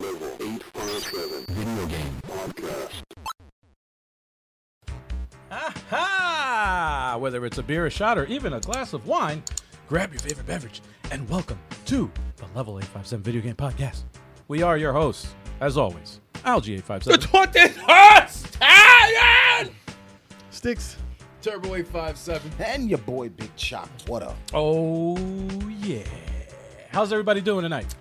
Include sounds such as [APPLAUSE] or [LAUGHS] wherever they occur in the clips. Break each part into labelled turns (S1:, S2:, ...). S1: Level 857 Video Game Podcast.
S2: Aha! Whether it's a beer, a shot, or even a glass of wine, grab your favorite beverage and welcome to the Level 857 Video Game Podcast. We are your hosts, as always, Algie 857.
S3: What is us? Italian?
S4: Sticks. Turbo 857.
S5: And your boy Big Chop. What up?
S2: Oh, yeah. How's everybody doing tonight?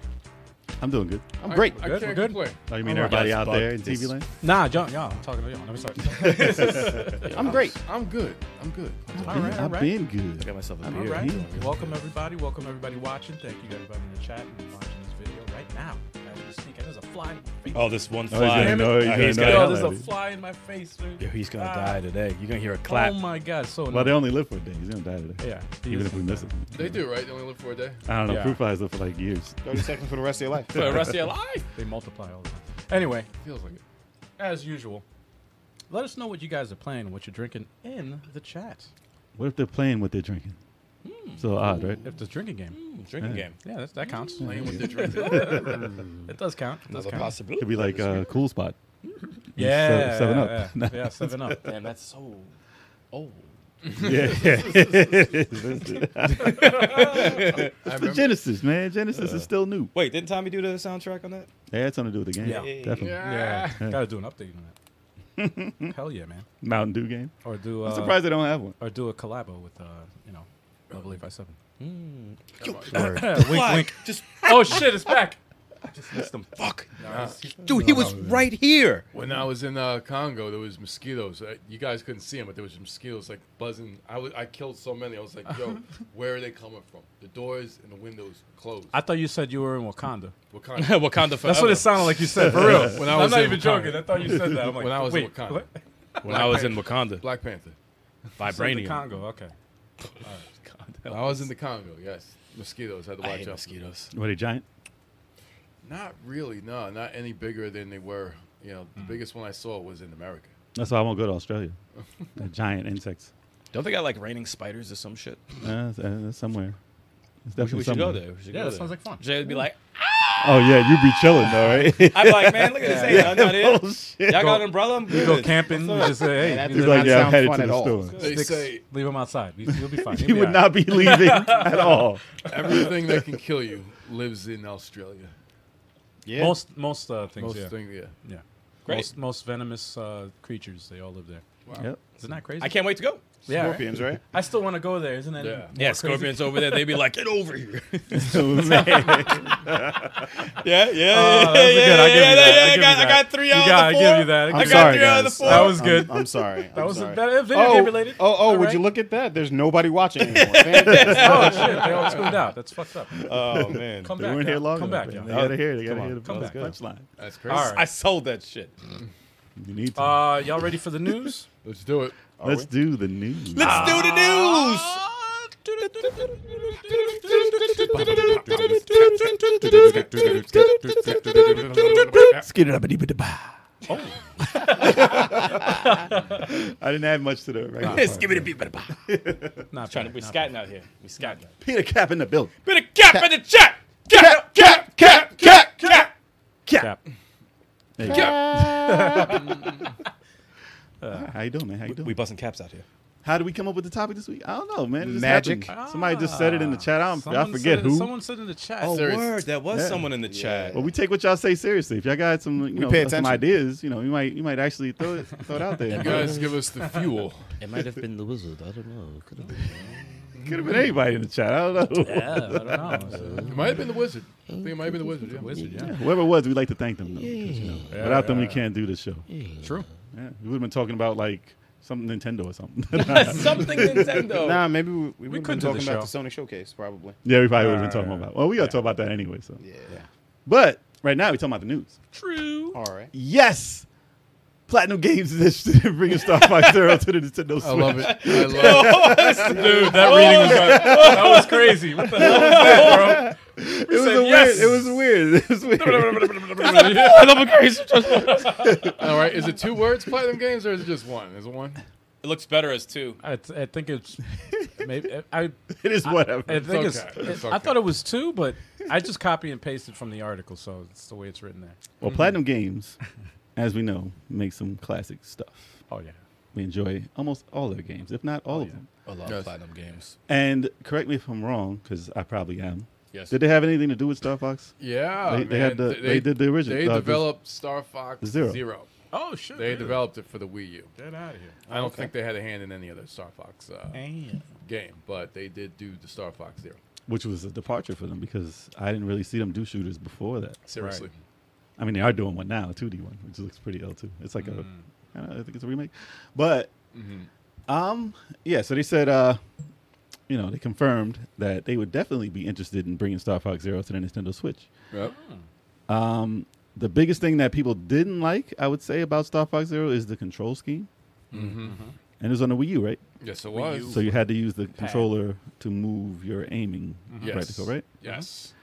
S4: I'm doing good. I'm great.
S3: I
S2: Good,
S3: can't
S2: we're good.
S3: complain.
S4: Oh, you mean everybody out there in TV land?
S2: Nah, John, y'all, I'm talking to y'all. I'm
S4: [LAUGHS]
S2: sorry.
S4: I'm great.
S3: I'm good. I'm good.
S2: all right, all
S4: I've
S2: right.
S4: been good. I got myself
S2: All right. Welcome, everybody. Welcome, everybody watching. Thank you, everybody in the chat and watching this video right now. As we speak, and there's a fly.
S6: Oh, this one
S4: Oh, he's
S6: fly.
S4: gonna know- he's
S6: Oh,
S4: gonna
S6: he's
S4: know that.
S6: gonna-
S2: Yo,
S4: hell
S2: there's
S4: out
S2: a
S4: of it.
S2: fly in my face, dude.
S6: Yo, he's gonna
S2: Ah.
S6: die today. You're gonna hear a clap.
S2: Oh, my God. So
S4: Well, they
S2: annoying.
S4: only live for a day. He's gonna die today.
S2: Yeah, he
S4: Even
S2: is
S4: if we
S2: gonna
S4: miss him.
S3: They do, right? They only live for a day.
S4: I don't know.
S2: Yeah.
S4: Fruit flies live for like years.
S5: 30 seconds for the rest of your life.
S2: for the rest of your life. They multiply all the time. Anyway,
S3: Feels like it.
S2: as usual, let us know what you guys are playing and what you're drinking in the chat.
S4: What if they're playing what they're drinking? So odd, right?
S2: If it's a drinking
S4: Mm.
S2: game,
S6: Drinking game.
S2: yeah, that's, that counts.
S4: [LAUGHS]
S3: Playing with the drink.
S2: It does count. It does
S5: Another
S2: count.
S5: possibility.
S4: Could be like uh, Cool Spot.
S2: Yeah,
S4: Se- seven
S2: yeah,
S4: up.
S2: [LAUGHS] Yeah, yeah, seven
S4: [LAUGHS]
S2: up.
S6: Damn, that's so. Oh,
S4: yeah, yeah. it's the Genesis, man. Genesis is still new.
S6: wait, didn't Tommy do the soundtrack on that?
S4: Yeah, it's something to do with the game.
S2: Yeah.
S4: definitely.
S2: Yeah, gotta do an update
S4: [LAUGHS]
S2: on that. Hell yeah, man.
S4: Mountain Dew game.
S2: Or do
S4: I'm
S2: uh,
S4: surprised they don't have one.
S2: or do a collabo with uh, you know, Level Eight Five Seven. Hmm.
S6: Fly.
S2: wink, wink.
S6: Just
S2: Oh shit, it's back.
S6: missed him. Fuck. Dude, he was right here.
S3: When I was in uh, Congo, there was mosquitoes. Uh, you guys couldn't see them, but there was mosquitoes like buzzing. I was, I killed so many. I was like, yo, where are they coming from? The doors and the windows closed.
S2: I thought you said you were in Wakanda.
S3: What kind
S6: [LAUGHS]
S3: of
S6: [LAUGHS] Wakanda forever.
S2: That's what it sounded like you said for [LAUGHS] real.
S3: When I
S2: I'm
S3: was
S2: not
S3: in
S2: even
S3: Wakanda.
S2: joking. I thought you said that. I'm like,
S3: When I was in
S2: wait,
S3: Wakanda.
S2: what?
S6: when I was in Wakanda.
S3: Black Panther?
S2: Said the
S6: Vibranium.
S2: Congo. Okay.
S3: When I was in the Congo. Yes, mosquitoes. I had to
S6: I
S3: watch out.
S6: hate
S3: for
S6: mosquitoes.
S4: What a giant.
S3: them. Not really. No, not any bigger than they were. You know,
S2: Mm.
S3: the biggest one I saw was in America.
S4: That's why I won't go to Australia. The giant insects.
S6: Don't they got like raining spiders or some shit?
S4: Uh, it's, uh, it's somewhere. It's
S6: We should,
S4: definitely
S6: we should
S4: somewhere.
S6: go there. We should
S2: Yeah,
S6: go
S2: that
S6: there.
S2: sounds like fun.
S6: Jay would be like,
S4: Oh yeah, you be chilling though, right?
S6: I'm like, man, look at this. Ain't nothing out here.
S4: oh shit.
S6: Y'all got an umbrella?
S2: You go camping. You just say, hey,
S5: that
S2: you
S4: He's
S5: does
S2: know,
S4: like,
S5: not
S4: yeah, I'm
S5: sound
S4: headed
S5: fun
S4: to
S5: at
S4: the
S5: all.
S4: store.
S3: They
S2: sticks,
S3: say
S2: leave him outside. You- You'll be fine.
S4: He would not be leaving at all.
S3: Everything that can kill you lives in Australia.
S5: Yeah.
S2: Most most uh, things.
S3: Most
S2: yeah.
S3: thing, yeah.
S2: Yeah.
S6: Great.
S2: Most, most venomous uh, creatures. They all live there.
S4: [LAUGHS] Yep.
S2: Isn't that crazy?
S6: I can't wait to go.
S2: Yeah. right?
S5: Scorpions, right?
S2: I still want to go there. Isn't that?
S3: Yeah.
S6: Yeah, Scorpion's over there. They'd be like, get over here.
S4: Man,
S6: Yeah, yeah,
S2: Oh, that was a good- I give you that. I give you that. You got- I give you that. I
S6: I
S2: give you
S6: got
S2: that.
S6: three out of the
S5: guys.
S6: four.
S2: That was good.
S5: I'm, I'm sorry.
S2: That
S5: I'm
S2: was
S5: sorry.
S2: that is video
S5: Oh,
S2: game related.
S5: oh, oh!
S2: All
S5: Would
S2: right.
S5: you look at that? There's nobody watching anymore. Fantastic.
S2: Oh shit! They all tuned out. That's fucked
S4: [LAUGHS]
S2: up.
S6: Oh man,
S2: Come
S4: they
S2: back.
S4: weren't here
S2: y'all.
S4: long
S2: Come
S4: enough.
S2: back.
S4: man.
S2: y'all.
S4: They gotta hear. it. They gotta hear the
S2: come back.
S4: punchline.
S3: That's crazy.
S2: All
S6: I
S2: right.
S6: sold that shit. [LAUGHS]
S4: You need to.
S2: Uh, y'all ready for the news?
S3: Let's do it.
S4: Let's do the news.
S6: Let's do the news.
S4: Skid it up and dip I didn't add much to the regular.
S6: Yes,
S4: part.
S6: give me the beat, bada bah.
S2: Not
S6: Trying to
S2: bad,
S6: we
S2: not
S6: scatting out here. We scatting. out.
S4: Peter Cap in the building.
S6: Bit of cap in the chat. Cap, cap, cap, cap, cap.
S2: bad.
S4: Cap.
S2: Cap.
S4: There you go. Uh, How you doing, man? How you doing?
S6: We busting caps out here.
S4: How did we come up with the topic this week? I don't know, man. It just
S5: Magic.
S4: happened. Somebody just said it in the chat. I, don't, I
S2: Someone
S4: forget
S2: said-
S4: who.
S2: Someone said in the chat.
S6: Oh,
S3: Serious.
S6: word. That was
S4: Yeah.
S6: someone in the chat.
S4: Well, we take what y'all say seriously. If y'all got some, you
S5: pay
S4: know, some
S5: attention.
S4: ideas, you know, you might you might actually throw it throw it out [LAUGHS] there.
S3: You guys give us the fuel.
S7: It might have been the wizard. I don't know. Could have been.
S4: Could have been anybody in the chat. I don't [LAUGHS] know.
S2: Yeah, I don't
S4: [LAUGHS]
S2: know. uh,
S3: It might have been the wizard. I think it might have been the wizard. Yeah.
S2: Wizard, yeah.
S4: Whoever it was, we like to thank them. Though, 'cause, you know, without them, we can't do this show. Yeah. [LAUGHS]
S2: True.
S4: we would have been talking about like some Nintendo or something. [LAUGHS]
S6: [LAUGHS] Something Nintendo.
S5: Nah, maybe we, we,
S2: We
S5: would've
S2: could
S5: been
S2: do the
S5: talking about the
S2: show.
S5: Sony showcase, probably.
S4: yeah, we probably would have been talking about. Well, we gotta talk about that anyway. So,
S5: Yeah.
S4: but right now we're talking about the news.
S6: True.
S5: All right.
S4: Yes, Platinum Games [LAUGHS] is interested in bringing Starfighter Zero to the Nintendo Switch.
S3: I love it. I love [LAUGHS] it.
S2: Dude, that reading [LAUGHS] was that was crazy. What the hell [LAUGHS]
S4: [LAUGHS]
S2: was that,
S4: It was,
S2: said
S4: a
S2: yes.
S4: weird, it was weird. It [LAUGHS] was weird.
S2: bro?
S6: [LAUGHS] I love a crazy.
S3: All right. Is it two words, Platinum Games, or is it just one? Is it one?
S6: It looks better as two.
S2: I, th- I think it's Maybe I.
S4: It is whatever.
S2: I think
S3: It's
S2: it's.
S3: okay. It's
S2: I
S3: okay.
S2: thought it was two, but I just copy and pasted from the article, so it's the way it's written there.
S4: well, Platinum Games, as we know, makes some classic stuff.
S2: Oh yeah.
S4: We enjoy almost all their games, if not all of them.
S6: A lot
S3: Yes.
S6: of platinum
S2: [LAUGHS]
S6: games.
S4: And correct me if I'm wrong, because I probably am.
S3: Yes.
S4: Did they have anything to do with Star Fox?
S3: Yeah,
S4: They- they had
S3: man.
S4: the- they did the original-
S3: They
S4: uh, this-
S3: developed Star Fox
S4: Zero.
S3: Zero.
S2: Oh shit.
S3: They developed it for the Wii U.
S2: Get out of here.
S3: I don't think they had a hand in any other Star Fox uh,
S2: Damn.
S3: game, but they did do the Star Fox Zero.
S4: Which was a departure for them because I didn't really see them do shooters before that.
S3: Seriously,
S4: I mean, they are doing one now, a 2D one, which looks pretty ill too. It's like a, I, don't know, I think it's a remake, but um, yeah. So they said, uh, you know, they confirmed that they would definitely be interested in bringing Star Fox Zero to the Nintendo Switch.
S3: Yep.
S4: The biggest thing that people didn't like, I would say, about Star Fox Zero is the control scheme, and it was on the Wii U, right?
S3: Yes, it Mm-hmm. was.
S4: So you had to use the controller to move your aiming
S3: Mm-hmm. yes.
S4: practical, right?
S3: Yes.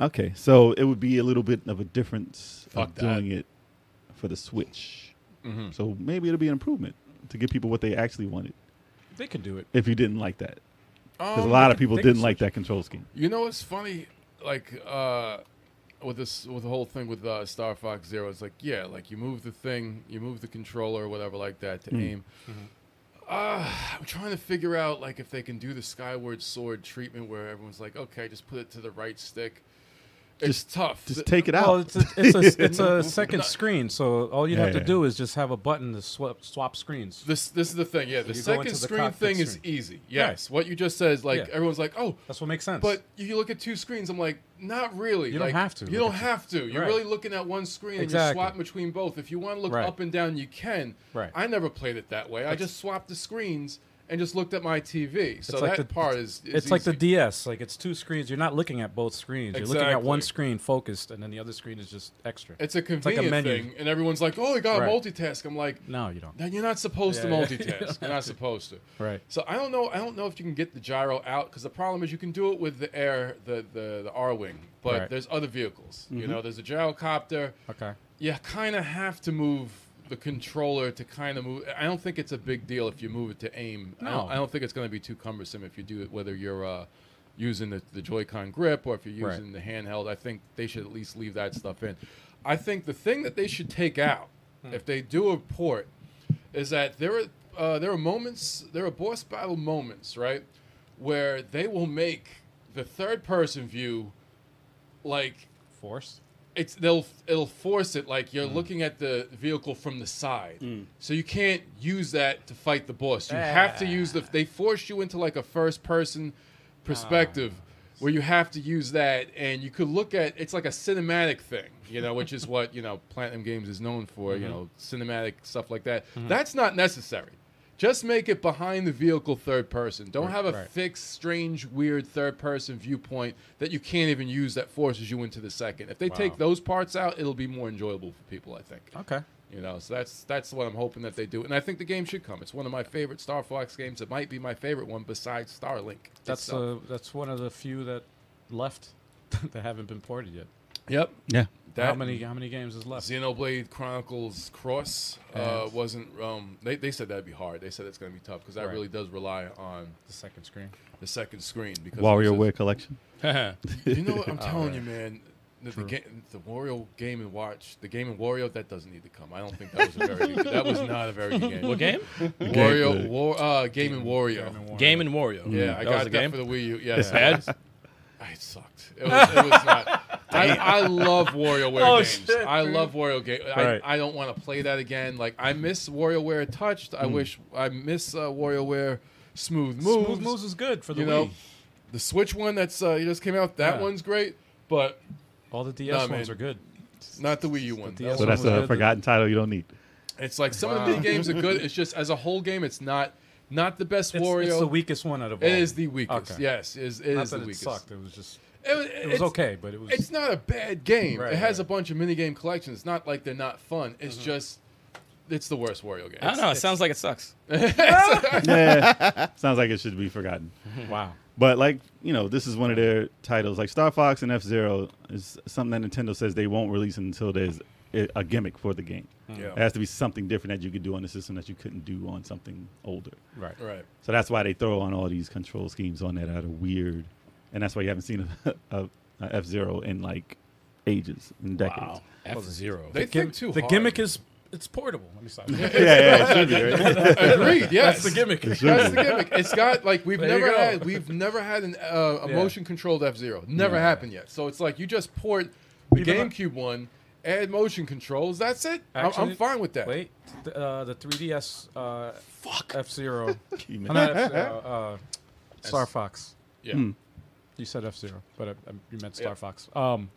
S4: Okay, so it would be a little bit of a difference
S3: Fuck
S4: of
S3: that. Mm-hmm.
S4: doing it for the Switch. So maybe it'll be an improvement to give people what they actually wanted.
S2: They can do it.
S4: If you didn't like that, because
S3: Um,
S4: a lot of people
S2: they can
S4: didn't like that control scheme.
S3: You know what's funny? Like uh, with this, with the whole thing with uh, Star Fox Zero, it's like yeah, like you move the thing, you move the controller or whatever like that
S4: Mm-hmm.
S3: to aim. Uh, I'm trying to figure out like if they can do the Skyward Sword treatment where everyone's like, okay, just put it to the right stick. It's tough.
S4: Just
S3: Th-
S4: take it out.
S2: Well, it's a,
S3: [LAUGHS]
S2: it's a, it's a second screen, so all you'd have
S4: Yeah.
S2: to do is just have a button to swap, swap screens.
S3: This this is the thing. Yeah, the
S2: you go
S3: second
S2: into the
S3: screen
S2: cockpit
S3: thing is
S2: screen.
S3: easy. Yes, what you just said is like
S2: Yeah.
S3: everyone's like, oh,
S2: That's what makes sense.
S3: But if you look at two screens, I'm like, not really.
S2: You don't
S3: Like,
S2: have to
S3: You
S2: look
S3: don't
S2: at
S3: have to. You're
S2: Right.
S3: really looking at one screen and
S2: Exactly.
S3: you're swapping between both. If you want to look
S2: Right.
S3: up and down, you can.
S2: Right.
S3: I never played it that way. I just swapped the screens and just looked at my TV. So
S2: It's like
S3: that
S2: the-
S3: part is, is
S2: it's like the
S3: easy.
S2: DS. Like it's two screens. You're not looking at both screens. You're looking at one
S3: Exactly.
S2: screen focused, and then the other screen is just extra.
S3: It's a
S2: like a
S3: convenient
S2: menu.
S3: thing, and everyone's like, "Oh, you got to
S2: Right.
S3: multitask." I'm like,
S2: no, you don't.
S3: Then you're not supposed to
S2: Yeah, [LAUGHS] yeah.
S3: multitask. you're not supposed to.
S2: Right.
S3: So I don't know. I don't know if you can get the gyro out because the problem is you can do it with the air, the the, the R wing, but
S2: Right. Mm-hmm.
S3: there's other vehicles. You know, there's a gyrocopter.
S2: Okay.
S3: You kind of have to move the controller to kind of move. I don't think it's a big deal if you move it to aim. I,
S2: No.
S3: don't, I don't think it's going to be too cumbersome if you do it. Whether you're uh, using the, the Joy-Con grip or if you're
S2: Right.
S3: using the handheld, I think they should at least leave that stuff in. I think the thing that they should take out,
S2: Hmm.
S3: if they do a port, is that there are uh, there are moments, there are boss battle moments, right, where they will make the third person view like
S2: Force.
S3: it's they'll it'll force it like you're looking at the vehicle from the side, so you can't use that to fight the boss. You have to use the they force you into like a first person perspective. Where you have to use that, and you could look at it's like a cinematic thing, you know, which is what you know Platinum Games is known for, you know, cinematic stuff like that. That's not necessary. Just make it behind the vehicle third person. Don't have a
S2: right.
S3: fixed, strange, weird third person viewpoint that you can't even use that forces you into the second. If they take those parts out, it'll be more enjoyable for people, I think.
S2: Okay.
S3: You know, so that's that's what I'm hoping that they do. And I think the game should come. It's one of my favorite Star Fox games. It might be my favorite one besides Starlink.
S2: That's
S3: itself.
S2: uh, that's one of the few that left [LAUGHS] that haven't been ported yet.
S3: Yep.
S4: Yeah,
S3: That
S2: how many how many games is left?
S3: Xenoblade Chronicles Cross uh, wasn't um they, they said that'd be hard. They said it's gonna be tough because that
S2: Right.
S3: really does rely on
S2: The second screen.
S3: the second screen because it's a-
S4: WarioWare collection.
S3: You know what I'm telling you, man. The, the, ga- the Wario Game and Watch, the Game and Wario, that doesn't need to come. I don't think that was a very good, that was not a very good game.
S6: What game?
S3: Wario War, uh, Game and Wario.
S6: Game and Wario. Mm.
S3: Yeah, I
S6: that was
S3: got
S6: the
S3: that
S6: game.
S3: for the Wii U. Yeah,
S6: It's bad.
S2: [LAUGHS]
S3: It sucked. It was, it was not. I, I love WarioWare
S2: Oh,
S3: games.
S2: shit,
S3: I love Wario games.
S2: Right.
S3: I, I don't want to play that again. Like I miss WarioWare Touched. I wish I miss uh, WarioWare Smooth Moves.
S2: Smooth moves is good for the
S3: you
S2: Wii.
S3: know, the Switch one that's uh, just came out. That
S2: Yeah.
S3: one's great, but
S2: All the DS
S3: Nah,
S2: ones
S3: man.
S2: are good.
S3: not the Wii U one.
S2: DS
S4: So
S2: one
S4: that's
S2: was good.
S4: a forgotten title you don't need.
S3: It's like some of the mini games are good. It's just as a whole game, it's not not the best
S2: It's,
S3: Wario.
S2: it's the weakest one out of all.
S3: It is the weakest.
S2: Okay.
S3: Yes, it is, it
S2: Not
S3: is
S2: that
S3: the
S2: it
S3: weakest.
S2: sucked. It was just.
S3: It, was-
S2: It was
S3: it's-
S2: okay, but it was.
S3: It's not a bad game.
S2: Right,
S3: it has
S2: right. Mm-hmm.
S3: a bunch of minigame collections. It's not like they're not fun. It's just it's the worst Wario game.
S6: I don't know. It sounds like it sucks.
S4: Yeah, sounds like it should be forgotten.
S2: wow.
S4: But like you know, this is one of their titles. Like Star Fox and F Zero is something that Nintendo says they won't release until there's i- a gimmick for the game.
S2: Hmm.
S3: Yeah.
S4: It has to be something different that you could do on the system that you couldn't do on something older.
S2: Right.
S3: Right.
S4: So that's why they throw on all these control schemes on that that are weird, and that's why you haven't seen [LAUGHS] a, a, a F Zero in like ages and decades.
S6: F zero.
S3: They
S2: Gim-
S3: think too
S2: the
S3: hard.
S2: gimmick is it's portable. Let me stop.
S4: [LAUGHS] Yeah, yeah, it should
S2: [LAUGHS]
S4: be, right?
S3: Agreed. Yes.
S2: That's the gimmick.
S3: That's the gimmick. It's got like we've
S2: There you
S3: never
S2: go.
S3: had we've never had an uh, a
S2: Yeah.
S3: motion controlled F Zero. Never happened yet. So it's like you just port the
S2: Even the-
S3: GameCube one, add motion controls. That's it. [LAUGHS] I'm-
S2: Actually-
S3: I'm fine with that.
S2: Wait, the, uh, the 3DS uh,
S3: Fuck.
S2: F
S3: [LAUGHS]
S2: Zero,
S4: You
S2: not
S4: mean-
S2: F Zero, uh, Star Fox.
S3: Yeah.
S4: Hmm.
S2: You said F Zero, but I, I, you meant Star Fox. Um,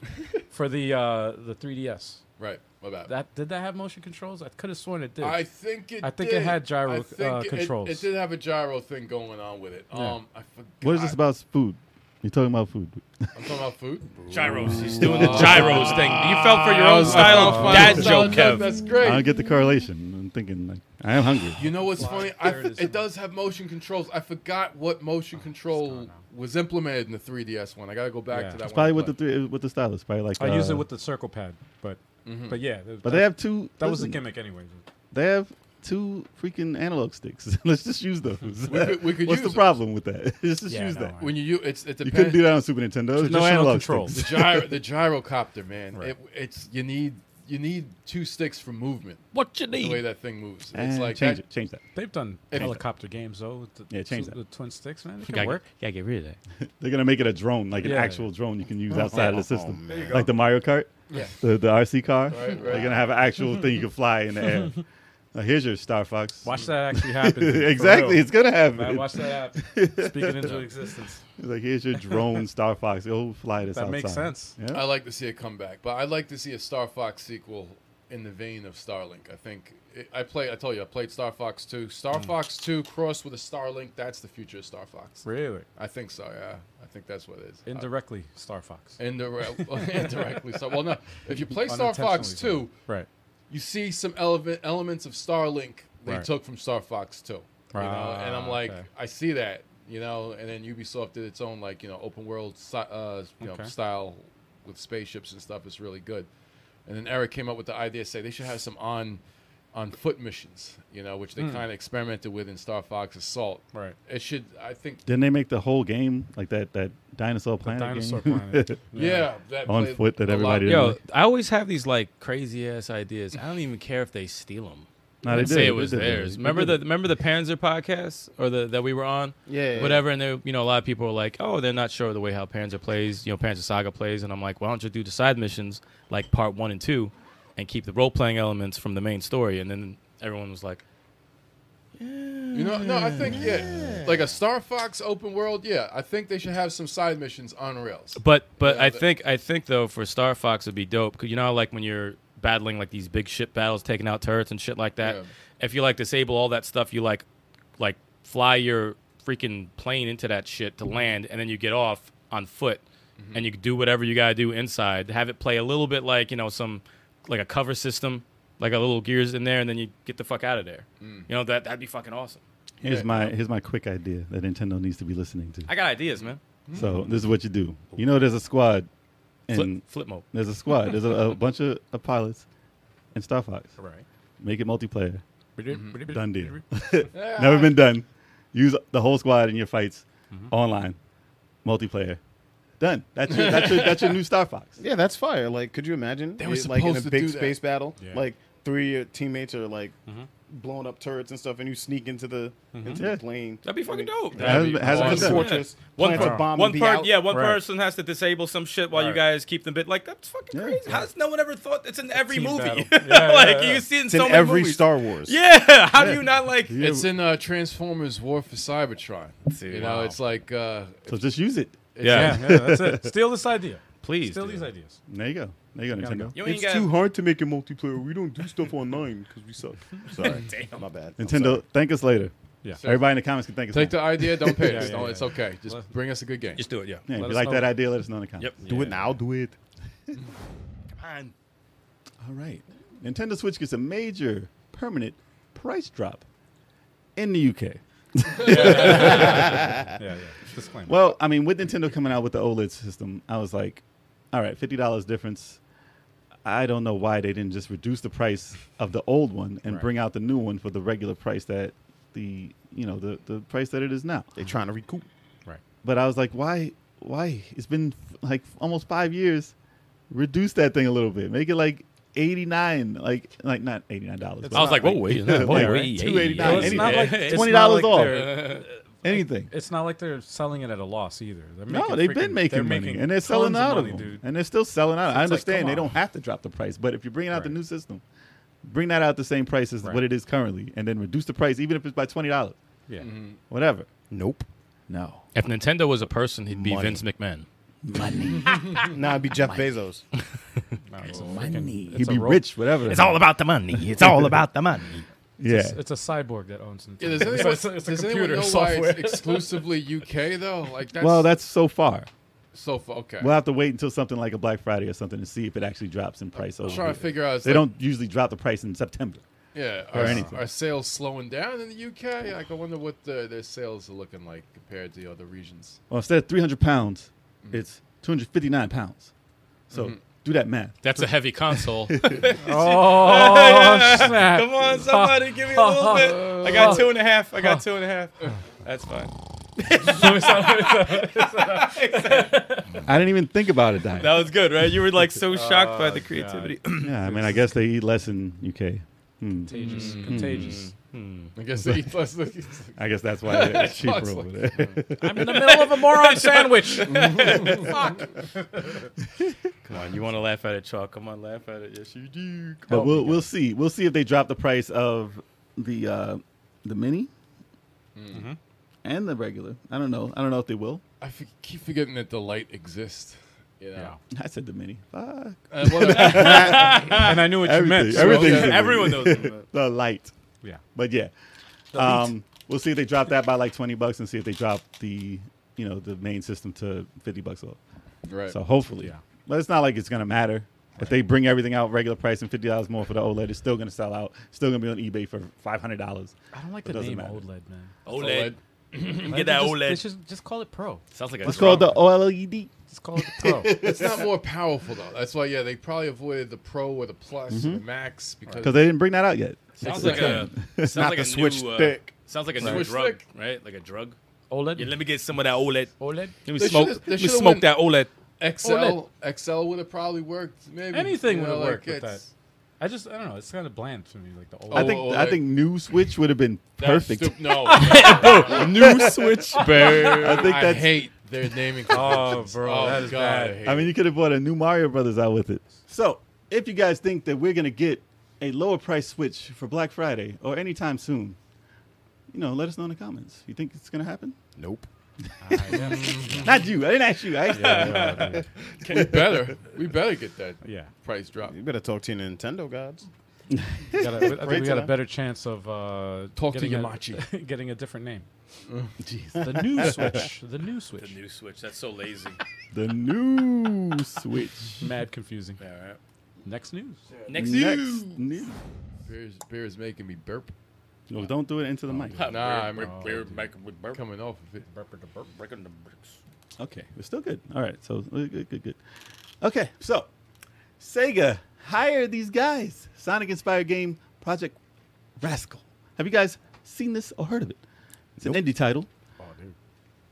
S2: for the uh, the 3DS,
S3: Right. My bad.
S2: that did that have motion controls? I could have sworn it did.
S3: I think it.
S2: I think it
S3: did.
S2: had gyro,
S3: I think
S2: uh,
S3: it- it-
S2: controls.
S3: It, did have a gyro thing going on with it. Um, I forgot.
S4: what is this about food? You're talking about food.
S3: I'm talking about food.
S6: Gyros. He's doing the gyros thing. You fell for your
S3: I
S6: own
S3: was- I
S6: style
S3: fell for
S6: dad
S3: the
S6: joke,
S3: style joke.
S6: Kev.
S3: That's
S4: I
S3: great.
S4: don't get the correlation. I'm thinking like I
S2: [LAUGHS]
S4: am hungry.
S3: You know what's funny? I
S2: There
S3: f-
S2: it
S3: it,
S2: is. Oh,
S3: does have motion controls. I forgot what motion control was implemented in the 3DS one. I got to go back
S2: Yeah.
S3: to
S2: It's
S3: that
S4: It's
S3: one.
S4: probably with the three, with the stylus. Probably like
S2: I use
S4: uh,
S2: it with the circle pad, but but yeah,
S4: But they have two.
S2: that was the
S4: listen,
S2: gimmick anyway.
S4: They have two freaking analog sticks. [LAUGHS] Let's just use those.
S3: could- we
S4: [LAUGHS]
S3: could
S4: What's
S3: use
S4: the problem with that? [LAUGHS] Let's just
S2: Yeah,
S4: use
S2: no,
S4: that.
S2: I-
S3: When you u- it's it
S4: You couldn't
S3: depends.
S4: do that on Super Nintendo. There's no
S2: Traditional
S4: analog
S2: control.
S3: The
S4: sticks.
S3: gyro the gyrocopter, man.
S2: Right.
S3: It, it's you need you need two sticks for movement.
S6: What you
S3: The way
S6: need?
S3: that thing moves.
S4: [LAUGHS]
S3: It's
S4: And
S3: like
S4: change
S3: that,
S4: it. Change that.
S2: They've done
S3: If-
S2: helicopter games though. With the,
S4: Yeah, change
S2: two-
S4: that.
S2: the twin sticks, man. It can
S6: Gotta,
S2: work.
S6: get- gotta get rid of that.
S4: They're gonna make it a drone, like an
S2: Yeah.
S4: actual drone you can
S3: Oh,
S4: use outside of
S5: Oh,
S4: the system, like the Mario Kart,
S3: Yeah.
S4: the, the RC car.
S3: Right,
S4: They're
S3: right.
S4: gonna have an actual thing you can fly in the
S2: [LAUGHS]
S4: air. Now, here's your Star Fox. [LAUGHS]
S2: Watch that actually happen. dude, for
S4: exactly,
S2: real.
S4: it's gonna happen.
S2: Man, watch that happen. Speaking into existence.
S4: [LAUGHS] It's like here's your drone Star Fox. It'll fly this
S2: That
S4: outside.
S2: makes sense.
S4: Yeah.
S3: I like to see a comeback, but I'd like to see a Star Fox sequel in the vein of Starlink. I think it, I play. I told you I played Star Fox Two. Star
S4: Mm.
S3: Fox Two crossed with a Starlink. That's the future of Star Fox.
S2: Really?
S3: I think so. Yeah, I think that's what it is.
S2: Indirectly, Star Fox. [LAUGHS]
S3: Indire- indirectly. So, well, no. If you play Star Fox
S2: Unintentionally,
S3: Two,
S2: Right.
S3: you see some element elements of Starlink they
S2: Right.
S3: took from Star Fox Two. You know,
S2: Ah,
S3: and I'm like,
S2: okay.
S3: I see that. You know, and then Ubisoft did its own like you know open world si- uh, you
S2: Okay.
S3: know, style with spaceships and stuff. It's really good. And then Eric came up with the idea, say they should have some on on foot missions. You know, which they kind of experimented with in Star Fox Assault.
S2: Hmm. Right.
S3: It should, I think.
S4: Didn't they make the whole game like that? That dinosaur planet
S2: Dinosaur
S4: game.
S2: Planet.
S3: Yeah, that
S4: On
S3: played
S4: foot that
S3: a lot-
S4: everybody didn't
S6: Yo,
S4: like.
S6: I always have these like crazy ass ideas. I don't even care if they steal them.
S4: No, they
S6: and
S4: did.
S6: say
S4: They
S6: it was
S4: did.
S6: theirs.
S4: They
S6: Remember
S4: did.
S6: the remember the Panzer podcast or the that we were on,
S5: Yeah, yeah,
S6: whatever. And they, you know, a lot of people were like, "Oh, they're not sure of the way how Panzer plays, you know, Panzer Saga plays." And I'm like, "Why don't you do the side missions like part one and two, and keep the role playing elements from the main story?" And then everyone was like,
S3: You know, no, I think
S2: Mm.
S3: yeah, like a Star Fox open world. Yeah, I think they should have some side missions on rails.
S6: But but
S3: Yeah,
S6: I
S3: but-
S6: think I think though for Star Fox it'd be dope. 'Cause you know how, like when you're battling like these big ship battles, taking out turrets and shit like that.
S3: Yeah.
S6: If you like disable all that stuff, you like like fly your freaking plane into that shit to land, and then you get off on foot, and you do whatever you gotta do inside. Have it play a little bit like you know some like a cover system, like a little gears in there, and then you get the fuck out of there. You know that that'd be fucking awesome.
S4: [LAUGHS] Here's my here's my quick idea that Nintendo needs to be listening to.
S6: I got ideas, man.
S4: So this is what you do. You know, there's a squad, and
S6: Flip, flip mode.
S4: there's a squad. There's a, a bunch of, of pilots and Star Fox.
S2: Right.
S4: Make it multiplayer. Done deal.
S3: Yeah,
S4: [LAUGHS] Never been done. Use the whole squad in your fights, online, multiplayer. Done. That's your, that's your that's your new Star Fox.
S5: Yeah, that's fire. Like, could you imagine?
S3: They were
S5: it, like in a
S3: supposed to
S5: big
S3: do that.
S5: space battle,
S2: Yeah.
S5: like three of your teammates are like blowing up turrets and stuff, and you sneak into the into
S4: Yeah.
S5: the plane.
S6: That'd be fucking dope.
S4: Hasn't- hasn't
S5: Plant
S4: been
S5: a
S4: done.
S5: fortress,
S6: [LAUGHS] One,
S5: plant a
S6: per-
S5: bomb,
S6: one
S5: and be
S6: per-
S5: out.
S6: yeah, one
S2: Right.
S6: person has to disable some shit while you
S2: Right.
S6: guys keep the bit. Like that's fucking
S4: Yeah.
S6: crazy. How does no one ever thought it's in every
S2: team
S6: movie? [LAUGHS]
S2: battle. Yeah,
S6: like
S2: yeah, yeah.
S6: you see it in
S5: It's
S6: so
S5: in
S6: many
S5: every
S6: movies.
S5: Star Wars.
S6: Yeah, [LAUGHS] how do you not
S4: [LAUGHS]
S6: like?
S4: Yeah.
S3: It's in uh, Transformers War for Cybertron. You know,
S6: Wow.
S3: it's like uh,
S4: So just use it.
S2: Yeah, yeah, that's it. Steal this idea.
S6: please.
S2: Steal these
S6: dude.
S2: ideas.
S4: There you go. There you go,
S2: Gotta go.
S4: Nintendo.
S6: You ain't
S5: It's
S6: got.
S5: too hard to make it multiplayer. We don't do stuff online because we suck. Sorry,
S6: Damn.
S5: my bad. I'm
S4: Nintendo, thank us later.
S2: Yeah.
S4: Everybody in the comments can thank us.
S3: take
S4: now.
S3: the idea, don't
S2: [LAUGHS]
S3: pay
S2: Yeah,
S3: us.
S2: yeah,
S3: don't,
S2: yeah.
S3: It's okay. Just
S2: Let-
S3: bring us a good game.
S6: Just do it. Yeah.
S4: Yeah, if
S2: Let
S4: you
S2: us
S4: like
S2: know.
S4: that idea, let us know in the comments.
S6: Yep.
S5: sorry. Do it now. Do it.
S4: All right. Nintendo Switch gets a major permanent price drop in the UK.
S2: Yeah, yeah. Disclaimer.
S4: Well, E I mean, with Nintendo coming out with the OLED system, I was like, all right, $50 difference. I don't know why they didn't just reduce the price of the old one and bring out the new one for the regular price that the you know the the price that it is now.
S5: They trying to recoup.
S2: Right.
S4: But I was like, why? Why? It's been like almost five years. Reduce that thing a little bit. Make it like eighty nine. Like like not eighty nine dollars.
S6: I was like, whoa, wait,
S4: Yeah,
S6: whoa,
S4: right.
S6: wait,
S4: $2.89.
S6: yeah.
S2: it's not like
S6: It's
S2: it's
S6: [LAUGHS]
S4: $20
S2: not like
S4: off.
S2: they're-
S4: anything.
S2: It's not like they're selling it at a loss either. They're
S4: No,
S2: making
S4: they've
S2: freaking-
S4: been making
S2: they're
S4: money,
S2: making
S4: and they're selling
S2: tons of
S4: out of,
S2: money,
S4: them,
S2: dude.
S4: and they're still selling out. I
S2: It's like,
S4: understand
S2: come
S4: they
S2: on.
S4: don't have to drop the price, but if you're bringing out the
S2: Right.
S4: new system, bring that out the same price as
S2: Right.
S4: what it is currently, and then reduce the price, even if it's by twenty dollars,
S2: Yeah.
S3: Mm-hmm.
S4: whatever.
S5: Nope.
S4: No,
S6: If Nintendo was a person, he'd be
S5: Money.
S6: Vince McMahon.
S5: Nah, it'd be Jeff Bezos.
S2: No, it's
S4: money.
S2: it's
S4: He'd
S2: a
S4: be
S2: rope.
S4: rich, whatever.
S6: It's all about the money. It's all about the money.
S4: yeah.
S2: a- it's a cyborg that owns
S4: [LAUGHS]
S2: Nintendo.
S3: Yeah, does anyone,
S2: [LAUGHS] it's a, it's a
S3: does anyone
S2: computer
S3: know why
S2: software.
S3: it's exclusively UK though? Like
S4: [LAUGHS]
S3: that's
S4: well, that's so far.
S3: so far. Okay,
S4: We'll have to wait until something like a Black Friday or something to see if it actually drops in price.
S3: I'm
S4: over
S3: trying
S4: here.
S3: to figure out. it's
S4: They
S3: like,
S4: don't usually drop the price in September.
S3: Yeah,
S4: or
S3: are,
S4: anything.
S3: are sales slowing down in the UK? Like, I wonder what the, their sales are looking like compared to the other regions.
S4: Well, instead of three hundred pounds,
S3: Mm-hmm.
S4: it's two hundred fifty nine pounds. So do that math.
S6: That's a heavy [LAUGHS] console.
S2: oh, snap. [LAUGHS]
S8: Come on, somebody, give me a little bit. I got two and a half. I got two and a half. That's fine.
S4: I didn't even think about it, Diane.
S8: That was good, right? You were like so shocked by the creativity.
S4: Yeah, I mean, I guess they eat less in UK. Hmm.
S2: Contagious.
S3: Mm-hmm.
S2: Contagious.
S3: I guess
S2: [LAUGHS]
S3: they [LAUGHS] eat less. than-
S4: I guess that's why it's cheaper
S3: Sounds
S4: over there.
S2: I'm in the middle of a moron sandwich.
S8: Come on, you want to laugh at it, Chalk? Come on, laugh at it. Yes, you do.
S4: [LAUGHS] But we'll we'll see. We'll see if they drop the price of the uh, the mini
S2: Mm-hmm.
S4: and the regular. I don't know. I don't know if they will.
S3: I f- keep forgetting that the light exists. You know?
S2: Yeah.
S4: I said the mini. Fuck.
S3: Uh, whatever.
S2: And I knew what
S4: Everything.
S2: you meant.
S4: everything's
S3: okay.
S4: the
S6: [LAUGHS]
S4: mini.
S8: Everyone knows. that.
S4: the light.
S2: Yeah.
S4: But yeah, um, we'll see if they drop that by like twenty bucks and see if they drop the you know the main system to fifty bucks off.
S3: [LAUGHS] right.
S4: So hopefully,
S2: Yeah.
S4: but it's not like it's gonna matter. If they bring everything out regular price and fifty dollars more for the OLED, it's still gonna sell out. Still gonna be on eBay for five hundred dollars.
S2: I don't like
S4: It
S2: the
S4: doesn't
S2: name E
S4: matter.
S2: OLED, man.
S3: Oh,
S6: OLED.
S2: Get
S6: that
S3: E
S2: just,
S6: OLED.
S2: they should just call it Pro.
S6: Sounds like a
S4: It's called the E
S6: drama.
S4: OLED.
S2: Just call it
S3: [LAUGHS]
S2: Pro.
S3: It's not more powerful though. That's why. Yeah, they probably avoided the Pro or the Plus or the Max because
S4: Because they didn't bring that out yet.
S6: Sounds
S4: [LAUGHS]
S6: like a [LAUGHS] sounds
S5: Not
S6: like
S5: the
S6: a
S5: Switch
S6: new, uh,
S5: thick.
S6: Sounds like a new
S3: Switch
S6: drug,
S3: thick.
S6: right? Like a drug.
S2: OLED.
S6: Yeah, let me get some of that OLED.
S2: OLED.
S6: Let me
S3: They
S6: smoke.
S3: should've- they
S6: Let me
S3: should've
S6: smoke
S3: went-
S6: that OLED.
S3: XL XL would have probably worked. Maybe
S2: Anything
S3: You know,
S2: would've
S3: like,
S2: worked with
S3: it's-
S2: I just I don't know. It's kind of bland to me, like the E OLED.
S4: I think I
S3: OLED.
S4: think new Switch would have been
S3: that's
S4: perfect.
S3: stup- no,
S4: [LAUGHS] new Switch.
S3: I
S4: think
S3: I
S4: that's-
S3: hate their naming. conventions.
S2: bro,
S3: oh,
S2: that is
S3: God,
S2: bad.
S3: I hate
S4: I mean, you could have bought a new Mario Brothers out with it. So, if you guys think that we're gonna get a lower price Switch for Black Friday or anytime soon, you know, let us know in the comments. You think it's gonna happen?
S5: Nope.
S4: [LAUGHS] Not you. I didn't ask you. I asked
S3: We better. We better get that
S4: [LAUGHS]
S2: yeah.
S3: price drop.
S5: You better talk to your Nintendo gods.
S2: We got a, I think
S5: Right
S2: we got a
S5: to-
S2: better chance of uh,
S3: Talk to
S2: getting a- [LAUGHS]
S3: Yamachi.
S2: getting a different
S3: [LAUGHS]
S2: name. The new
S4: [LAUGHS]
S2: Switch. The new
S6: The
S2: Switch.
S6: new Switch. That's so lazy.
S4: the new Switch.
S2: Mad confusing. Next news.
S6: [LAUGHS]
S4: Next
S6: Next
S4: news.
S3: Beer's, beer's making me burp.
S4: No, don't do it into the mic.
S6: Nah,
S3: Nah,
S6: we're,
S3: I'm-
S6: we're, making- we're burp-
S3: Coming off of it.
S6: breaking the bricks.
S4: Okay, we're still good. All right, so uh, good, good, good. Okay, so Sega hire these guys. Sonic inspired game Project Rascal. Have you guys seen this or heard of it? It's an indie title,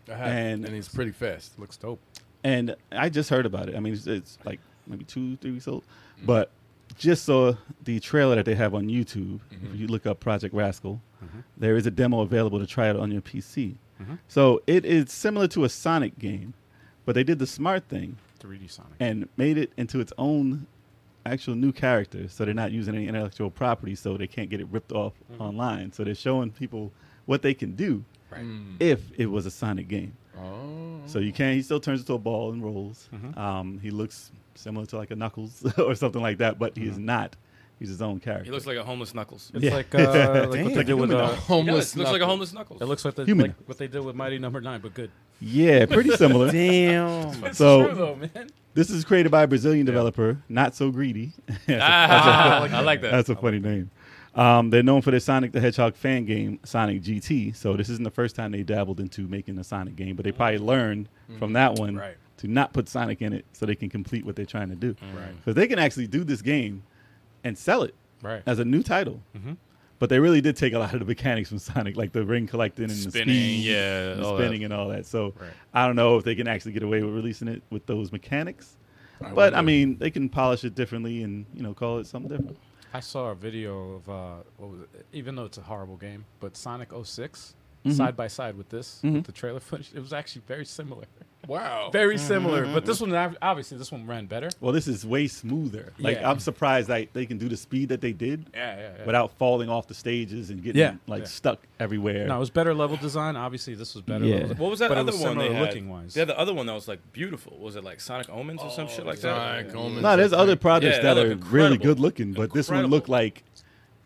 S3: I have,
S4: And-
S3: and, he's pretty fast. Looks dope.
S4: and I just heard about it. I mean, it's, it's like maybe two, three weeks old, but just saw the trailer that they have on YouTube. If you look up Project Rascal, there is a demo available to try it on your PC. So it is similar to a Sonic game, but they did the smart thing
S2: 3D Sonic.
S4: and made it into its own actual new character. So they're not using any intellectual property, so they can't get it ripped off online. So they're showing people what they can do if it was a Sonic game.
S3: Oh.
S4: So you can. He still turns into a ball and rolls. Um, he looks similar to like a Knuckles [LAUGHS] or something like that, but he is not. He's his own character.
S6: He looks like a homeless Knuckles.
S2: It's
S4: Yeah.
S2: like,
S4: [LAUGHS]
S2: uh, like what they did with uh,
S6: He
S3: Homeless.
S6: does. Looks like a
S3: knuckle.
S6: homeless Knuckles.
S2: it looks like, the,
S4: Human.
S2: like what they did with Mighty Number Nine, but good.
S4: yeah, pretty similar.
S5: Damn.
S4: so
S2: though, man.
S4: this is created by a Brazilian developer, not so greedy. [LAUGHS] That's a-
S6: Ah, I like that.
S4: That's a funny name. Um, they're known for their Sonic the Hedgehog fan game, Sonic
S6: Mm.
S4: GT. So this isn't the first time they dabbled into making a Sonic game, but they probably learned from that one
S2: Right.
S4: to not put Sonic in it so they can complete what they're trying to do.
S6: Mm.
S4: Right. Because they can actually do this game and sell it
S2: Right.
S4: as a new title.
S6: Mm-hmm.
S4: But they really did take a lot of the mechanics from Sonic, like the ring collecting and
S6: Spinning,
S4: the speed,
S6: yeah,
S4: and the
S6: all that.
S4: spinning and all that. So I don't know if they can actually get away with releasing it with those mechanics. but I mean, they can polish it differently and you know call it something different.
S2: I saw a video of uh, what was it? even though it's a horrible game, but Sonic 6
S4: Mm-hmm.
S2: side by side with this with the trailer [LAUGHS] footage, it was actually very similar.
S3: Wow.
S2: Very similar,
S8: Mm-hmm.
S2: but this one ob- obviously this one ran better.
S4: Well, this is way smoother. Like
S2: Yeah.
S4: I'm surprised that they can do the speed that they did
S2: Yeah, yeah, yeah.
S4: without falling off the stages and getting
S2: Yeah.
S4: like
S2: Yeah.
S4: stuck everywhere.
S2: No, it was better level design. Obviously, this was better.
S4: Yeah.
S2: Level,
S8: What was that
S2: but it
S8: other
S2: was
S8: one they
S2: similar
S8: had?
S2: Looking wise,
S8: They had the other one that was like beautiful. Was it like Sonic Omens or some shit like that?
S3: Sonic Omens,
S4: No, there's
S3: I
S4: other
S3: think.
S4: projects
S8: Yeah,
S4: that
S8: that
S4: are
S8: look
S4: really
S8: incredible.
S4: good looking, but this one looked
S8: Incredible.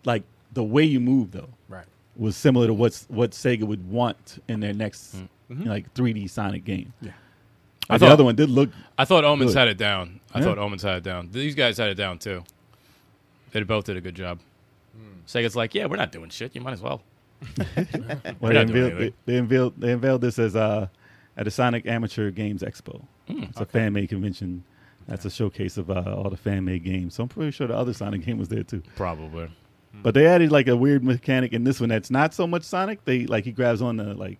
S4: like, like the way you move though
S2: right?
S4: was similar to what's what Sega would want in their next
S2: Mm-hmm.
S4: like 3D Sonic game. Yeah,
S6: I
S4: the
S6: thought-
S4: other one did look.
S6: I thought Omens
S4: Good.
S6: had it down. I
S4: Yeah.
S6: thought Omens had it down. These guys had it down too. They both did a good job. Sega's like, yeah, we're not doing shit. You might as well. [LAUGHS]
S4: Well, they,
S6: not
S4: unveiled, they,
S6: doing anything.
S4: they unveiled they unveiled this as uh, at the Sonic Amateur Games Expo.
S6: Hmm,
S4: it's a fan made convention. That's a showcase of uh, all the fan made games. So I'm pretty sure the other Sonic game was there too.
S6: Probably. Mm-hmm.
S4: But they added like a weird mechanic in this one that's not so much Sonic. They like he grabs on the like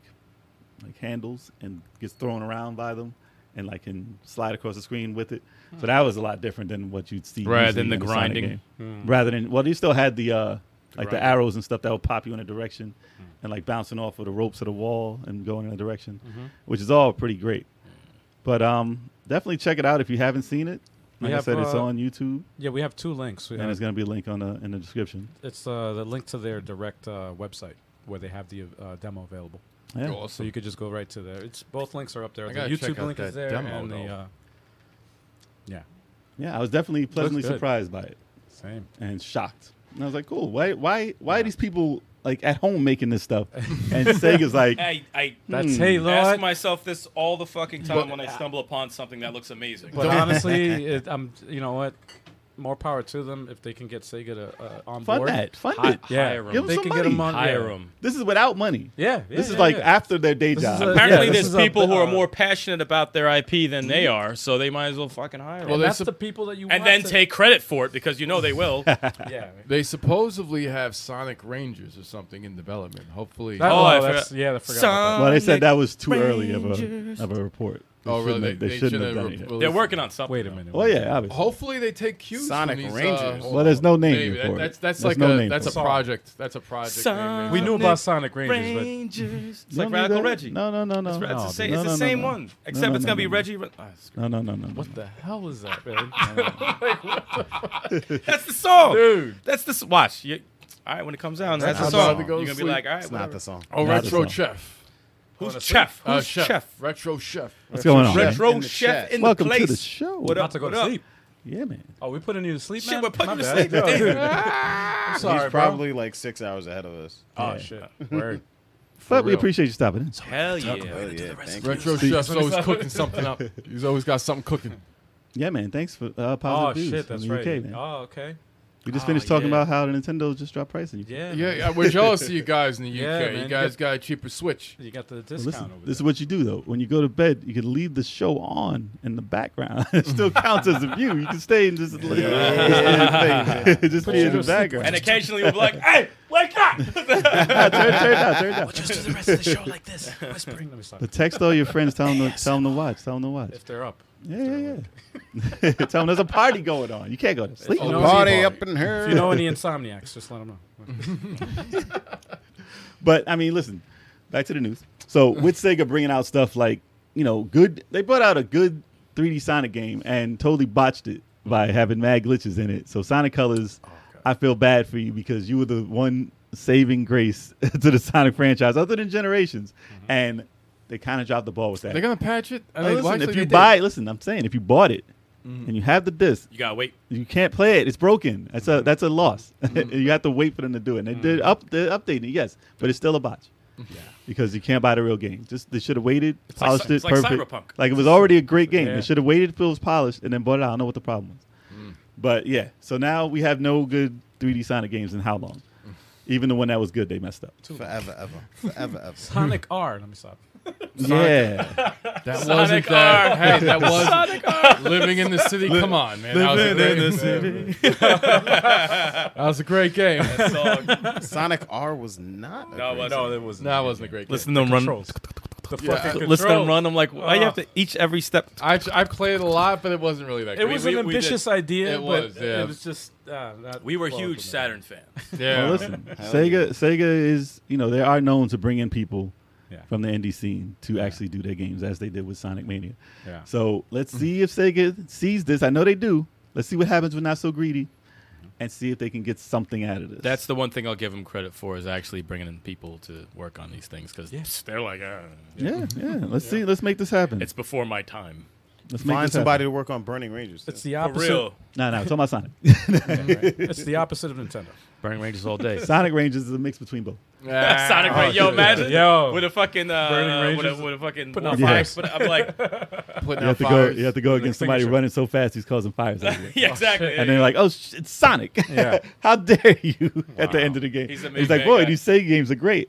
S4: like handles and gets thrown around by them and like can slide across the screen with it. So that was a lot different than what you'd see.
S6: Hmm. Rather
S4: usually
S6: than the
S4: in a Sonic
S6: grinding.
S2: Hmm.
S4: game. Rather than well, you still had the uh like the arrows and stuff that would pop you in a direction
S6: Hmm.
S4: and like bouncing off of the ropes of the wall and going in a direction,
S2: Mm-hmm.
S4: which is all pretty great. But um definitely check it out if you haven't seen it.
S2: We
S4: Like I
S2: have,
S4: said, it's
S2: uh,
S4: on YouTube
S2: Yeah, we have two links. We
S4: and
S2: have,
S4: there's gonna be a link on the in the description.
S2: it's uh, the link to their direct uh, website where they have the uh, demo available.
S4: Yeah.
S2: So you could just go right to there. It's both links are up there.
S3: I
S2: The
S3: gotta check
S2: YouTube
S3: out
S2: link is
S3: that
S2: there,
S3: demo,
S2: and the
S3: though.
S2: uh, yeah,
S4: Yeah, I was definitely pleasantly
S2: good.
S4: surprised by it
S2: same.
S4: and shocked. And I was like, cool. Why why why are these people like at home making this stuff? And Sega's like,
S8: I, I
S2: That's hey,
S8: ask
S2: Lord.
S8: myself this all the fucking time when I stumble upon something that looks amazing.
S2: But honestly, it, I'm you know what? More power to them if they can get Sega to uh, on
S4: fund
S2: board.
S4: that. Fund
S6: Hi-
S4: it.
S2: Yeah,
S6: Hire 'em.
S4: Give 'em
S2: they
S4: some
S2: can get
S4: money.
S2: them on.
S6: Hire
S2: yeah.
S6: 'em.
S4: This is without money.
S2: Yeah, yeah,
S4: This is
S2: yeah,
S4: like
S2: yeah.
S4: after their day
S2: This is
S4: job.
S2: a-
S6: Apparently,
S2: Yeah, this
S6: there's
S2: is a-
S6: people who are
S2: uh,
S6: more passionate about their IP than they are, so they might as well fucking hire
S3: Well,
S6: them.
S3: they
S2: That's
S3: sup-
S2: the people that you
S6: And
S2: want
S6: then
S2: to-
S6: take credit for it because you know they will.
S2: Yeah.
S3: They supposedly have Sonic Rangers or something in development. Hopefully.
S2: That-
S6: I
S2: oh, that's,
S6: forgot.
S2: yeah, I forgot. About
S4: well, they said that was too early of a of a report. They
S3: oh, really?
S4: shouldn't have- They, shouldn't have done
S3: re-
S4: it.
S3: released
S6: They're
S3: it.
S6: working on
S2: that.
S6: something.
S2: Wait a
S6: though.
S2: minute.
S4: Oh yeah, obviously.
S3: Hopefully, they take cues.
S5: Sonic
S3: from these,
S5: Rangers.
S3: Uh,
S4: Well, there's no name
S3: Maybe.
S4: here for
S3: That,
S4: it.
S3: that's that's
S4: There's
S3: like
S4: no
S3: a
S4: name
S3: that's
S4: for
S3: a
S4: it.
S3: project. That's a project. Name.
S8: Sonic-
S2: We knew about Sonic Rangers, but
S8: Rangers. It's
S4: No,
S8: like
S4: no,
S8: Radical
S4: that-
S8: Reggie.
S4: No, no, no, no.
S8: It's the same,
S4: no,
S8: it's the
S4: no, no,
S8: same
S4: no.
S8: one,
S4: No,
S8: except
S4: no,
S8: it's
S4: no,
S8: gonna be
S4: no, no.
S8: Reggie. Re- Ah, screw
S4: No, no, no, no. no.
S2: what the hell is that, man?
S8: it. That's the song, dude. That's the s- watch. You, all right, when it comes out, that's, the
S5: not the song.
S8: song.
S5: To
S8: You're
S5: go
S8: gonna be
S3: sleep.
S8: like, all right,
S5: It's not
S8: whatever.
S5: the song.
S3: Oh,
S4: Not
S3: retro
S4: the song.
S3: chef.
S8: who's Chef?
S3: Uh,
S8: Who's
S3: chef.
S8: Chef?
S3: Retro chef.
S4: What's going on? man?
S8: Retro
S5: in the
S8: Chef
S5: chat.
S8: in the
S4: Welcome to the
S8: place.
S4: show.
S8: What
S4: What
S8: up?
S2: About to go
S8: What
S2: to
S8: up?
S2: sleep.
S4: Yeah, man.
S2: Oh, we putting you to sleep,
S8: Shit,
S2: man?
S8: we're putting
S2: My
S8: you to
S2: bad. [LAUGHS]
S8: sleep.
S2: I'm
S5: He's
S2: sorry, bro.
S5: probably like six hours ahead of us.
S2: Oh, shit. Word.
S4: But we
S3: real.
S4: appreciate you stopping in.
S6: Hell
S5: Oh
S6: yeah.
S5: yeah, thank you.
S3: Retro chef's always [LAUGHS] cooking something up. He's always got something cooking.
S4: Yeah, man. Thanks for uh,
S2: Oh,
S4: positive views
S2: shit,
S4: from
S2: that's
S4: the
S2: right.
S4: UK, man.
S2: Oh, okay.
S4: We just
S6: Ah,
S4: finished talking
S6: yeah.
S4: about how the Nintendo just dropped pricing.
S2: Yeah.
S3: Yeah, yeah, [LAUGHS] we're jealous of you guys in the UK.
S2: Yeah, man,
S3: you
S2: you
S3: guys
S2: got-
S3: got a cheaper Switch.
S2: You got the
S4: Well,
S2: discount
S4: listen,
S2: over
S4: this is
S2: there.
S4: what you do though. When you go to bed, you can leave the show on in the background. [LAUGHS] it still counts as a view. You can stay and just look [LAUGHS] just, just be in the background.
S8: And occasionally we'll be like, hey, wake up!
S4: Ah, turn, turn it down, turn it down.
S7: Just do the rest of the show like this, whispering.
S2: Let me stop.
S4: But text all your friends. Tell them to tell them to watch. Tell them to watch.
S2: If they're
S4: [LAUGHS]
S2: up.
S4: Yeah, yeah, yeah. [LAUGHS] tell them there's a party going on. You can't go to sleep.
S2: You know,
S5: Party up in here.
S2: if you know any insomniacs, just let
S4: [LAUGHS]
S2: them know.
S4: But I mean, listen, back to the news. So
S3: [LAUGHS]
S4: with Sega bringing out stuff like you know, good. They brought out a good 3D Sonic game and totally botched it by having mad glitches in it. So Sonic Colors,
S3: Oh,
S4: I feel bad for you because you were the one saving grace [LAUGHS] to the Sonic franchise, other than Generations, and they kind of dropped the ball with that.
S3: They're gonna patch it.
S4: Now,
S3: Mm-hmm. They- well,
S4: listen,
S3: actually,
S4: if
S3: they
S4: you
S3: did. Mm-hmm.
S4: buy, listen, I'm saying if you bought it and you have the disc,
S6: You gotta [LAUGHS] wait.
S4: you can't play it. It's broken. That's
S6: Mm-hmm.
S4: a that's a loss. [LAUGHS] you have to wait for them to do it. And they did up they updated it, yes, but it's still a botch. Yeah. Because you can't buy the real game. Just they should have waited,
S6: like
S4: polished
S6: Cy-
S4: it
S6: Mm-hmm. it's like
S4: perfect.
S6: Cyberpunk.
S4: Like, it was already a great game.
S2: Yeah.
S4: They should have waited till it was polished and then bought it out. I don't know what the problem was.
S6: Mm.
S4: But yeah, so now we have no good 3D Sonic games in how long?
S6: Mm.
S4: Even the one that was good, they messed up.
S5: Forever, ever, forever, ever.
S6: [LAUGHS]
S2: Sonic R. Let me stop.
S4: Yeah.
S3: That wasn't
S6: Sonic
S3: that. [LAUGHS]
S6: R.
S3: Hey, that was living in the city. Come on, man. That was a great, [LAUGHS] that was a great game.
S5: Sonic R was not. a
S8: No, it
S6: uh,
S5: great-
S8: wasn't.
S9: was
S3: No, that wasn't a great game.
S6: Listen to them run.
S2: Controls. The fucking
S6: Listen to
S2: controls.
S6: them run. I'm like, why you have to each every step?
S3: I I played a lot, but it wasn't really that.
S2: It
S3: great.
S2: was
S3: We-
S2: an
S3: we did-
S2: ambitious idea,
S3: It
S2: but
S3: was, yeah.
S2: it was just. Uh, not
S6: We were
S2: well implemented.
S6: huge Saturn fans.
S3: Yeah.
S4: Well, listen, Sega, Sega is you know they are known to bring in people
S2: Yeah.
S4: from the indie scene to actually do their games as they did with Sonic Mania.
S2: Yeah.
S4: So let's
S6: Mm-hmm.
S4: see if Sega sees this. I know they do. Let's see what happens when not so greedy, and see if they can get something out of this.
S6: [LAUGHS] That's the one thing I'll give them credit for is actually bringing in people to work on these things because they're like, "Ah,
S4: yeah, yeah. Let's see. Let's make this happen.
S6: it's before my time.
S4: let's make
S5: Find
S4: this
S5: somebody to work on Burning Rangers.
S2: It's the
S6: For
S2: opposite.
S6: real.
S4: Happen. No, no. It's all about
S6: [LAUGHS]
S4: Sonic.
S2: [LAUGHS] It's the opposite of Nintendo.
S6: Burning Rangers all day.
S4: Sonic Rangers is a mix between both.
S3: Ah,
S6: [LAUGHS] Sonic Ra- [LAUGHS] yo,
S3: shit.
S6: imagine
S2: Yo.
S6: with a fucking uh,
S2: Burning
S6: with a,
S2: Rangers
S6: with a fucking
S2: putting out
S6: Warfax,
S4: fires.
S6: but I'm like,
S3: Putting
S4: You have
S3: out
S4: to go.
S3: fires.
S4: You have to go against somebody
S2: extinguisher.
S4: running so fast he's causing
S6: [LAUGHS]
S4: fires. everywhere.
S6: yeah, exactly.
S4: And they're like, "Oh, sh- it's
S6: [LAUGHS]
S4: Sonic! [LAUGHS] How dare you!" [LAUGHS] At the end of the game, he's,
S6: He's the main
S4: like,
S6: bad
S4: "Boy,
S6: guy."
S4: these Sega games are great,"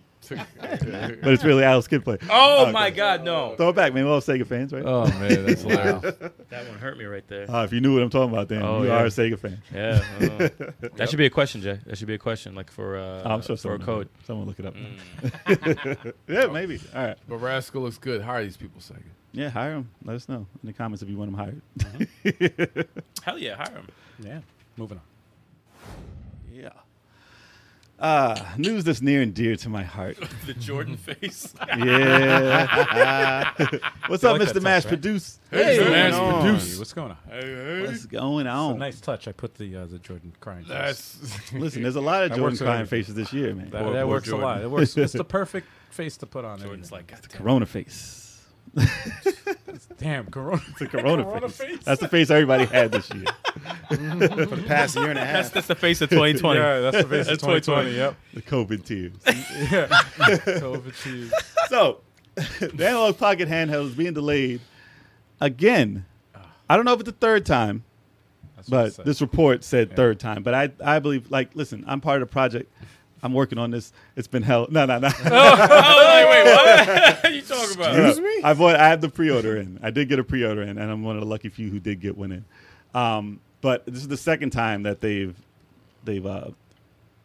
S4: [LAUGHS] but it's really Alice Kid play.
S6: oh my God, no!
S4: Throw it back, man. We're all Sega fans, right?
S3: [LAUGHS] Oh man, that's loud.
S6: That one hurt me right there.
S4: Uh, if you knew what I'm talking about, then
S6: Oh,
S4: you
S6: yeah.
S4: are a Sega fan.
S6: Yeah, I don't know.
S4: [LAUGHS]
S6: that should be a question, Jay. That should be a question, like for uh,
S4: Oh, I'm sure
S6: for a
S4: someone
S6: code.
S4: Someone look it up. [LAUGHS] yeah, maybe. All right.
S3: But Rascal looks good. Hire these people, Sega.
S4: Yeah, hire them. Let us know in the comments if you want them hired.
S6: Hell yeah, hire him.
S2: Yeah. Moving on.
S4: yeah. Uh, [LAUGHS] news that's near and dear to my heart.
S6: The Jordan face.
S4: Yeah. [LAUGHS] What's up,
S2: like that
S4: Mr.
S2: touch,
S4: Mash
S2: right?
S4: Produce?
S3: Hey,
S5: man.
S3: man.
S5: on?
S2: Produce. What's going on?
S4: What's going on?
S2: Nice touch. I put the uh, the Jordan crying. face.
S3: That's
S4: Listen, there's a lot of
S2: That
S4: Jordan
S2: works on
S4: crying
S2: everything.
S4: faces this year, man.
S2: that, that works a lot. It works. It's the perfect face to put on.
S6: [LAUGHS] Jordan's
S2: everything.
S6: like, God damn.
S4: Corona face.
S2: damn, [LAUGHS] Corona.
S4: The corona, face. That's the face everybody had this year.
S5: for the past year
S2: [LAUGHS]
S5: and a half.
S6: That's the face of 2020.
S2: Yeah, that's the face of 2020. Yep.
S4: The COVID tears.
S2: COVID cheese.
S4: so, [LAUGHS] the analog pocket handheld is being delayed again. I don't know if it's the third time,
S2: Ah. That's what I
S4: but
S2: said.
S4: this report said third time. But I, I believe, like, listen, I'm part of the project. I'm working on this. It's been hell.
S2: [LAUGHS]
S4: No, no, no.
S2: Oh,
S6: Wait, wait, what? [LAUGHS] you talking
S4: [LAUGHS]
S6: about?
S4: Excuse me? I've, I have the pre-order in. I did get a pre-order in, and I'm one of the lucky few who did get one in. Um, but this is the second time that they've they've uh,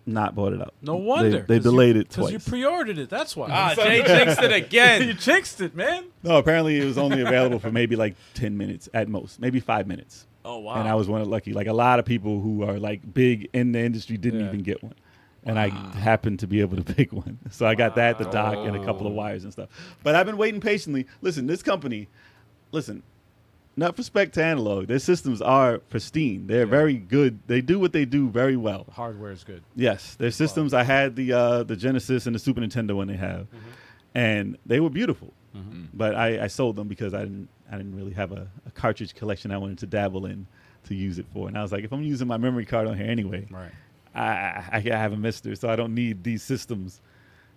S4: not bought it up.
S2: No
S4: They-
S2: wonder.
S4: they, delayed it
S2: Because
S4: twice.
S2: you pre-ordered it. That's why. [LAUGHS]
S6: Ah, Jay jinxed it
S2: you
S6: again.
S2: jinxed it, man.
S4: no, apparently it was only available for maybe like ten minutes at most, maybe five minutes.
S6: Oh wow.
S4: And I was one of the lucky. Like a lot of people who are like big in the industry didn't
S2: Yeah.
S4: even get one. And I happened to be able to [LAUGHS] pick one. So I got that, the dock, and a couple of wires and stuff. But I've been waiting patiently. Listen, this company, listen, not for spec to analog, their systems are pristine. They're very good. They do what they do very well.
S2: Hardware is good.
S4: Yes, their systems. I had the uh, the Genesis and the Super Nintendo one they have, and they were beautiful. But I, I sold them because I didn't I didn't really have a, a cartridge collection I wanted to dabble in to use it for. And I was like, if I'm using my memory card on here anyway,
S2: Right.
S4: I I, I haven't missed her, so I don't need these systems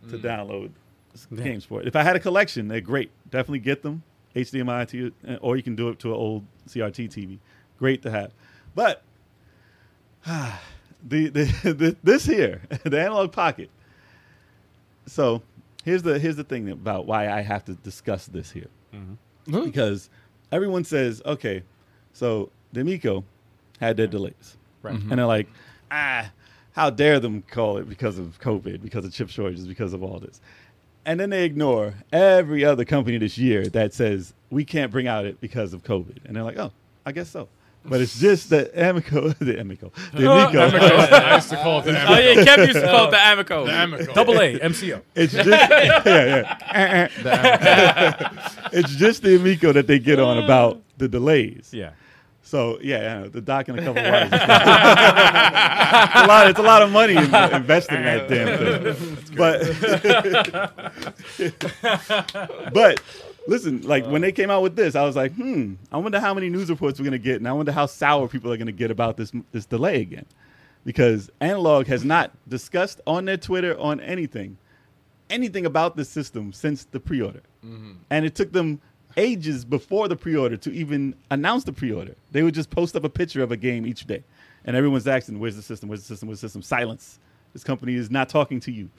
S4: to download s- games for it. If I had a collection, they're great. Definitely get them HDMI to you, uh, or you can do it to an old CRT TV. Great to have, but the, the, [LAUGHS] the this here the analog pocket. So here's the here's the thing about why I have to discuss this here, because everyone says okay, so D'Amico had their delays,
S2: Right.
S4: And they're like, ah, how dare them call it because of COVID, because of chip shortages, because of all this. And then they ignore every other company this year that says we can't bring out it because of COVID. And they're like, oh, I guess so. But it's just that Amico, [LAUGHS] the Amico,
S2: [LAUGHS]
S4: the
S2: Uh,
S4: Amico,
S3: I used to call it the
S6: Oh
S3: Amico.
S6: yeah, Kev used to call it the Amico.
S3: The
S2: [LAUGHS]
S3: Amico.
S2: Double A MCO.
S4: It's just yeah, yeah. it's just the Amico that they get on about the delays.
S2: Yeah.
S4: So yeah, yeah, the dock and a couple wires. it's a lot. It's a lot of money in, invested in that damn thing. But but listen, like when they came out with this, I was like, hmm. I wonder how many news reports we're gonna get, and I wonder how sour people are gonna get about this this delay again, because Analog has not discussed on their Twitter on anything, anything about this system since the pre-order, and it took them ages before the pre-order to even announce the pre-order. They would just post up a picture of a game each day, and everyone's asking, "Where's the system? Where's the system? Where's the system?" Silence. This [LAUGHS] company is not talking to you.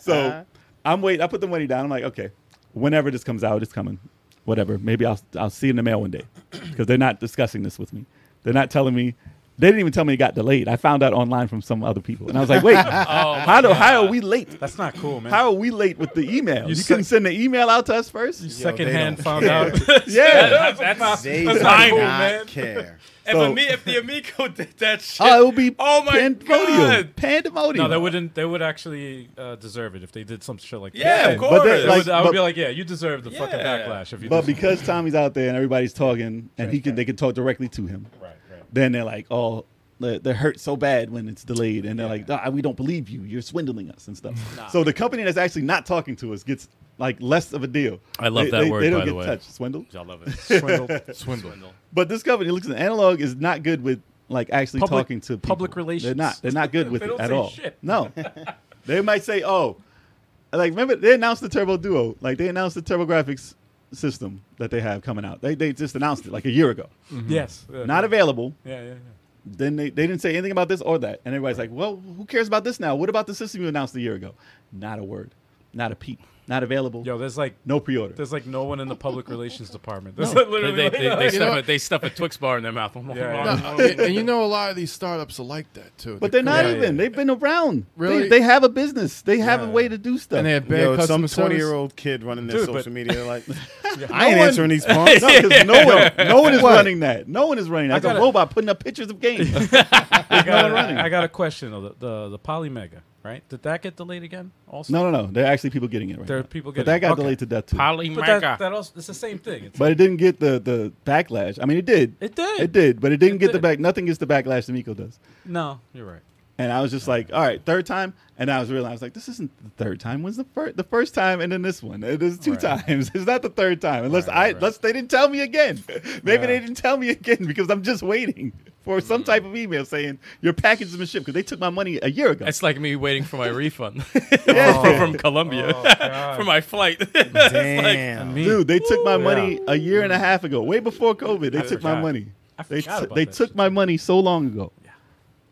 S4: so I'm waiting. I put the money down. I'm like, okay, whenever this comes out, it's coming. Whatever. Maybe I'll I'll see it in the mail one day [CLEARS THROAT] because they're not discussing this with me. They're not telling me. They didn't even tell me it got delayed. I found out online from some other people, and I was like, "Wait, how do how are we late?
S2: That's not cool, man.
S4: How are we late with the email? You,
S2: suck.
S4: couldn't send the email out to us first?
S2: Secondhand
S5: don't
S2: found out.
S4: Yeah.
S8: That's,
S5: They
S8: that's
S5: do
S8: not
S5: not
S8: cool, man.
S5: care.
S8: If,
S4: So-
S8: Ami- if the Amico did that shit,
S4: Oh, it would be
S8: Oh my
S4: pandemonium.
S8: God.
S4: Pandemonium.
S2: No, they wouldn't. They would actually uh, deserve it if they did some shit like that.
S8: yeah, of
S4: but they-
S8: course.
S2: They
S4: like-
S2: would- I would
S4: but-
S2: be like, yeah, you deserve the fucking
S8: Yeah.
S2: backlash if you.
S4: But
S2: do something.
S4: because Tommy's out there and everybody's talking, and he can, they can talk directly to him.
S2: right, right.
S4: Then they're like, "Oh, they're, they're hurt so bad when it's delayed," and they're like, "Ah, "We don't believe you. You're swindling us and stuff." So the company that's actually not talking to us gets like less of a deal.
S6: I love
S4: They-
S6: that
S4: they,
S6: word,
S4: They don't
S6: by the
S4: get
S6: way.
S4: touched. Swindle.
S6: I love it.
S2: Swindle.
S3: Swindle.
S4: But this company looks at analog is not good with like actually
S2: Public-
S4: talking to people.
S2: public relations.
S4: They're not. They're not good
S2: [LAUGHS]
S4: with
S2: They
S4: it
S2: don't
S4: at
S2: say
S4: all.
S2: shit. [LAUGHS]
S4: No, they might say, "Oh, like remember they announced the Turbo Duo. Like they announced the Turbo Graphics system that they have coming out. They they just announced it like a year ago.
S2: Yes. Yeah.
S4: Mm-hmm. Not available.
S2: Yeah, yeah, yeah.
S4: Then they, they didn't say anything about this or that. And everybody's like, well, who cares about this now? What about the system you announced a year ago? Not a word. Not a peep. Not available.
S2: Yo, there's like
S4: no pre-order.
S2: there's like no one in the public relations department. There's like
S6: they,
S2: literally
S6: they, they, they, [LAUGHS]
S2: like-
S6: stuff a, they stuff a Twix bar in their mouth.
S2: Yeah, yeah.
S3: Uh, and, and you know, a lot of these startups are like that too.
S4: but they're not
S2: Yeah, yeah.
S4: even. They've been around.
S3: Really?
S4: They, they have a business. They have a way to do stuff.
S3: and they have bad
S5: Yo, some
S3: customer service.
S5: twenty-year-old kid running their
S2: Dude, but-
S5: social
S2: [LAUGHS]
S5: media like, I ain't
S4: one-
S5: answering these phones.
S4: no, 'cause no one, no one is running that. No one is running that. It's
S2: gotta-
S4: a robot putting up pictures of games.
S2: [LAUGHS] I got,
S4: running.
S2: a, I got a question though. The, the the Polymega, right? Did that get delayed again? Also,
S4: no, no, no. There are actually people getting it right
S2: There are
S4: now.
S2: people
S4: But
S2: getting
S4: that
S2: it.
S4: got
S2: Okay.
S4: delayed to death too.
S2: But that, that also it's the same thing.
S4: [LAUGHS]
S2: It's,
S4: but it didn't get the, the backlash. I mean, it did.
S2: it did.
S4: It did, but it didn't
S2: It
S4: get the
S2: did.
S4: back. Nothing gets the backlash that Miko does.
S2: No, you're right.
S4: And I was just like, all right, third time. And I was realizing, I was like, this isn't the third time. When's the first? The first time, and then this one. It is two times. [LAUGHS] It's not the third time, unless I, unless they didn't tell me again. [LAUGHS] Maybe they didn't tell me again [LAUGHS] because I'm just waiting for some
S2: Mm-hmm.
S4: type of email saying your package has been shipped because they took my money a year ago.
S6: It's like me waiting for
S2: [LAUGHS]
S6: my refund
S4: Yeah.
S6: [LAUGHS] from, from Colombia
S2: Oh,
S6: [LAUGHS] for my flight. [LAUGHS] It's like,
S5: Damn.
S2: Me,
S4: Dude, they took my
S2: Woo. Mm.
S4: money a year and a half ago, way before COVID. They
S2: I
S4: took
S2: forgot.
S4: my money.
S2: I
S4: They,
S2: forgot
S4: t-
S2: about
S4: they
S2: that
S4: took
S2: shit.
S4: my money so long ago.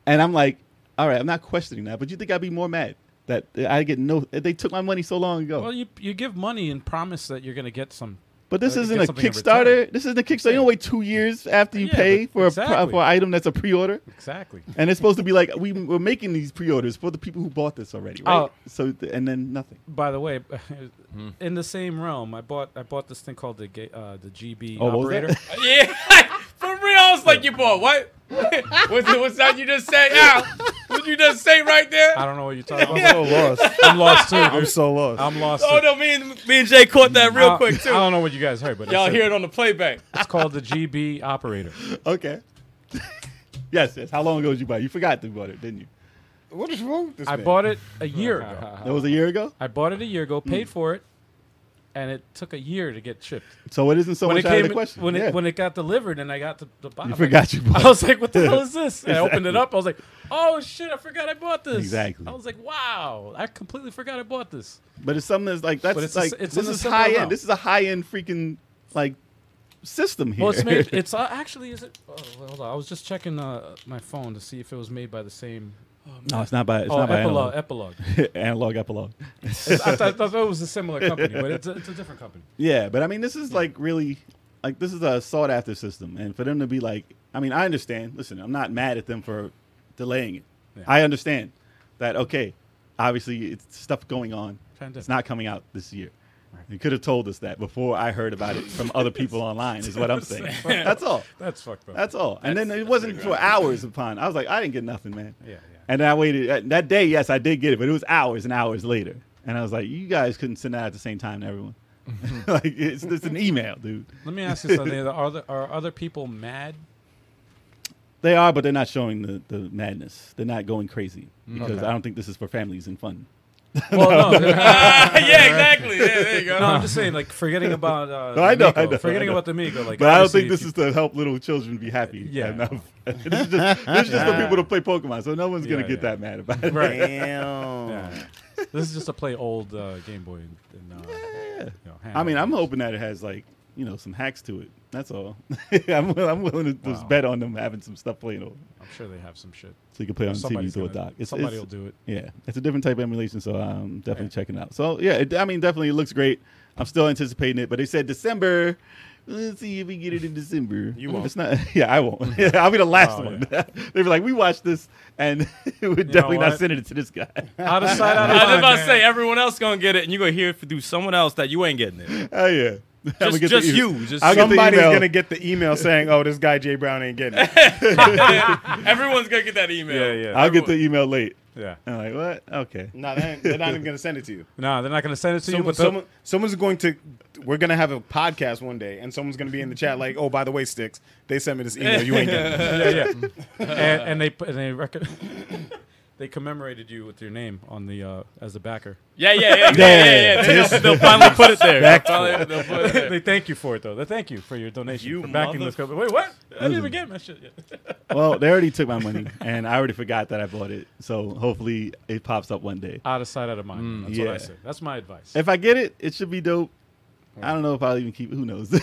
S4: And I'm like, all right, I'm not questioning that, but you think I'd be more mad that I get no, they took my money so long ago.
S2: Well, you you give money and promise that you're gonna get some.
S4: but
S2: uh,
S4: this
S2: you
S4: isn't
S2: get
S4: a
S2: something in
S4: Kickstarter.
S2: return.
S4: This isn't a Kickstarter. You don't wait two years after you
S2: Yeah,
S4: pay
S2: but-
S4: for, a pro-
S2: exactly.
S4: for an item that's a pre order.
S2: Exactly.
S4: And it's supposed to be like, we, we're making these pre orders for the people who bought this already, right?
S2: Oh.
S4: So, th- and then nothing.
S2: By the way, [LAUGHS]
S6: Hmm.
S2: in the same realm, I bought I bought this thing called the ga- uh, the GB
S4: Oh, what was that?
S2: operator.
S6: yeah, [LAUGHS] for real. I was like, you bought what? [LAUGHS] what's, what's that you just said? Yeah. What you just say right there?
S2: I don't know what you're talking about.
S5: I'm so lost.
S2: [LAUGHS] I'm lost too.
S5: I'm
S2: dude.
S5: so lost.
S2: I'm lost.
S6: Oh
S2: too.
S6: no, me and me and Jay caught that real
S2: I-
S6: quick too.
S2: I don't know what you guys heard, but
S6: Y'all
S2: it's,
S6: hear it on the playback. [LAUGHS]
S2: it's called the GB operator.
S4: Okay. [LAUGHS] yes, yes. How long ago did you buy it? You forgot to bought it, didn't you?
S5: what is wrong with this
S2: I
S5: man?
S2: bought it a
S6: [LAUGHS]
S2: year ago.
S4: That was a year ago?
S2: I bought it a year
S4: Hmm.
S2: ago, paid for it, and it took a year to get shipped.
S4: So it isn't so
S2: When
S4: much
S2: it
S4: out of
S2: came,
S4: the question.
S2: when
S4: Yeah.
S2: it when it got delivered, and I got the, the box.
S4: you forgot you
S2: [LAUGHS]
S4: bought
S2: I
S4: it.
S2: was like, "What the hell is this?" And I opened it up. I was like, "Oh shit! I forgot I bought this."
S4: Exactly.
S2: I was like, "Wow! I completely forgot I bought
S4: [LAUGHS]
S2: this."
S4: [LAUGHS] But it's something that's like that's
S2: But it's a
S4: like
S2: s- it's
S4: this
S2: in a
S4: is
S2: simple
S4: high
S2: realm.
S4: end. This is a high end freaking like system here.
S2: Well, it's
S4: [LAUGHS]
S2: made. It's uh, actually is it? Oh, hold on. I was just checking uh, my phone to see if it was made by the same.
S4: no, it's not by it's
S2: oh,
S4: not by
S2: epilogue.
S4: analog. [LAUGHS]
S2: Epilogue.
S4: analog epilogue.
S2: It's- I, thought, I thought it was a similar company, but it's a, it's a different company.
S4: Yeah, but I mean, this is like really, like this is a sought after system, and for them to be like, I mean, I understand. Listen, I'm not mad at them for delaying it. I understand that. Okay, obviously, it's stuff going on.
S2: Pandemic.
S4: It's not coming out this year. You could have told us that before I heard about it from other people online. Is what I'm saying. That's all.
S2: That's fucked up.
S4: That's all. And then it wasn't for hours upon. I was like, I didn't get nothing, man.
S2: Yeah, yeah.
S4: And then I waited uh, that day. Yes, I did get it, but it was hours and hours later. And I was like, you guys couldn't send that at the same time to everyone.
S2: Mm-hmm.
S4: [LAUGHS] like it's, it's an email, dude.
S2: Let
S4: [LAUGHS]
S2: me ask you something. Are there, are other people mad?
S4: They are, but they're not showing the, the madness. They're not going crazy because I don't think this is for families and fun.
S2: Well, no.
S6: Ah, yeah, exactly. Yeah, there you go.
S2: No, I'm just saying, like
S4: [LAUGHS]
S2: forgetting about. Uh,
S4: No, I
S2: the
S4: know,
S2: Miko,
S4: I know,
S2: forgetting
S4: I know.
S2: about the Miko, like.
S4: But I don't
S2: obviously
S4: think this
S2: if [LAUGHS]
S4: is to help little children be happy.
S2: Yeah.
S4: enough. [LAUGHS] this is just, this is just
S2: [LAUGHS]
S4: for people to play Pokemon, so no one's
S2: Yeah,
S4: gonna get
S2: yeah.
S4: that mad about it.
S2: [LAUGHS] Right.
S5: Damn.
S2: you- This is just to play old uh, Game Boy. And, and, uh, you know,
S4: I mean, I'm
S2: handheld.
S4: hoping that it has like you know, some hacks to it. That's all. [LAUGHS] I'm, will- I'm willing to just
S2: Wow.
S4: bet on them having some stuff playing over.
S2: I'm sure they have some shit.
S4: So you can play on TV
S2: Somebody's
S4: through a
S2: gonna-
S4: dock. It's,
S2: somebody
S4: it's-
S2: will
S4: [LAUGHS]
S2: do it.
S4: Yeah, it's a different type of emulation, so I'm definitely checking it out. So yeah, it, I mean, definitely it looks great. I'm still anticipating it, but they said December. Let's see if we get it in December. You
S8: won't.
S4: It's not. [LAUGHS] Yeah, I won't. I'll be the last
S2: Oh,
S4: one. [LAUGHS] they were like, we watched this, and [LAUGHS] we're definitely not
S2: what?
S4: sending it to this guy. [LAUGHS]
S2: Out of sight, out of
S6: I was
S2: mind.
S6: about to
S2: man.
S6: say everyone else gonna get it, and you gonna hear it through someone else that you ain't getting it.
S4: Oh yeah. [LAUGHS] I'm gonna
S6: Just,
S4: get the
S6: just
S4: email.
S6: you. Just
S4: I'll get the
S5: Somebody's
S4: email.
S5: gonna get the email saying, "Oh, this guy Jay Brown
S4: [LAUGHS]
S5: ain't getting it."
S6: everyone's gonna get that email.
S2: Yeah, yeah,
S4: I'll get the email late.
S2: yeah.
S4: I'm like, what? Okay.
S5: no, they ain't- they're not even gonna send it to
S6: [LAUGHS]
S5: you.
S2: No, they're not going to send it to you.
S5: Someone,
S2: But the-
S5: someone, someone's going to. We're gonna have a podcast one day, and someone's gonna be in the chat like, "Oh, by the way, sticks, they sent me this email. You ain't getting
S6: [LAUGHS]
S5: it."
S2: yeah, yeah.
S4: [LAUGHS]
S2: and, and they and they record, [COUGHS] they commemorated you with your name on the uh, as the backer.
S6: yeah, yeah, yeah, yeah, yeah, yeah. They'll, they'll finally put it there. They'll [LAUGHS] finally- they'll put it there.
S2: they thank you for it though. They thank you for your donation
S6: You
S2: for backing this company. Wait, what? I didn't even get my shit yet.
S4: Well, they already took my money, and I already forgot that I bought it. So hopefully it pops up one day.
S2: Out of sight, out of mind. Mm, That's what I
S4: yeah.
S2: said. That's my advice.
S4: If I get it, it should be dope. I don't know if I'll even keep it. Who knows? [LAUGHS] we'll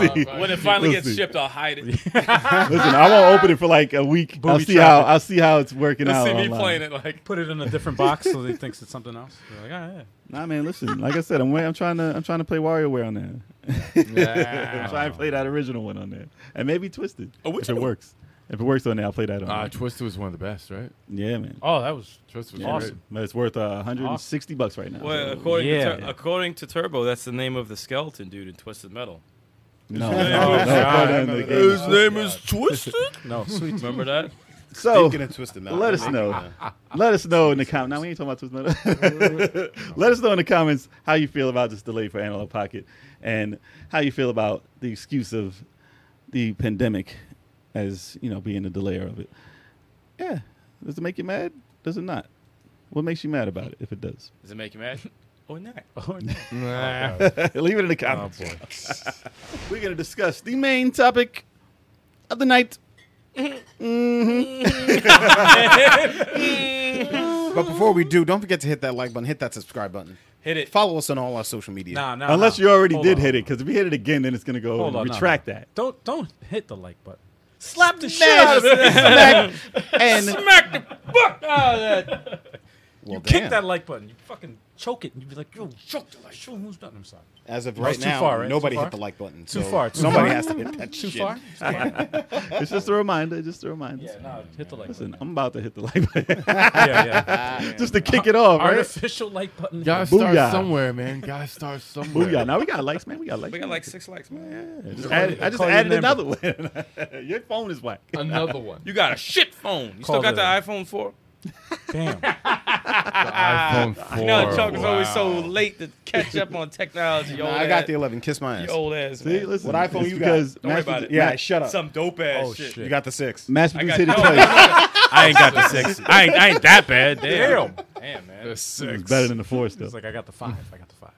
S4: see.
S6: When [LAUGHS] it finally
S4: We'll
S6: gets
S4: see.
S6: shipped, I'll hide it.
S4: Listen, I won't open it for like a week. I'll
S2: Booby
S4: see
S2: trap
S4: how
S2: it.
S4: I'll see how it's working
S6: [LAUGHS] You'll
S4: out.
S6: see me
S4: online.
S6: playing it like [LAUGHS]
S2: Put it in a different box so they thinks it's something else. They're like, ah, yeah.
S4: Nah, man. Listen, like I said, I'm wait, I'm trying to I'm trying to play WarioWare on there. I'm trying to play that original one on there, and maybe Twisted if it works. If it works on there, I'll play that on.
S3: Ah,
S4: there.
S3: Twisted was one of the best, right?
S4: yeah, man.
S2: Oh, that was
S3: Twisted was
S4: Yeah,
S2: awesome.
S4: right. But it's worth uh, 160 bucks right now.
S6: Well,
S4: so-
S6: according,
S2: Yeah.
S6: to Tur- according to Turbo, that's the name of the skeleton dude in Twisted Metal.
S4: No, no, no, no, no, no, no.
S5: His name is
S6: Twisted?
S2: no sweet.
S6: [LAUGHS] Remember that?
S4: So
S5: Speaking of twisted metal,
S4: let us know. Let us know in the comments. Now we ain't talking about Twist Metal. [LAUGHS] let us know in the comments how you feel about this delay for Analog Pocket, and how you feel about the excuse of the pandemic as you know being the delayer of it. Yeah, does it make you mad? Does it not? What makes you mad about it if it does?
S6: Does it make you mad? Or
S2: [LAUGHS]
S6: not?
S4: [LAUGHS] Leave it in the
S2: Oh
S4: comments.
S2: boy.
S4: [LAUGHS] We're gonna discuss the main topic of the night.
S5: But before we do, don't forget to hit that like button, hit that subscribe button,
S6: Hit it.
S5: follow us on all our social media.
S2: Nah, nah.
S4: Unless
S2: nah.
S4: you already
S2: Uh-huh. Hold
S4: did
S2: on.
S4: hit it, because if you hit it again, then it's gonna go
S2: Hold
S4: and
S2: on, nah,
S4: retract
S2: nah.
S4: that.
S2: Don't don't hit the like button. Slap the shit
S4: Smash,
S2: out of it.
S4: smack,
S2: [LAUGHS]
S4: and
S6: [LAUGHS] Smack the fuck out of that.
S5: well, damn.
S2: Kick that like button. You fucking choke it. And you'd be like, yo, choke the like. Show who's done. I'm sorry.
S5: As of
S2: No, it's
S5: right
S2: too
S5: now,
S2: far, right?
S5: nobody
S2: Too far?
S5: hit the like button.
S2: Too
S5: so
S2: far, too
S5: somebody
S2: far.
S5: has to hit that
S2: Too
S5: shit.
S2: far.
S4: it's just a reminder. Just a reminder.
S2: Yeah, no, hit the like
S4: Listen,
S2: button.
S4: I'm about to hit the like button
S2: [LAUGHS] Yeah, yeah.
S4: just to kick it off, right?
S2: Artificial like button.
S3: Gotta start
S4: Booyah.
S3: somewhere, man. Gotta start somewhere.
S4: Booyah! Now we got likes, man. We got likes.
S6: [LAUGHS] We got like six likes, man.
S4: I just added, I just
S2: Call your
S4: added
S2: number.
S4: another one. [LAUGHS] Your phone is whack. [LAUGHS]
S3: Another one.
S6: You got a shit phone. You
S2: Call
S6: still got the
S2: the-
S6: iPhone 4? [LAUGHS]
S2: Damn.
S4: Ah.
S3: iPhone 4.
S6: You know, Chuck is always so late to catch up on technology.
S5: Nah,
S6: old
S5: I got
S6: ass-
S5: the 11. Kiss my ass.
S6: you old ass.
S4: See,
S6: man.
S4: listen.
S5: What iPhone
S4: it's
S5: you got?
S4: because
S6: Don't worry about
S4: Master-
S6: it.
S5: yeah,
S4: Ma-
S5: shut up.
S6: Some dope ass
S2: Oh
S6: shit.
S2: shit.
S5: You got the six.
S4: Master
S6: I
S4: Dude's
S6: got-
S4: hit it
S6: no,
S4: twice.
S6: I ain't got
S2: [LAUGHS]
S6: the six. I ain't, I ain't that bad. Damn. Damn, man.
S4: It's
S3: That's six.
S4: better than the four still.
S2: It's like I got the five. I got the five.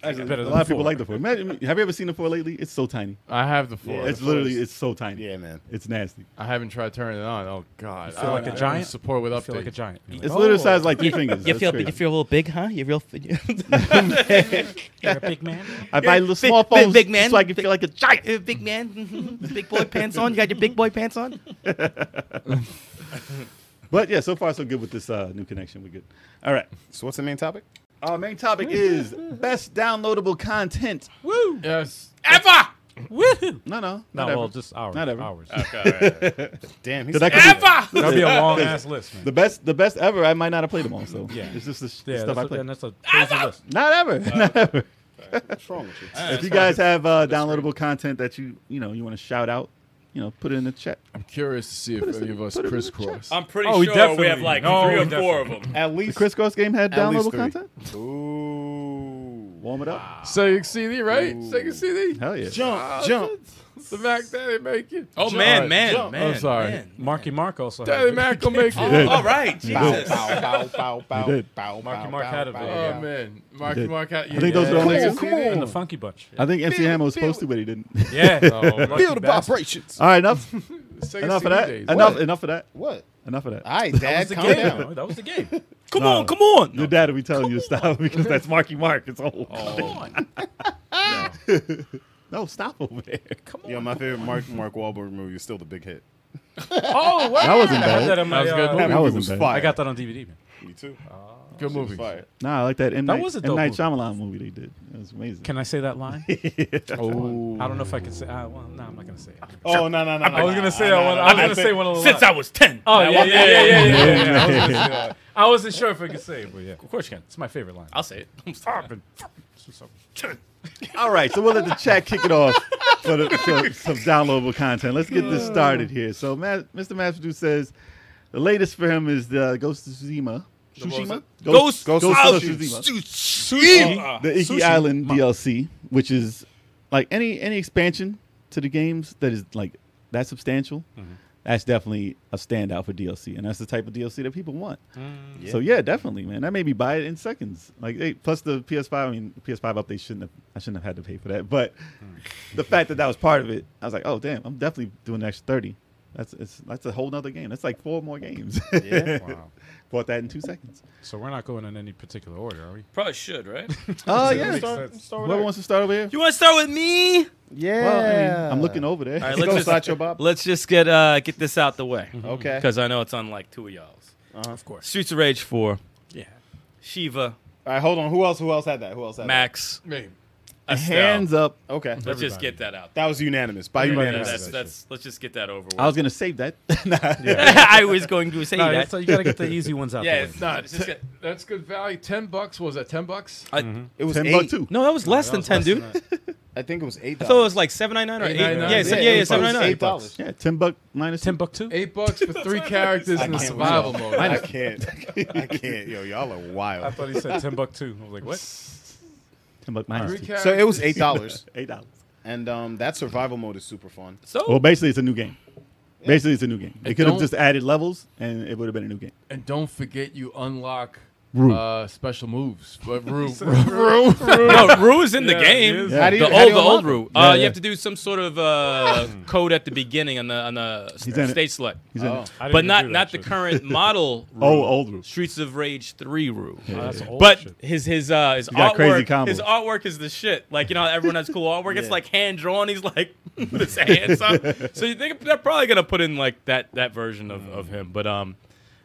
S4: Actually,
S2: better
S4: a
S2: than
S4: lot
S2: the
S4: of people
S2: four.
S4: like the four. Imagine, have you ever seen the four lately? It's so tiny.
S3: I have the four.
S4: it's literally, it's so tiny.
S5: Yeah, man.
S4: It's nasty.
S3: I haven't tried turning it on. Oh God!
S2: feel
S3: I
S2: like a
S3: I need
S2: giant?
S3: Support with
S2: I
S3: update.
S2: feel like a giant. You're
S4: It's
S2: like,
S4: literally
S2: "Oh,
S4: the size of like three fingers.
S9: [LAUGHS] You
S4: That's
S9: feel, you
S4: crazy.
S9: feel a little big, huh? You're real. [LAUGHS]
S2: You're a big [LAUGHS] man.
S4: I buy little small
S9: big-
S4: phones
S9: big man.
S4: so I can feel like a giant.
S9: You're a uh, big man. Mhm. big boy pants on. You got your big boy pants on.
S4: But yeah, so far so good with this uh, new connection. We're good. All right.
S5: So what's the main topic?
S4: Our main topic is best downloadable content.
S3: Yes.
S6: Ever.
S2: Woohoo.
S4: No, no,
S2: No,
S4: not ever.
S2: well, just ours.
S4: Not ever.
S2: Ours.
S5: Damn, he's
S4: Cause I could be-
S2: That'd be a long ass list, man.
S4: the best, the best ever. I might not have played them all, so
S2: Yeah.
S4: it's just the sh-
S2: Yeah,
S4: stuff
S2: that's
S4: I
S2: a,
S4: played.
S2: and that's a crazy list.
S4: Not [LAUGHS] ever, not ever.
S5: What's wrong with you?
S4: If you guys have uh, downloadable content that you you know you want to shout out, you know, put it in the chat.
S3: I'm curious to see
S4: Put it
S3: if
S4: in
S3: any
S4: the-
S3: of us
S4: put it in the
S3: crisscross.
S6: I'm pretty
S2: Oh, we
S6: sure we have
S2: definitely-
S6: like
S2: no, we
S6: three or four of them.
S4: The
S5: At least
S4: Crisscross game had
S5: at least
S4: downloadable
S5: three.
S4: content.
S5: Ooh.
S4: Warm it up.
S3: Sega CD, right? Sega CD.
S4: Hell yeah.
S5: Jump, jump.
S3: The Mac Daddy make it.
S6: Oh,
S3: Jump.
S6: man,
S3: Alright,
S6: man,
S3: jump.
S6: man.
S3: I'm sorry.
S6: man.
S2: Marky Mark also had
S3: Daddy
S2: it.
S3: Mac
S4: [LAUGHS]
S3: will make it.
S4: did.
S3: Oh,
S6: All right.
S5: Bow,
S6: Jesus.
S5: bow, bow, bow, bow,
S4: You did.
S5: bow,
S2: Marky
S5: bow,
S2: Mark
S5: bow,
S2: had a
S5: bow,
S2: video.
S5: bow.
S2: Yeah.
S3: man,
S4: I
S3: Marky
S4: did.
S3: Mark out.
S4: I think those are only
S5: Come on,
S4: exist.
S5: come on.
S2: And the Funky Bunch.
S4: I think MC Hammer was supposed to, but he
S5: [LAUGHS]
S4: didn't.
S2: Yeah.
S5: Feel the vibrations.
S4: All right, enough.
S3: Sega
S4: enough of
S3: CD
S4: that.
S3: days.
S4: Enough. Enough of that.
S5: [LAUGHS] What?
S4: Enough of that.
S5: All right,
S2: That was
S5: Dad,
S2: the
S5: calm
S2: game.
S5: down.
S2: though. That was the game.
S6: Come
S4: No.
S6: on, come on.
S4: Your dad will be telling you to stop because that's Marky Mark. It's old. [LAUGHS] No, stop over
S5: [LAUGHS]
S4: there. Come
S5: Yo, my favorite Mark Mark Wahlberg movie is still The Big Hit.
S2: Oh, wow.
S4: That wasn't
S2: I,
S4: bad.
S2: got that on my,
S3: was a good
S2: uh,
S3: movie.
S4: That wasn't
S5: was
S4: bad.
S5: fire.
S2: I got that on DVD, man.
S5: Me too.
S2: Oh,
S3: Good
S5: Movie.
S3: movie.
S5: Fire.
S4: Nah, I like that. M.
S2: That
S4: Night,
S2: was a
S4: M.
S2: dope
S4: Night
S2: movie.
S4: Shyamalan movie they did. That was amazing.
S2: Can I say that line? oh. I don't know if I can say. Uh, well, no, I'm not gonna say it.
S5: Oh no no no!
S2: I was gonna say that one. I was gonna say one of the
S6: Since I was ten.
S2: Oh
S6: That
S2: yeah,
S6: one-
S2: yeah, yeah, yeah, yeah, yeah, yeah. I was gonna say that. I wasn't sure if I could say it, but yeah,
S6: Of course you can.
S2: it's my favorite line.
S6: I'll say it. I'm sorry.
S4: All right, so we'll let the chat kick it off for, the, for some downloadable content. Let's get this started here. So, Ma- Mr. Masvidal says the latest for him is the Ghost of Tsushima. Tsushima?
S6: Ghost,
S5: Ghost of Tsushima.
S6: Tsushima.
S4: E- The Iki Island DLC, which is like any any expansion to the games that is like that substantial. That's definitely a standout for DLC, and that's the type of DLC that people want. So Mm, yeah, definitely, man. That made me buy it in seconds. Like, hey, plus the PS5. I mean, the PS5 update shouldn't have. I shouldn't have had to pay for that, but the fact that that was part of it, I was like, oh damn, I'm definitely doing an extra thirty. That's it's, that's a whole nother game. That's like four more games. Yeah,
S2: Wow.
S4: [LAUGHS] bought that in two seconds.
S2: So we're not going in any particular order, are we?
S8: Probably should, right?
S4: Oh
S2: That
S4: yeah.
S2: makes sense.
S4: Whoever wants to start over here?
S9: You want to start with me?
S5: Yeah.
S4: Well, I mean, I'm looking over there.
S6: All right,
S5: Go
S6: let's just,
S5: Sideshow
S6: [LAUGHS]
S5: Bob.
S6: let's just get uh, get this out the way
S5: Okay.
S6: because I know it's on like two of y'all's.
S2: Of course.
S6: Streets of Rage Four,
S2: Yeah.
S6: Shiva,
S5: All right, hold on. Who else? Who else had that? Who else had
S6: Max,
S3: Maybe.
S6: Estelle.
S4: Hands up.
S5: that? Okay.
S6: Let's just get that out.
S5: That was unanimous. By
S6: There.
S5: unanimous.
S6: That's, that's, let's just get that over with.
S4: I was gonna save that.
S6: I was going to say
S2: No,
S6: that.
S2: so you gotta get the easy ones out.
S6: yeah,
S2: the way.
S6: it's not. It's just get,
S3: That's good value. Ten bucks. What was that ten bucks?
S6: I,
S5: It
S4: [LAUGHS]
S5: was
S4: Ten
S5: eight.
S4: buck two.
S6: No, that was less than
S2: was
S6: ten,
S2: less
S6: dude.
S2: than
S5: I think it was eight.
S6: I thought it was like seven nine nine or eight.
S3: $8.99.
S6: Yeah,
S3: Yeah,
S6: so-
S3: it
S6: yeah, yeah,
S5: was
S6: seven nine
S5: Eight
S6: nine.
S5: dollars.
S4: Yeah, ten buck minus. two.
S2: Timbuktu.
S3: Eight bucks for three characters in the
S5: can't
S3: survival
S5: win.
S3: mode.
S5: I can't. I can't. Yo, y'all are
S2: I
S5: wild.
S2: thought he said Timbuktu. I was like, what?
S4: Ten buck minus
S3: Three
S4: two.
S3: characters.
S5: So it [LAUGHS] was eight dollars,
S4: [LAUGHS] Eight dollars.
S5: and um, that survival mode is super fun.
S4: Well,
S6: So
S4: basically, it's a new game. Basically, it's a new game. They
S3: And
S4: could have
S3: don't-
S4: just added levels, and it would have been a new game.
S3: and don't forget you unlock
S4: Rue.
S3: uh, special moves. But Rue,
S6: no, Rue is in the
S2: he
S6: game.
S2: is.
S5: How do you-
S6: the
S5: how do
S6: old,
S5: you
S6: the old
S5: unlock
S6: Rue.
S4: Yeah,
S6: Uh,
S4: yeah.
S6: you have to do some sort of uh, code at the beginning on the on the s-
S4: He's in it.
S6: stage select,
S4: He's
S5: Oh.
S4: in it.
S2: I didn't
S6: but
S2: even
S6: not
S2: do that
S6: not the
S2: shit. [LAUGHS]
S6: current model. Rue.
S4: Oh, old Rue.
S6: Streets of Rage Three Rue.
S2: Oh, that's old
S6: But
S2: shit.
S6: his his uh his
S4: got
S6: artwork
S4: crazy combos.
S6: his artwork is the shit. Like you know, everyone has cool artwork. It's like hand drawn. He's like [LAUGHS] with his hands up. So you think they're probably gonna put in like that that version of, of him. But um,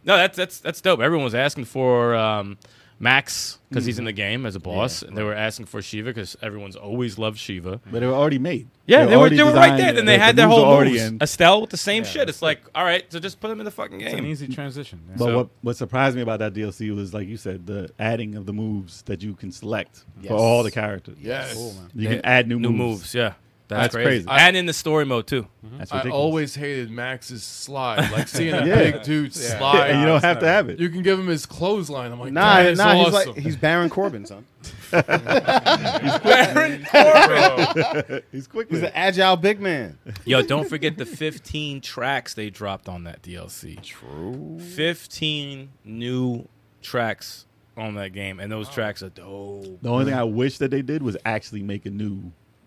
S6: no, that's that's that's dope. Everyone was asking for um Max because he's in the game as a boss, and they were asking for Shiva because everyone's always loved Shiva.
S4: But they were already made.
S6: Yeah, they were
S4: already
S6: they were right
S4: designed.
S6: there. Then they
S4: The-
S6: had
S4: the
S6: their
S4: moves were
S6: whole
S4: already
S6: moves.
S4: in.
S6: Estelle with the same shit. It's like all right, so just put him in the fucking
S2: It's an
S6: game.
S2: easy transition. yeah.
S4: But
S6: So-
S4: what, what surprised me about that DLC was, like you said, the adding of the moves that you can select
S5: Yes.
S4: for all the characters.
S3: yes.
S4: You can add new,
S6: New
S4: moves.
S6: moves, yeah.
S4: That's crazy.
S6: And in the story mode too.
S4: That's
S3: I
S4: ridiculous.
S3: always hated Max's slide. Like seeing a
S4: [LAUGHS] Yeah.
S3: big dude slide.
S4: and you don't have to have it.
S3: You can give him his clothesline. I'm like, nah,
S5: Nah,
S3: that's
S5: nah. He's
S3: awesome.
S5: like he's Baron Corbin,
S6: [LAUGHS]
S5: son.
S4: He's quick.
S5: He's
S4: with
S5: an
S4: it.
S5: agile big man.
S6: Yo, don't forget the 15 tracks they dropped on that DLC. True. 15 new tracks on that game, and those tracks are dope.
S4: The only thing I wish that they did was actually make a new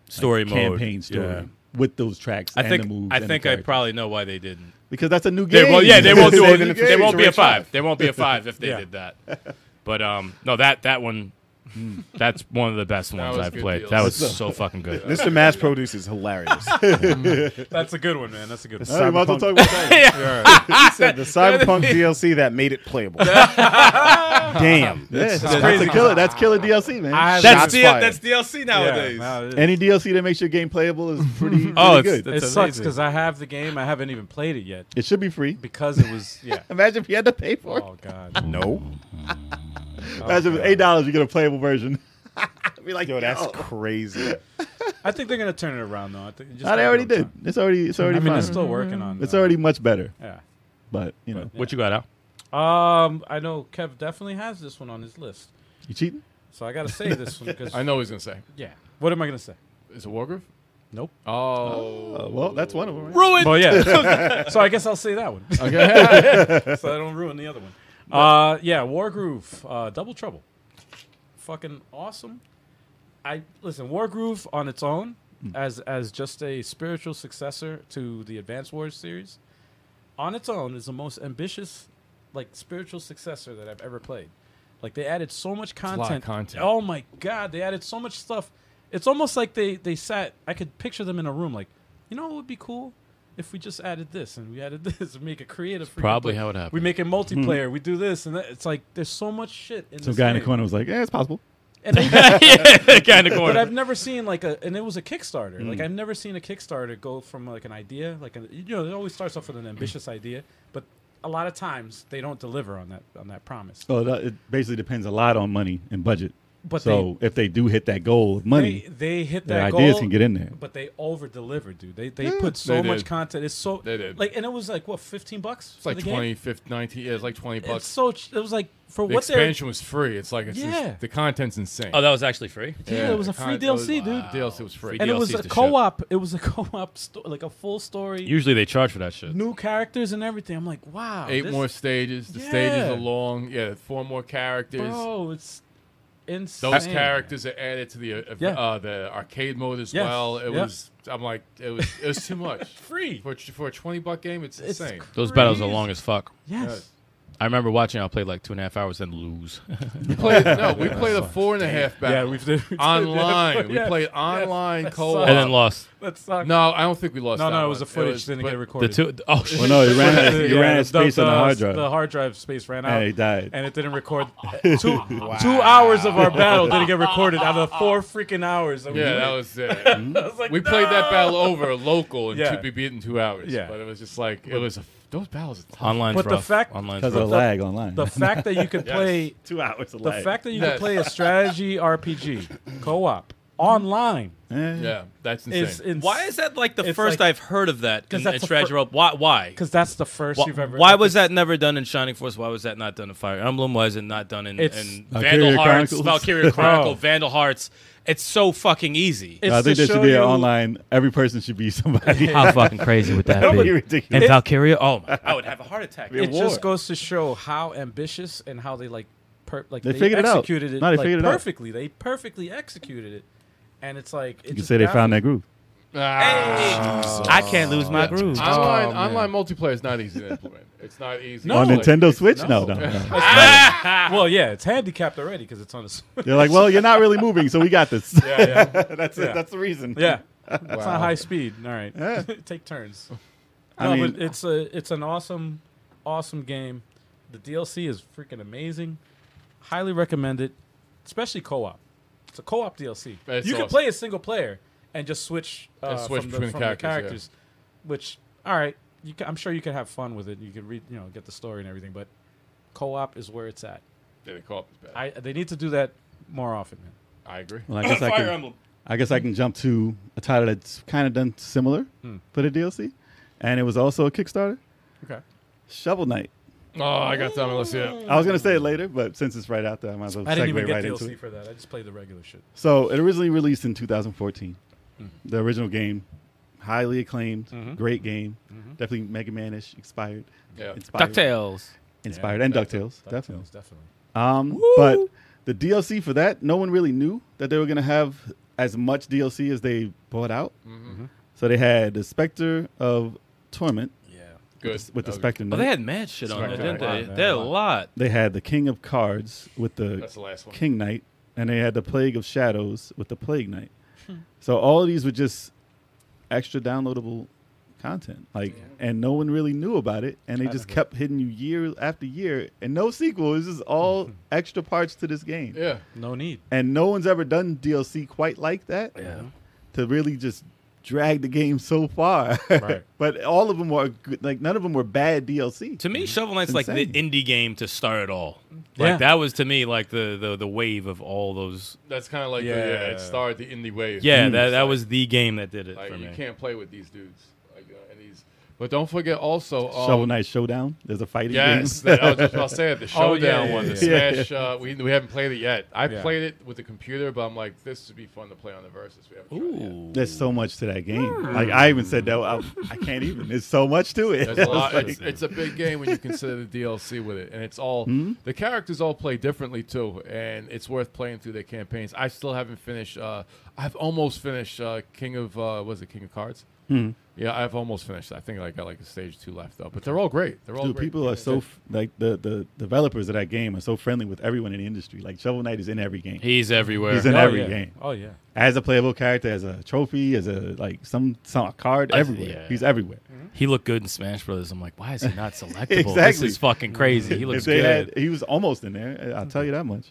S6: Story mode,
S4: campaign story
S6: Yeah.
S4: with those tracks.
S6: I
S4: and the moves
S6: think I
S4: and the
S6: think I
S4: characters.
S6: probably know why they didn't.
S4: because that's a new game.
S6: They won't, yeah,
S4: [LAUGHS]
S6: they won't do
S4: Saving the
S6: it.
S4: future.
S6: They won't be a
S5: Rich
S6: five. They won't be a five if they
S2: Yeah.
S6: did that. But um, no, that that one,
S4: Hmm.
S6: that's one of the best ones
S3: was
S6: I've
S3: good
S6: played.
S3: deals.
S4: [LAUGHS]
S6: That was so fucking good.
S5: Mr. Mass Produce is [LAUGHS] hilarious.
S2: That's a good one, man. That's a good
S4: All right,
S2: one.
S4: we might as well
S5: Cyberpunk-
S4: talk about that.
S6: [LAUGHS]
S5: He said the Cyberpunk DLC that made it
S6: [LAUGHS]
S5: playable. [LAUGHS] Damn.
S4: Yeah, that's,
S2: crazy.
S4: a killer. That's killer DLC, man.
S2: I-
S5: Shots
S8: That's, D-
S5: fired.
S8: that's DLC nowadays.
S2: Yeah, no, it is.
S4: Any DLC that makes your game playable is
S6: [LAUGHS]
S4: pretty,
S6: Oh,
S4: pretty
S6: it's-
S4: good.
S2: it
S6: That's
S2: sucks
S6: amazing.
S2: because I have the game. I haven't even played it yet
S4: It should be free.
S2: because it was yeah.
S4: Imagine if you had to pay for it.
S2: Oh god.
S5: No.
S6: Oh,
S4: Imagine with eight dollars you get a playable version.
S5: Be like, yo, that's crazy.
S2: I think they're gonna turn it around though. I think you just
S4: No, they
S2: gotta
S4: already
S2: give them
S4: did. It's already it's already
S2: time. I mean,
S4: fine.
S2: they're still working on.
S4: It's
S2: uh,
S4: already much better.
S2: Yeah.
S4: But you know,
S6: What you got [LAUGHS] out?
S2: Um, I know Kev definitely has this one on his list,
S4: you cheating?
S2: so I gotta say this one because
S3: [LAUGHS] I know what he's gonna say.
S2: yeah. What am I gonna say?
S3: Is it Wargroove?
S2: Nope.
S3: Oh,
S4: Uh, well, that's one of them. Right?
S2: Well, yeah. so I guess I'll say that one,
S3: okay.
S2: [LAUGHS] so I don't ruin the other one. Uh, yeah, Wargroove, uh, Double Trouble, fucking awesome. I listen Wargroove on its own as as just a spiritual successor to the Advance Wars series. On its own is the most ambitious, like spiritual successor that I've ever played. Like they added so much
S3: lot of
S2: content.
S3: content.
S2: Oh my god, they added so much stuff It's almost like they they sat. I could picture them in a room, like, you know, what would be cool if we just added this and we added [LAUGHS] this and make a creative. freaking
S6: probably
S2: play.
S6: how it happened.
S2: We make it multiplayer. We do this and that. It's like there's so much shit in
S4: Hmm. Some
S2: this
S4: guy in the
S2: game.
S4: corner was like, "Yeah, it's possible."
S2: And I-
S6: yeah, kind of
S2: but
S4: [LAUGHS]
S6: corner.
S2: I've never seen like a, and it was a Kickstarter.
S4: Hmm.
S2: Like I've never seen a Kickstarter go from like an idea, like an, you know, it always starts off with an ambitious idea, but a lot of times they don't deliver on that on that promise.
S4: So that, it basically depends a lot on money and budget.
S2: But
S4: so if they do hit that goal of money,
S2: They, they hit
S4: their
S2: that
S4: ideas
S2: goal,
S4: can get in there.
S2: but they over delivered, dude. They they put so
S3: they
S2: much
S3: did.
S2: content. It's so
S3: They did.
S2: like, and it was like what fifteen bucks?
S3: It's like
S2: for the game?
S3: 20, 50, 19, yeah, it's like 20 bucks.
S2: It's so ch- it was like for
S3: the
S2: what they're
S3: expansion was free. It's like, it's just-
S2: Yeah.
S3: the content's insane.
S6: Oh, that was actually free.
S2: yeah, it was a
S3: the
S2: free
S3: con-
S2: DLC, dude.
S3: The DLC was free.
S2: And it
S6: DLCs
S2: was a
S6: the shit.
S2: co-op. It was a [LAUGHS] co-op, sto- like a full story,
S6: Usually they charge for that shit.
S2: new characters and everything. I'm like, wow,
S3: Eight
S2: Oh, this-
S3: more stages. The stages
S2: Yeah.
S3: are long. Yeah, four more characters.
S2: Bro, it's insane.
S3: Those characters are added to the uh,
S2: Yeah.
S3: uh, the arcade mode as
S2: Yes.
S3: well. It
S2: Yeah.
S3: was. I'm like, it was. It was too much [LAUGHS]
S2: free.
S3: for a- for a twenty buck game. It's,
S2: It's
S3: insane.
S6: Those battles are
S2: crazy.
S6: long as fuck.
S2: Yes.
S6: I remember watching. I played like two and a half hours and lose. [LAUGHS]
S3: We played, no,
S2: [LAUGHS]
S3: we played a four and a half
S2: Yeah,
S3: battle
S2: we've did. [LAUGHS] we did-
S3: online. We
S2: yeah.
S3: played online co-op.
S6: and then lost.
S2: That sucked.
S3: no, I don't think we lost.
S2: no,
S3: that
S2: no, it was
S3: one.
S2: the footage didn't
S3: but
S2: get
S6: The
S2: recorded.
S6: two oh shit.
S4: well, no, it ran
S2: [LAUGHS]
S4: out,
S2: Yeah,
S4: it ran out of
S2: the-
S4: space on the hard drive,
S2: The hard drive space ran out,
S4: and it died.
S2: and it didn't
S4: [LAUGHS]
S2: record. two, two hours of our battle didn't get recorded out of the four freaking hours. That we
S3: Yeah,
S2: played.
S3: that
S2: [LAUGHS]
S3: was it.
S2: I was like,
S3: we
S2: Mm-hmm. no!
S3: played that battle over local and
S2: Yeah.
S3: should be beaten two hours.
S2: Yeah.
S3: but it was just like it was. A, those battles. Are tough.
S6: Online's
S2: But the
S6: rough.
S2: fact-
S6: Online's
S4: because of the
S6: rough.
S4: lag online.
S2: The fact that you could play
S4: two hours of
S2: The
S4: lag.
S2: fact that you
S3: Yes.
S2: can play a strategy RPG co-op online
S4: Eh.
S3: Yeah, that's insane.
S2: is insane.
S8: Why is that like the
S2: It's
S8: first
S2: like-
S8: I've heard of that?
S2: 'Cause
S8: in-
S2: that's
S8: in
S2: the
S8: Strategy
S2: fir-
S8: World? Why? Why?
S2: Because that's the first
S8: Why,
S2: you've ever.
S8: why was that never done in Shining Force? Why was that not done in Fire Emblem? Why is it not done in,
S2: It's-
S8: in
S4: Valkyria
S8: Vandal Hearts?
S4: Chronicles.
S8: Valkyria Chronicle,
S2: [LAUGHS] Oh.
S8: Vandal Hearts. It's so fucking easy.
S2: It's
S4: I think
S2: to
S4: there should
S2: show
S4: be an
S2: you-
S4: online. Every person should be [LAUGHS] somebody.
S6: How fucking crazy would
S9: [LAUGHS]
S6: that
S4: That'd be
S6: be?
S4: ridiculous.
S6: And Valkyria. Oh my.
S8: I would have a heart attack.
S2: It just goes to show how ambitious and how they like, per- like
S4: They
S2: they,
S4: figured it out.
S2: executed it,
S4: No, they
S2: like,
S4: figured it out.
S2: perfectly. They perfectly executed it, and it's like it
S4: you can
S2: just
S4: say they found
S2: baffles-
S4: that groove.
S9: I can't lose my groove.
S3: Online, online multiplayer is not easy to implement. It's not easy.
S2: Oh, No.
S4: on
S3: to play.
S4: Nintendo Switch? No, no, no.
S2: [LAUGHS] Well, yeah, it's handicapped already because it's on a. s-
S4: They're like, well, you're not really moving, so we got this.
S2: [LAUGHS] yeah, yeah,
S4: [LAUGHS] that's
S2: Yeah.
S4: it. That's the reason.
S2: yeah. It's not high speed. All right, [LAUGHS] take turns.
S4: [LAUGHS] I
S2: no,
S4: mean-
S2: but it's a it's an awesome, awesome game. The DLC is freaking amazing. Highly recommend it, especially co-op. It's a co-op DLC.
S3: That's
S2: you can
S3: awesome.
S2: play a single player and just switch, uh,
S3: And switch
S2: from the,
S3: between
S2: from
S3: characters,
S2: the
S3: yeah.
S2: characters. Which, all right, you can, I'm sure you can have fun with it. You can read, you know, get the story and everything. But co-op is where it's at.
S3: Yeah, the co-op is bad.
S2: I they need to do that more often, man.
S3: I, agree.
S4: Well, I guess I
S8: Fire
S4: can.
S8: Emblem.
S4: I guess I can jump to a title that's kind of done similar
S2: Hmm.
S4: for the DLC, and it was also a Kickstarter.
S2: Okay.
S4: Shovel Knight.
S3: Oh, I got time. Let's see it.
S4: I was gonna say it later, but since it's right out there, I might as well
S2: Hmm. I didn't
S4: segue
S2: even get
S4: right into
S2: DLC
S4: it.
S2: for that. I just played the regular shit.
S4: So it originally released in 2014. The original game, highly acclaimed, great game, definitely Mega Man-ish, inspired,
S3: Yeah.
S4: inspired,
S6: Ducktales.
S4: inspired, and Ducktales, definitely.
S2: Ducktales, definitely.
S4: Um, but the DLC for that, no one really knew that they were gonna have as much DLC as they brought out. So they had the Spectre of Torment
S3: Good.
S4: with the
S3: That was-
S4: Spectre
S6: Oh,
S4: Knight.
S6: they had mad shit on there,
S2: Right,
S6: didn't they?
S2: right,
S6: They had a
S2: right.
S6: lot.
S4: They had the King of Cards with the,
S3: That's the last one.
S4: King Knight, and they had the Plague of Shadows with the Plague Knight. so all of these were just extra downloadable content, like, and no one really knew about it, and they just kept hitting you year after year, and no sequel. It's just
S3: [LAUGHS]
S4: all extra parts to this game,
S3: Yeah.
S2: No need.
S4: and no one's ever done DLC quite like that. Yeah, to really just drag the game so far. [LAUGHS]
S2: Right.
S4: but all of them were good- like none of them were bad DLC.
S6: To me, Shovel Knight's like the
S4: Mm-hmm. Insane.
S6: indie game to start it all.
S2: Yeah.
S6: Like that was to me like the the, the wave of all those.
S3: That's kind of like The, yeah,
S2: Yeah.
S3: it started the indie wave.
S6: Yeah, that
S3: It's
S6: that
S3: like-
S6: was the game that did it
S3: Like
S6: for
S3: you
S6: me.
S3: can't play with these dudes. Like, uh, and these. But don't forget also. Um,
S4: Shovel Knight Showdown. There's a fighting
S3: [LAUGHS] Yes,
S4: game.
S3: that, I was just about to say it. The
S2: [LAUGHS]
S3: showdown
S2: Oh, yeah, yeah,
S3: one, the
S2: yeah.
S3: smash. Uh, we we haven't played it yet. I
S2: Yeah.
S3: played it with the computer, but I'm like, this would be fun to play on the versus. We haven't tried it yet.
S4: There's so much to that game. Like I even said that I, I can't even. There's so much to it.
S3: There's
S4: [LAUGHS]
S3: a lot. It's, it's a big game when you consider the DLC with it, and it's all
S4: Hmm?
S3: the characters all play differently too, and it's worth playing through their campaigns.
S4: Hmm.
S3: I still haven't finished. Uh, I've almost finished uh, King of uh, was it King of Cards? Yeah, I've almost finished. I think I got like a stage two left though, but they're all great. They're all
S4: Dude,
S3: great.
S4: people are so f- like the, the developers of that game are so friendly with everyone in the industry. Like Shovel Knight is in every game.
S6: He's everywhere.
S4: He's in
S2: Oh,
S4: every
S2: yeah.
S4: game
S2: Oh yeah.
S4: as a playable character, as a trophy, as a like some some a card
S6: Uh,
S4: everywhere.
S6: yeah.
S4: He's everywhere.
S6: he looked good in Smash Brothers. I'm like, why is he not selectable?
S4: [LAUGHS]
S6: This
S4: Exactly.
S6: is fucking crazy. He looks
S4: if they
S6: good.
S4: had, he was almost in there. I'll tell you that much.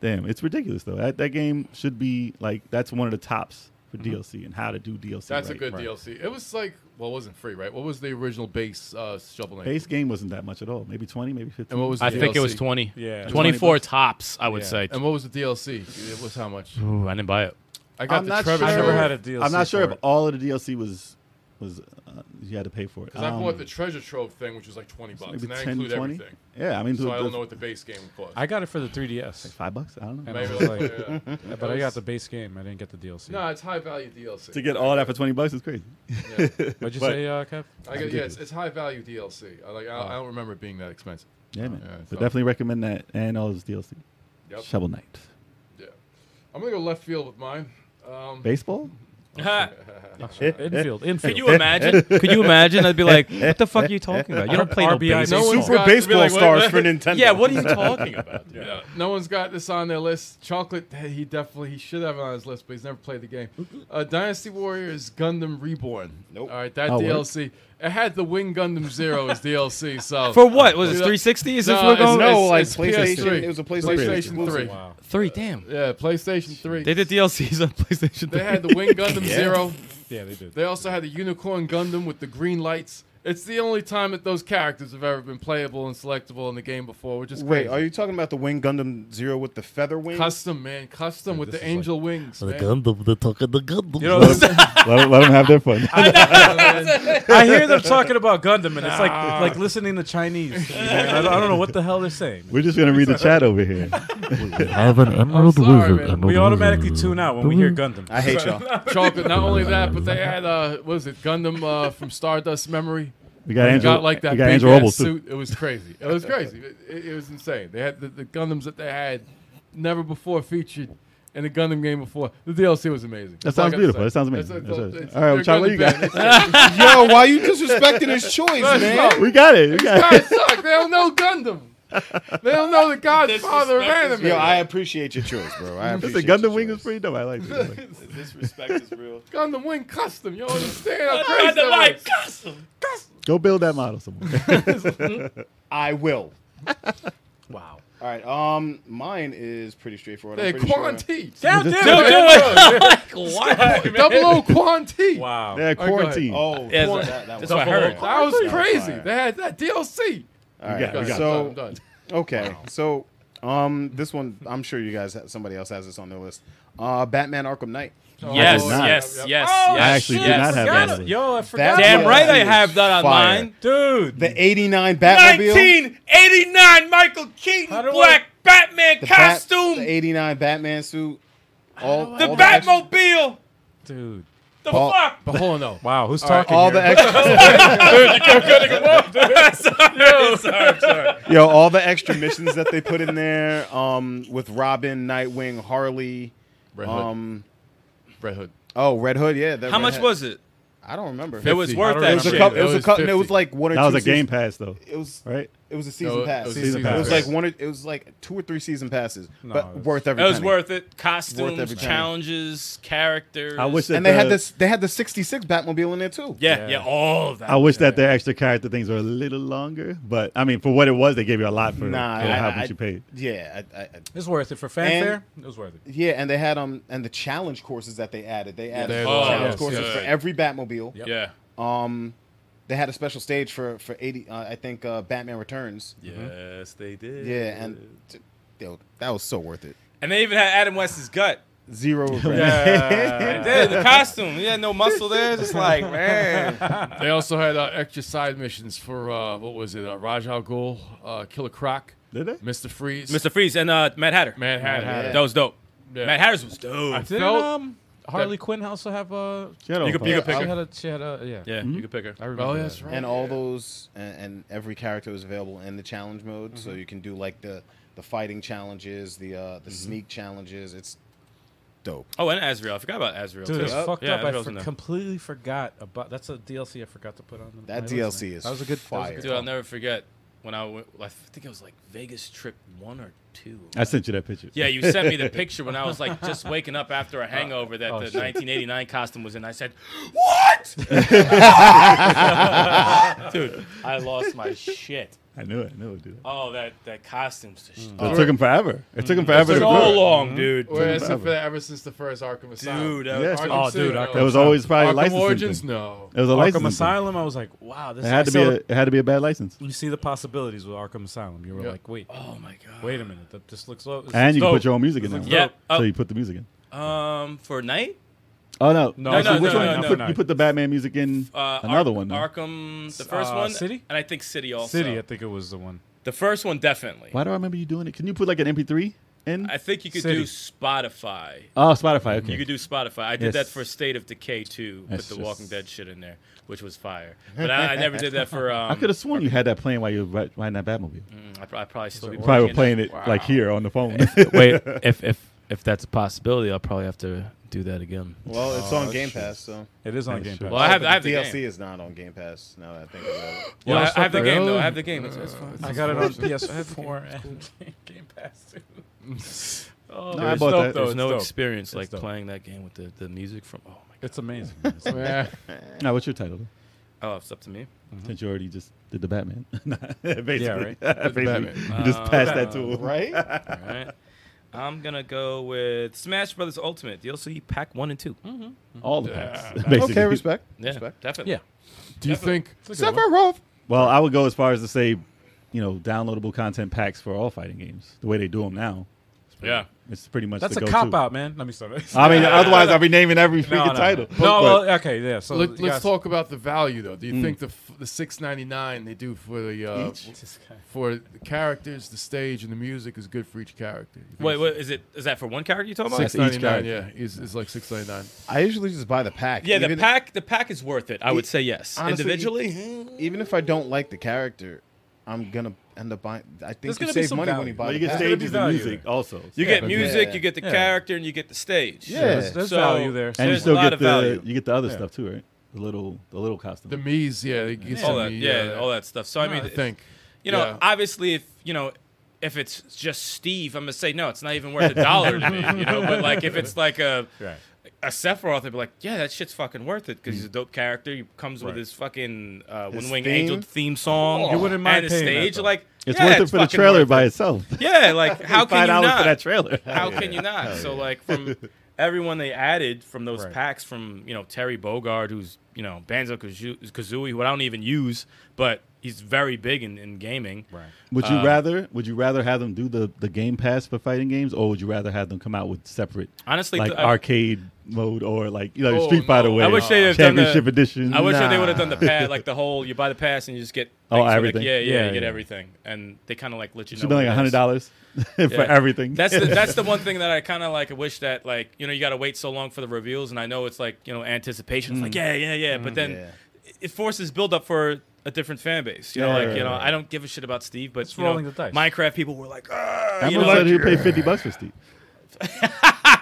S4: Damn, it's ridiculous though. That, that game should be like that's one of the tops for DLC and how to do DLC.
S3: Mm-hmm. That's a
S4: right.
S3: good
S4: Right.
S3: DLC. It was like well, it wasn't free, right? What was the original base uh, shovel knight?
S4: Base game wasn't that much at all. Maybe twenty, maybe fifteen.
S3: And what was the
S6: I think it was
S3: DLC?
S6: 20.
S2: Yeah.
S6: 24 tops, I would
S2: Yeah.
S6: say.
S3: And what was the DLC? It was how much?
S6: Ooh, I didn't buy it.
S3: I got
S4: I'm
S3: the
S4: not
S3: Trevor.
S4: sure.
S2: I never had a DLC.
S4: I'm not sure
S2: for
S4: if
S2: it.
S4: all of the DLC was was uh, you had to pay for it.
S3: Because I
S4: Um,
S3: bought the treasure trove thing, which was like twenty bucks,
S4: maybe
S3: and that
S4: 10,
S3: included
S4: 20?
S3: everything.
S4: Yeah, I mean,
S3: So I
S4: the-
S3: don't know what the base game cost.
S2: I got it for the 3DS,
S4: five bucks. I don't know.
S2: And I
S3: Maybe
S2: was
S3: like,
S2: like-
S3: yeah.
S4: [LAUGHS]
S2: but I got the base game. I didn't get the DLC.
S3: No, it's high value DLC.
S4: To get all that for twenty bucks is crazy.
S3: Yeah.
S2: What'd you
S4: but-
S2: say, uh, Kev?
S3: I guess, yeah, it's, it's high value DLC. I like I, I don't remember it being that expensive.
S4: Yeah, man.
S3: Yeah,
S4: but
S3: so-
S4: definitely recommend that and all his DLC.
S3: Yep.
S4: Shovel Knight.
S3: Yeah, I'm gonna go left field with mine. Um, [LAUGHS]
S4: Baseball?
S6: [LAUGHS]
S2: Infield, infield.
S6: Could you imagine? Could you imagine? I'd be like, what the fuck are you talking about? You don't play no
S2: RBI
S6: baseball.
S2: baseball.
S3: Super
S5: Baseball stars for
S8: Nintendo.
S5: Nintendo.
S6: Yeah, what are you talking about? dude?
S3: Yeah, no one's got this on their list. Chocolate, hey, he definitely he should have it on his list, but he's never played
S5: [LAUGHS]
S3: the game. Uh, Dynasty Warriors Gundam Reborn.
S5: Nope.
S3: All right, that
S4: Oh, word.
S3: DLC. It had the Wing Gundam Zero
S5: [LAUGHS]
S3: as DLC. So
S6: For what? Was it
S3: No,
S6: 360? Is this
S3: no,
S6: we're
S3: it's-
S6: going?
S5: No, like
S3: it's
S5: PlayStation.
S3: PS3.
S5: It was a
S3: PlayStation
S5: PlayStation exclusive.
S3: Three.
S2: Wow.
S6: Three, damn.
S3: Yeah, PlayStation Three.
S6: They did DLCs on
S2: [LAUGHS]
S6: PlayStation 3.
S3: They had the
S6: [LAUGHS]
S3: Wing Gundam Zero.
S2: Yeah, they did.
S3: They also had the Unicorn Gundam with the green lights. It's the only time that those characters have ever been playable and selectable in the game before, which is
S5: Wait,
S3: crazy.
S5: are you talking about the Wing Gundam Zero with the feather wing?
S3: custom, man? Custom with
S2: this
S3: the
S2: is
S3: angel wings. man.
S2: You [LAUGHS] know,
S4: let, 'em- let them have their fun.
S2: I hear them talking about Gundam, and it's like like listening to [LAUGHS] Chinese. you know, and I, don't, I don't know what the hell they're saying.
S4: We're just gonna read the chat over here.
S10: have an
S3: I'm
S10: emerald
S3: sorry,
S10: wizard.
S3: man.
S10: Emerald
S2: We automatically
S10: wizard.
S2: tune out when we hear Gundam.
S5: I hate y'all.
S3: Chocolate. Not only that, but they had uh, what was it Gundam uh, from Stardust Memory?
S4: We got Andrew.
S3: got like that
S4: we got
S3: big
S4: Andrew
S3: ass
S4: Robles too.
S3: suit. It was crazy. It was crazy. It, it- it was insane. They had the, the Gundams that they had never before featured in a Gundam game before. The DLC was amazing.
S4: That
S3: That's all I
S4: sounds
S3: gotta
S4: beautiful.
S3: say.
S4: That sounds amazing.
S3: That's-
S4: That's it.
S3: that's- it's-
S4: All right,
S3: they're
S4: Chocolate, what you
S3: Gundam
S4: got? [LAUGHS]
S3: fans.
S5: Yo, why you disrespecting his choice, man?
S4: We got it. We got it.
S3: guys suck. They don't know Gundam. They don't know the [LAUGHS] Godfather of anime.
S5: Yo, I appreciate your choice, bro. I
S4: Listen,
S5: appreciate your
S4: Gundam Wing
S5: choice.
S4: is pretty dope. I
S3: [LAUGHS]
S4: like it.
S8: Disrespect is real.
S3: Gundam Wing Custom. You don't understand how crazy that was.
S4: Go build that model somewhere. [LAUGHS]
S5: I will.
S2: Wow.
S5: All right. Um, mine is pretty straightforward. I'm
S3: Hey,
S5: pretty
S3: Quan
S5: sure-
S3: T.
S2: Damn it!
S3: Double O Quan T.
S2: Wow.
S4: yeah,
S3: go ahead.
S4: quarantine.
S5: Oh,
S6: Yeah,
S5: Quan-
S6: it's-
S5: that, that
S6: That's
S5: was
S6: what I heard.
S3: That was
S5: Fire.
S3: crazy.
S5: Fire.
S3: They had that DLC.
S5: All right,
S4: got it, we got it.
S5: so
S3: I'm done.
S5: okay, so um, this one I'm sure you guys, somebody else has this on their list. Uh, Batman Arkham Knight.
S6: Yes,
S4: not.
S6: yes,
S2: Oh,
S6: yes, yes.
S4: I actually did not have
S2: forgot
S4: that.
S2: it. Yo, I forgot.
S5: That
S6: Damn
S5: was-
S6: right I
S5: that
S6: have
S5: was
S6: that on
S5: fire.
S6: mine.
S2: dude.
S5: The '89 Batmobile.
S8: 1989 Michael
S2: How
S8: Keaton
S2: do I-
S8: black Batman
S5: the Bat-
S8: costume.
S5: the '89 Batman suit. All,
S8: the
S5: all extra-
S8: Batmobile.
S2: dude.
S8: The
S5: All-
S8: fuck?
S3: But hold on, though.
S2: Wow, who's talking?
S5: all
S2: here?
S5: the extra, [LAUGHS] yo, all the extra missions that they put in there, um, with Robin, Nightwing, Harley,
S3: Red Hood.
S5: um,
S3: Red Hood.
S5: oh, Red Hood, yeah. that
S6: How
S5: Red
S6: much
S5: Hood.
S6: was it?
S5: I don't remember.
S6: It was
S3: I
S6: worth
S3: don't
S6: that
S5: It was a
S6: shit.
S5: couple. It
S3: It
S5: was a
S3: was
S5: couple. It was
S3: 50.
S5: like one or
S4: That was
S5: two.
S4: a
S5: seasons-
S4: game pass though,
S5: It was
S4: right?
S5: It was a season
S3: it
S5: pass.
S3: was
S5: It
S3: a
S5: was,
S4: season pass.
S5: like one. Or, it was like two or three season passes,
S2: it
S5: but
S2: was-
S5: worth every.
S6: It was
S5: penny.
S6: worth it. Costumes,
S5: every penny.
S6: challenges, characters.
S4: I wish that
S5: And they had
S4: the-
S5: this. They had the '66 Batmobile in there too.
S6: Yeah, yeah, all of that.
S4: I wish that their extra character things were a little longer, but I mean, for what it was, they gave you a lot for,
S5: Nah,
S4: for
S5: I-
S4: how
S5: I-
S4: much you paid.
S5: Yeah, I, I, I-
S2: It's worth it for fanfare. It was worth it.
S5: yeah, and they had um and the challenge courses that they added. They added
S3: they had
S6: those.
S5: challenge
S6: Oh,
S5: courses
S6: yes.
S5: for every Batmobile.
S2: Yep.
S6: Yeah.
S5: Um, they had a special stage for for eighty. Uh, I think uh, Batman Returns.
S2: Mm-hmm.
S6: Yes, they did.
S5: Yeah, and t- yo, that was so worth it.
S8: And they even had Adam West's gut.
S5: Zero [LAUGHS] regrets.
S8: Yeah, the costume. He had no muscle there. Just
S6: [LAUGHS]
S8: like, man.
S3: They also had uh, extra side missions for uh, what was it? Uh, Raj Al Ghul, uh, Killer Croc,
S4: Did they?
S3: Mr. Freeze,
S6: Mr. Freeze and uh, Mad Hatter.
S3: Mad Hatter.
S5: Yeah.
S6: That was dope.
S3: Yeah.
S6: Mad Hatter's was dope.
S3: I
S2: Didn't
S3: felt-
S2: um, Harley Quinn also have a?
S4: Shadow
S6: You could-
S4: Fun.
S6: you
S5: Yeah,
S6: could pick
S2: She
S6: her.
S2: had a. She had a. Yeah.
S6: Yeah, you could pick her.
S2: Mm-hmm. I remember.
S3: Oh,
S2: that.
S3: that's right.
S5: and all those and, and every character is available in the challenge mode so
S6: Mm-hmm.
S5: you can do like the the fighting challenges the uh the sneak challenges it's dope.
S6: Oh, and Azrael. I forgot about Azrael.
S2: Dude,
S6: too.
S2: it's fucked
S6: yeah,
S2: up. I
S6: Azrael's in
S2: for-
S6: there.
S2: completely forgot about. That's a DLC I forgot to put on. The,
S5: That
S2: my list,
S5: DLC
S2: man.
S5: is
S2: That was a good. that was a
S5: fire.
S2: good
S6: Dude, I'll never forget when I went. I think it was like Vegas trip one or two.
S4: I sent you that picture.
S6: Yeah, you sent me the picture when I was like just waking up after a hangover that
S2: oh,
S6: the
S2: shit.
S6: 1989 costume was in. I said,
S2: [LAUGHS]
S6: "What?" Dude, I lost my shit.
S4: I knew it. I knew it, dude.
S6: Oh, that that costume's the
S2: Mm.
S6: shit.
S4: It took him forever. It took him forever to
S6: so
S4: do it.
S2: Mm-hmm.
S6: long, dude.
S3: We're asking
S4: Forever.
S3: for that ever since the first Arkham Asylum.
S8: Dude, that
S4: Yes.
S8: was
S3: Arkham
S2: Oh, dude,
S3: City,
S2: Arkham-
S4: It was always probably
S3: Arkham
S4: licensing.
S3: Origins,
S4: thing.
S3: no.
S4: It was a
S2: Arkham
S4: license.
S2: Asylum. I was like, wow, this
S4: It had
S2: I
S4: to be.
S2: saw
S4: A, it had to be a bad license.
S2: You see the possibilities with Arkham Asylum. You were
S3: Yeah.
S2: like, wait,
S6: Oh my god.
S2: wait a minute. That just looks low.
S4: And you can
S2: dope.
S4: put your own music in there.
S6: Yeah.
S4: So
S6: Oh.
S4: you put the music in.
S6: Um, for night,
S4: Oh no!
S2: No,
S4: Actually,
S6: no,
S4: which
S6: no,
S4: one?
S6: no,
S4: you,
S6: no,
S4: put,
S2: no.
S4: you put the Batman music in
S6: uh,
S4: another
S6: Ark-
S4: one. though.
S6: Arkham, the first
S2: Uh,
S6: one,
S2: City?
S6: and I think City also.
S2: City. I think it was the one.
S6: The first one definitely.
S4: Why do I remember you doing it? Can you put like an MP3 in?
S6: I think you could
S2: City.
S6: do Spotify.
S4: oh, Spotify. Okay.
S6: You could do Spotify. I did
S4: Yes.
S6: that for State of Decay too. Put
S4: That's
S6: the
S4: just-
S6: Walking Dead shit in there, which was fire. But I, I never did that for.
S4: [LAUGHS]
S6: Um,
S4: I could have sworn you had that playing while you were ri- riding that Batmobile.
S6: mm, I, pro- I probably still be
S4: You probably were
S6: working
S4: playing it like here on the phone. [LAUGHS]
S6: it. Wait, if if if that's a possibility, I'll probably have to do that again.
S5: Well, it's on Game Pass, so
S2: It is on
S4: Yeah,
S2: Game
S4: sure.
S2: Pass.
S6: Well, I have
S5: But
S6: I have the
S5: DLC
S6: game.
S5: is not on Game Pass. Now that I think about it,
S6: Well,
S2: You
S6: I,
S2: know
S6: I have the game though.
S3: something?
S6: I have the game. It's, it's fine.
S2: I [LAUGHS] got it
S3: [LAUGHS]
S2: on PS4 and [LAUGHS] Game Pass too. Oh,
S4: No, I
S2: it's
S4: bought
S2: dope,
S4: that.
S2: though.
S6: There's
S2: It's
S6: no
S2: dope.
S6: experience like
S2: dope.
S6: playing that game with the, the music from. Oh my
S2: It's [LAUGHS] amazing. man. It's amazing.
S3: Yeah.
S4: now, what's your title?
S6: god. Oh, it's up to me.
S4: Since you already just did the Batman. [LAUGHS] Basically.
S2: Yeah,
S4: [LAUGHS]
S2: right.
S4: Basically,
S3: Batman.
S4: You just
S6: Uh,
S4: passed that tool.
S5: right?
S6: All right. I'm gonna go with Smash Brothers Ultimate DLC Pack One and Two.
S4: [LAUGHS] All the packs. basically.
S5: okay, respect.
S6: Yeah,
S5: Respect.
S6: definitely.
S2: Yeah.
S3: Do you think?
S5: Sephiroth.
S4: Well, I would go as far as to say, you know, downloadable content packs for all fighting games. The way they do them now,
S6: Yeah.
S4: it's pretty much
S2: That's
S4: the
S2: a
S4: go-to.
S2: cop out, man. Let me stop. it.
S4: [LAUGHS] I mean, otherwise I'll be naming every
S2: no,
S4: freaking
S2: no,
S4: title.
S2: No, well, okay, yeah. So
S3: Let,
S2: you
S3: us
S2: guys-
S3: talk about the value though. Do
S4: Mm.
S3: you think the f- the six ninety nine they do for the uh, for the characters, the stage, and the music is good for each character? You think
S6: Wait, wait, is it is that for one character you talking about?
S3: Six
S4: That's each
S3: ninety nine,
S4: character.
S3: yeah, is is like six ninety nine.
S5: I usually just buy the pack.
S6: Yeah, the
S5: Even-
S6: pack the pack is worth it. I would say yes.
S5: Honestly, e- [LAUGHS]
S6: Individually,
S5: Even if I don't like the character, I'm gonna end up buying. I
S2: There's
S5: think
S2: gonna
S5: you
S2: be
S5: save
S2: some
S5: money
S2: value.
S5: when you buy
S4: Well, you
S5: the
S4: get
S5: pack.
S2: It's
S4: stages
S2: gonna
S4: and
S2: be
S4: music also.
S6: you
S5: Yeah,
S6: get
S5: but-
S6: music,
S5: yeah.
S6: you get the
S2: Yeah.
S6: character, and you get the stage.
S5: Yeah.
S2: There's, there's
S6: So-
S2: value there.
S4: and you
S6: There's
S4: still
S6: a lot
S4: get
S6: of
S4: the
S6: value.
S4: you get the other stuff too, right? The little the little costume.
S3: The Mii's, yeah, they get
S6: all
S3: some
S6: that,
S3: Mii,
S6: yeah,
S3: uh,
S6: all that stuff. So I mean,
S3: I
S6: it-
S3: think
S6: you know,
S3: yeah.
S6: obviously, if you know, if it's just Steve, I'm gonna say no, it's not even
S4: [LAUGHS]
S6: worth a dollar to me. You know, but like if it's like a
S2: Right.
S6: a Sephiroth, I'd be like, yeah, that shit's fucking worth it because
S4: Mm.
S6: he's a dope character. He comes with his fucking uh, One Wing
S5: theme?
S6: Angel theme song.
S2: You wouldn't mind
S6: and his
S2: paying that,
S6: stage.
S2: though.
S6: like,
S4: it's
S6: yeah,
S4: worth it
S6: it's
S4: for the
S6: fucking
S4: trailer
S6: worth
S4: by
S6: it.
S4: itself.
S6: Yeah,
S4: [LAUGHS]
S6: like how
S4: Five
S6: can you
S4: dollars
S6: not?
S4: for that trailer.
S6: [LAUGHS] How can you not? so like
S2: [LAUGHS]
S6: from everyone they added from those
S2: Right.
S6: packs from you know Terry Bogard, who's you know Banzo Kazoo- Kazooie, who I don't even use, but he's very big in, in gaming.
S2: Right.
S4: Would you
S6: Um,
S4: rather would you rather have them do the, the game pass for fighting games, or would you rather have them come out with separate
S6: Honestly,
S4: like
S6: th- I-
S4: arcade mode or like you know
S3: Oh,
S4: Street Fighter
S3: no.
S4: way
S6: I wish they had done the-
S4: championship edition?
S6: I wish that they
S5: Nah.
S6: would have done the pad, like the whole you buy the pass and you just get
S4: [LAUGHS] Oh,
S6: things for, like,
S4: everything.
S6: yeah, yeah,
S2: Yeah,
S6: you get
S2: yeah.
S6: everything, and they kind of like let you
S4: it
S6: know.
S4: should be
S6: what
S4: like
S6: it is.
S4: hundred dollars [LAUGHS] for
S6: Yeah.
S4: everything.
S6: That's the, that's the one thing that I kind of like. Wish that like you know you got to wait so long for the reveals, and I know it's like you know anticipation. It's like yeah, yeah, yeah, but then
S5: Yeah.
S6: it- it forces build up for a different fan base. You know,
S4: Yeah,
S6: like
S4: right,
S6: you know
S4: right,
S6: I don't give a shit about Steve, but
S2: It's
S6: you know,
S2: rolling the dice.
S6: Minecraft people were like, "Ah,"
S4: [LAUGHS] I'm
S6: you
S4: gonna
S6: know,
S4: let you pay fifty bucks for
S6: [LAUGHS]
S4: Steve.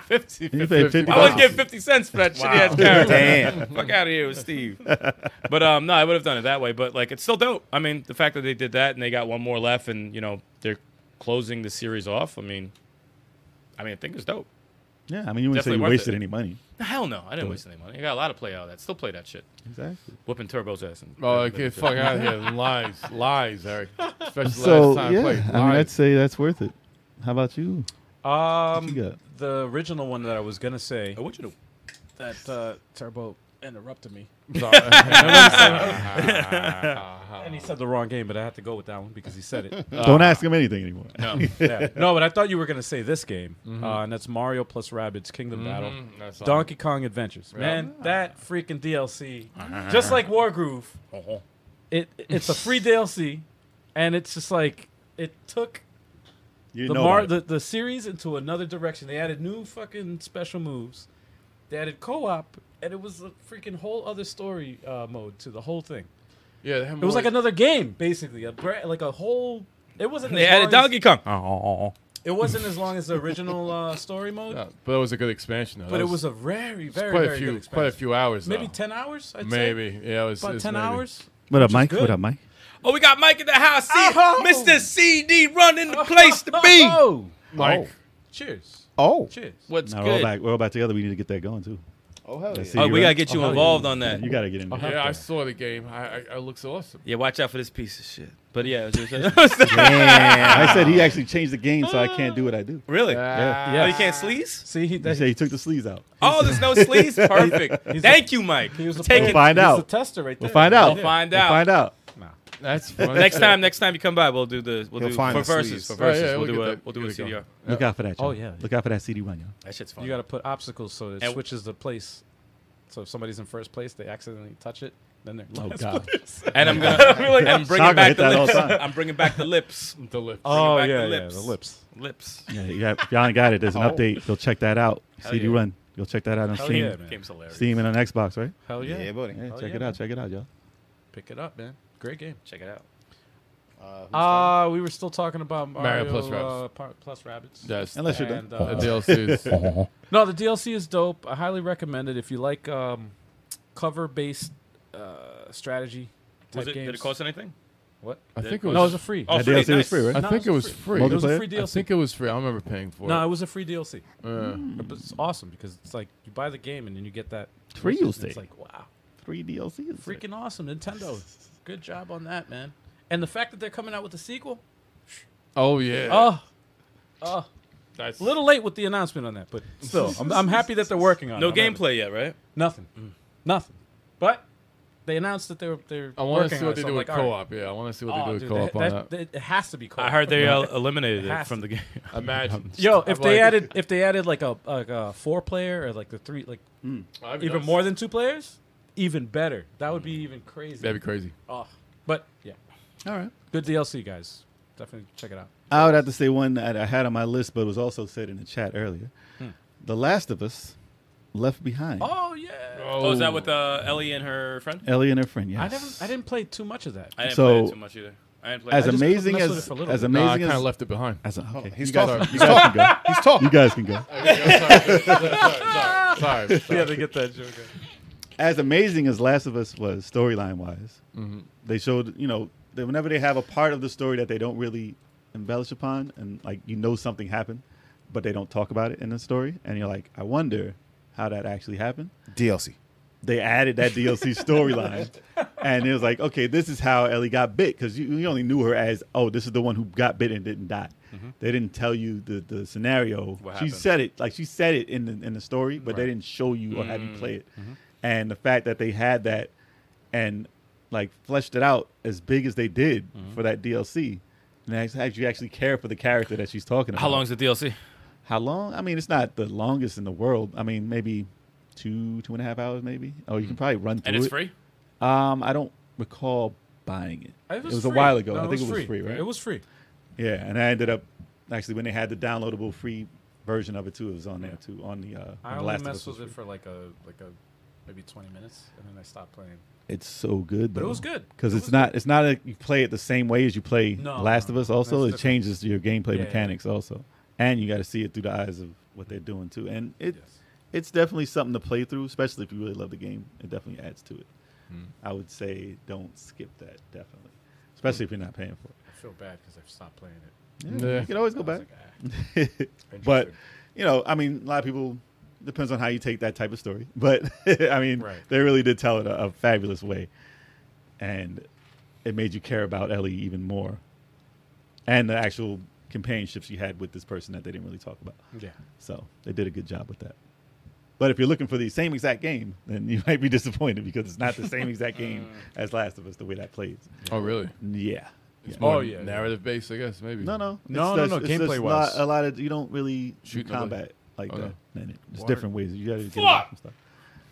S6: 50,
S4: You paid
S3: 50
S4: fifty.
S6: I
S4: bucks.
S6: wouldn't give fifty cents for that shitty ass character.
S5: Damn.
S6: [LAUGHS] Fuck out of here with Steve. but um, no, I would have done it that way. But like, it's still dope. I mean, the fact that they did that and they got one more left, and you know they're closing the series off. I mean, I mean, I think it's dope.
S4: Yeah, I mean you wouldn't say
S6: Definitely
S4: you
S6: worth
S4: wasted
S6: it.
S4: any money.
S6: No, Hell no, I didn't waste any money. I got a lot of play out of that. Still play that shit.
S4: Exactly.
S6: Whooping Turbo's ass. And
S3: Oh, get fuck out of here! Lies,
S2: [LAUGHS]
S3: lies, Eric. Especially
S4: So
S3: last time
S4: yeah,
S3: played.
S4: I mean I'd
S3: Lies.
S4: say that's worth it. How about you?
S2: Um,
S4: What you got?
S2: the original one that I was gonna say
S6: I want you to.
S2: that uh, Turbo interrupted me, and he said the wrong game, but I had to go with that one because he said it.
S6: Uh,
S4: Don't ask him anything anymore.
S2: Yeah. [LAUGHS] No, but I thought you were gonna say this game, uh, and that's Mario plus Rabbids Kingdom Battle,
S3: That's all.
S2: Donkey Kong Adventures. Man, that freaking DLC, just like Wargroove, it it's a free DLC, and it's just like it took
S4: You
S2: the,
S4: know
S2: Mar-
S4: about it.
S2: the the series into another direction. They added new fucking special moves. They added co-op, and it was a freaking whole other story uh, mode to the whole thing.
S3: Yeah, they have
S2: It was
S3: more-
S2: like another game, basically, a bra- like a whole. It wasn't.
S6: They
S2: as
S6: added
S2: long as-
S6: Donkey Kong.
S2: It wasn't as long as the original uh, story mode,
S3: Yeah, but it was a good expansion, though.
S2: but
S3: That
S2: it was a very, very,
S3: quite
S2: very
S3: a few,
S2: good
S3: quite a
S2: expansion.
S3: few hours.
S2: Maybe
S3: though.
S2: ten hours. I'd say.
S3: Maybe yeah, it was
S2: about
S3: it's
S2: ten
S3: maybe.
S2: hours.
S4: What up, Mike? What
S2: good.
S4: up, Mike?
S6: Oh, we got Mike in the house. See,
S2: Oh.
S6: Mr. CD running the place to
S2: [LAUGHS]
S6: be.
S2: Oh,
S3: Mike,
S2: cheers!
S5: Oh.
S2: Cheers!
S6: What's
S4: Now we're all
S6: good?
S4: back. We're all back together. We need to get that going too.
S5: Oh, hell
S4: Let's
S5: yeah.
S4: see
S6: Oh,
S4: you,
S6: we
S4: right?
S6: gotta get you involved on that.
S4: You gotta get in. there.
S3: yeah, I saw the game. I, I, it looks awesome.
S6: Yeah, watch out for this piece of shit. But yeah, it was
S4: I said he actually changed the game, so I can't do what I do.
S8: Really?
S3: Yeah.
S8: Oh, you can't sleaze?
S2: See, he,
S4: He
S2: that,
S4: said he took the sleeves out.
S6: oh, there's no sleeves. Perfect. Thank you, Mike.
S2: he was the
S6: Take
S4: We'll
S6: it.
S4: find
S2: he's
S4: out.
S2: the tester right there.
S4: We'll find out.
S6: We'll find
S4: We'll
S6: out.
S4: find out.
S3: That's funny.
S6: Next time, next time you come by, we'll do the we'll
S5: He'll
S6: do
S5: find
S6: for
S5: the
S6: verses
S5: sleeves.
S6: for verses.
S3: Yeah, yeah,
S6: we'll,
S3: we'll
S6: do
S3: get
S6: a
S3: that.
S6: we'll do a
S3: There you
S6: CDR.
S3: go.
S4: Look out for that.
S2: Oh,
S4: y'all.
S2: yeah.
S4: Look out for that CD one, y'all.
S6: That shit's fun.
S2: You got to put obstacles so it
S6: And-
S2: switches the place. So if somebody's in first place, they accidentally touch it, then they're.
S4: Oh God.
S6: and I'm gonna and I'm bringing
S4: Shaka
S6: back
S4: hit
S6: the
S4: that all
S6: lips.
S4: the time.
S6: I'm bringing back the lips.
S3: the lift.
S2: Oh
S6: back the
S2: yeah, yeah,
S6: lips.
S2: the lips.
S6: Lips.
S4: Yeah, you got, if y'all ain't got it, there's an update. Go check that out. CD
S6: yeah.
S4: Run. Go check that out on
S2: Oh. Hell
S4: Steam.
S2: yeah, man.
S6: Game's hilarious.
S4: Steam and on Xbox, right?
S2: Hell yeah.
S5: Yeah, buddy.
S4: Yeah,
S2: Hell
S4: check
S2: yeah,
S4: it out. Check it out, y'all.
S2: Pick it up, man. Great game.
S6: Check it out.
S2: Uh, we were still talking about Mario,
S3: Mario plus
S2: uh, Par- plus rabbits.
S3: That's
S4: Unless you're done.
S2: And, uh,
S3: the DLCs.
S2: no, the DLC is dope. I highly recommend it if you like um, cover-based uh, strategy type
S6: Was it,
S2: games.
S6: did it cost anything?
S2: what?
S3: I think it
S2: No, it was
S3: was.
S2: a free.
S6: Oh,
S4: that
S6: free,
S4: DLC was
S6: nice.
S4: free, right?
S3: I
S2: No,
S3: think
S2: it
S3: it
S2: was
S3: was free.
S2: it was a
S4: Multiplayer?
S2: free DLC.
S3: I think it was free. I remember paying for
S2: no, it
S3: it.
S2: was a free DLC.
S3: Yeah.
S2: But It's awesome because it's like you buy the game and then you get that.
S4: Free
S2: versus, and
S4: DLC.
S2: It's like wow.
S4: Three DLCs.
S2: Freaking awesome, Nintendo. Good job on that, man. And the fact that they're coming out with a sequel,
S3: Oh yeah.
S2: oh, oh,
S6: That's-
S2: a little late with the announcement on that, but still, I'm, I'm happy that they're working on
S6: No
S2: it. I'm happy.
S6: gameplay yet, right?
S2: nothing, Mm. nothing. But they announced that they were they're.
S3: I
S2: want to
S3: see what they do with
S2: like, all right. Oh,
S3: co-op. Yeah, I want to see what they do with
S2: dude,
S3: co-op
S2: that-
S3: on
S2: that-
S3: that.
S2: that- It has to be co-op.
S6: I heard they uh, eliminated
S2: It
S6: it
S2: has
S6: from
S2: to.
S6: the game.
S3: Imagine.
S4: [LAUGHS]
S2: Yo,
S3: I'm
S2: if they
S3: like-
S2: added if they added like a like a four player or like the three like
S3: I'd be
S2: even
S3: nuts.
S2: more than two players, even better. That would be
S4: Mm.
S2: even crazy.
S3: That'd be crazy.
S2: Oh, but yeah,
S4: All right.
S2: good DLC, guys. Definitely check it out.
S4: I would have to say one that I had on my list, but was also said in the chat earlier. The Last of Us Left Behind.
S2: Hmm. Oh yeah.
S6: Oh, is that with uh, Ellie and her friend?
S4: Ellie and her friend, yes.
S2: I didn't. I didn't play too much of
S4: [LAUGHS]
S2: that.
S6: I didn't
S4: So-
S6: play it too much either. I didn't play
S4: As
S6: it.
S2: just
S4: amazing
S2: messed with
S4: as,
S2: it for a little
S4: as
S2: bit.
S3: No, I
S4: amazing
S3: kind of
S4: as,
S3: left it behind.
S4: as a,
S2: Oh,
S4: okay,
S5: He's
S4: you guys,
S5: talking.
S4: you guys can go. He's talking. You guys can go.
S2: [LAUGHS]
S3: Sorry. sorry.
S2: yeah, they get that joke.
S4: as amazing as Last of Us was storyline wise, they showed you know that whenever they have a part of the story that they don't really embellish upon, and like you know something happened, but they don't talk about it in the story, and you're like, I wonder how that actually happened.
S5: DLC.
S4: They added that
S6: [LAUGHS]
S4: DLC storyline, and it was like, okay, this is how Ellie got bit because you, you only knew her as, oh, this is the one who got bit and didn't die. They didn't tell you the, the scenario.
S6: Mm-hmm. What
S4: she
S6: happened.
S4: said it like she said it in the in the story, but they didn't show you or have you play it.
S6: Mm-hmm.
S4: And the fact that they had that and like fleshed it out as big as they did
S6: Mm-hmm.
S4: for that DLC, and actually, you actually care for the character that she's talking about.
S6: How long is the DLC?
S4: How long? I mean, it's not the longest in the world. I mean, maybe two two and a half hours, maybe. Oh,
S2: Hmm.
S4: you can probably run through
S6: And it's
S4: it.
S6: free.
S4: Um, I don't recall buying it.
S2: It was,
S4: a
S2: free.
S4: while ago.
S2: No,
S4: I think it was free, right?
S2: It was free.
S4: Yeah, and I ended up actually when they had the downloadable free version of it too. It was on there too on the. Uh,
S2: I
S4: on the
S2: only
S4: Last of
S2: messed
S4: Us was
S2: with it
S4: free.
S2: for like a like a maybe 20 minutes, and then I stopped playing.
S4: It's so good,
S2: But it was good.
S4: because
S2: It
S4: it's
S2: was
S4: not it's not a, you play it the same way as you play
S2: No,
S4: Last
S2: no,
S4: of Us. Also, it
S2: that's different.
S4: changes your gameplay
S2: Yeah, yeah.
S4: mechanics also, and you got to see it through the eyes of what they're doing too. And it it's definitely something to play through, especially if you really love the game. It definitely adds to it. I would say don't skip that definitely, especially if you're not paying for it.
S2: I feel bad because I've stopped playing it.
S4: Yeah,
S3: Yeah.
S4: You can always go
S2: I
S4: back.
S2: was like, ah.
S4: [LAUGHS] but you know, I mean, a lot of people depends on how you take that type of story. [LAUGHS] But I mean,
S2: Right.
S4: they really did tell it a, a fabulous way, and it made you care about Ellie even more, and the actual companionship she had with this person that they didn't really talk about.
S2: Yeah.
S4: So they did a good job with that. But if you're looking for the same exact game, then [LAUGHS] you might be disappointed because it's not the same exact game as Last of Us the way that plays.
S3: Oh really?
S4: Yeah. Yeah.
S2: Oh, yeah, yeah.
S3: Narrative based, I guess maybe.
S4: No, no,
S2: No,
S4: It's
S2: no,
S4: just-
S2: no,
S4: it's just
S2: gameplay-wise.
S4: not a lot of you don't really shoot
S3: Shoot nobody.
S4: combat like
S3: Okay.
S4: that. In it. There's
S2: Word.
S4: different ways you got to get away from stuff.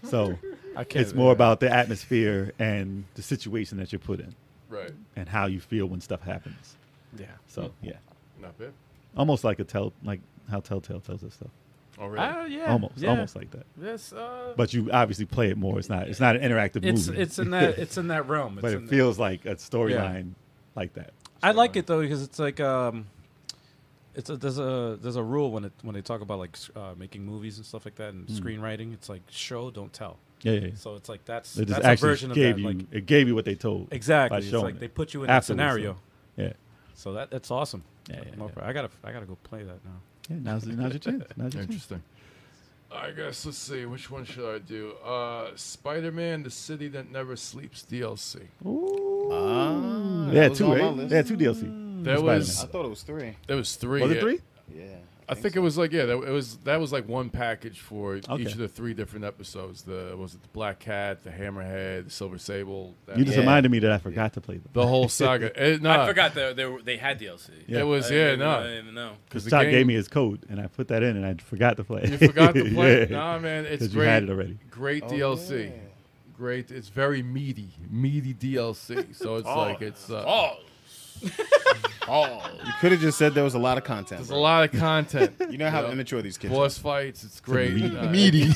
S4: So
S2: I [LAUGHS] can't.
S4: it's more about the atmosphere and the situation that you're put in
S3: Right.
S4: and how you feel when stuff happens.
S2: Yeah.
S4: So
S2: Hmm.
S4: yeah,
S3: Not bad.
S4: almost like a tell, like how Telltale tells us stuff.
S3: Oh really?
S2: Oh yeah.
S4: Almost,
S2: yeah.
S4: almost like that.
S2: Yes. Uh,
S4: But you obviously play it more. It's not. It's not an interactive
S2: it's
S4: movie. [LAUGHS]
S2: it's in that it's in that realm. It's
S4: but
S2: in
S4: it
S2: that-
S4: feels like a storyline like that.
S2: I like it though because it's like um, it's a, there's a there's a rule when it when they talk about like s- uh, making movies and stuff like that and screenwriting. It's like show don't tell.
S4: Yeah, Hmm. yeah. yeah.
S2: So it's like that's
S4: They just
S2: that's a
S4: actually
S2: version of
S4: gave
S2: that.
S4: you
S2: Like
S4: it gave you what they told. by
S2: exactly, it's
S4: showing
S2: like
S4: it.
S2: they put you in that
S4: Afterwards,
S2: scenario.
S4: so- Yeah.
S2: So that that's awesome.
S4: Yeah,
S2: I'm
S4: yeah,
S2: up for- I gotta I gotta go play that now.
S4: yeah now's, now's your chance. Now's your chance.
S11: Interesting.
S3: I guess let's see. Which one should I do? Uh, Spider-Man: The City That Never Sleeps DLC.
S5: Ah,
S4: They had
S5: was
S4: two,
S5: on my
S4: right?
S5: list.
S4: They had two DLC.
S3: There
S4: Spider-Man.
S3: was
S5: I thought it was three.
S3: there was three.
S4: Was
S3: Mm. yeah.
S4: it three?
S5: Yeah.
S3: I think it was like yeah, that it was that was like one package for
S4: Okay.
S3: each of the three different episodes. The was it the Black Cat, the Hammerhead, the Silver Sable. That,
S4: You just
S5: Yeah.
S4: reminded me that I forgot to play them.
S3: the whole saga.
S4: [LAUGHS]
S3: Eh, nah,
S6: I forgot that they, were, they had DLC.
S4: Yeah.
S3: It was
S6: I
S3: yeah,
S6: didn't- I
S3: no.
S6: didn't even know.
S4: Because
S3: the
S4: Todd gave
S3: game-
S4: me his code, and I put that in, and I forgot to play.
S3: You forgot
S4: [LAUGHS]
S3: to play.
S4: yeah.
S3: Nah, man, it's
S4: 'Cause
S3: great.
S4: you had it already.
S3: Great
S6: Oh,
S3: DLC.
S5: yeah.
S3: Great. It's very meaty, meaty DLC. So it's like it's uh,
S6: Oh,
S5: You could have just said there was a lot of content.
S3: there's a lot of content.
S4: [LAUGHS]
S5: You know how
S3: Yeah.
S5: immature these kids are.
S3: Boss fights. It's great. Uh,
S6: and he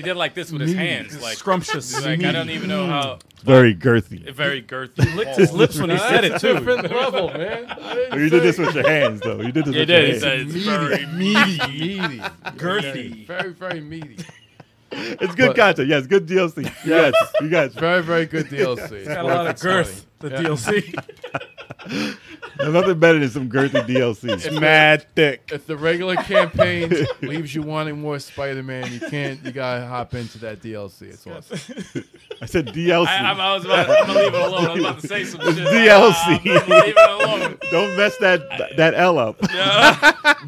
S6: did like this with his hands, like [LAUGHS]
S2: Scrumptious.
S6: he's like I don't even know how.
S4: Very girthy.
S6: Very girthy.
S2: licked his lips when he said
S4: [LAUGHS]
S2: it too.
S3: different level, man. I didn't
S4: You
S3: say-
S4: did this with your hands, though. You did this
S6: He
S4: with
S6: did. He
S4: your
S6: said
S4: hands. [LAUGHS]
S6: it's very
S3: meaty, meaty,
S6: girthy.
S3: very, very meaty,
S4: It's good
S3: but-
S4: content. Yes, good DLC. Yes, you guys.
S3: [LAUGHS] very, very good DLC.
S2: Got a lot of girth. The
S4: [LAUGHS]
S3: Yeah.
S2: DLC.
S4: Nothing better than some girthy DLC.
S5: Mad thick.
S3: If the regular campaign leaves you wanting more Spider-Man, you can't. You gotta hop into that DLC. It's awesome.
S4: I said DLC.
S6: [LAUGHS] I, I'm, I was about to, I'm gonna leave it alone. I was about to say some shit. Ah,
S4: DLC.
S6: I'm gonna leave it alone.
S4: [LAUGHS] Don't mess that that L up. [LAUGHS] that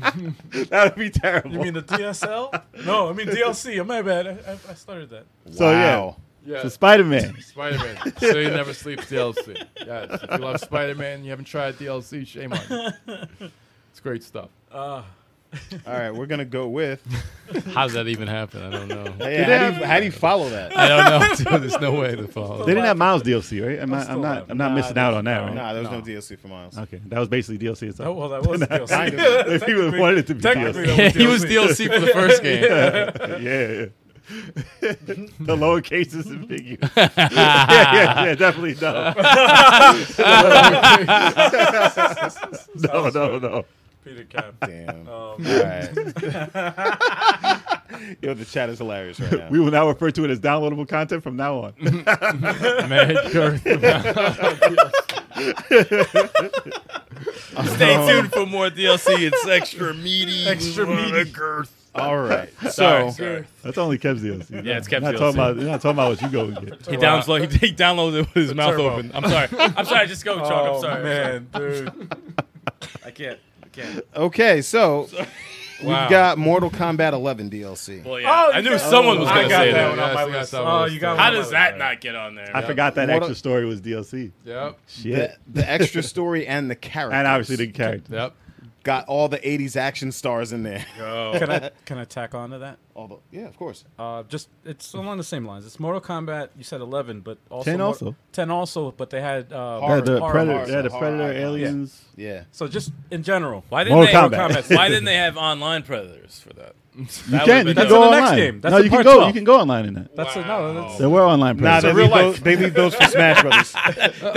S4: would be terrible.
S2: You mean the DSL? No, I mean DLC. Oh, My bad. I, I- I started that.
S4: so yeah,
S3: Yeah,
S4: so Spider Man.
S3: Spider-Man. So you never sleeps DLC. Yes. If you love Spider-Man, and you haven't tried DLC. Shame on you. It's great stuff.
S5: All right, we're gonna
S4: [LAUGHS]
S5: go with.
S3: How does that even happen? I don't know.
S5: Hey, how, do you, how do you follow that?
S4: [LAUGHS]
S3: I don't know. [LAUGHS] Dude, there's no way to follow.
S4: They didn't have Miles DLC, right? Am I,
S2: still
S4: I'm not.
S2: have-
S4: I'm not
S2: Nah,
S4: missing out on that, right?
S5: Nah, there was no, DLC for Miles.
S4: Okay, that was basically DLC
S2: Oh,
S4: itself.
S2: well, that
S4: [LAUGHS]
S2: was DLC.
S5: Kind of.
S4: if you
S2: technically-
S4: wanted it to
S2: [LAUGHS]
S4: be
S2: Technically,
S4: DLC,
S2: that was
S6: He was DLC for the first game.
S4: [LAUGHS] yeah, yeah. the lowercase is
S6: [LAUGHS]
S4: ambiguous. yeah, yeah, yeah, definitely
S2: [LAUGHS]
S4: no. [LAUGHS] no, no, no.
S2: Peter Cap.
S5: Damn. All
S2: Um,
S5: right. Yo, the chat is hilarious right now.
S4: We will now refer to it as downloadable content from now on.
S3: Mad girth.
S6: Stay tuned for more DLC. It's extra meaty.
S2: Extra meaty.
S6: girth.
S4: [LAUGHS]
S5: All right.
S6: Sorry,
S5: So
S6: sorry.
S4: That's only Kev's DLC.
S6: [LAUGHS] Yeah, it's Kev's
S4: not
S6: DLC.
S4: Talking about, you're not talking about what you go and get.
S6: He downloaded. He downloaded it with his mouth
S2: Turbo.
S6: open. I'm sorry. [LAUGHS] I'm sorry. Just go, Chalk.
S2: Oh,
S6: I'm sorry.
S2: man, dude.
S6: I can't. I can't.
S5: okay, so
S6: Wow.
S5: we've got Mortal Kombat 11 DLC.
S6: Well, yeah.
S2: Oh,
S6: I
S2: you
S6: knew
S2: got-
S6: someone was
S2: I
S6: gonna
S2: got
S6: say
S2: that
S6: that.
S2: one on my
S3: Yes, I got
S2: list.
S3: that
S2: Oh,
S3: one
S2: you got
S3: on
S2: one
S6: How
S2: on my
S6: does
S2: list.
S6: that not get on there?
S4: I forgot that
S5: Mortal-
S4: extra story was DLC.
S3: Yep.
S4: Shit.
S5: The, the extra story and the characters.
S4: and obviously the character.
S3: Yep.
S5: got all the 80s action stars in there.
S2: Can
S6: [LAUGHS]
S2: I can I tack on to that?
S5: All the, yeah, of course.
S2: Uh, just it's along the same lines. It's Mortal Kombat. You said eleven, but also
S4: 10
S2: Mor-
S4: also.
S2: ten also. But they had uh,
S4: Yeah, the
S2: horror
S4: predator,
S2: movies.
S4: yeah, the
S5: horror,
S4: predator
S5: horror.
S4: aliens.
S5: Yeah.
S2: So just in general,
S6: Why didn't
S4: Mortal
S6: they?
S4: Kombat.
S6: Why didn't they have online predators for that?
S4: You can, you can
S2: That's
S4: go
S2: in the next
S4: online.
S2: game. That's
S4: no,
S2: in
S4: you can
S2: part
S4: go.
S2: 12.
S4: You can go online in that.
S2: that's a, no.
S4: [LAUGHS]
S2: That's,
S4: There were online.
S5: Nah,
S4: predators.
S5: they
S2: [LAUGHS]
S5: leave, those, they
S4: [LAUGHS]
S5: leave those for Smash Brothers.
S6: hey,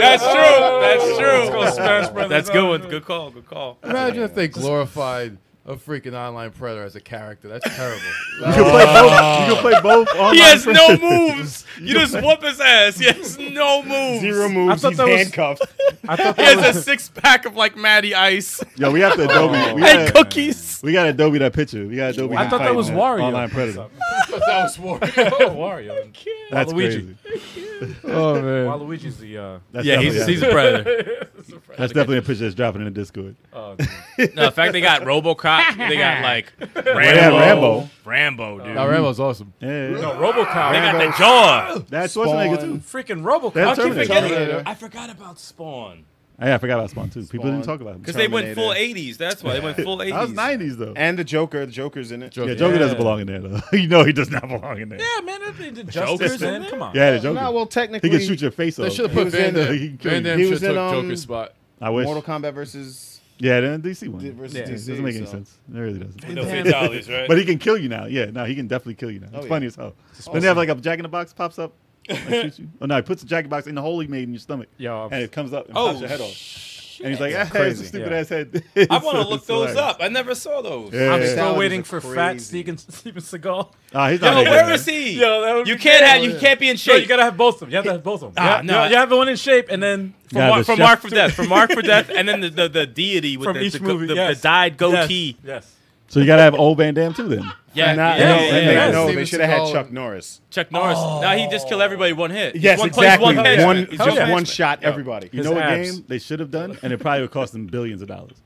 S6: that's true. That's true.
S2: go Smash Brothers
S6: That's good
S2: on.
S6: one. Good call. Good call.
S3: Imagine if they glorified a freaking online predator as a character. That's terrible.
S4: You can play both. You can play both. Online
S6: He has no
S4: [LAUGHS] predators.
S6: moves. You just whoop his ass. He has no moves.
S5: Zero
S2: I
S5: moves.
S2: thought
S5: He's
S2: that was-
S5: handcuffed.
S2: I thought
S6: He
S2: that
S6: has a
S2: was,
S6: six pack of like Matty Ice
S4: Yo, we have to Adobe. We
S6: and
S4: got
S6: cookies.
S4: we got Adobe that picture. We got Adobe.
S2: I thought that
S4: fighting
S2: was Wario.
S4: Online predator.
S3: that was war.
S2: oh, Wario.
S4: That's
S2: Waluigi.
S4: crazy.
S3: Oh man.
S2: Waluigi's the. Uh,
S4: That's
S6: Yeah, he's,
S4: definitely-
S6: he's a predator.
S4: that's definitely a picture that's dropping in the Discord.
S2: oh, dude.
S6: No, in fact, they got RoboCop. They got [LAUGHS] like
S4: Yeah,
S6: Rambo.
S4: Rambo.
S6: Rambo, dude.
S3: Now Rambo's awesome.
S4: Yeah,
S2: no, RoboCop.
S6: They got the jaw.
S4: that's Schwarzenegger too.
S2: freaking RoboCop.
S4: They have
S6: I keep
S4: Terminator.
S6: forgetting. I forgot about Spawn
S4: Hey, I forgot about Spawn too. People didn't
S5: Spawn.
S4: talk about him.
S6: because they went full
S5: Terminator.
S6: '80s. That's why they went full '80s.
S4: That was '90s though.
S5: [LAUGHS] And the Joker. The Joker's in it.
S4: yeah, Joker doesn't belong in there though. [LAUGHS] you know he does not belong in there.
S2: Yeah, man, that they did justice, man. Come on.
S4: Yeah, the Joker.
S5: Nah, well,
S4: he
S5: technically,
S4: can shoot your face
S3: They
S4: off.
S3: should have put
S5: was in,
S3: Van
S5: uh,
S4: he
S3: Damme.
S4: killed
S3: Van
S4: you.
S3: Damme
S5: He
S3: should
S5: was
S3: have took
S5: in, um,
S3: Joker's spot.
S4: I wish.
S5: Mortal Kombat versus
S4: Yeah, the DC one.
S5: versus
S4: Yeah, it
S5: DC.
S4: doesn't make any
S5: so-
S4: sense. It really doesn't.
S6: No fatalities, right?
S4: But he can kill you now. Yeah, no, he can definitely kill you now. It's
S5: yeah.
S4: funny as hell. Then they have like a jack in the box pops up. and shoots you. Oh no, he puts the jack in the box in the hole he made in your stomach.
S2: Yo,
S4: and it comes up and
S6: Oh,
S4: pops your head off. And he's like, ah, it's
S5: crazy.
S4: a stupid
S2: Yeah.
S4: ass head.
S8: I want to
S4: [LAUGHS] So
S8: look
S4: it's
S8: those
S4: hilarious.
S8: up. I never saw those.
S4: Yeah.
S2: I'm
S5: Salads
S2: still
S5: are
S2: waiting for fat
S5: crazy.
S2: Steven, [LAUGHS] Steven Seagal.
S4: Ah, he's
S8: Yo,
S4: not.
S8: where is he?
S2: Yo, that would
S8: you
S2: be
S8: can't
S2: great.
S8: have. You can't be in
S2: No,
S8: shape.
S2: you gotta have both of them. You have to have both of them.
S8: Ah,
S2: yeah,
S8: no,
S2: you, you have the one in shape, and then
S8: From,
S4: Yeah,
S8: Mark,
S4: the
S8: from
S4: chef-
S8: Mark for death. From Mark for death, and then the, the, the deity with
S2: From
S8: the,
S2: each
S8: the,
S2: movie,
S8: the,
S2: yes.
S8: the dyed
S2: yes,
S8: goatee.
S2: yes.
S4: So you gotta have old Van Damme too then.
S8: Yeah,
S5: Nah,
S8: yeah, yeah,
S5: no, that
S8: yeah.
S5: nigga,
S3: yeah.
S5: no,
S3: Steven
S5: they should have had
S3: Seagal.
S5: Chuck Norris.
S8: Chuck Norris. Now he just killed everybody with one hit. Just
S5: Yes,
S8: one punch,
S5: exactly.
S8: One catch.
S5: One,
S8: He's
S5: just
S8: just-
S5: one shot, everybody.
S4: You
S2: His
S4: know what
S2: abs.
S4: game they should have done, and it probably would cost them billions of dollars.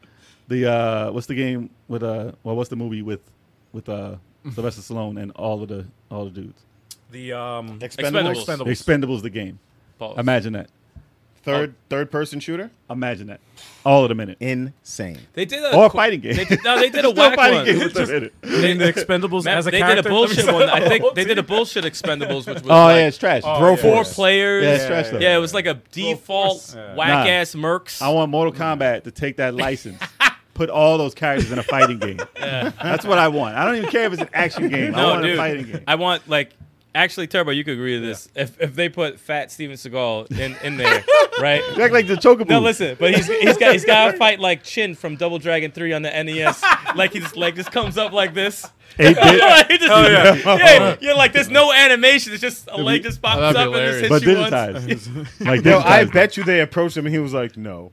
S4: The uh, what's the game with uh, well, what's the movie with with uh, Sylvester Stallone and all of the all the dudes?
S2: The um,
S8: Expendables.
S4: The
S2: Expendables.
S4: Expendables, the game.
S6: Pause.
S4: Imagine that.
S5: Third, third person shooter.
S4: Imagine that. All of them in it.
S5: Insane.
S8: They did a.
S4: Or a fighting game.
S8: they did,
S4: [LAUGHS]
S8: no, they did a
S4: Still
S8: whack
S4: fighting
S8: one.
S4: game with them in it.
S2: They- the Expendables
S6: Matt,
S2: as a
S6: they
S2: character.
S6: did a bullshit
S2: Let me- [LAUGHS]
S6: one. I think they did a bullshit Expendables, which was
S4: Oh
S6: like
S4: yeah, it's trash.
S2: Bro
S5: yeah.
S6: four
S5: Force.
S6: players.
S4: Yeah, it's trash though.
S6: Yeah, it was like a default
S2: force. Yeah.
S6: whack ass mercs.
S4: I want Mortal Kombat to take that license. Put all those characters in a fighting game. That's what I want. I don't even care if it's an action game. I
S6: [LAUGHS] No,
S4: want
S6: dude.
S4: a fighting game.
S6: I want like actually Turbo. You could agree to this. If if they put Fat Steven Seagal in in there, right?
S4: You act like the chocobo.
S6: No, listen, but he's he's got he's got to fight like Chin from Double Dragon Three on the NES. [LAUGHS] like he's like just comes up like this. [LAUGHS]
S4: Eight bit.
S6: He just- Oh, yeah. yeah, like there's no animation. It's just a leg just pops
S3: that'd
S6: up
S3: be
S6: and just
S3: hilarious.
S6: hits
S4: but
S6: you once. [LAUGHS]
S4: digitized. like
S5: Yo, I
S4: digitized.
S5: bet you they approached him and he was like, no.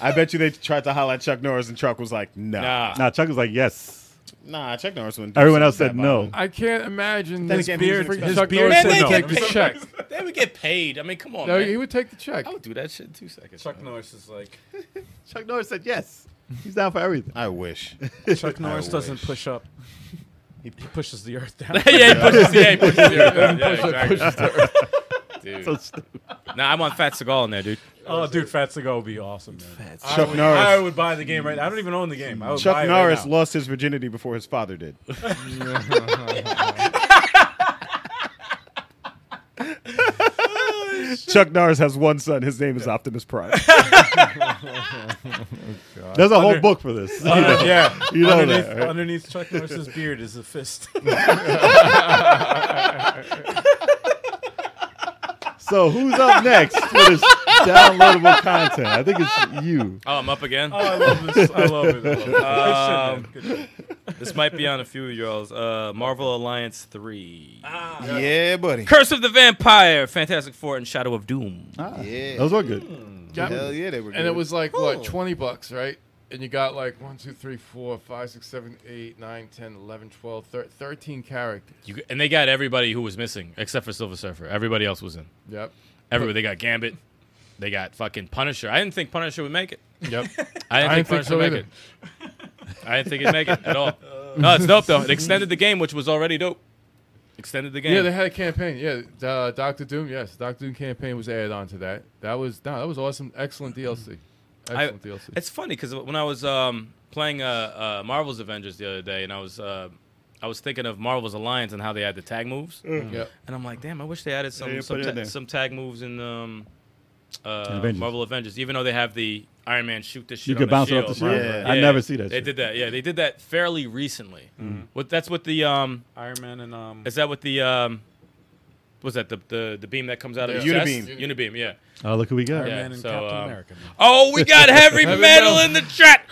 S5: I bet you they tried to holler at Chuck Norris and Chuck was like, nah. Nah,
S6: Nah.
S4: Nah, Chuck was like, yes.
S5: Chuck Norris wouldn't. do
S4: Everyone
S5: something
S4: else said
S5: that
S4: no.
S5: violent.
S3: I can't imagine
S5: Then
S3: this
S5: again,
S3: beard.
S5: he's
S3: His
S2: Chuck
S3: beard
S2: Norris
S3: said
S2: said
S3: no.
S2: no.
S3: Take the check.
S6: They would get paid. I mean, come on,
S3: No,
S6: man. [LAUGHS]
S3: he would take the check.
S6: I would do that shit in two seconds.
S2: Chuck Norris is like
S4: Chuck Norris said yes. He's down for everything.
S5: I wish.
S2: Chuck Norris doesn't push up. [LAUGHS] He pushes the earth down.
S6: [LAUGHS] yeah, he pushes the yeah, he pushes the earth.
S3: Yeah,
S6: down.
S3: push
S6: Yeah,
S3: it,
S6: exactly.
S3: push it.
S6: [LAUGHS]
S4: So stupid.
S6: Nah, I want Fat Seagal in there, dude.
S2: [LAUGHS] oh, dude, Fat Seagal would be awesome, man. I
S5: Chuck
S2: would,
S5: Norris.
S2: I would buy the game right. I don't even own the game. I would buy
S5: Chuck
S2: it
S5: Norris
S2: Right now.
S5: lost his virginity before his father did. Chuck Norris has one son. His name is Optimus Prime.
S4: [LAUGHS] There's a whole book for this.
S2: Uh, yeah,
S4: [LAUGHS] You know
S2: underneath,
S4: that, right?
S2: underneath Chuck Norris's beard is a [LAUGHS] fist.
S4: So who's up next for this downloadable content? I think it's you.
S6: Oh, I'm up again.
S2: I love this. I love it. I love it. Good shit, man.
S6: Um,
S2: Good shit.
S6: This might be on a few of y'all's. Uh, Marvel Alliance 3.
S5: yeah, buddy.
S6: Curse of the Vampire, Fantastic Four, and Shadow of Doom.
S4: Ah,
S5: Yeah.
S4: Those were good.
S5: Hell yeah, they were.
S3: And it was like what twenty bucks, right? And you got like one, two, three, four, five, six, seven, eight, nine, ten, eleven, twelve, thir- thirteen characters.
S6: You, and they got everybody who was missing, except for Silver Surfer. Everybody else was in.
S3: Yep.
S6: Everybody. They got Gambit. They got fucking Punisher. I didn't think Punisher would make it.
S3: Yep.
S6: [LAUGHS] I didn't
S3: I
S6: think
S3: didn't think
S6: Punisher
S3: so
S6: would
S3: either.
S6: make it. I didn't think he'd make it at all. No, it's dope though. It extended the game, which was already dope. Extended the game.
S3: Yeah, they had a campaign. Yeah, uh, Doctor Doom. Yes, Doctor Doom campaign was added on to that. That was no, that was awesome. Excellent DLC. Excellent DLC.
S6: It's funny because when I was um, playing uh, uh, Marvel's Avengers the other day, and I was uh, I was thinking of Marvel's Alliance and how they had the tag moves,
S3: Yep.
S6: and I'm like, damn, I wish they added some
S4: Yeah, put
S6: some,
S4: it in
S6: ta-
S4: there.
S6: some tag moves in um, uh,
S4: Avengers.
S6: Marvel Avengers, even though they have the Iron Man shoot this shit.
S4: You
S6: on
S4: could
S6: the
S4: bounce it
S6: shield.
S4: off the shield.
S5: Yeah.
S4: I
S6: Yeah,
S4: never see that.
S6: They
S4: shit.
S6: did that, yeah. They did that fairly recently. What that's what the um
S2: Iron Man and um.
S6: is that what the um was that the the, the beam that comes out of
S3: Yeah.
S6: your chest?
S5: Unibeam.
S6: Unibeam, yeah.
S4: Oh, look who we got.
S2: Iron
S6: yeah,
S2: Man and
S6: so,
S2: Captain
S6: um,
S2: America. man.
S6: Oh, we got heavy
S3: Heavy
S6: metal
S3: metal.
S6: in the chat.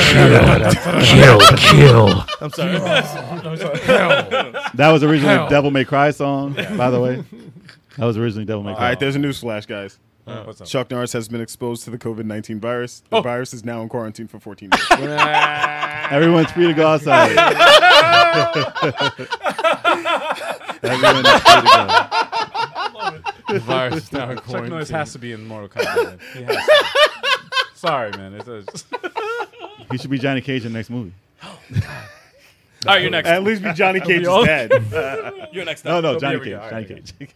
S1: Kill, kill.
S6: I'm sorry.
S4: That was originally Devil May Cry song, by the way. That was originally Devil May
S5: All
S4: Cry.
S5: right, there's a news flash, guys.
S2: What's up?
S5: Chuck Norris has been exposed to the COVID 19 virus.
S2: Oh.
S5: The virus is now in quarantine for 14 days.
S4: Everyone's free to go outside. [LAUGHS] Everyone is free to go.
S3: The virus now in
S2: Chuck Norris
S3: quarantine.
S2: has to be in Mortal Kombat. Man. He has to. Sorry, man. It's a, [LAUGHS]
S4: He should be Johnny Cage in the next movie.
S6: All right, you're next.
S5: At least be
S2: [LAUGHS]
S5: Johnny Cage's
S2: all-
S5: dad.
S6: You're next.
S4: No,
S6: up.
S4: no,
S6: Don't
S4: Johnny
S6: be
S4: Cage.
S6: every-
S4: Johnny Cage.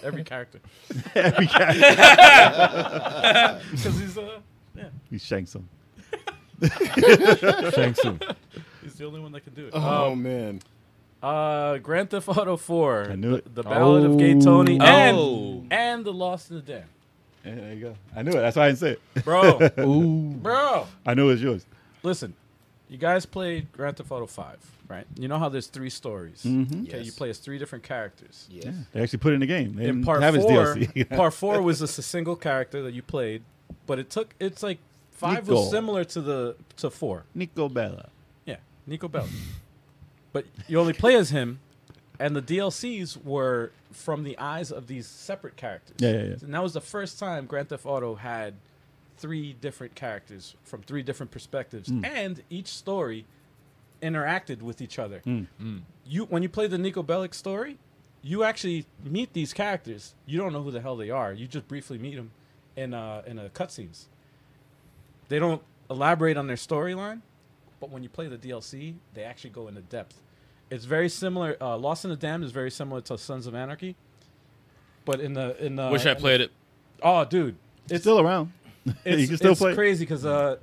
S4: [LAUGHS]
S2: every character. [LAUGHS]
S4: Every guy.
S2: Because he's, uh,
S4: He shanks him.
S8: Shang Tsung.
S2: he's the only one that can do it.
S4: Um,
S5: Oh, man.
S2: Uh, Grand Theft Auto 4.
S4: I knew it.
S2: The Ballad of Gay Tony.
S6: Oh.
S2: And, and The Lost in the Den.
S4: Yeah, there you go. [LAUGHS] I knew it. That's why I didn't say it.
S2: Bro. Bro.
S4: I knew it was yours.
S2: Listen. you guys played Grand Theft Auto Five, right? You know how there's three stories. Okay, you play as three different characters.
S4: Mm-hmm. Yeah, they actually put it in the game. They
S2: In
S4: didn't
S2: part
S4: have his
S2: four,
S4: [LAUGHS] DLC.
S2: part four was just a single character that you played, but it took it's like five
S4: Nico.
S2: was similar to the to four.
S4: Nico Bella.
S2: Yeah, Nico Bellic. but you only play as him, and the DLCs were from the eyes of these separate characters.
S4: Yeah, yeah, yeah.
S2: And that was the first time Grand Theft Auto had three different characters from three different perspectives,
S4: Mm.
S2: and each story interacted with each other.
S4: Mm.
S2: You when you play the Nico Bellic story, you actually meet these characters. You don't know who the hell they are. You just briefly meet them in uh, in a cutscenes. They don't elaborate on their storyline, but when you play the DLC, they actually go into depth. It's very similar. Uh, Lost in the Dam is very similar to Sons of Anarchy, but in the in the
S6: Wish I
S2: in the-
S6: played it.
S2: oh, dude,
S4: It's still around.
S2: it's,
S4: you can still
S2: it's
S4: play. it.
S2: crazy because uh,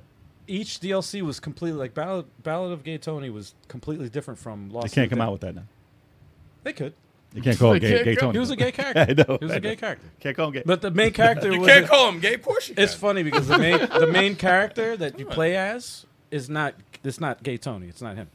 S2: each DLC was completely like Ballad, Ballad of Gay Tony was completely different from Lost.
S4: They
S2: in
S4: can't
S2: the
S4: come
S2: Dam.
S4: out with that now.
S2: They could.
S4: You can't call
S3: They
S4: it gay,
S3: can't
S4: gay
S3: go-
S4: Tony.
S2: He was a gay
S4: [LAUGHS] I
S2: character.
S4: know.
S2: He was
S4: I
S2: a gay
S4: know.
S2: character.
S4: Can't call him gay.
S2: But the main character
S8: You
S2: was
S8: can't
S2: a-
S8: call him gay Porsche.
S2: It's funny because the main the
S6: [LAUGHS]
S2: main character that you play as is not it's not Gay Tony. It's not him.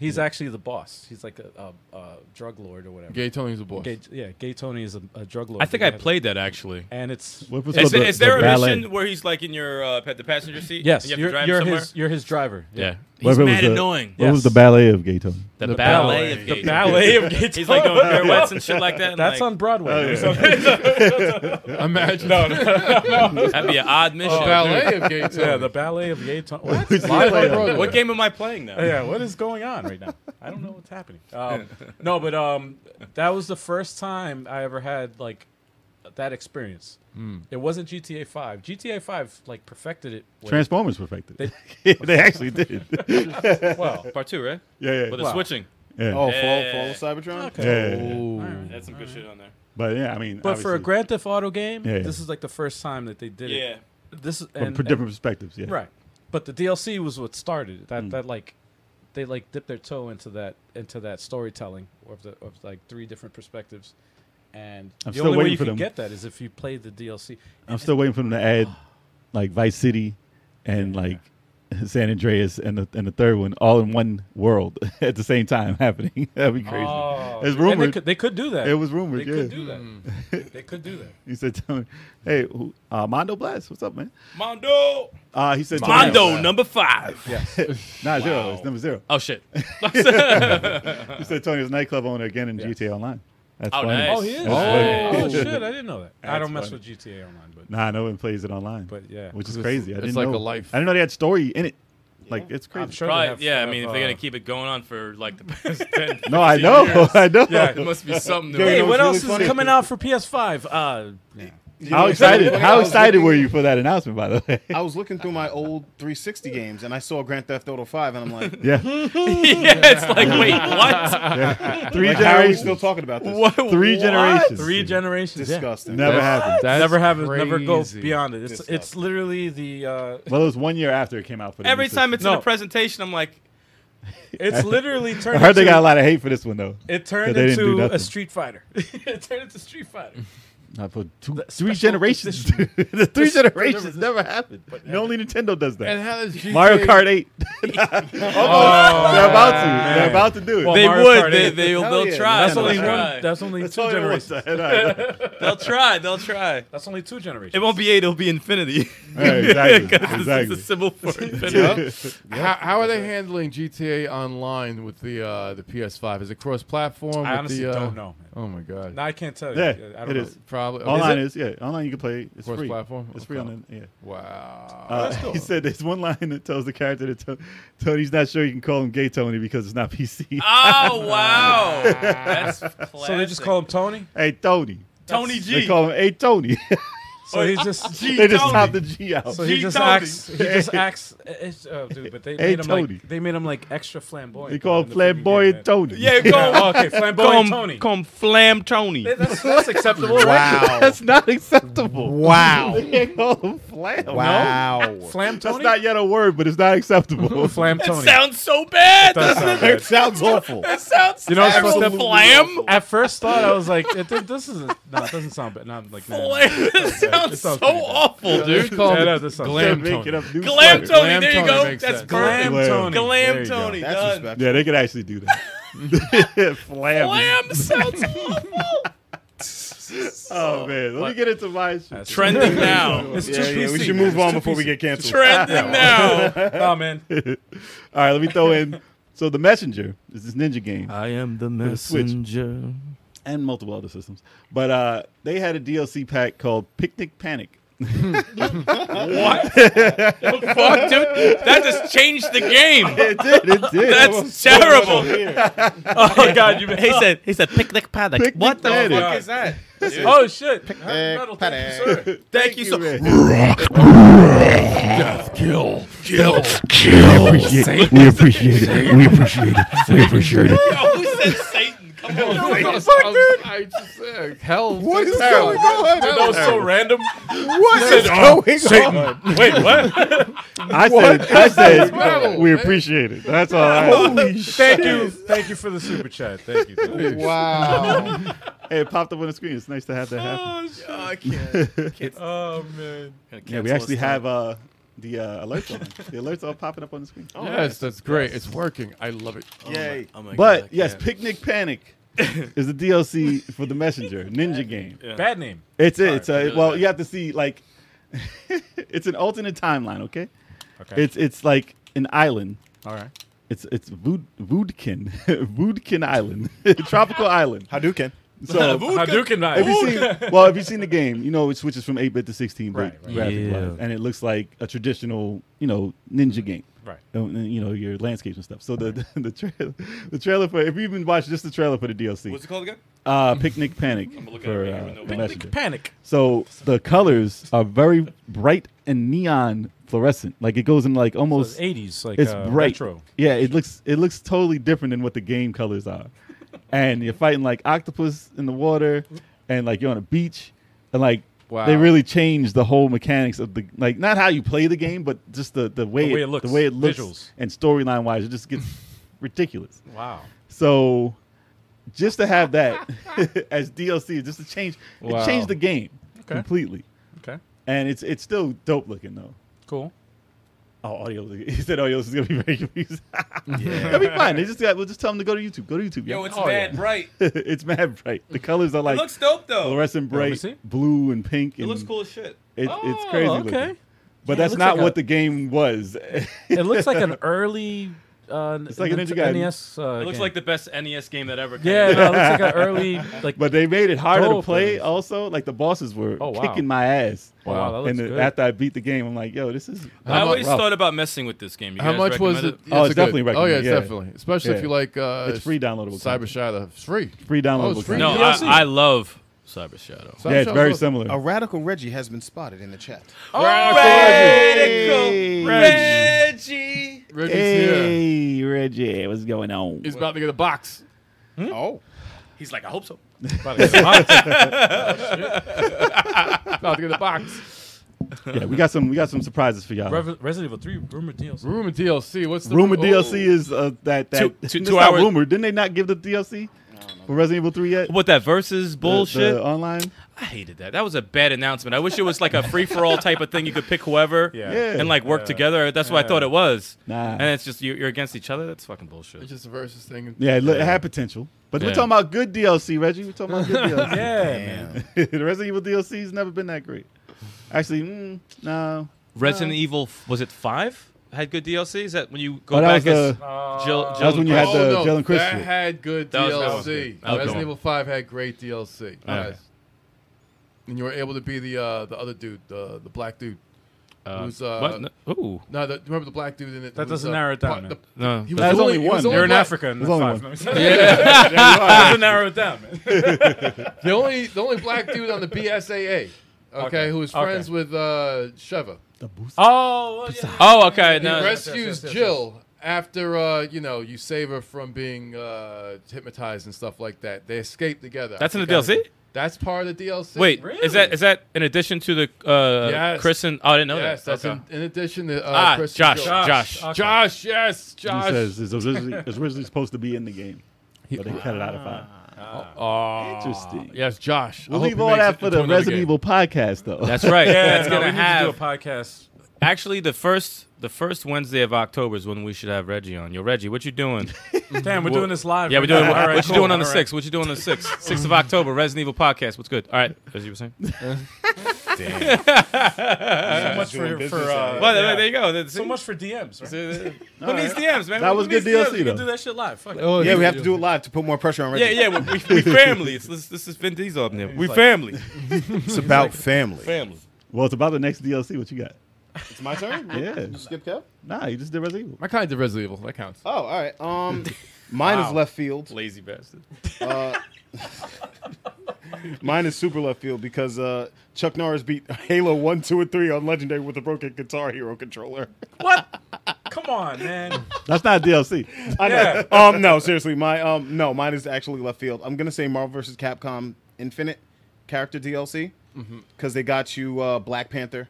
S2: He's actually the boss. He's like a, a, a drug lord or whatever. Gay,
S3: Gay Tony's a boy.
S2: yeah, Gay Tony is a, a drug lord.
S6: I think I played that actually.
S2: And it's
S4: What was
S6: Is,
S4: called the-
S6: is there
S4: the
S6: a
S4: ballet?
S6: mission where he's like in your uh, pa- the passenger seat?
S2: yes,
S6: and you have
S2: you're,
S6: to drive
S2: you're
S6: somewhere.
S2: his you're his driver.
S6: yeah,
S4: Whatever was
S8: mad
S4: the-
S8: annoying.
S4: What was the
S2: Yes.
S4: ballet of gay Tony?
S6: the,
S8: ballet
S6: ballet,
S8: of
S6: of
S8: gay
S6: gay.
S2: ballet of Gay Tony.
S6: He's like doing pirouettes and shit like that. and,
S2: That's
S6: like,
S2: on Broadway.
S6: Oh,
S2: or something.
S6: [LAUGHS]
S3: Imagine
S6: That'd be an
S2: Oh,
S6: odd mission.
S3: the ballet of gay Tony.
S2: Yeah, the ballet of Gay
S6: [LAUGHS]
S2: Tony. What?
S6: What game am I playing
S2: [LAUGHS]
S6: now?
S2: yeah, what is going on right now? I don't know what's happening. Um, no, but um, that was the first time I ever had like that experience. It wasn't GTA Five. GTA Five like perfected it. with-
S4: Transformers perfected. [LAUGHS] They, they actually
S2: [LAUGHS]
S4: did. yeah,
S2: well,
S6: Part two, right?
S4: yeah,
S6: With the
S4: yeah.
S6: switching.
S4: yeah.
S5: Oh,
S6: Yeah.
S5: Fall, Fall of Cybertron.
S2: okay.
S4: Yeah, yeah, yeah.
S6: That's some good shit on there.
S4: But yeah, I mean,
S2: Oh. But for a
S4: obviously,
S2: Grand Theft Auto game,
S4: Yeah, yeah.
S2: this is like the first time that they did
S6: Yeah.
S2: it. This is
S4: from
S2: and,
S4: per- different perspectives, yeah,
S2: and- right. But the DLC was what started it. that.
S4: Hmm.
S2: That like they like dipped their toe into that into that storytelling of the of like three different perspectives. And
S4: I'm
S2: the
S4: still
S2: only way
S4: waiting
S2: you
S4: for
S2: can
S4: them.
S2: get that is if you play the DLC.
S4: I'm still waiting for them to add like Vice City and like San Andreas and the and the third one all in one world [LAUGHS] at the same time happening. [LAUGHS] That'd be crazy.
S2: Oh,
S4: it's
S2: And they
S4: rumored.
S2: could, they could do that.
S4: it was rumored.
S2: They
S4: yeah,
S2: could do that. Hmm. they could do that.
S4: he said, "Tell me, hey, who- uh, Mondo Blast, what's up, man?"
S6: Mondo.
S4: Uh, he said,
S6: Mondo number five.
S4: Nah, zero. It's number zero.
S2: [LAUGHS]
S6: Oh shit. [LAUGHS]
S4: He said Tony was a nightclub owner again in GTA Online. That's
S6: Oh,
S4: funny.
S6: nice.
S2: Oh, he is.
S4: That's funny.
S2: Oh, shit! I didn't know that. I don't mess
S4: funny.
S2: with GTA Online, but
S4: Nah, no one plays it online.
S2: But, yeah.
S4: which is
S3: It's-
S4: crazy. I
S3: it's
S4: didn't
S3: like
S4: know.
S3: a life.
S4: I didn't know they had story in it. Like it's crazy.
S2: I'm sure. they
S6: Probably,
S2: have-
S6: yeah, I
S2: have,
S6: mean, if they're
S2: uh,
S6: gonna keep it going on for
S2: [LAUGHS]
S6: like the past ten.
S4: No, I know. [LAUGHS] I know.
S3: [LAUGHS] It must be something. to
S2: Hey,
S3: it.
S2: what
S4: really
S2: else
S4: funny?
S2: is coming out for PS5? Uh,
S4: How excited? How excited were you for that announcement? By the way.
S5: I was looking through my old 360 games and I saw Grand Theft Auto 5 and
S4: [LAUGHS]
S5: I'm
S4: [LAUGHS]
S5: like,
S4: Yeah,
S6: yeah, it's [LAUGHS] like wait, what?
S4: three
S5: like, how are we
S4: generations.
S5: still talking about this?
S6: what?
S4: Three
S6: what?
S4: generations.
S2: three generations. Yeah.
S5: Disgusting.
S4: Never happened.
S3: That's
S2: Never have it. Never go
S3: crazy.
S2: beyond it. It's it's literally the
S4: [LAUGHS]
S2: uh,
S4: Well, it was one year after it came out. For the
S6: Every
S4: new
S6: time
S4: system.
S6: it's in
S2: No.
S6: a presentation, I'm like,
S2: it's literally turned.
S4: I heard they
S2: into-
S4: got a lot of hate for this one though.
S2: It
S4: that
S2: turned
S4: they didn't do
S2: into
S4: nothing.
S2: a Street Fighter. [LAUGHS] it turned into Street [LAUGHS] Fighter.
S4: Not for two,
S2: special
S4: three generations. dude. [LAUGHS] the three generations never happened. And only Nintendo does that.
S3: And how does GTA
S4: Mario Kart 8. [LAUGHS] Almost. they're about to. They're about to do it.
S2: Well,
S6: they
S2: Mario
S6: would.
S2: Kart
S6: They,
S2: eight.
S6: they'll,
S5: Hell
S6: they'll
S5: yeah.
S6: try.
S2: That's
S6: they'll,
S2: only
S6: try.
S2: one. That's only two
S4: All they want
S2: generations.
S4: to- and I know.
S6: [LAUGHS] they'll try. They'll try.
S2: That's only two generations.
S6: It won't be eight. It'll be [LAUGHS] infinity.
S4: [LAUGHS] Yeah, exactly.
S6: 'Cause It's,
S4: exactly.
S6: it's a symbol for infinity.
S3: How, how are they handling GTA Online with the uh, the PS5? Is it cross platform?
S2: I honestly
S3: the, uh,
S2: don't know. Man.
S3: Oh my god!
S2: No, I can't tell you.
S4: Yeah,
S2: I don't
S4: it
S2: know.
S4: is.
S3: Probably
S4: Online is, yeah. Online you can play. It's
S3: Cross
S4: free.
S3: platform?
S4: It's free
S3: Okay.
S4: on the yeah.
S3: Wow.
S4: Uh, [LAUGHS] He said there's one line that tells the character that to- Tony's not sure you can call him gay Tony because it's not [LAUGHS] PC.
S6: Oh wow, [LAUGHS] that's classic.
S2: So they just call him Tony.
S4: hey Tony.
S6: Tony
S4: They
S6: G.
S4: call him Hey Tony.
S2: So he just
S4: [LAUGHS] they just top the G out.
S2: So he
S6: G
S2: just
S6: Tony.
S2: acts. He just acts. It's, oh, dude, but they
S4: Hey,
S2: made him
S4: Tony.
S2: like they made him like extra flamboyant.
S4: they call
S2: in
S4: him
S2: the freaking
S4: flamboyant
S2: game, man.
S4: Tony.
S6: Yeah, call him.
S2: Oh, okay,
S9: Come,
S2: flamboyant Tony.
S9: come, flam Tony.
S2: That's, that's acceptable, right?
S5: Wow.
S4: [LAUGHS] That's not acceptable.
S5: Wow.
S4: [LAUGHS] They can't call him flam.
S5: Wow.
S2: Flam
S4: That's
S2: Tony.
S4: not yet a word, but it's not acceptable. [LAUGHS]
S2: flam Tony.
S6: Sounds so bad.
S2: That
S6: That
S2: sounds bad.
S5: sounds awful.
S6: sounds
S2: You know, it's supposed to-
S6: terrible. flam.
S2: At first thought, I was like, it, "This is no, it doesn't sound bad." Now I'm like, nah,
S6: Flam. sounds so
S2: sounds pretty bad.
S6: awful, dude.
S2: It's called
S3: Yeah, that does sound-
S2: Glam
S4: They're making
S2: Tony.
S4: up new
S6: Glam
S4: slurs.
S6: Tony, there you
S3: Glam Tony
S6: go.
S3: makes
S6: That's
S3: sense.
S6: perfect.
S2: Glam Tony. There
S8: Glam
S2: you go.
S8: Tony.
S5: That's
S8: done.
S5: respectful.
S4: Yeah, they could actually do
S6: [LAUGHS]
S4: that. [LAUGHS] Flam.
S6: Glam sounds awful.
S4: Oh man, let me get into my. shit.
S2: That's-
S6: Trending now.
S2: It's
S5: Yeah,
S2: too
S5: yeah, we
S2: PC,
S5: should
S2: man.
S5: move on
S2: It's too
S5: before we
S2: PC.
S5: get canceled.
S4: [LAUGHS]
S6: Trending now.
S2: Nah, man.
S4: All right, let me throw in. So the messenger is this ninja game
S9: I am the
S4: a switch.
S9: messenger.
S4: and multiple other systems, but uh, they had a DLC pack called Picnic Panic.
S6: Fuck, dude. That just changed the game.
S4: It did. It did.
S6: That's terrible. [LAUGHS]
S2: Oh God, you
S9: He said, he said, picnic paddock.
S4: Picnic
S9: what the
S4: paddock.
S9: fuck?
S8: What is that?
S2: Oh shit. Heavy metal, thank you, sir.
S6: Thank you so
S4: man.
S6: Kill. Kill.
S1: We appreciate it. We appreciate it. We appreciate it.
S6: Yo, who said Satan? Come on.
S3: I was- I was- I just- uh, Hell. What is going on?
S2: That was Oh, so random.
S5: What is going on?
S2: Wait, what?
S4: I said. I said.
S3: metal,
S4: We
S3: man?
S4: appreciate it. That's all. I
S2: Thank you, thank you for the super chat. Thank you. Thank you.
S5: Wow.
S4: Hey, it popped up on the screen. It's nice to have that happen.
S8: Oh, I can't.
S4: [LAUGHS]
S2: Oh man.
S4: Yeah, we actually have uh, the uh, alerts on. The alerts are popping up on the screen.
S3: Yes, that's great. It's working. I love it.
S5: Yay.
S6: Oh
S4: But yes, Picnic Panic is the DLC for the Messenger Ninja game.
S2: Bad name.
S4: It's it. It's a, well, you have to see like [LAUGHS] it's an alternate timeline. Okay,
S2: Okay.
S4: it's it's like an island.
S2: All right.
S4: It's it's Vud- Vudkin [LAUGHS] Vudkin Island, [LAUGHS] tropical island.
S5: Hadouken.
S4: So
S6: [LAUGHS]
S2: Hadouken
S4: if
S2: knife.
S4: you
S2: [LAUGHS]
S4: seen well, if you've seen the game, you know it switches from eight bit to sixteen bit
S2: Right, right.
S4: graphic
S9: Yeah.
S4: wise, and it looks like a traditional you know ninja game.
S2: Right.
S4: And, and, you know your landscapes and stuff. So the [LAUGHS] the trailer, the trailer for if you even watch just the trailer for the DLC,
S8: What's it called again?
S4: uh, Picnic Panic
S6: look at
S4: for
S6: it right here
S4: uh,
S6: with no
S4: the
S6: button.
S4: Messenger.
S2: Panic.
S4: So the colors are very bright and neon fluorescent. Like it goes in like almost
S2: Those 80s, like
S4: it's
S2: uh,
S4: bright.
S2: retro.
S4: Yeah, it looks it looks totally different than what the game colors are. and you're fighting like octopus in the water and like you're on a beach and like They
S3: Wow.
S4: really changed the whole mechanics of the like not how you play the game, but just the, the way
S2: The way it looks,
S4: the way it looks
S2: visuals.
S4: and storyline wise, it
S2: [LAUGHS]
S4: just gets ridiculous.
S2: Wow.
S4: So just to have that [LAUGHS] as DLC, just to change it changed the game completely.
S2: Okay.
S4: And it's it's still dope looking though. [LAUGHS]
S2: Cool.
S4: Oh, audio. [LAUGHS] He said audio is gonna be very confused. [LAUGHS] That'll be fine. They just got. We'll just tell them to go to YouTube. Go to YouTube.
S8: Yo,
S4: yeah.
S8: it's bad, bright. It
S4: [LAUGHS] it's, mad bright. The colors are like
S8: looks dope though.
S4: fluorescent
S2: me
S4: bright,
S2: see.
S4: blue and pink. And
S8: It looks cool as shit.
S4: It, it's
S2: Oh,
S4: crazy.
S2: okay.
S4: Looking. But
S2: Yeah, it
S4: that's
S2: looks
S4: not
S2: like
S4: what
S2: a-
S4: the game was. [LAUGHS]
S2: It looks like an early. Uh, it's
S4: like a Ninja Gaiden.
S2: NES. Uh,
S6: It looks like the best NES game that ever came
S2: [LAUGHS] Yeah,
S6: out.
S2: no, it looks like an early. Like,
S4: [LAUGHS] but they made it harder to
S2: Dope,
S4: play.
S2: man.
S4: Also, like the bosses were
S2: Oh, wow.
S4: kicking my ass.
S2: wow, that looks
S4: and the-
S2: good.
S4: after I beat the game, I'm like, yo, this is.
S6: I
S3: How
S6: always
S4: rough.
S6: thought about messing with this game. You
S3: How
S6: guys
S3: much was it?
S6: recommend
S4: Oh, it's
S3: a
S4: definitely
S3: Oh, yeah,
S4: recommended,
S3: it's
S4: yeah.
S3: definitely. Especially
S4: Yeah.
S3: if you like. Uh,
S4: It's free downloadable
S3: Cyber
S4: content.
S3: Shadow. It's free.
S4: Free downloadable.
S3: it's free.
S4: content.
S6: No, I,
S3: DLC.
S6: I love Cyber
S3: Cyber
S6: Shadow.
S4: yeah, it's
S3: Shadow's
S4: very
S3: awesome.
S4: similar.
S5: A radical Reggie has been spotted in the chat.
S8: Radical Reggie.
S3: Reggie's here.
S4: Hey, Reggie, what's going on?
S3: He's about to get a box.
S4: Hmm?
S5: Oh.
S6: He's like, I hope so.
S3: About to get a box.
S4: yeah, we got some. We got some surprises for y'all.
S2: Rev- Resident Evil 3 rumor deals.
S3: [LAUGHS] Rumor DLC. What's the
S4: Rumor
S3: oh.
S4: DLC is uh, that that [LAUGHS]
S6: Two- two-
S4: it's
S6: two
S4: not
S6: hours-
S4: rumored. Didn't they not give the DLC for Resident Evil Three yet?
S6: What that versus
S4: The-
S6: bullshit?
S4: the uh, online.
S6: I hated that. That was a bad announcement. I wish it was like a free for all type of thing. You could pick whoever
S2: [LAUGHS] Yeah.
S4: Yeah.
S6: and like work together. That's what I thought it was.
S4: Nah.
S6: And it's just you, you're against each other. That's fucking
S3: It's
S6: bullshit.
S3: just a versus thing.
S4: Yeah, it, look- it had potential. But we're
S6: Yeah.
S4: talking about good DLC, Reggie. We're talking about good
S6: [LAUGHS]
S4: DLC.
S2: Yeah, man.
S4: [LAUGHS] the Resident Evil DLC's never been that great. Actually, mm, no.
S3: uh,
S6: Resident Evil f- was it five? Had good DLC. Is that when you go
S4: Oh, that
S6: back
S4: was
S6: as
S4: the-
S2: Uh,
S6: Jill? Jill
S4: that was when you
S6: and
S4: had
S6: Chris?
S4: the
S3: oh, no,
S4: Jalen Crystal.
S3: That had good
S6: That was- that
S3: DLC.
S6: was good. That was
S3: Resident
S6: good.
S3: Evil Five had great DLC. Yes. And you were able to be the uh, the other dude, the the black dude.
S6: Uh,
S3: who's, uh,
S6: what? No- Ooh.
S3: No, the, remember the black dude in it?
S2: That
S3: who was,
S2: doesn't
S3: uh,
S2: narrow it down,
S3: part-
S2: man.
S3: the-
S6: No.
S3: he was
S4: That's
S3: the
S4: only
S3: only, he
S4: one.
S3: was the
S2: You're in
S3: black-
S2: Africa. And
S4: There's
S2: that's
S4: only
S2: five.
S4: one.
S2: [LAUGHS] Let me say that. Doesn't narrow it down, man.
S3: The only the only black dude on the BSAA. Okay,
S2: Okay,
S3: who was
S2: okay.
S3: friends with uh, Sheva.
S2: Oh, well, yeah.
S6: Oh, okay.
S3: He
S6: No.
S2: rest-
S3: rescues
S2: yes, yes, yes,
S3: Jill after uh, you know you save her from being uh, hypnotized and stuff like that. They escape together. I
S6: That's in the
S3: forgot-
S6: DLC?
S3: That's part of the DLC.
S6: Wait, is that is that in addition to the uh,
S3: Yes.
S6: Chris and? Oh, I didn't know
S3: yes,
S6: that.
S3: that's
S6: Okay.
S3: in, in addition to uh,
S6: ah,
S3: Chris and
S6: Josh,
S3: Jill.
S6: Josh.
S2: Okay.
S3: Josh, yes,
S4: He
S3: Josh.
S4: says it's originally, it's originally supposed to be in the game, but they cut it out of five.
S6: Uh,
S4: Interesting.
S6: Yes, Josh. I
S4: We'll
S6: hope
S4: leave
S6: he
S4: all
S6: makes
S4: that
S6: it
S4: for
S6: into
S4: the
S6: another
S4: Resident
S6: game.
S4: Evil podcast, though.
S2: [LAUGHS]
S6: That's right. That's
S2: no,
S6: gonna
S2: we
S6: have
S2: need to do a podcast.
S6: Actually, the first the first Wednesday of October is when we should have Reggie on. Yo, Reggie, what
S2: [LAUGHS]
S6: you doing?
S2: Damn, we're
S6: Well,
S2: doing this live.
S6: Yeah, we're
S2: right
S6: doing.
S2: now.
S6: What,
S2: All right,
S6: what you
S2: cool.
S6: doing on the
S2: All right.
S6: sixth? What you doing on
S2: [LAUGHS]
S6: the sixth? Sixth of October, Resident Evil podcast. What's good? All right, as you were saying.
S2: So much for,
S5: business
S2: for uh,
S5: out
S6: Well,
S2: yeah.
S6: there you go. That's
S2: so much for DMs. Right?
S6: Who needs DMs, man?
S4: That
S6: Who
S4: was
S6: needs
S4: good DLC,
S6: DMs?
S2: We can
S4: though.
S2: do that shit live. Fuck it.
S6: Oh,
S5: Yeah,
S6: yeah,
S5: we have to do it live to put more pressure on Reggie.
S6: [LAUGHS] yeah, yeah. We, we, we family. It's, this, this is Vin Diesel up there. We family.
S5: It's about family.
S6: Family.
S4: [LAUGHS] well, it's about the next DLC. What you got?
S5: It's my turn.
S4: Yeah.
S5: You skip Kev.
S4: Nah, you just did Resident Evil.
S3: I kind of did Resident Evil. That counts.
S5: Oh, all right.
S6: [LAUGHS]
S5: Um, mine is left field. Uh,
S6: Lazy bastard.
S5: [LAUGHS] Mine is super left field because uh, Chuck Norris beat Halo One, Two, and Three on Legendary with a broken Guitar Hero controller. [LAUGHS]
S2: What? [LAUGHS] Come on,
S4: [LAUGHS]
S2: man.
S4: That's not
S6: [LAUGHS]
S4: DLC.
S5: I know. Um, no, seriously, my um, no, mine is actually left field. I'm gonna say Marvel vs. Capcom Infinite character DLC
S6: Mm-hmm.
S5: because they got you uh, Black Panther.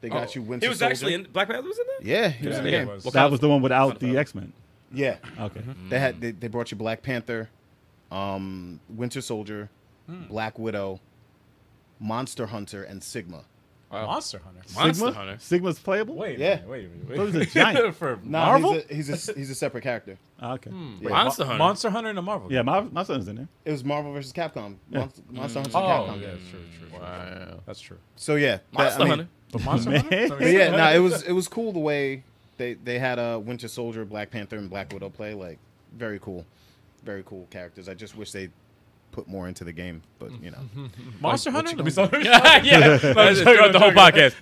S5: They got you Winter
S6: Oh. It was
S5: Soldier.
S6: actually in Black Panther was in there.
S5: yeah, he was in the
S2: Yeah, it
S5: game.
S2: was.
S4: that was the one without the X Men.
S5: Yeah,
S4: Okay.
S6: Mm-hmm.
S5: they had they, they brought you Black Panther, um, Winter Soldier, Black Widow, Monster Hunter, and Sigma.
S2: Monster Hunter.
S6: Monster
S4: Sigma?
S6: Hunter.
S4: Sigma's playable.
S2: Wait, a
S5: Yeah.
S2: minute, wait, a minute, wait.
S4: Those are
S2: [LAUGHS]
S4: giant.
S2: for
S5: Nah,
S2: Marvel?
S5: He's a, he's a he's a separate character.
S4: Ah, okay.
S6: Hmm.
S5: Yeah.
S6: Monster Hunter.
S2: Monster Hunter and a Marvel.
S4: Yeah, my my son's in there.
S5: It was Marvel versus Capcom. Monster, Monster Hunter.
S2: Oh,
S5: Capcom.
S2: yeah, that's true, true, true.
S3: Wow.
S2: That's true.
S5: So yeah, that- I
S6: Monster
S5: mean,
S6: Hunter. [LAUGHS]
S2: But Monster
S4: [LAUGHS] Man.
S2: Hunter? Is that what
S5: But
S2: you're
S5: yeah,
S2: saying?
S5: no, it [LAUGHS] was it was cool the way they they had a Winter Soldier, Black Panther, and Black Widow play like very cool, very cool characters. I just wish they put more into the game, but you know,
S2: Monster Hunter? Let me [LAUGHS]
S6: yeah, [LAUGHS] throughout the whole podcast.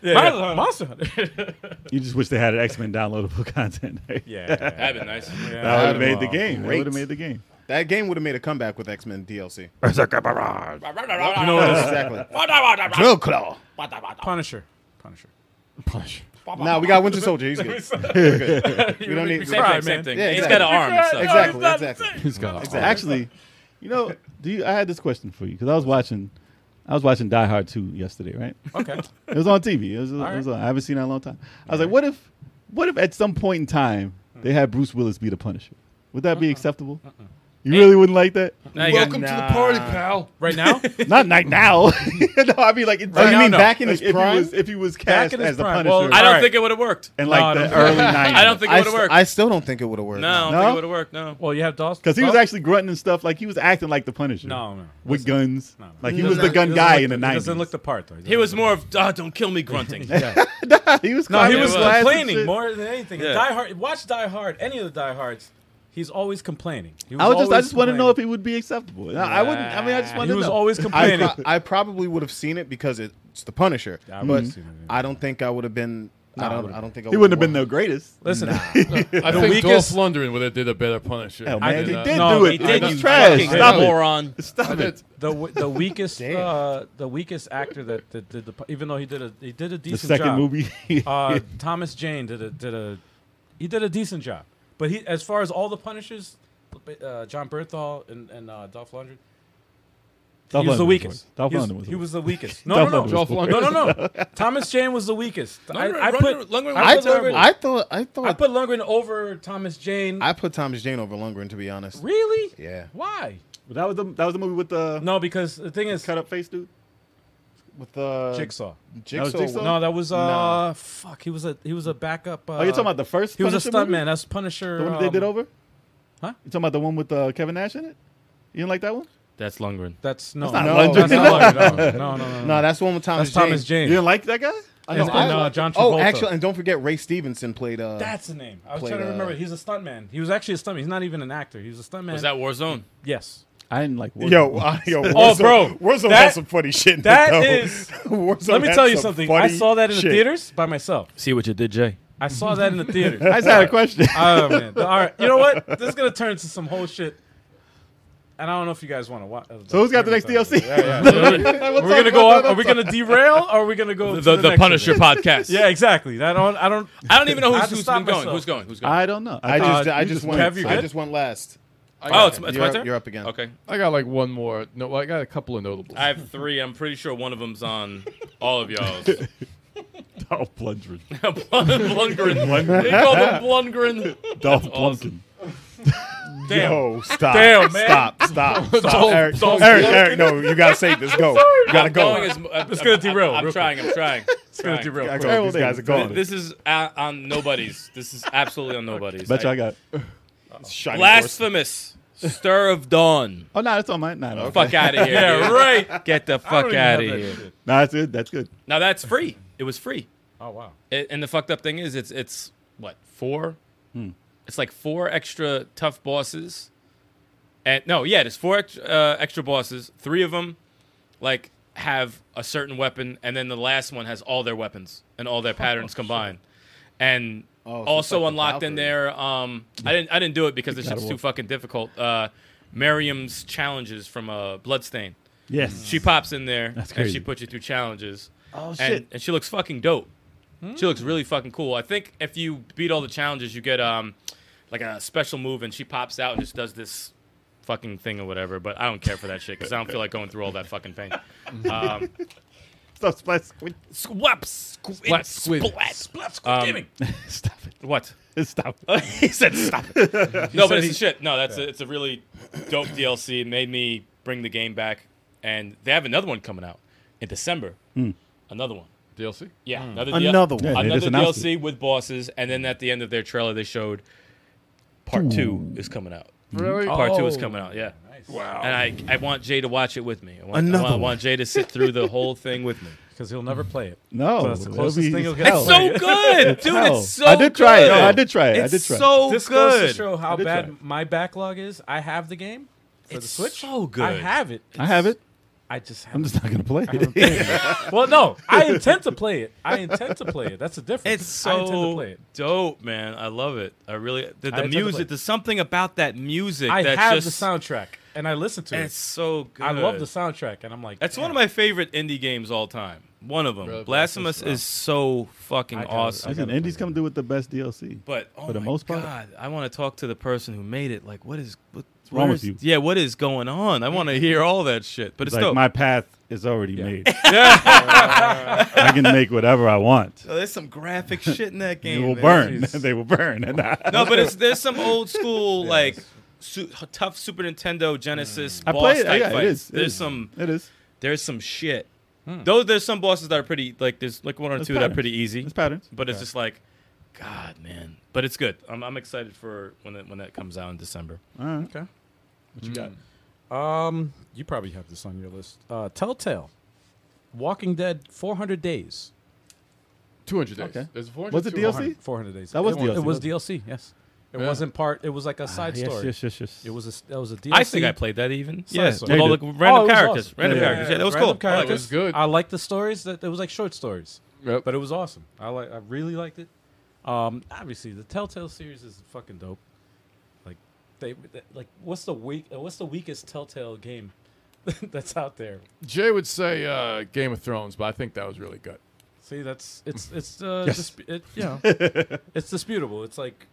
S2: Monster Hunter. Monster Hunter. [LAUGHS]
S4: You just wish they had X Men downloadable [LAUGHS] content.
S2: [LAUGHS] Yeah.
S6: That'd been nice.
S4: That would have made the
S5: Wow.
S4: game. That
S5: Great.
S4: would have made the game.
S5: that game would have made a comeback with X Men DLC.
S2: You know what it is?
S5: [LAUGHS] exactly. Drill Claw.
S2: Punisher. Punisher.
S5: Nah, we got Winter Soldier. He's
S2: [LAUGHS]
S5: good. We're good. We don't need.
S6: Same
S2: Right,
S6: thing. Same
S2: man.
S6: thing.
S5: Yeah,
S6: He's
S5: exactly.
S6: got an arm. and stuff.
S5: Exactly. Exactly.
S3: He's got
S5: Exactly.
S4: Actually, you know, do you? I had this question for you because I was watching, I was watching Die Hard two yesterday, right?
S6: [LAUGHS]
S2: Okay.
S4: It was on TV. It was, it was on, I haven't seen it in a long time. I was like, what if, what if at some point in time
S2: Hmm.
S4: they had Bruce Willis be the Punisher? Would that be
S2: Uh-uh.
S4: acceptable? You really wouldn't like that?
S6: Now you got-
S3: Welcome to the party, pal.
S2: Right now?
S4: Not right now.
S2: [LAUGHS]
S4: [LAUGHS] no, I mean like in
S5: Oh, you
S4: time.
S5: mean
S2: no.
S5: back in
S4: Like,
S5: his
S4: if he
S5: prime?
S4: was if he was
S2: Back
S4: cast
S2: in his
S4: as the
S2: prime.
S4: Punisher
S2: Well,
S6: I
S2: All
S6: don't
S2: right.
S6: think it would have worked.
S4: in
S2: No, [LAUGHS]
S4: like
S2: I
S4: the
S2: don't-
S4: early
S6: I
S4: nineties,
S6: don't think it
S5: I,
S6: would have
S5: st-
S6: worked.
S5: I still don't think it would have worked.
S6: no, I don't
S4: No?
S6: think it would have worked. No.
S2: Well, you have Dawson.
S4: [LAUGHS] because he was
S2: Dawson?
S4: actually grunting stuff like he was acting like the Punisher.
S2: No, no.
S4: with guns,
S2: no.
S4: like he
S5: No,
S4: was
S5: no,
S4: the
S5: he
S4: gun
S2: He doesn't
S4: guy
S2: look
S4: in
S2: the-
S4: the
S2: he
S4: nineties.
S2: Doesn't look the part though.
S6: He was more of "Ah, don't kill
S2: [LAUGHS]
S6: me
S4: [LAUGHS]
S6: grunting.
S4: he was
S2: No, he
S4: climbing
S2: was
S6: Yeah, it was.
S2: complaining
S4: shit.
S2: more than anything.
S6: Yeah.
S2: Die Hard. Watch Die Hard. Any of the Die Hards. He's always complaining. He
S4: I was just I
S2: always
S4: just want to know
S2: complaining.
S4: if it would be acceptable. No, I wouldn't. I mean, I just want
S2: he
S4: to
S2: was
S4: know.
S2: always [LAUGHS]
S5: I,
S2: complaining.
S5: pro- I probably would have seen it because it's the Punisher,
S2: I
S5: but
S2: would've
S4: Mm-hmm.
S2: seen it, yeah.
S5: I don't think I would have been. I
S2: I
S5: don't.
S2: would've
S5: I don't think I
S4: he wouldn't have been the greatest.
S2: Listen,
S3: I think
S2: weakest-
S3: Dolph Lundgren would have did a better Punisher.
S4: Hell,
S2: I
S4: man, he
S2: did-
S4: did
S2: no,
S4: do
S2: he
S4: it.
S2: did.
S4: It was
S2: You
S4: trash.
S2: fucking
S4: Stop it.
S6: moron.
S4: Stop
S3: did.
S4: it.
S2: the w-
S4: [LAUGHS]
S2: the weakest
S5: Damn.
S2: uh, the weakest actor that, that did the pu- even though he did a he did a
S4: The
S2: decent
S4: second
S2: job.
S4: movie. [LAUGHS]
S2: Uh, Thomas Jane did a did a he did a decent job, but he as far as all the Punishers, uh, John Berthal and and uh, Dolph Lundgren,
S4: Dolph
S2: he was
S4: Lundgren
S2: the
S4: was
S2: weakest.
S4: worse. Dolph
S2: he was,
S4: Lundgren was
S2: he
S4: worse.
S2: was the
S4: [LAUGHS]
S2: weakest. No, no,
S4: Dolph
S2: no,
S4: Lundgren
S3: Dolph
S4: was
S2: no,
S3: Lundgren.
S2: no, no.
S4: [LAUGHS]
S2: Thomas Jane was the weakest. I, I put
S6: Lundgren
S2: I [LAUGHS]
S5: I
S6: was
S2: put
S5: thought.
S6: terrible.
S5: I thought. I thought.
S2: I put Lundgren over Thomas Jane.
S5: I put Thomas Jane over Lundgren to be honest.
S2: really?
S5: Yeah.
S2: Why?
S4: But that was the that was the movie with the
S2: No, because the thing is,
S4: cut up face dude. uh,
S5: With the
S2: Jigsaw.
S5: Jigsaw.
S4: That was Jigsaw?
S2: No, that was uh,
S5: Nah.
S2: fuck. He was a he was a backup. Uh,
S4: Oh, you're talking about the first.
S2: he was a
S4: Punisher movie?
S2: stuntman. That's Punisher.
S4: The one that they did
S2: um,
S4: over.
S2: huh?
S4: You talking about the one with uh, Kevin Nash in it? You didn't like that one?
S6: That's Lundgren.
S2: That's no,
S4: not
S2: no,
S4: Lundgren.
S2: that's not Lundgren. No, no, no, no, no.
S5: No, that's the one with Thomas
S2: That's Thomas
S4: You
S5: Jane.
S2: Jane.
S4: didn't like that guy?
S5: I
S2: And then, uh,
S5: like-
S2: John
S5: Oh,
S2: Travolta.
S5: actually, and don't forget Ray Stevenson played. Uh,
S2: That's the name. I was
S5: Played,
S2: trying to
S5: uh,
S2: remember. He's a stuntman. He was actually a stuntman. He's not even an actor. He was a stuntman.
S6: Was that Warzone?
S2: yes?
S4: I didn't like. War [LAUGHS]
S5: yo, [LAUGHS] uh, yo. Warzone,
S2: Oh, bro,
S5: Warzone
S2: that-
S5: had some funny shit. in
S2: that
S5: though.
S2: is-
S5: Warzone
S2: Let me
S5: had
S2: tell you
S5: some
S2: something. I
S5: funny
S2: saw that in the
S5: shit.
S2: theaters by myself.
S6: See what you did, [LAUGHS] Jay.
S2: I saw that in the
S4: [LAUGHS] I
S2: theater.
S4: just had a question.
S2: oh man! All right, you know what? This is gonna turn into some whole shit. And I don't know if you guys uh, want to watch.
S4: so who's got the next DLC?
S2: We're gonna go. On, are we gonna derail? or Are we gonna go to
S6: The,
S2: the,
S6: the,
S2: next one?
S4: [LAUGHS]
S6: Punisher podcast.
S2: Yeah, exactly. I don't. I don't.
S6: I don't even know
S2: I
S6: who's,
S2: had to
S6: who's
S2: stop
S6: been going.
S2: myself.
S6: Who's going? Who's going?
S4: I don't know.
S5: I just,
S2: Uh,
S5: I
S2: you
S5: just
S2: just
S5: went.
S2: have you
S5: I
S2: good?
S5: just went last.
S6: oh, it's, it's
S5: you're,
S6: my
S5: up-
S6: turn.
S5: you're up again.
S6: Okay.
S3: I got like one more. No, well, I got a couple of notables.
S6: I have three. I'm pretty sure one of them's on all
S2: [LAUGHS]
S6: of y'all's. [LAUGHS]
S4: Dolph Lundgren.
S2: [LAUGHS]
S6: Blundgren. They called him Blundgren.
S4: Dolph Plumpkin.
S6: awesome.
S2: Damn.
S5: Yo, stop.
S2: Damn, man. [LAUGHS]
S5: Stop, stop, stop.
S4: Oh,
S2: Don't-
S5: Eric,
S2: don't-
S4: [LAUGHS]
S5: Eric, Eric, no, you gotta save this. Go. You gotta
S6: I'm going
S5: go.
S6: as, uh, I'm,
S2: It's gonna derail
S6: I'm,
S2: real
S6: trying. I'm trying.
S2: It's gonna
S6: Trying.
S2: derail.
S5: Gotta
S2: quick.
S5: go. These guys are gone.
S6: This is uh, on nobody's. This is absolutely on nobody's.
S4: Bet you I [LAUGHS] got.
S5: Shiny horse.
S6: blasphemous. Stir of dawn.
S4: Oh no, that's on mine. No, no,
S6: Fuck out of
S2: [LAUGHS]
S6: here.
S2: Yeah,
S6: dude.
S2: right.
S6: Get the
S2: I don't
S6: fuck
S2: even
S6: out of
S2: have that
S6: here.
S2: shit.
S4: no, that's good. That's good.
S6: Now that's free. It was free.
S2: Oh wow.
S6: A- and the fucked up thing is, it's it's what four?
S5: Hmm.
S6: It's like four extra tough bosses, and no, yeah, there's four ex- uh, extra bosses. Three of them, like, have a certain weapon, and then the last one has all their weapons and all their patterns combined. And
S5: Oh, so it's
S6: also
S5: like the
S6: unlocked in
S5: Valkyrie.
S6: there, um, I didn't I didn't do it because this shit's too fucking difficult. Uh, Miriam's challenges from uh, Bloodstain.
S4: Yes.
S6: She pops in there and
S4: crazy.
S6: she puts you through challenges.
S9: Oh,
S6: And,
S9: shit.
S6: and she looks fucking dope. She looks really fucking cool. I think if you beat all the challenges, you get um like a special move, and she pops out and just does this fucking thing or whatever. But I don't care for that shit because I don't feel like going through all that fucking pain. Um,
S4: Stop, splash, squid.
S6: swap, squid,
S2: Splat squid.
S6: splat.
S2: Splat squid
S6: Um,
S2: gaming.
S4: Stop
S6: What?
S4: it. Stop.
S6: he said, "Stop." it." no, but
S2: said
S6: it's
S2: he-
S6: the shit. No, that's a, it's a really dope DLC. It made me bring the game back, and they have another one coming out in December. Another one.
S3: DLC.
S6: Yeah, another
S9: Another one.
S4: Yeah, they just
S6: Hmm. another
S4: announced
S6: DLC with bosses, and then at the end of their trailer, they showed part two is coming out.
S3: Really? Oh.
S6: Part two is coming out. Yeah.
S2: Oh. Nice. Wow.
S6: And I, I want Jay to watch it with me. I want,
S9: Another
S6: I want, I
S9: one.
S6: want Jay to sit through the whole thing with me.
S2: Because he'll
S6: Mm-hmm.
S2: never play it.
S4: [LAUGHS] No,
S2: So that's the
S4: that'll
S2: closest
S4: be
S2: thing you'll
S4: just [LAUGHS]
S2: get.
S4: hell.
S2: It's
S6: So good, dude.
S4: Hell.
S6: It's so
S4: I did
S6: good.
S4: try it. No, I did try it. I did try. it.
S6: So
S2: this goes to
S6: good.
S2: show how
S4: did
S2: bad
S4: try.
S2: my backlog is. I have the game for the
S6: It's
S2: Switch.
S6: so good.
S2: I have it.
S4: I have it.
S2: I just have
S4: I'm just not gonna play [LAUGHS]
S2: haven't
S4: it.
S2: Well, no, I intend to play it. I intend to play it. That's the difference.
S6: It's
S2: I intend to play
S6: so
S2: it.
S6: dope, man. I love it. I really
S2: I
S6: the, the
S2: intend to play
S6: music.
S2: it.
S6: There's something about that music
S2: I
S6: that's
S2: have
S6: just
S2: the soundtrack and I listen to
S6: It's
S2: it.
S6: so good.
S2: I love the soundtrack and I'm like,
S6: That's one of my favorite indie games all time. One of them.
S3: Really?
S6: Blasphemous
S3: Blasphemous,
S6: is so fucking
S2: I got it.
S6: awesome.
S4: Listen, Indies come through with the best DLC.
S6: But oh
S4: For the
S6: my
S4: most part.
S6: God, I want to talk to the person who made it. Like, what is what, what's
S4: wrong with you?
S6: Yeah, what is going on? I want to hear all that shit. But it's
S4: Like
S6: dope.
S4: my path is already [LAUGHS] made. I can make whatever I want.
S9: Oh, there's some graphic
S4: [LAUGHS]
S6: Like, shit in that
S4: They
S6: game.
S4: will
S6: man.
S4: burn. [LAUGHS] They will burn. And I,
S6: No, but it's there's some
S4: [LAUGHS]
S6: old school like su- tough Super Nintendo Genesis
S4: I
S6: boss
S4: play it.
S6: type
S4: Yeah, it
S6: fights.
S4: is. It
S6: there's
S4: is. Hmm.
S6: some
S4: It is.
S6: there's some shit. Though there's some bosses that are pretty like there's like one or
S4: It's
S6: two that are
S4: patterns.
S6: pretty easy.
S4: It's patterns.
S6: But it's just like, God, man. But it's good. I'm, I'm excited for when that when that comes out in December.
S4: All right.
S2: Okay.
S4: What you got?
S2: Um, you probably have this on your list. Uh, Telltale, Walking Dead, 400 days.
S3: Two hundred days.
S4: Okay.
S3: There's 400,
S4: Was it DLC?
S3: 200.
S2: 400 days.
S4: That was
S2: it, was-
S4: DLC,
S2: It was
S4: wasn't it? Ah,
S2: DLC. Yes. It
S3: Yeah.
S2: wasn't part. It was like a side
S4: yes,
S2: story.
S4: Yes, yes, yes.
S2: It was a. That was a DLC.
S6: I think I played that even.
S2: Side
S6: Yeah,
S2: story.
S6: with
S4: Yeah, you
S6: all the
S4: did.
S2: Oh, it
S6: random
S2: was
S6: characters.
S2: awesome.
S6: Random
S4: Yeah, yeah,
S6: characters. Yeah, that was
S2: Random
S6: cool. I liked
S2: characters.
S6: it.
S3: good.
S2: I like the stories that it was like short stories,
S3: Yep.
S2: but it was awesome. I like. I really liked it. Um, obviously the Telltale series is fucking dope. Like they like what's the weak uh, what's the weakest Telltale game [LAUGHS] that's out there?
S3: Jay would say uh, Game of Thrones, but I think that was really good.
S2: See, that's it's it's uh,
S4: Yes.
S2: dispu- it, you know it's disputable. It's like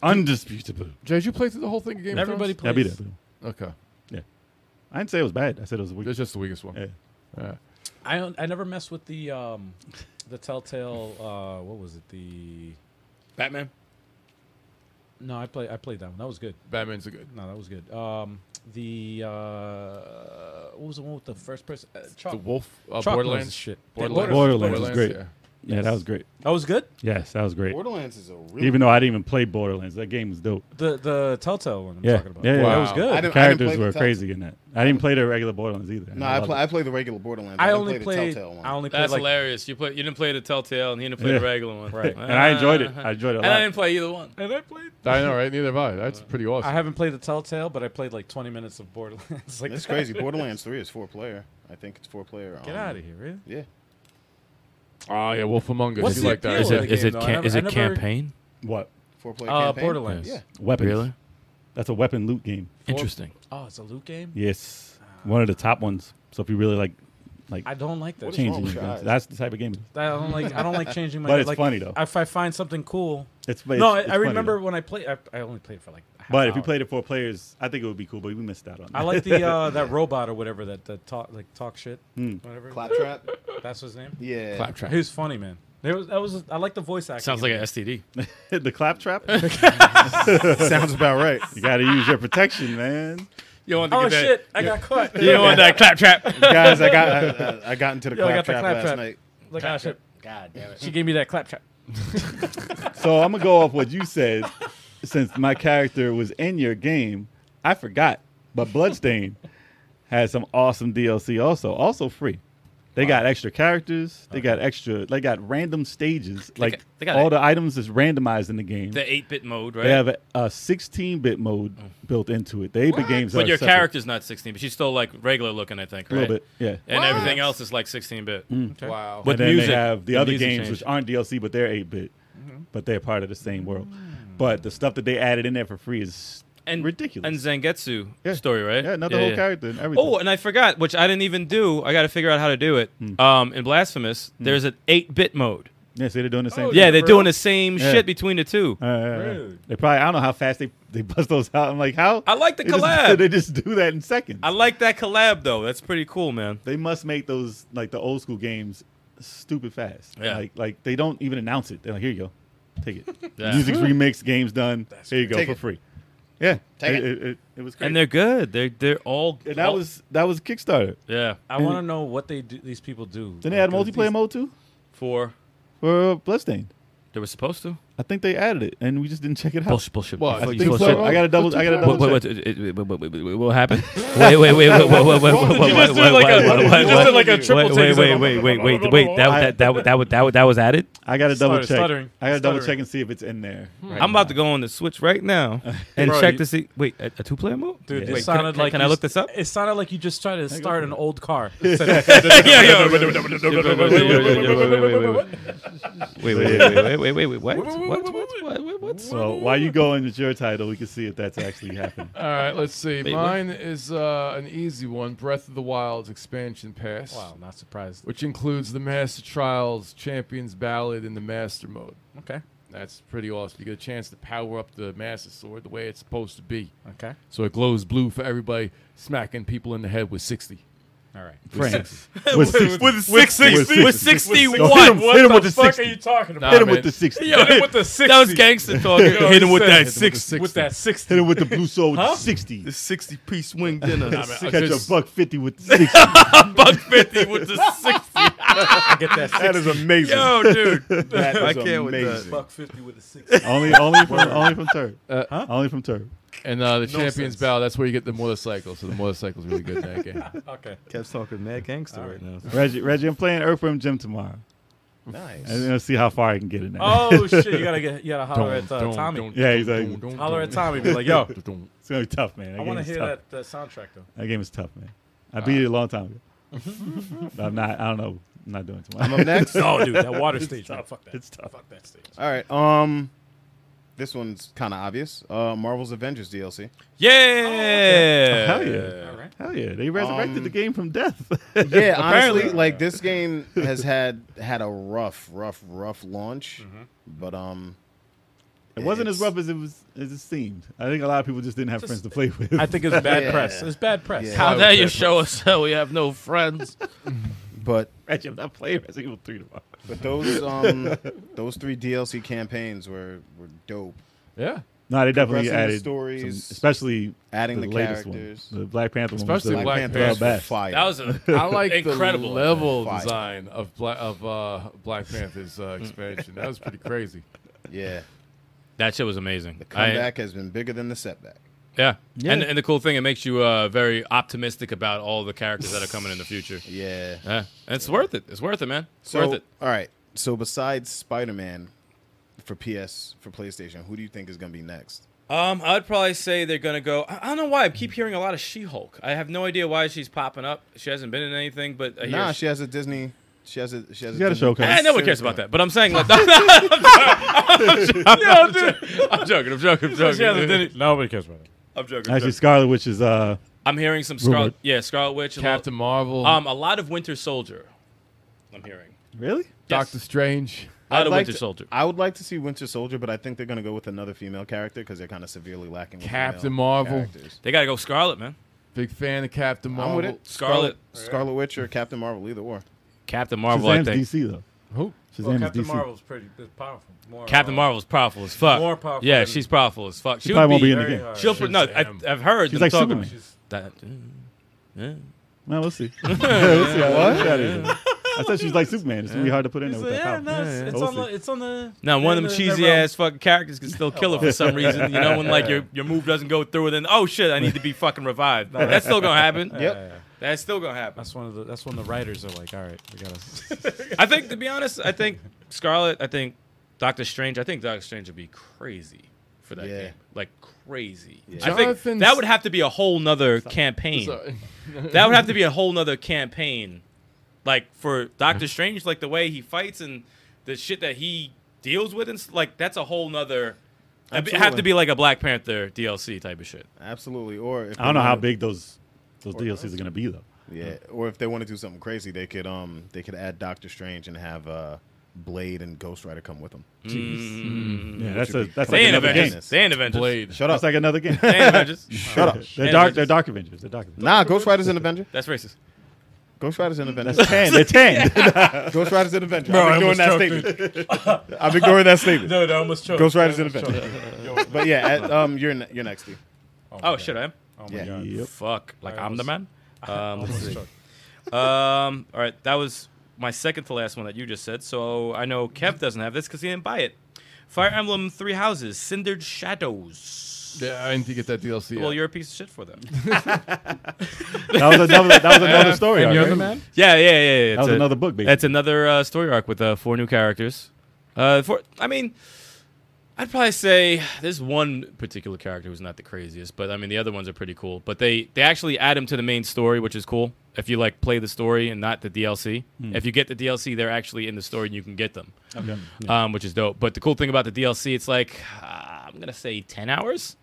S4: Undisputable.
S3: Jay, did you play through the whole thing of Game
S2: everybody
S3: of
S4: Yeah, I
S2: plays.
S4: beat it.
S3: Thrones? Okay.
S4: I didn't say it was bad. I said it was weak.
S3: That's just the weakest one.
S4: Yeah.
S2: I don't, I never messed with the um, the Telltale. Uh, what was it? The
S6: Batman.
S2: no, I play I played that one. That was good.
S3: Batman's a good.
S2: No, that was good. Um, the uh, what was the one with the first person? Uh, Chalk,
S3: The Wolf
S5: Oh,
S3: uh,
S2: Chalk
S3: Borderlands.
S2: Noises shit.
S3: Borderlands.
S4: Borderlands is great.
S3: yeah.
S4: Yeah, that was great.
S2: That was good.
S4: Yes, that was great.
S5: Borderlands is a real.
S4: Even though I didn't even play Borderlands, that game was dope.
S2: The the Telltale one I'm
S4: Yeah.
S2: talking about.
S4: Yeah, yeah,
S2: that
S4: yeah.
S2: was
S3: Wow.
S2: good.
S5: I
S2: I,
S4: The
S5: didn't, I didn't play
S4: characters
S5: the
S4: were
S5: Tell-
S4: crazy in that. I didn't play the regular Borderlands either.
S5: No, I
S4: loved
S5: play.
S4: it.
S5: I play the regular Borderlands. didn't
S2: only
S5: play
S2: played.
S5: the Telltale one.
S2: I only played
S6: That's
S2: like
S6: hilarious. You play. You didn't play the Telltale, and he didn't play
S4: Yeah.
S6: the regular one. Right.
S4: And I enjoyed it. I enjoyed it a
S6: and I
S4: lot.
S6: didn't play either one.
S2: and I played.
S3: I know, right? Neither have I. That's pretty awesome.
S2: I haven't played the Telltale, but I played like 20 minutes of Borderlands. [LAUGHS] like
S5: It's crazy. Borderlands Three is four player. I think it's four player.
S2: Get out of here, really.
S5: Yeah.
S3: oh, yeah, Wolf Among Us.
S2: What's
S3: you
S2: the
S3: like that?
S2: appeal
S3: Is it-
S2: of the game, though? I never- I never-
S4: What?
S5: Four player
S2: Uh,
S5: campaign.
S2: Borderlands.
S5: Yeah.
S4: Weapons. That's a weapon loot game.
S6: Interesting.
S2: Oh, it's a loot game.
S4: Yes. One of the top ones. So if you really like like
S2: I don't like that.
S5: What is wrong
S4: changing
S5: with
S4: your
S5: your
S4: guns,
S5: eyes?
S4: that's the type of game. it is.
S2: I don't like. I don't like changing my.
S4: But it's
S2: like,
S4: funny, though.
S2: If I find something cool,
S4: It's, it's
S2: no, I,
S4: it's
S2: I
S4: funny,
S2: remember
S4: though.
S2: when I played. I, I only played for like. a half
S4: But if you
S2: hour.
S4: played it for players, I think it would be cool. But we missed out on. That.
S2: I like
S4: [LAUGHS]
S2: the uh, that robot or whatever
S4: Hmm.
S2: that that talk like talk shit, whatever.
S5: Claptrap.
S2: That's his name.
S5: Yeah.
S3: Claptrap.
S2: He was funny, man. There was that was I like the voice acting.
S6: Sounds like an STD.
S4: [LAUGHS] the
S5: [LAUGHS]
S4: claptrap.
S5: [LAUGHS] Sounds
S2: [LAUGHS]
S5: about right.
S4: You got to use your protection, man.
S6: You don't want to
S2: oh
S6: get that.
S2: shit, I got caught.
S6: You don't want that claptrap.
S5: Guys, I got I, I- I got into the
S2: Yo, I got the
S5: claptrap
S2: clap
S5: last
S2: trap.
S5: night.
S2: Like, ah, shit. God damn it. She gave me that clap trap.
S4: So I'm gonna go off what you said. Since my character was in your game, I forgot. But Bloodstain has some awesome DLC also, also free. They got extra characters. They got extra. They got random stages. like
S6: got- they got
S4: all
S6: a-
S4: the items is randomized in the game.
S6: The eight bit mode, right? Mm.
S4: They have a, a 16-bit mode built into it. The 8-bit games are
S6: But your
S4: separate.
S6: character's not 16, but she's still like regular looking, I think,
S4: a
S6: right?
S4: little bit, Mm. yeah.
S6: And everything else is like 16 bit.
S3: Wow.
S6: But
S4: and then
S6: music,
S4: they have the, other
S6: music
S4: games
S6: changed.
S4: which aren't DLC, but they're 8-bit, but they're part of the same world. But the stuff that they added in there for free is
S6: and
S4: ridiculous.
S6: And Zangetsu
S4: Yeah.
S6: story, right?
S4: Yeah, not the whole character and everything.
S6: Oh, and I forgot, which I didn't even do. I got to figure out how to do it.
S4: Hmm.
S6: Um, in Blasphemous, there's an 8 bit mode.
S4: yeah, see, they're doing the same.
S2: Oh,
S4: thing.
S6: Yeah, they're
S2: for real?
S6: doing the same
S4: Yeah. Uh,
S6: shit between the two.
S4: All right, all right, all right.
S2: Rude.
S4: They probably I don't know how fast they, they bust those out. I'm like, how?
S6: I like the
S4: They just- [LAUGHS]
S6: collab.
S4: they just do that in seconds.
S6: I like that collab, though. That's pretty cool, man.
S4: they must make those like the old school games stupid fast.
S6: Yeah.
S4: Like like they don't even announce it. They're like, here you go, take it.
S6: [LAUGHS] Yeah.
S4: [LAUGHS] Music's remixed, game's done. here you go
S5: Take
S4: for
S5: it.
S4: free. Yeah,
S5: Take
S4: it,
S5: it.
S4: it, it- it was great.
S6: And they're good. They're, they're all.
S4: And that
S6: all-
S4: was that was Kickstarter.
S6: Yeah. [LAUGHS]
S2: I want to know what they do, these people do.
S4: Then they had
S2: Like, 'cause
S4: multiplayer
S2: these-
S4: mode too
S6: For.
S4: for uh, Bloodstained.
S6: They were supposed to?
S4: I think they added it, and we just didn't check it out.
S6: Bullshit, bullshit.
S3: What?
S4: I
S6: bullshit,
S4: think
S6: bullshit.
S4: so. I got to double. I got to double.
S6: What, what,
S4: check.
S6: what, it- it- what, what, what, what, what happened? Wait, wait, wait, wait, wait, wait, wait, wait, wait,
S2: just did
S6: wait,
S2: like a-
S6: wait,
S2: you
S6: wait,
S2: just
S6: wait,
S2: did like a
S6: wait,
S2: triple
S6: wait,
S2: take.
S6: wait, wait, wait, wait, wait, wait, that- that- that- that- that- that was added?
S4: I gotta double
S2: Stutter-
S4: check.
S2: stuttering.
S4: I gotta double
S2: Stuttering.
S4: check and see if it's in there. right
S6: I'm about
S4: now.
S6: to go on the Switch
S4: [LAUGHS]
S6: right now and
S2: Bro,
S6: check
S2: you-
S6: to see. Wait, a, a two-player mode?
S2: Dude,
S6: Wait,
S2: it
S6: can I-
S2: sounded
S6: can I-
S2: like
S6: Can
S2: you
S6: I look
S2: s-
S6: this up?
S2: It sounded like you just tried to start an old car.
S6: Yeah, yeah. Wait, wait, wait,
S4: [LAUGHS]
S6: [LAUGHS] wait, wait, wait, wait, what? What? What? What? What? What?
S4: So while you go into your title, we can see if that's actually happened.
S3: All right, let's see.
S6: Wait, what?
S3: Mine is uh, an easy one Breath of the Wild's expansion pass,
S2: wow, not surprised.
S3: which includes the Master Trials, Champions Ballad, and the Master Mode.
S2: Okay,
S3: That's pretty awesome. You get a chance to power up the Master Sword the way it's supposed to be.
S2: okay,
S3: So it glows blue for everybody smacking people in the head with 60.
S2: all right.
S4: France with, six-
S6: With six sixty, with
S4: Yo, hit him,
S6: sixty-one.
S4: hit him with the sixty.
S2: talking
S3: Nah,
S4: hit him
S3: man.
S4: with the sixty.
S2: Hit him with the sixty.
S6: That was gangster talk. Hit him with
S2: Hit him with
S6: that
S2: the
S6: six,
S2: With that sixty.
S4: Hit him with the blue sword with the sixty.
S6: sixty-piece
S4: [LAUGHS]
S6: wing dinner.
S4: Catch
S3: just-
S4: a buck fifty with the sixty.
S6: Buck fifty with the sixty.
S2: I get that
S4: that
S2: sixty.
S4: is amazing.
S6: Yo, dude.
S4: that is
S6: I can't with that.
S4: amazing.
S2: Buck fifty with a sixty.
S4: Only, only from, only from Turb.
S6: Uh,
S4: Only from Turb.
S3: And uh, the Champions Ballad, that's where you get the motorcycle. So the motorcycle's really good
S2: [LAUGHS]
S3: in that game.
S2: [LAUGHS] Okay.
S9: Kept talking mad gangster right now.
S4: Reggie, Reggie, I'm playing Earthworm Jim tomorrow.
S5: Nice.
S4: And let's see how far I can get in that.
S2: Oh shit! You gotta get. You gotta holler at uh, Tommy.
S4: Yeah, exactly.
S2: Holler at Tommy. Be like, yo,
S4: [LAUGHS]
S6: [LAUGHS]
S4: It's gonna be tough, man. That
S2: I want to
S4: game is
S2: hear
S4: tough.
S2: that, that soundtrack though.
S4: That game is tough, man. I beat it a long time ago. But I'm not. I don't know. I'm not doing it tomorrow.
S5: I'm up
S9: [LAUGHS]
S5: next.
S2: Oh, dude, that water stage. Man, fuck that.
S4: It's tough.
S2: Fuck that stage.
S5: All right. Um, this one's kind of obvious. Uh, Marvel's Avengers DLC.
S4: [LAUGHS]
S6: Yeah.
S4: Hell yeah.
S2: All right.
S4: Hell yeah. They resurrected
S5: Um,
S4: the game from death. [LAUGHS]
S5: Yeah, honestly, like this game has had had a rough, rough, rough launch, but um,
S4: Mm-hmm. it wasn't as
S5: it's-
S4: rough as it was as it seemed. I think a lot of people just didn't have friends
S2: Just-
S4: to play with. [LAUGHS]
S2: I think it's bad
S5: Yeah.
S2: press. It's bad press.
S5: Yeah.
S6: How dare you show us that we have no friends?
S5: But
S4: Reggie, I'm not playing Resident Evil 3 tomorrow. [LAUGHS]
S5: but those um those three DLC campaigns were were dope.
S3: Yeah.
S4: No, they definitely
S5: Progressing the
S4: added some-
S5: stories,
S4: especially
S5: adding
S4: the,
S5: the
S4: latest
S5: characters.
S4: one, the Black Panther
S3: Especially
S4: one. was the-
S5: Black,
S3: Black
S5: Panther
S4: the
S5: was
S4: best.
S5: fire.
S6: That was a.
S3: I like
S6: Incredible.
S3: the level
S5: Fire.
S3: design of Black of uh, Black Panther's uh, expansion. That was pretty crazy.
S5: yeah.
S6: That shit was amazing. I,
S5: Comeback has been bigger than the setback.
S6: yeah. And and the cool thing, it makes you uh, very optimistic about all the characters that are coming in the future.
S5: Yeah.
S6: Yeah. And it's worth it. It's worth it, man. It's
S5: So
S6: worth it.
S5: all right. So besides Spider Man for PS for PlayStation, who do you think is gonna be next?
S6: Um, I'd probably say they're gonna go. I, I don't know why I keep hearing a lot of She-Hulk. I have no idea why she's popping up. She hasn't been in anything, but uh, I hear
S5: Nah,
S6: she-
S5: she has a Disney. She has a she has
S4: You got
S5: a
S4: a
S5: Disney-
S4: showcase.
S6: Eh, no one cares about that. But I'm saying, like, [LAUGHS] I'm, joking. [LAUGHS] I'm joking. I'm joking. I'm joking.
S2: Nobody cares about it.
S6: I'm joking. I'm,
S4: Actually,
S6: joking.
S4: Scarlet Witch is uh
S6: I'm hearing some Scarlet.
S4: Rumored.
S6: Yeah, Scarlet Witch. a
S3: Captain Marvel,
S6: lot- um, a lot of Winter Soldier. I'm hearing.
S4: really
S3: Doctor
S6: Yes.
S3: Strange.
S6: A lot
S5: I'd
S6: of
S5: like
S6: Winter
S5: to-
S6: Soldier.
S5: I would like to see Winter Soldier, but I think they're gonna go with another female character because they're kind of severely lacking. with
S3: Captain
S5: female
S3: Marvel.
S5: characters.
S6: They gotta go Scarlet, man.
S3: Big fan of Captain Marvel.
S5: I'm with it.
S6: Scarlet.
S5: Scarlet Witch or Captain Marvel, either or.
S6: Captain Marvel. I
S4: Shazam's
S6: think.
S4: DC though. Who?
S2: Well,
S4: Shazam
S2: Captain
S4: is DC.
S2: Marvel's pretty it's powerful. More,
S6: Captain
S2: uh,
S6: Marvel's powerful as fuck.
S2: More powerful
S6: Yeah,
S2: than-
S6: she's powerful as fuck. She,
S4: She
S6: would
S4: probably won't be in the
S2: very
S4: game.
S2: hard.
S6: She'll put, no, I,
S2: Shazam.
S6: I've heard
S4: She's
S6: them
S4: like
S6: talk-
S4: Superman.
S2: She's-
S6: That, yeah.
S4: No, we'll see. [LAUGHS] Yeah, we'll see how- we'll see how it is. I said she's like Superman. It's gonna be hard to put in there
S2: It's,
S4: with that
S2: yeah,
S4: power.
S2: no, it's, it's
S4: We'll
S2: on the,
S4: see.
S2: it's on the.
S6: Now one of
S2: in
S6: them
S2: the- in the
S6: cheesy
S2: realm.
S6: ass fucking characters can still kill her for some reason. You know, when like your your move doesn't go through, and then oh shit, I need to be fucking revived. That's still gonna happen.
S5: Yep.
S6: That's still
S2: [LAUGHS]
S6: gonna happen.
S2: That's one of the. That's when the writers are like, all right, we gotta. [LAUGHS]
S6: I think to be honest, I think Scarlet, I think Doctor Strange, I think Doctor Strange would be crazy for that
S5: Yeah.
S6: game. Like crazy. I think
S3: Jonathan's-
S6: that would have to be a whole nother campaign.
S3: So-
S6: That would have to be a whole nother campaign. Like for Doctor Strange, like the way he fights and the shit that he deals with and s- like that's a whole nother It'd have to
S5: Absolutely.
S6: be like a Black Panther DLC type of shit.
S5: Absolutely. Or if
S4: I don't know
S5: they
S4: how
S5: wanna-
S4: big those those DLCs are gonna be though.
S5: Yeah. Or if they want to do something crazy, they could um they could add Doctor Strange and have uh Blade and Ghost Rider come with them.
S4: Yeah, that's a that's
S6: They
S4: like
S6: ain't
S4: another game.
S6: Avengers. They ain't
S3: [LAUGHS]
S6: Avengers.
S3: Blade.
S5: Shut up.
S4: That's like another game. [LAUGHS]
S6: They ain't Avengers.
S5: Shut up.
S4: They're
S6: Yeah,
S4: dark.
S6: Avengers.
S4: They're dark Avengers. They're dark. Avengers.
S5: [LAUGHS] Nah, Ghost Rider's an Avenger.
S6: That's racist.
S5: Ghost Rider's an Avenger.
S2: [LAUGHS]
S4: That's tan. They're
S5: [LAUGHS]
S4: tan.
S5: Ghost Rider's an Avenger.
S2: Bro, I
S5: I'm ignoring that
S2: almost
S5: statement.
S2: [LAUGHS]
S5: [LAUGHS] I'm ignoring that statement.
S2: no, no, I almost choked.
S5: Ghost Rider's
S2: I
S5: an
S2: almost
S5: Avenger.
S2: choked. Yo,
S5: But yeah, at, um, you're ne- you're next, Steve.
S6: Oh shit, I am.
S2: Oh my
S5: Yeah.
S2: god.
S4: Yep.
S6: Fuck. Like
S2: [LAUGHS] I
S6: I'm the man. Um, let's
S2: Almost
S6: see.
S2: choked.
S6: Um, all right, that was my second to last one that you just said. So I know Kev doesn't have this because he didn't buy it. Fire Emblem Three Houses, Cindered Shadows.
S3: Yeah, I didn't get that DLC. yet.
S6: Well, you're a piece of shit for that.
S4: That was another. That was another story. arc, right?
S6: [LAUGHS] yeah, yeah, yeah. yeah. It's
S4: That was
S6: a-
S4: another book, basically.
S6: That's another uh, story arc with uh, four new characters. Uh, four, I mean, I'd probably say there's one particular character who's not the craziest, but I mean the other ones are pretty cool. But they they actually add him to the main story, which is cool. If you like play the story and not the DLC, if you get the DLC, they're actually in the story and you can get them,
S4: Hmm. Okay.
S6: um, which is dope. But the cool thing about the DLC, it's like uh, I'm gonna say ten hours.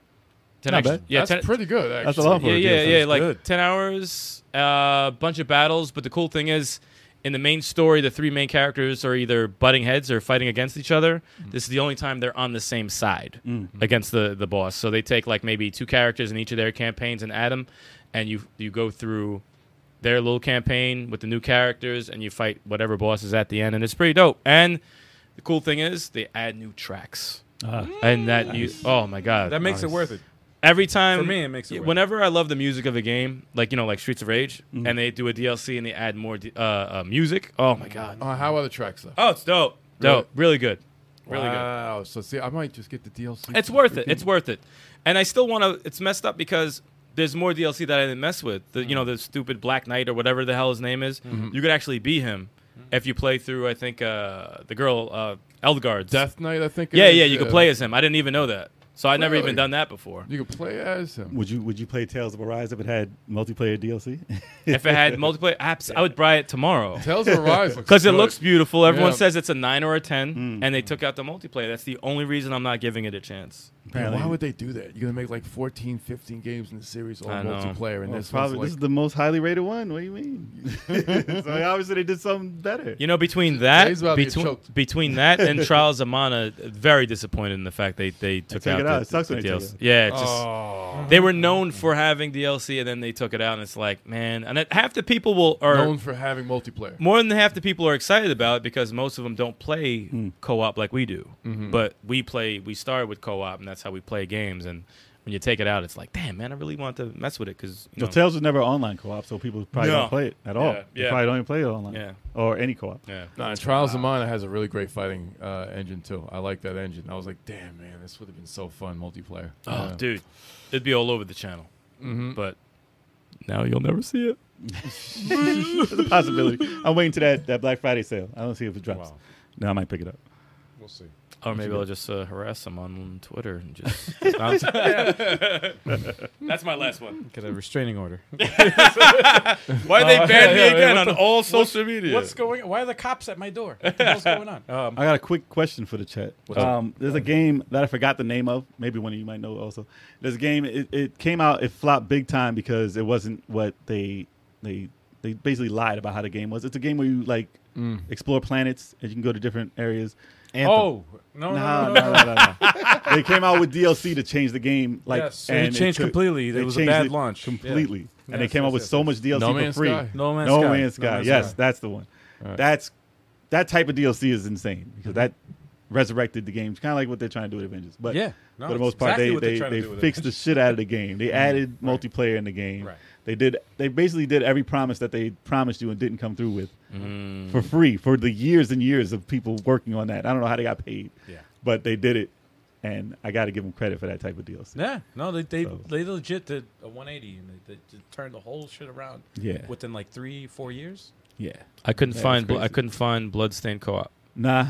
S6: Ten
S4: Not
S6: extra-
S4: bad.
S6: Yeah,
S3: that's
S6: 10
S3: pretty good. Actually.
S4: That's a lot for
S6: yeah,
S4: a DLC.
S6: yeah, yeah. Like ten hours, a bunch of battles. But the cool thing is, in the main story, the three main characters are either butting heads or fighting against each other. This is the only time they're on the same side against the the boss. So they take like maybe two characters in each of their campaigns and add them, and you you go through their little campaign with the new characters, and you fight whatever boss is at the end, and it's pretty dope. And the cool thing is, they add new tracks.
S4: Ah.
S6: and that you, oh my god,
S2: That makes it worth it.
S6: every time
S2: For me, it makes it
S6: Yeah,
S2: worth it.
S6: whenever I love the music of a game, like you know, like Streets of Rage,
S3: Mm-hmm.
S6: and they do a DLC and they add more d- uh, uh, music. Oh my god!
S3: Uh, how are the tracks though?
S6: Oh, it's dope, dope, really good, really good.
S3: wow. So see, I might just get the DLC.
S6: It's worth it. It's worth it. And I still want to. It's messed up because there's more DLC that I didn't mess with. The, You know, the stupid Black Knight or whatever the hell his name is.
S3: Mm-hmm.
S6: You could actually be him if you play through. I think uh, the girl uh, Eldegards.
S3: Death Knight, I think. it
S6: Yeah,
S3: is,
S6: yeah. You could play as him. I didn't even know that. So I never
S3: Really?
S6: even done
S3: [LAUGHS]
S6: that before.
S3: You could play as him.
S4: Would you Would you play Tales of Arise if it had multiplayer [LAUGHS] DLC?
S6: if it had multiplayer apps, I would buy it tomorrow.
S3: Tales of Arise
S6: [LAUGHS]
S3: looks
S6: Because it
S3: good.
S6: looks beautiful. Everyone
S3: Yeah.
S6: says it's a nine or a ten,
S4: Hmm.
S6: and they took out the multiplayer. That's the only reason I'm not giving it a chance.
S3: Man,
S4: Apparently-
S3: why would they do that? You're gonna make like 14, 15 games in the series all
S6: I know.
S3: multiplayer, and
S4: Well,
S3: this
S4: probably this
S3: one's
S4: is
S3: like,
S4: the most highly rated one. What do you mean? [LAUGHS] so obviously they did something better.
S6: You know, between that,
S3: Today's about to get
S6: between,
S3: choked.
S6: between that
S3: [LAUGHS]
S6: and Trials of Mana, very disappointed in the fact they they took
S4: took
S6: out,
S4: it
S6: the,
S4: out. It sucks
S6: the
S4: when they took
S6: DLC.
S4: it out.
S6: Yeah, it's just
S3: Oh.
S6: they were known for having DLC, and then they took it out, and it's like, man, and it, half the people will are
S3: known for having multiplayer.
S6: more than half the people are excited about it because most of them don't play co-op like we do. But we play, we started with co-op, and that's how we play games. And when you take it out, it's like, damn, man, I really want to mess with it because you
S4: Well,
S6: know,
S4: Tales was never online co-op, so people probably
S6: No.
S4: don't play it at all.
S6: Yeah,
S4: They
S6: yeah.
S4: probably don't even play it online.
S6: Yeah.
S4: Or any co-op.
S6: yeah.
S3: Nah, and Trials of Mana has a really great fighting uh, engine too. I like that engine. I was like, damn man, this would have been so fun multiplayer.
S6: Oh,
S3: Yeah.
S6: dude, it'd be all over the channel. But now you'll never see it.
S4: There's a
S6: [LAUGHS]
S4: possibility. I'm waiting to that, that Black Friday sale. I don't see if it drops.
S2: Wow.
S4: No, I might pick it up.
S2: We'll see.
S6: Or maybe I'll just uh, harass them on Twitter and just. [LAUGHS] that's [LAUGHS] my last one. Oh,
S2: Get a restraining [LAUGHS] order.
S6: Why they banned
S3: yeah,
S6: me
S3: yeah,
S6: again on all social media?
S2: What's going? on? Why are the cops at my door? What's going [LAUGHS] on? Um,
S4: I got a quick question for the chat. Um, there's a game that I forgot the name of. Maybe one of you might know also. There's a game. It, it came out. It flopped big time because it wasn't what they they they basically lied about how the game was. It's a game where you like explore planets and you can go to different areas.
S2: oh no,
S4: No,
S2: no, no,
S4: no,
S2: no,
S4: no, no, no. They came out with DLC to change the game. Like,
S2: Yes, so it
S4: and
S2: changed
S4: took-
S2: completely. It
S4: they
S2: was a
S4: changed
S2: bad
S4: it
S2: launch. Yeah.
S4: completely, and they
S2: Yes,
S4: came
S2: yes,
S4: out with
S2: yes,
S4: so
S2: yes.
S4: much DLC
S3: No
S4: for
S3: Man's
S4: free.
S3: Sky.
S2: No Man's
S4: No
S2: Sky.
S4: Man's
S2: No
S4: Sky.
S2: Man's
S4: yes,
S2: Sky.
S4: that's the one.
S3: All right.
S4: That's that type of DLC is insane because that resurrected the game. It's kind of like what they're trying to do with Avengers. But
S2: Yeah. No,
S4: for the
S2: it's
S4: most part,
S2: exactly what they're
S4: they,
S2: trying
S4: they,
S2: to do
S4: they
S2: with
S4: fixed the shit out of the game.
S2: [LAUGHS]
S4: They added multiplayer in the game.
S2: Right.
S4: They did. They basically did every promise that they promised you and didn't come through with
S2: Mm.
S4: for free for the years and years of people working on that. I don't know how they got paid.
S2: Yeah.
S4: But they did it, and I got to give them credit for that type of DLC.
S2: Yeah, no, they they,
S4: So-
S2: they legit did a 180 and they, they, just turned the whole shit around.
S4: Yeah.
S2: within like three four years.
S4: Yeah.
S6: I couldn't
S4: That's
S6: find. Bl-
S4: crazy.
S6: I couldn't find Bloodstained Co-op.
S4: Nah.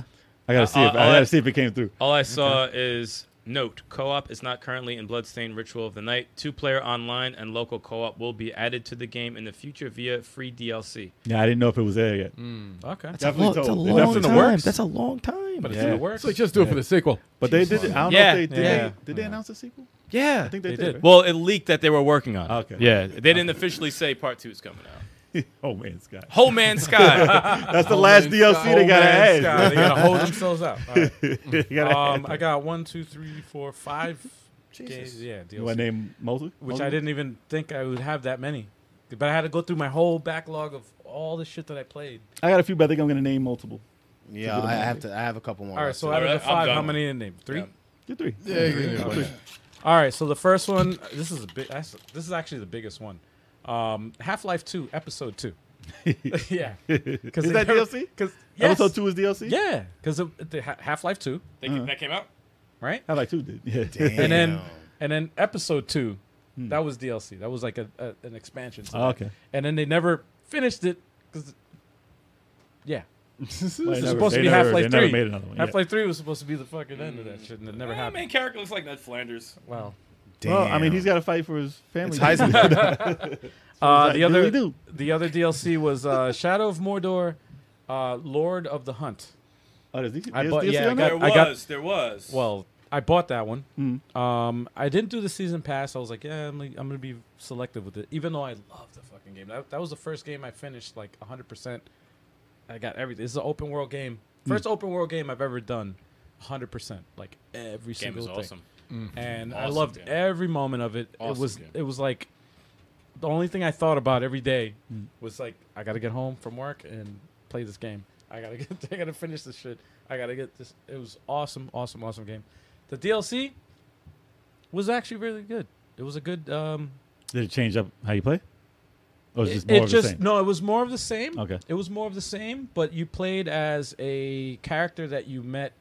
S4: I gotta see
S6: Uh,
S4: if
S6: uh,
S4: I gotta
S6: uh,
S4: see if it came through.
S6: All I saw is note: Co-op is not currently in Bloodstained Ritual of the Night. Two-player online and local co-op will be added to the game in the future via free DLC.
S4: Yeah, I didn't know if it was there yet.
S3: Mm.
S2: Okay,
S4: Definitely
S9: That's a
S4: told. They
S9: long
S4: definitely
S9: time.
S4: told.
S9: That's a long time.
S2: but it's
S4: Yeah.
S2: in the works.
S3: So just do it for the sequel.
S4: But they did. I don't
S6: Yeah.
S4: know if they did.
S2: Yeah.
S4: They, did they announce a sequel?
S9: yeah.
S4: I think they,
S2: They
S4: did.
S2: did.
S4: right?
S6: Well, it leaked that they were working on. It.
S4: Okay.
S6: Yeah, Uh, they didn't officially say part two is coming out.
S4: [LAUGHS] oh man, Scott.
S6: [LAUGHS]
S2: [LAUGHS]
S6: Whole Man [LAUGHS] Sky.
S4: That's
S2: Oh,
S4: the last DLC they gotta
S2: Homeland Sky,
S4: [LAUGHS] add.
S2: they gotta hold themselves out. All right.
S4: [LAUGHS] They gotta
S2: um,
S4: add.
S2: I got one, two, three, four, five games. Yeah,
S4: You want
S2: DLC,
S4: to name multi?
S2: which I didn't even think I would have that many, but I had to go through my whole backlog of all the shit that I played.
S4: I got a few, but I think I'm gonna name multiple.
S5: Yeah, I have to. I have a couple more.
S2: All right,
S5: [LAUGHS] left.
S2: so out of
S6: All
S2: the
S6: right, I'm
S2: five, how
S6: done.
S2: many in name? Three.
S6: Yeah.
S4: Two, three.
S3: Yeah, you can do it.
S2: All right, so the first one, this is a big. That's, this is actually the biggest one. Um, Half Life Two, Episode
S4: [LAUGHS]
S2: Two. [LAUGHS] yeah, because
S4: Is that DLC?
S2: Because
S4: Episode two is DLC.
S2: Yeah, because the Half Life Two,
S6: They- That came out.
S2: right?
S4: I like two did. [LAUGHS] Yeah.
S2: And then and then Episode Two, that was DLC. That was like a, a an expansion. to
S4: Hmm. Oh,
S2: that.
S4: okay.
S2: And then they never finished it because. Yeah,
S4: Well, they
S2: it's
S4: never-
S2: supposed to
S4: they
S2: be
S4: never-
S2: Half Life
S4: They
S2: Three.
S4: never made another one.
S2: Half Life Three was supposed to be the fucking end of that shit, and it never
S6: The
S2: happened.
S6: main character looks like Ned Flanders.
S2: Wow.
S4: Yeah. Well, I mean, he's got to fight for his family.
S5: It's Heisenberg.
S2: Uh,
S4: like,
S2: the
S4: do
S2: other
S4: we do?
S2: the other DLC was uh, Shadow of Mordor, uh, Lord of the Hunt.
S4: [LAUGHS] oh, does he,
S2: I
S4: there's
S2: bought-
S4: DLC
S2: yeah, I
S4: on
S2: got-
S4: that?
S6: There
S2: I
S6: was. there was.
S2: Well, I bought that one. Um, I didn't do the season pass. I was like, yeah, I'm, like- I'm gonna be selective with it, even though I love the fucking game. That, that was the first game I finished like 100. percent I got everything. This is an open world game. First open world game I've ever done. 100 percent, like every
S6: game
S2: single
S6: is
S2: thing.
S6: awesome.
S2: and I
S6: Awesome
S2: loved
S6: game.
S2: every moment of it. it
S3: Awesome
S2: was
S3: game.
S2: it was like the only thing I thought about every day
S4: Mm.
S2: was like I gotta get home from work and play this game. I gotta [LAUGHS] get I gotta finish this shit. I gotta get this. It was awesome, awesome, awesome game. The DLC was actually really good. It was a good. Um,
S4: Did it change up how you play? Or was it just
S2: it
S4: more
S2: it
S4: of the
S2: just
S4: same?
S2: no, it was more of the same.
S4: Okay.
S2: it was more of the same, but you played as a character that you met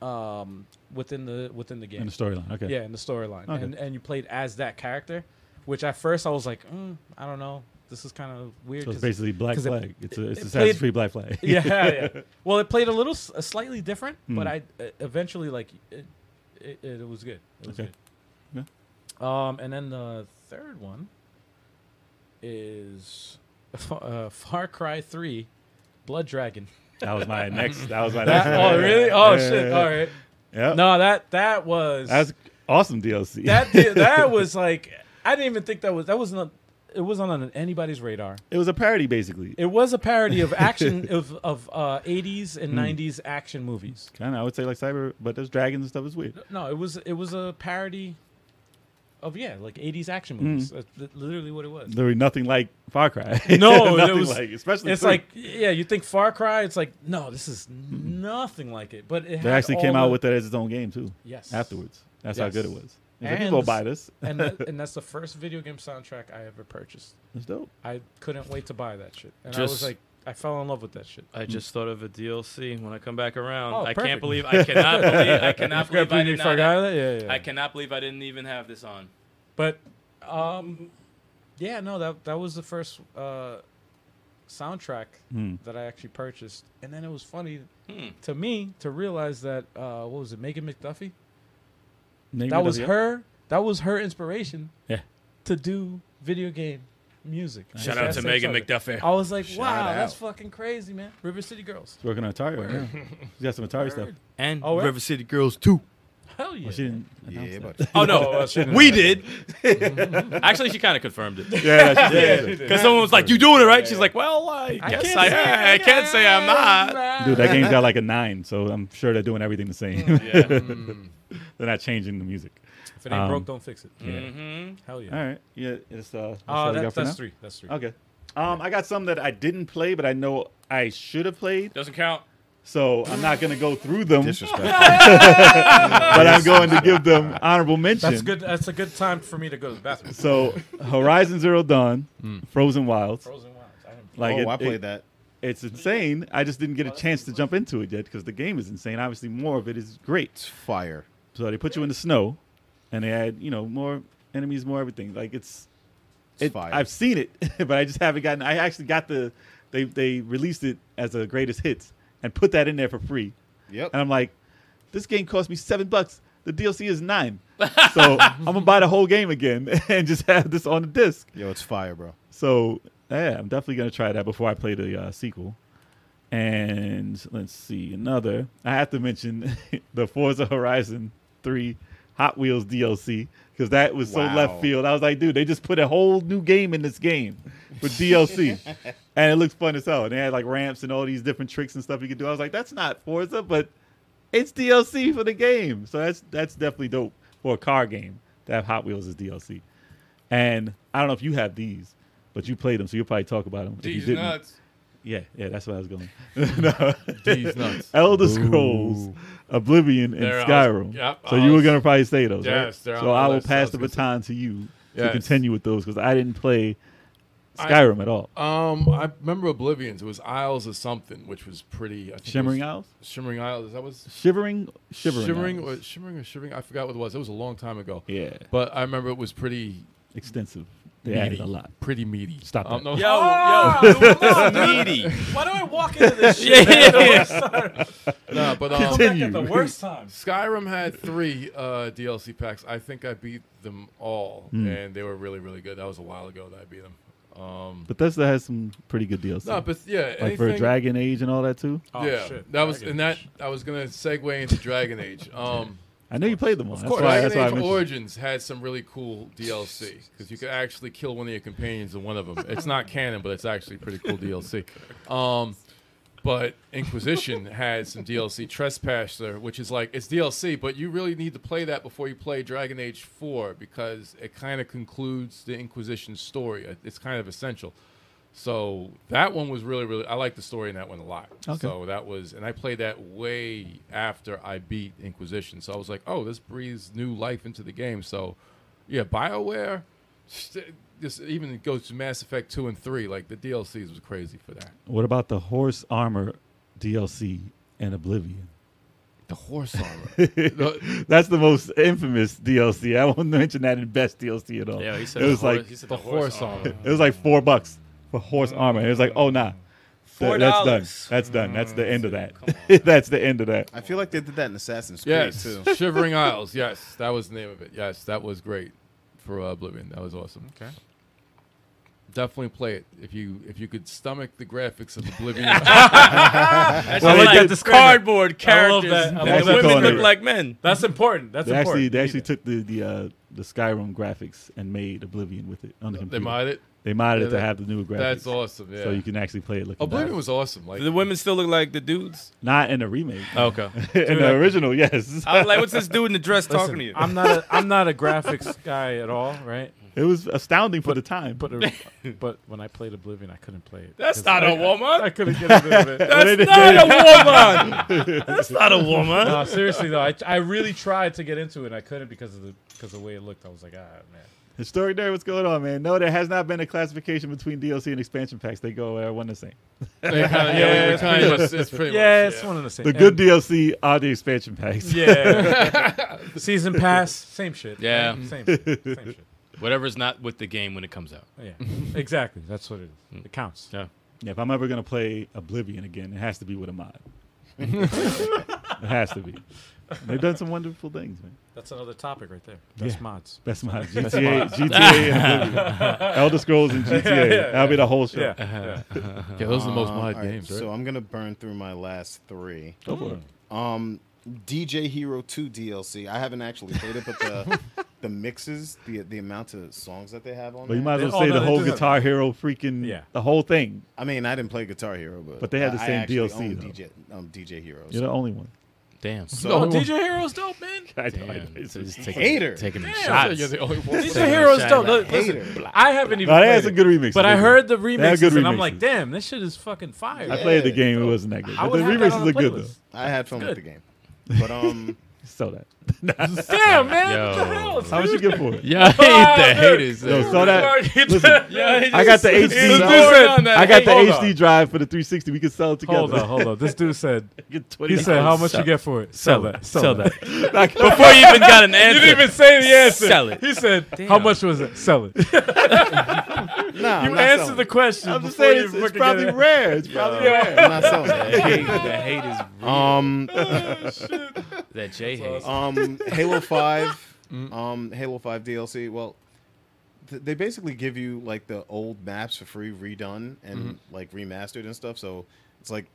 S2: um, within the within the game.
S4: in the storyline. Okay.
S2: Yeah, in the storyline,
S4: Okay.
S2: and and you played as that character, which at first I was like, mm, I don't know, this is kind of weird.
S4: So it's
S2: 'cause-
S4: basically Black
S2: 'cause it-
S4: Flag. it's a, it's
S2: it
S4: Assassin's
S2: played-
S4: Creed Black Flag.
S2: [LAUGHS] yeah, yeah. Well, it played a little s- uh, slightly different, but
S4: Mm.
S2: I uh, eventually like it. It, it, it was good. It was
S4: [LAUGHS] Okay.
S2: good. Um, and then the third one is [LAUGHS] uh, Far Cry Three, Blood
S4: [LAUGHS]
S2: Dragon.
S4: That was
S2: [LAUGHS]
S4: my next. That was my next.
S2: oh really? Oh shit! All right.
S4: Yeah.
S2: No, that that was
S4: That's awesome DLC.
S2: [LAUGHS] that
S4: [LAUGHS]
S2: did, that was like I didn't even think that was that wasn't a, it wasn't on anybody's radar.
S4: it was a parody, basically.
S2: It was a parody of
S4: [LAUGHS]
S2: action of of uh, 80s
S4: Hmm.
S2: and 90s action movies.
S4: Kind of, I would say like cyber, but those dragons and stuff is weird.
S2: No, it was it was a parody of yeah, like 80s action
S4: Hmm.
S2: movies. That's li- literally what it was.
S4: Literally nothing like Far Cry. [LAUGHS]
S2: No,
S4: nothing
S2: it was
S4: like, especially
S2: It's
S4: three.
S2: like yeah, you think Far Cry, it's like no, this is nothing like it. But it
S4: Hmm. they
S2: had
S4: actually came
S2: all
S4: out
S2: the-
S4: with that as its own game too.
S2: Yes.
S4: Afterwards, that's
S2: Yes.
S4: how good it was. It's
S2: And
S4: like, people will
S2: the-
S4: buy this.
S2: and
S4: [LAUGHS]
S2: that, and that's the first video game soundtrack I ever purchased.
S4: It's dope.
S2: I couldn't wait to buy that shit. And I
S6: Just-
S2: was like I fell in love with that shit.
S6: I just thought of a DLC when I come back around.
S2: Oh,
S6: I
S2: perfect.
S6: can't believe I cannot [LAUGHS] believe I cannot
S2: Forgot
S6: believe I
S2: you
S6: did
S2: forgot
S6: not,
S2: that? Yeah, yeah.
S6: I cannot believe I didn't even have this on.
S2: But um, yeah, no, that that was the first uh, soundtrack
S4: Hmm.
S2: that I actually purchased, and then it was funny
S6: Hmm.
S2: to me to realize that uh, what was it, Megan McDuffie?
S4: Name
S2: that
S4: it
S2: was
S4: up.
S2: her. That was her inspiration.
S4: Yeah.
S2: To do video game music.
S6: Shout out to Megan McDuffie.
S2: I was like, wow,
S5: out.
S2: that's fucking crazy, man. River City Girls.
S4: She's working on Atari right now.
S2: [LAUGHS]
S4: She got some Atari stuff.
S2: Word.
S6: And
S2: Oh, yeah? River
S6: City Girls 2.
S2: Hell yeah.
S4: Well, she didn't.
S5: Yeah,
S4: announce
S5: but
S4: that.
S6: Oh [LAUGHS] no, we did. [LAUGHS] Actually, she kind of confirmed it because
S4: yeah, she did.
S6: someone was like, "You doing it right?" She's like, "Well, I guess I, I, can't say I'm not."
S4: Dude, that game's got like a nine, so I'm sure they're doing everything the same.
S2: Mm,
S4: [LAUGHS] they're not changing the music.
S2: If it ain't
S4: Um,
S2: broke, don't fix it.
S6: Mm-hmm.
S2: Hell yeah.
S4: All right. Yeah, it's uh. that's
S2: Uh,
S4: all we
S2: that-
S4: got for
S2: that's
S4: now?
S2: three. That's three.
S4: Okay. Um, I got some that I didn't play, but I know I should have played.
S6: Doesn't count.
S4: So I'm not going to go through them, [LAUGHS]
S5: Disrespect. Oh,
S4: but I'm going to give them honorable mention.
S2: That's good. That's a good time for me to go to the bathroom.
S4: So Horizon Zero Dawn, Frozen Wilds,
S2: Frozen Wilds. I didn't-
S4: like it-
S5: Mm. oh, I
S4: it-
S5: played that.
S4: It's insane. I just didn't get a chance to jump into it yet because the game is insane. Obviously, more of it is great.
S5: It's fire.
S4: So they put you in the snow, and they add you know more enemies, more everything. Like it's
S5: It's
S4: it-
S5: fire.
S4: I've seen it, [LAUGHS] but I just haven't gotten. I actually got the they they released it as a greatest hits and put that in there for free.
S5: Yep.
S4: And I'm like, this game cost me seven bucks. The DLC is
S5: [LAUGHS]
S4: nine, so I'm gonna buy the whole game again [LAUGHS] and just have this on the disc.
S5: Yo, it's fire, bro.
S4: So yeah, I'm definitely gonna try that before I play the uh, sequel. And let's see another. I have to mention [LAUGHS] the Forza Horizon Three Hot Wheels DLC because that was so
S5: Wow.
S4: left field. I was like, dude, they just put a whole new game in this game with DLC, and it looks fun as hell. And they had like ramps and all these different tricks and stuff you could do. I was like, that's not Forza, but it's DLC for the game. So that's that's definitely dope for a car game to have Hot Wheels as DLC. And I don't know if you have these, but you played them, so you'll probably talk about them. if you
S3: These
S4: didn't.
S3: nuts.
S4: Yeah, yeah, that's what I was going. no.
S3: [LAUGHS] These nuts.
S4: Elder Scrolls, Oblivion, and
S3: There, I was-
S4: Skyrim.
S3: yep,
S4: so
S3: I
S4: you were
S3: was-
S4: gonna probably say those, right?
S3: Yes, they're on
S4: So
S3: my
S4: I will
S3: list. I
S4: pass
S3: was
S4: the
S3: gonna say-
S4: baton to you to
S3: Yes.
S4: continue with those because I didn't play
S3: I-
S4: Skyrim at all.
S3: Um, I remember Oblivions. It was Isles of something, which was pretty. I think it was-
S4: Shimmering Isles,
S3: Shimmering Isles. Is That was
S4: shivering, shivering,
S3: Shimmering
S4: Isles.
S3: or Shimmering or Shivering. I forgot what it was. It was a long time ago.
S4: yeah,
S3: But I remember it was pretty
S4: extensive. They added a lot.
S3: pretty meaty.
S4: Stop
S3: Um,
S4: that.
S3: no,
S2: Oh,
S8: Meaty.
S2: Why do I walk into this [LAUGHS] shit? man, at the worst time?
S3: [LAUGHS] no,
S2: Come back
S3: but um,
S2: at
S4: Continue.
S2: the worst time.
S3: Skyrim had three uh, DLC packs. I think I beat them all,
S4: Hmm.
S3: and they were really, really good. That was a while ago that I beat them. Um,
S4: Bethesda has some pretty good DLC,
S3: no, but yeah,
S4: like
S3: anything,
S4: for Dragon Age and all that too.
S2: Oh,
S3: yeah,
S2: shit.
S3: that was
S2: Dragon
S3: and that
S2: Age.
S3: I was gonna segue into Dragon Age. Um,
S4: I know you played them all. That's why,
S3: Dragon
S4: that's why I
S3: Age
S4: mentioned.
S3: Origins had some really cool DLC because you could actually kill one of your companions in one of them. It's not canon, but it's actually pretty cool DLC. Um, but Inquisition had some DLC Trespasser, which is like it's DLC, but you really need to play that before you play Dragon Age Four because it kind of concludes the Inquisition story. It- It's kind of essential. So that one was really, really. I like the story in that one a lot. So that was, and I played that way after I beat Inquisition. So I was like, oh, this breathes new life into the game. So, yeah, Bioware. st- This even goes to Mass Effect two and three. Like the DLCs was crazy for that.
S4: What about the horse armor DLC and Oblivion?
S3: The horse armor. [LAUGHS] the,
S4: That's the most infamous DLC. I won't [LAUGHS] mention that in best DLC at all.
S6: Yeah, he said
S4: it was
S6: the horse,
S4: like
S6: he said
S3: the horse armor.
S4: it was like four bucks for horse armor. It was like, oh nah, Th- that's done.
S8: $4.
S4: That's done. That's the
S3: Mm,
S4: end of that. [LAUGHS] that's the end of that.
S5: I feel like they did that in Assassin's Creed
S3: Yes,
S5: too.
S3: [LAUGHS] Shivering Isles. Yes, that was the name of it. Yes, that was great for uh, Oblivion. That was awesome.
S2: Okay.
S3: Definitely play it if you if you could stomach the graphics [LAUGHS] of Oblivion.
S6: That's
S4: Well,
S6: well,
S4: they did-
S6: like the cardboard
S2: I love
S6: characters.
S2: that. I
S4: love
S6: The
S4: that
S6: women
S4: corner.
S6: look like men.
S2: That's important. That's
S4: They
S2: important.
S4: actually they
S2: You
S4: actually
S2: need that.
S4: took the the uh, the Skyrim graphics and made Oblivion with it on the
S3: they
S4: computer.
S3: mod it.
S4: They modded
S3: Yeah,
S4: it to
S3: that-
S4: have the newer graphics.
S3: That's awesome. Yeah.
S4: So you can actually play it looking
S3: Oblivion
S4: back.
S3: was awesome. Like
S6: Do the women still look like the dudes?
S4: not in the remake.
S6: Okay.
S4: in the original, yes.
S6: I was like, what's this dude in the dress talking to you?
S2: I'm not. A, I'm not a graphics guy at all. Right.
S4: [LAUGHS] It was astounding for the time.
S2: But [LAUGHS] a, but when I played Oblivion, I couldn't play it.
S6: That's
S2: 'cause
S6: not
S2: I,
S6: a woman.
S2: I couldn't get a bit of it.
S6: That's [LAUGHS] not a woman.
S4: [LAUGHS]
S6: That's not a
S2: [LAUGHS]
S6: woman.
S2: No, seriously though, I, I really tried to get into it. and I couldn't because of the because of the way it looked. I was like, ah, man.
S4: Historic nerd, what's going on, man? No, there has not been a classification between DLC and expansion packs. They go uh, one the same.
S3: they kinda- yeah, we kinda- it's, it's pretty
S2: Yeah,
S3: much,
S2: it's one of the same.
S4: The good DLC are the expansion packs.
S2: Yeah. [LAUGHS] Season pass, same shit.
S6: Yeah.
S2: right? Same, shit, same shit.
S6: Whatever's not with the game when it comes out.
S2: Oh, Yeah, exactly. That's what it
S6: Mm.
S2: is. It counts.
S6: Yeah.
S4: Yeah, if I'm ever gonna play Oblivion again, it has to be with a mod. it has to be. They've done some wonderful things, man.
S2: That's another topic right there. That's
S4: Yeah.
S2: mods.
S4: Best mod, GTA, GTA, and Oblivion. Elder Scrolls and GTA. That'll be the whole show.
S2: Yeah.
S6: Uh-huh.
S2: yeah.
S3: yeah. Yeah, those are the most mod
S5: All right,
S3: games, right?
S5: Uh, So I'm gonna burn through my last three.
S4: Go for it.
S5: Um, DJ Hero Two DLC. I haven't actually played it,
S4: [LAUGHS]
S5: but the the mixes, the the amount of songs that Mm. they have on.
S4: But you
S5: there.
S4: might as
S2: Oh,
S4: well say
S2: no,
S4: the
S2: they
S4: whole
S2: do that.
S4: Guitar Hero freaking
S2: Yeah.
S4: the whole thing.
S5: I mean, I didn't play Guitar Hero, but
S4: But they had the
S5: I- I
S4: same
S5: actually
S4: DLC
S5: own
S4: though.
S5: DJ um, DJ Heroes.
S4: You're the only one.
S6: Damn.
S5: So
S2: Oh, DJ Hero's dope, man.
S4: I know, I know.
S6: Damn.
S4: [LAUGHS] It's
S6: So
S4: just-
S6: just taking,
S5: Hater.
S6: Taking
S2: Damn.
S6: shots.
S3: You're the
S2: [LAUGHS]
S3: only one.
S2: DJ Hero's
S6: Shaq,
S2: dope. Look,
S6: like,
S2: listen, I haven't even.
S4: No,
S2: played
S4: that's a
S2: it,
S4: good remix.
S2: But I
S4: That's good.
S2: heard the
S4: They are
S2: remixes,
S4: good
S2: and I'm
S4: remixes.
S2: like, damn, this shit is fucking fire.
S4: I played the game. It wasn't that good.
S2: I
S4: But
S2: would
S4: the
S2: have that
S4: remixes
S2: on a
S4: are good
S2: playlist.
S4: though.
S5: I had fun with
S2: Good.
S5: the game,
S2: [LAUGHS]
S5: but um,
S4: So that.
S2: Damn, man, what the
S6: Yo.
S2: hell?
S4: How much you
S2: [LAUGHS]
S4: get for it?
S6: Yeah,
S3: [LAUGHS]
S6: I hate the haters.
S4: Yo, so that.
S6: [LAUGHS] Listen,
S4: I got the HD.
S2: [LAUGHS]
S4: I got the
S2: Hold
S4: HD drive for the 360. We could sell it together.
S2: Hold on, hold on. This [LAUGHS] dude said,
S4: [LAUGHS] Get
S2: he
S4: 20
S2: said, how much you get for it? Sell that. Sell that.
S6: Before you even got an answer.
S2: You didn't even say the answer.
S6: Sell it.
S2: He said, how much was it? Sell it.
S5: nah,
S2: You answered the question.
S4: [LAUGHS] I'm just
S2: before
S4: saying
S2: you
S4: it's, it's
S2: fucking
S4: probably
S2: get it.
S4: rare. It's probably
S2: [LAUGHS]
S4: rare.
S5: I'm not selling it. [LAUGHS] Um,
S6: That J hates.
S5: um, Halo Five, um, Halo Five DLC. Well, th- they basically give you like the old maps for free, redone and
S2: Mm-hmm.
S5: like remastered and stuff. So it's like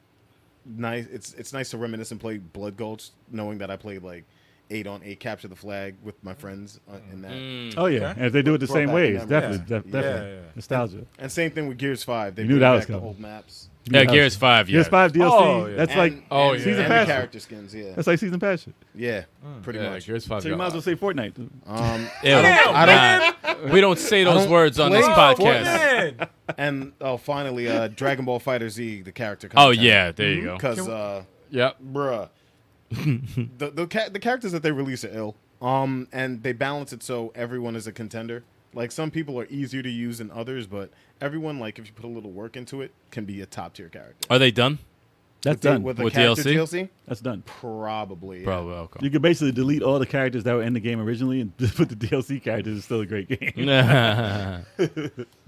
S5: nice. It's it's nice to reminisce and play Blood Gulch, knowing that I played like eight on eight capture the flag with my friends uh, in that.
S2: Mm.
S4: Oh yeah, and if they do it the same
S5: Throwback
S4: way,
S5: to
S4: it's
S5: memories.
S4: definitely, def-
S5: Yeah.
S4: definitely
S2: Yeah, yeah.
S4: nostalgia.
S5: And same thing with Gears Five. They
S4: You knew
S5: bring
S4: that
S5: back
S4: was
S5: the
S4: coming.
S5: old maps.
S6: Yeah, Gears 5, yeah.
S4: Gears Five DLC.
S2: Oh, yeah.
S4: That's
S5: And-
S4: like
S3: Oh,
S5: and-
S3: yeah.
S4: season
S5: and the
S4: pass.
S5: character skins. Yeah,
S4: that's like season passion.
S5: yeah,
S2: Mm.
S5: pretty
S3: Yeah,
S5: much.
S3: Gears Five.
S4: So you
S3: got
S4: might as
S3: a
S4: well say Fortnite.
S5: Um,
S6: Ew,
S5: I
S6: nah. we don't say those
S5: don't
S6: words on
S5: play
S6: this podcast.
S2: Man,
S5: and oh, finally, uh, Dragon Ball Fighter Z, the character.
S6: Oh
S5: content.
S6: yeah, there you
S2: Mm-hmm.
S6: go.
S5: because uh,
S3: lot. Yep.
S5: bruh, the the, ca- the characters that they release are ill. Um, and they balance it so everyone is a contender. Like some people are easier to use than others, but everyone, like if you put a little work into it, can be a top tier character.
S6: Are they done?
S4: That's
S5: With the-
S4: done.
S5: with the
S6: With
S5: character
S6: DLC?
S5: DLC.
S4: that's done.
S5: Probably. yeah.
S6: Probably. Okay.
S4: You could basically delete all the characters that were in the game originally and [LAUGHS] just put the DLC characters. It's still a great game. [LAUGHS]
S6: [LAUGHS] How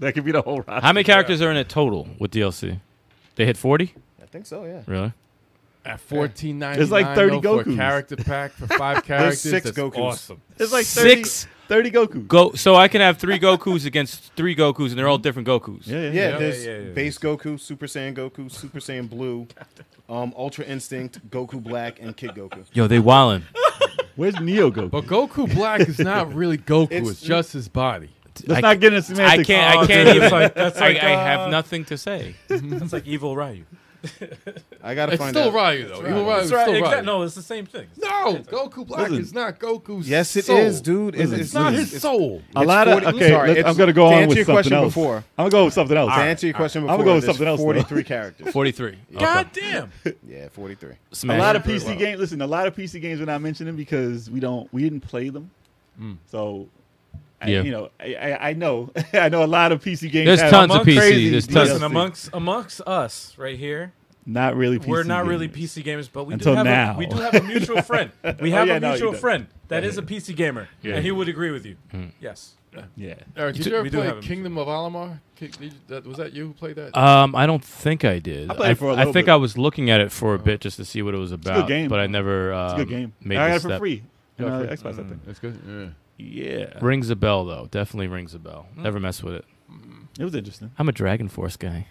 S4: that could be the whole roster.
S6: many characters are in it total with DLC? They hit forty.
S5: I think so. Yeah.
S6: Really?
S3: At fourteen ninety.
S4: It's like 30
S3: For a
S4: Gokus.
S3: character pack for five
S5: There's
S3: characters.
S5: six
S3: that's
S5: Goku's.
S3: Awesome.
S4: It's like 30,
S6: Six.
S4: 30 Goku.
S6: Go. So I can have three Goku's against three Goku's, and they're all different Goku's.
S4: Yeah, yeah,
S5: Yeah,
S4: yeah.
S5: there's
S2: yeah, yeah.
S5: base Goku, Super Saiyan Goku, Super Saiyan Blue, um, Ultra Instinct, Goku Black, and Kid Goku.
S6: Yo, they wildin'.
S4: Where's Neo [LAUGHS] Goku?
S3: But Goku Black is not really Goku. It's,
S5: It's-
S3: just his body.
S4: Let's
S6: I-
S4: not get into semantics.
S6: I can't.
S2: Oh,
S6: I can't
S2: dude,
S6: even.
S2: that's like- that's
S6: I,
S2: like,
S6: I
S2: uh,
S6: have nothing to say.
S2: that's like Evil Ryu.
S5: I gotta
S3: It's
S5: find
S3: still
S5: out.
S3: Ryu though. Evil Ryu is
S2: That's right,
S3: still
S2: exact-
S3: Ryu.
S2: No, it's the same thing.
S3: No, Goku Black is not Goku's.
S5: Yes, it is,
S3: soul.
S5: dude. It's,
S3: It's not his soul.
S4: A lot of
S5: 40
S4: okay.
S5: sorry,
S4: let- I'm
S5: it's-
S4: gonna go
S5: to
S4: on
S5: answer
S4: with
S5: your
S4: something
S5: question
S4: else.
S5: before.
S4: I'm gonna go with something else.
S5: To answer your question
S4: I'ma
S5: before,
S4: go with
S5: there's
S4: something else, though.
S5: 43 characters.
S6: Forty-three.
S2: God damn.
S5: Yeah, 43.
S4: A
S6: Smash.
S4: lot of PC games. Listen, a lot of PC games we're not mentioning because we don't we didn't play them. Mm. So, I,
S6: Yeah.
S4: you know, I, I, I know [LAUGHS] I know a lot of PC games.
S6: There's
S4: have
S6: tons of
S4: crazy
S6: PC. There's tons.
S2: Listen,
S4: DLC.
S2: amongst amongst us right here,
S4: Not really. PC
S2: we're not really
S4: gamers.
S2: PC gamers, but we
S4: Until
S2: do have
S4: now. Oh,
S2: A, we do have a
S4: [LAUGHS]
S2: mutual friend. We have
S4: yeah,
S2: a
S4: no, you
S2: mutual
S4: don't. Hmm.
S2: friend that is a PC gamer, and he would agree with you. Yes.
S4: Yeah.
S3: Eric, did you ever
S2: we do have
S3: play
S2: him.
S3: Kingdom of Alamar? Ki- did you- that- Was that you who played that?
S6: Um, I don't think I did. I,
S4: played it for a
S6: I
S4: little
S6: think
S4: bit. Uh,
S6: I was looking at it for a bit just to see what it was
S4: good
S6: about.
S4: game.
S6: But I never. Um,
S4: It's a good game.
S6: Made
S4: I
S6: the
S4: got it for
S6: step.
S4: free. You
S3: Yeah,
S4: know,
S3: free.
S4: Xbox, I think.
S3: That's good. Yeah.
S4: Yeah.
S6: Rings a bell though. Definitely rings a bell.
S4: Mm.
S6: Never mess with it.
S4: It was interesting.
S6: I'm a Dragon Force guy.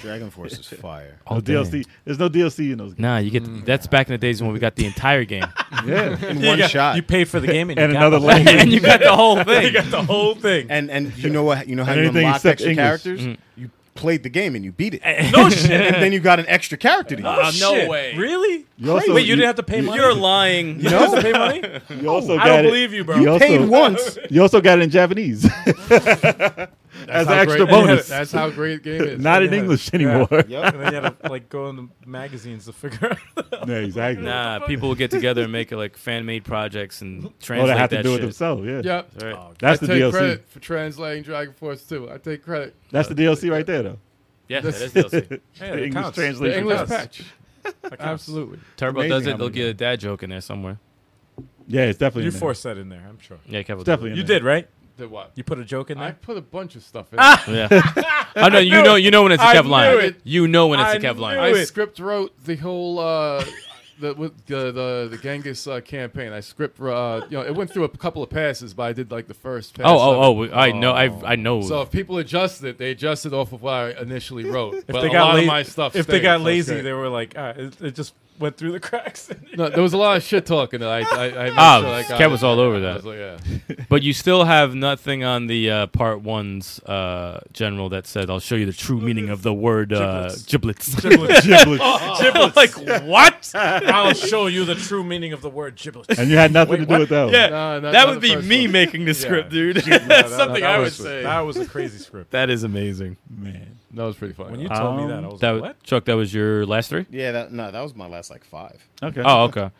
S5: Dragon Force is fire.
S6: Oh,
S4: No DLC. There's no DLC in those games.
S6: Nah, you get that's back in the days when we got the
S4: [LAUGHS]
S6: entire game
S4: Yeah.
S5: [LAUGHS] In one
S2: you got-
S5: shot.
S2: You paid for the game and,
S4: Uh, and
S2: you got the
S4: another
S2: whole-
S4: language. [LAUGHS]
S6: and you got the
S2: [LAUGHS]
S6: whole
S2: you
S6: thing.
S2: got the whole thing.
S5: and and you know what? You know how
S4: And
S5: you
S4: anything
S5: unlock
S4: except
S5: extra
S4: English.
S5: characters? You played the game and you beat it. [LAUGHS] and
S2: no shit.
S5: then you got an extra character to use.
S6: Uh, no
S2: Shit.
S6: way.
S2: Really?
S4: Oh, You also-
S2: Wait, you,
S4: you-
S2: didn't have to pay money.
S6: You're lying.
S2: You didn't have to pay money.
S4: [LAUGHS] You also
S2: I
S4: got
S2: don't
S4: it-
S2: believe you, bro.
S4: You also,
S5: Paid once.
S4: [LAUGHS] you also got it in Japanese [LAUGHS] as
S3: That's
S4: an
S3: how
S4: extra
S3: great-
S4: bonus.
S3: [LAUGHS] That's how great the
S4: [LAUGHS]
S3: game is.
S4: Not in
S2: Yeah.
S4: English
S2: Yeah.
S4: anymore.
S2: and then you had to like go in the magazines to figure out. [LAUGHS]
S4: [LAUGHS] Yeah, exactly.
S6: Nah, people will get together and make like fan made projects and
S4: Or
S6: translate
S4: they have Oh, to
S6: that
S4: do it
S6: shit.
S4: themselves. Yeah.
S3: Yep.
S6: Right.
S4: That's
S3: I
S4: the
S3: take
S4: DLC.
S3: credit for translating Dragon Force 2. I take credit.
S4: That's the DLC right there, though. [LAUGHS]
S6: Yes, that is DLC.
S2: Hey,
S4: The
S2: that
S4: English
S2: counts.
S4: translation.
S3: The English
S2: does.
S3: patch.
S2: That counts.
S3: Absolutely.
S6: Turbo
S4: Amazing
S6: does
S4: how
S6: it. They'll
S4: many-
S6: get a dad joke in there somewhere.
S4: Yeah, it's definitely.
S2: You
S4: in there.
S2: forced that in there, I'm sure.
S6: Yeah, Kevin.
S4: It's definitely. in
S2: You
S4: there.
S2: did, right?
S3: The what?
S2: You put a joke in
S3: I
S2: there.
S3: put a bunch of stuff in.
S6: Yeah. I know. You know. You know when it's a
S2: I
S6: Kev
S2: knew
S6: line.
S2: it.
S6: You know when it's a
S2: I
S6: Kev
S2: knew
S6: line.
S3: I
S2: it.
S3: script wrote the whole uh, the, with the the the Genghis uh, campaign. I script uh, you know it went through a couple of passes, but I did like the first. pass
S6: Oh,
S3: of it.
S6: oh, oh! I know. I I know.
S3: So if people adjusted it, they adjusted off of what I initially wrote.
S2: If
S3: but
S2: they
S3: a
S2: got
S3: lot
S2: la-
S3: of my stuff.
S2: If they
S3: stayed,
S2: got
S3: so it's
S2: lazy,
S3: great.
S2: they were like, ah, it, it just went through the [LAUGHS] cracks.
S3: No, there was a lot of shit talking. That I, I, I made
S6: Ah,
S3: sure I got
S6: Kev was all over
S3: I was
S6: that.
S3: like, yeah.
S6: But you still have nothing on the uh, part one's uh, general that said, "I'll show you the true meaning of the word uh, giblets."
S4: [LAUGHS]
S2: [LAUGHS] Like [LAUGHS] what? I'll show you the true meaning of the word giblets.
S4: [LAUGHS] and you had nothing
S2: Wait,
S4: to do
S2: what?
S4: with that. one.
S6: yeah,
S3: No, not-
S6: [LAUGHS] that
S3: not
S6: would
S3: the
S6: be
S3: first
S6: me
S3: one.
S6: making the script, dude. [LAUGHS] That's something I would
S2: was,
S6: say.
S2: That was a crazy script.
S6: That is amazing.
S4: man.
S3: That was pretty funny.
S2: When you told me that, I
S4: Um,
S2: was
S6: That
S2: like,
S6: w-
S2: what?
S6: Chuck, that was your last three.
S5: Yeah, that no, that was my last like five.
S4: Okay.
S6: Oh, okay.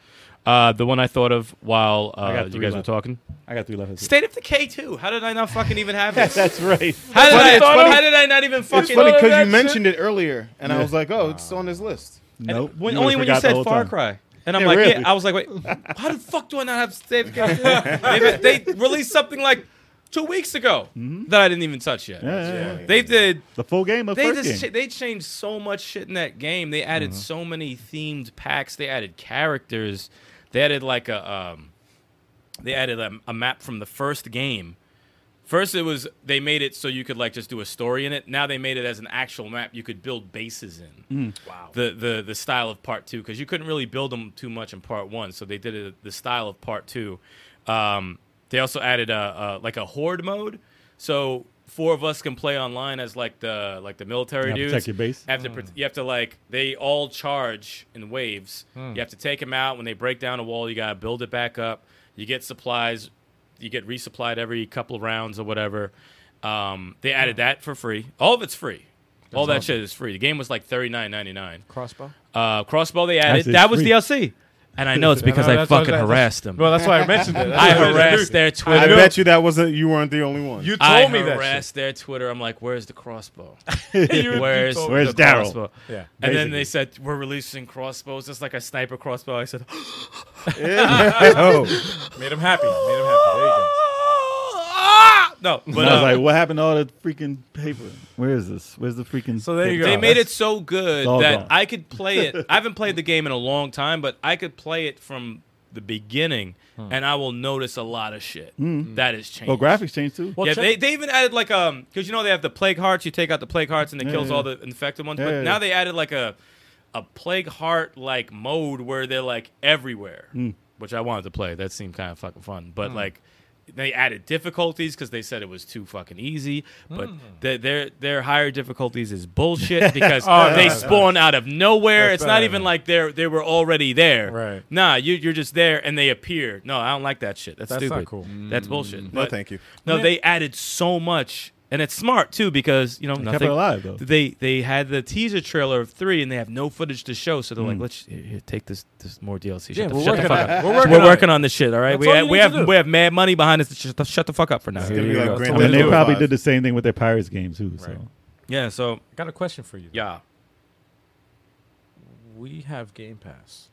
S6: Uh, the one I thought of while uh,
S4: got
S6: you
S4: three
S6: guys
S4: left.
S6: were talking.
S4: I got three left.
S6: State of Decay two. How did I not fucking even have it?
S4: [LAUGHS] That's right.
S6: How did, I,
S5: it's funny-
S6: how did I not even fucking?
S5: It's funny
S6: know
S5: because
S6: that
S5: you mentioned it earlier, and I was like, oh, it's on this list.
S4: Nope.
S6: shit? when,
S4: would've
S6: only when you
S4: forgot the
S6: said
S4: whole
S6: Far
S4: time.
S6: Cry. And I'm
S4: Yeah,
S6: like,
S4: really.
S6: yeah. I was
S4: [LAUGHS]
S6: like, wait, how the fuck do I not have State of Decay? 4? they, they released something like two weeks ago that I didn't even touch yet.
S4: Mm-hmm. Yeah, yeah, yeah.
S6: They did.
S4: The full game of
S6: They
S4: first
S6: just
S4: game. Mm-hmm.
S6: cha- they changed so much shit in that game. They added so many themed packs. They added characters. They added like a um, they added a, a map from the first game. First, it was they made it so you could like just do a story in it. Now they made it as an actual map you could build bases in. Wow. The the the style of part two because you couldn't really build them too much in part one, so they did it the style of part two. Um, they also added a, uh like a horde mode, so four of us can play online as like the like the military
S4: You have to
S6: dudes.
S4: protect your base.
S6: Have to pro- you have to like they all charge in waves. You have to take them out when they break down a wall. You gotta build it back up. You get supplies. You get resupplied every couple of rounds or whatever. Um, they added that for free. All of it's free. all that shit is free. The game was like thirty nine ninety nine.
S2: Crossbow.
S6: Uh, crossbow they
S4: That's
S6: added.
S4: it,
S6: That was
S4: free.
S6: DLC. And I know it's because I
S2: that's why I was
S6: fucking
S2: like-
S6: harassed them.
S2: Well, that's why I mentioned it.
S6: [LAUGHS] I harassed their Twitter.
S5: I bet you that wasn't you weren't the only one.
S2: You told
S6: I
S2: me that. shit.
S6: harassed their Twitter. I'm like, where's the crossbow?
S2: you
S6: [LAUGHS] Where's
S2: told-
S4: Where's
S6: the
S4: Daryl?
S6: crossbow?
S2: Yeah.
S6: And
S4: Basically.
S6: then they said we're releasing crossbows, just like a sniper crossbow. I said, [GASPS]
S4: oh.
S2: Made him happy. Made him happy. There you go.
S6: "Ah!" no, but
S4: And I was
S6: uh,
S4: like, what happened to all the freaking paper? Where is this? Where's the freaking?
S2: So there you
S4: paper?
S2: go.
S6: they made it so good
S4: It's all
S6: that
S4: gone.
S6: I could play it. I haven't played the game in a long time, but I could play it from the beginning, and I will notice a lot of shit that has changed.
S4: Oh, graphics changed too.
S2: Well,
S6: yeah,
S2: check-
S6: they, they even added like um because you know they have the plague hearts. You take out the plague hearts and it
S4: Yeah,
S6: kills
S4: yeah,
S6: all the infected ones.
S4: Yeah,
S6: but
S4: yeah,
S6: now
S4: yeah.
S6: they added like a a plague heart like mode where they're like everywhere, which I wanted to play. That seemed kind of fucking fun. But
S2: Hmm.
S6: like they added difficulties because they said it was too fucking easy. But
S2: Hmm.
S6: their their their higher difficulties is bullshit because
S2: Oh,
S6: they
S2: yeah.
S6: spawn out of nowhere.
S2: That's
S6: it's not
S2: better.
S6: even like they're they were already there.
S2: Right.
S6: Nah, you you're just there and they appear. No, I don't like that shit. That's,
S2: That's not
S6: stupid.
S2: cool.
S6: That's
S2: Mm.
S6: bullshit.
S5: no,
S6: But-
S5: thank you.
S6: no,
S2: Yeah.
S6: they added so much, and it's smart too because you know
S4: kept
S6: nothing.
S4: it alive, though.
S6: They they had the teaser trailer of three, and they have no footage to show, so they're
S4: Mm.
S6: like, let's here, here, take this this more DLC. Shut
S2: Yeah,
S6: the-
S2: we're
S6: shut the
S2: working
S6: fuck
S2: on
S6: up.
S2: it. We're working
S6: We're
S2: on it.
S6: working on this shit, all right.
S2: That's
S6: We,
S2: all
S6: ha-
S2: you need
S6: we
S2: to
S6: have
S2: do.
S6: we have mad money behind us. Shut the, shut the fuck up for now.
S5: It's gonna be like Grand
S4: I mean,
S5: Theft
S4: they
S5: Auto
S4: probably
S5: 5.
S4: did the same thing with their Pirates game too. So
S6: Yeah. So
S2: Got a question for you.
S6: yeah,
S2: We have Game Pass.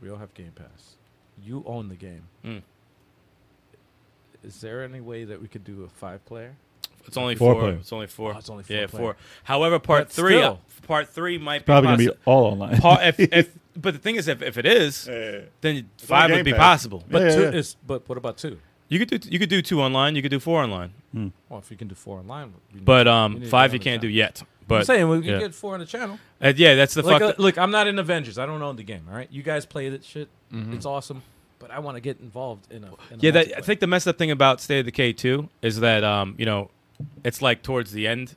S2: We all have Game Pass. You own the game.
S6: Mm.
S2: Is there any way that we could do a five player?
S6: it's only
S4: Four
S6: four.
S4: player.
S6: It's only four.
S2: Oh, it's only
S6: Yeah,
S2: four
S6: four. However, part
S2: But
S6: three, uh,
S2: still.
S6: part three might
S4: probably
S6: be
S4: gonna be
S6: possi-
S4: all online.
S6: Part, if, if, but the thing is, if, if it is, then five
S5: Game
S6: would be
S5: Pass.
S6: possible.
S2: But
S4: Yeah, yeah,
S2: two
S4: yeah.
S2: is but what about two?
S6: You could do you could do two online. You could do four online.
S2: Well, if you can do four online, we need-
S6: But
S2: we
S6: um,
S2: need to
S6: five
S2: get
S6: you
S2: on the
S6: can't do
S2: channel.
S6: yet.
S2: I'm
S6: But
S2: saying we can
S6: yeah.
S2: get four on the channel.
S6: Uh, yeah, that's the
S2: Like,
S6: fuck.
S2: uh, look, I'm not in Avengers. I don't own the game. All right, you guys play that shit. It's awesome, but I want to get involved in a. In a
S6: Mm-hmm. yeah, that,
S2: multiplayer.
S6: I think the messed up thing about State of the K two is that um, you know, it's like towards the end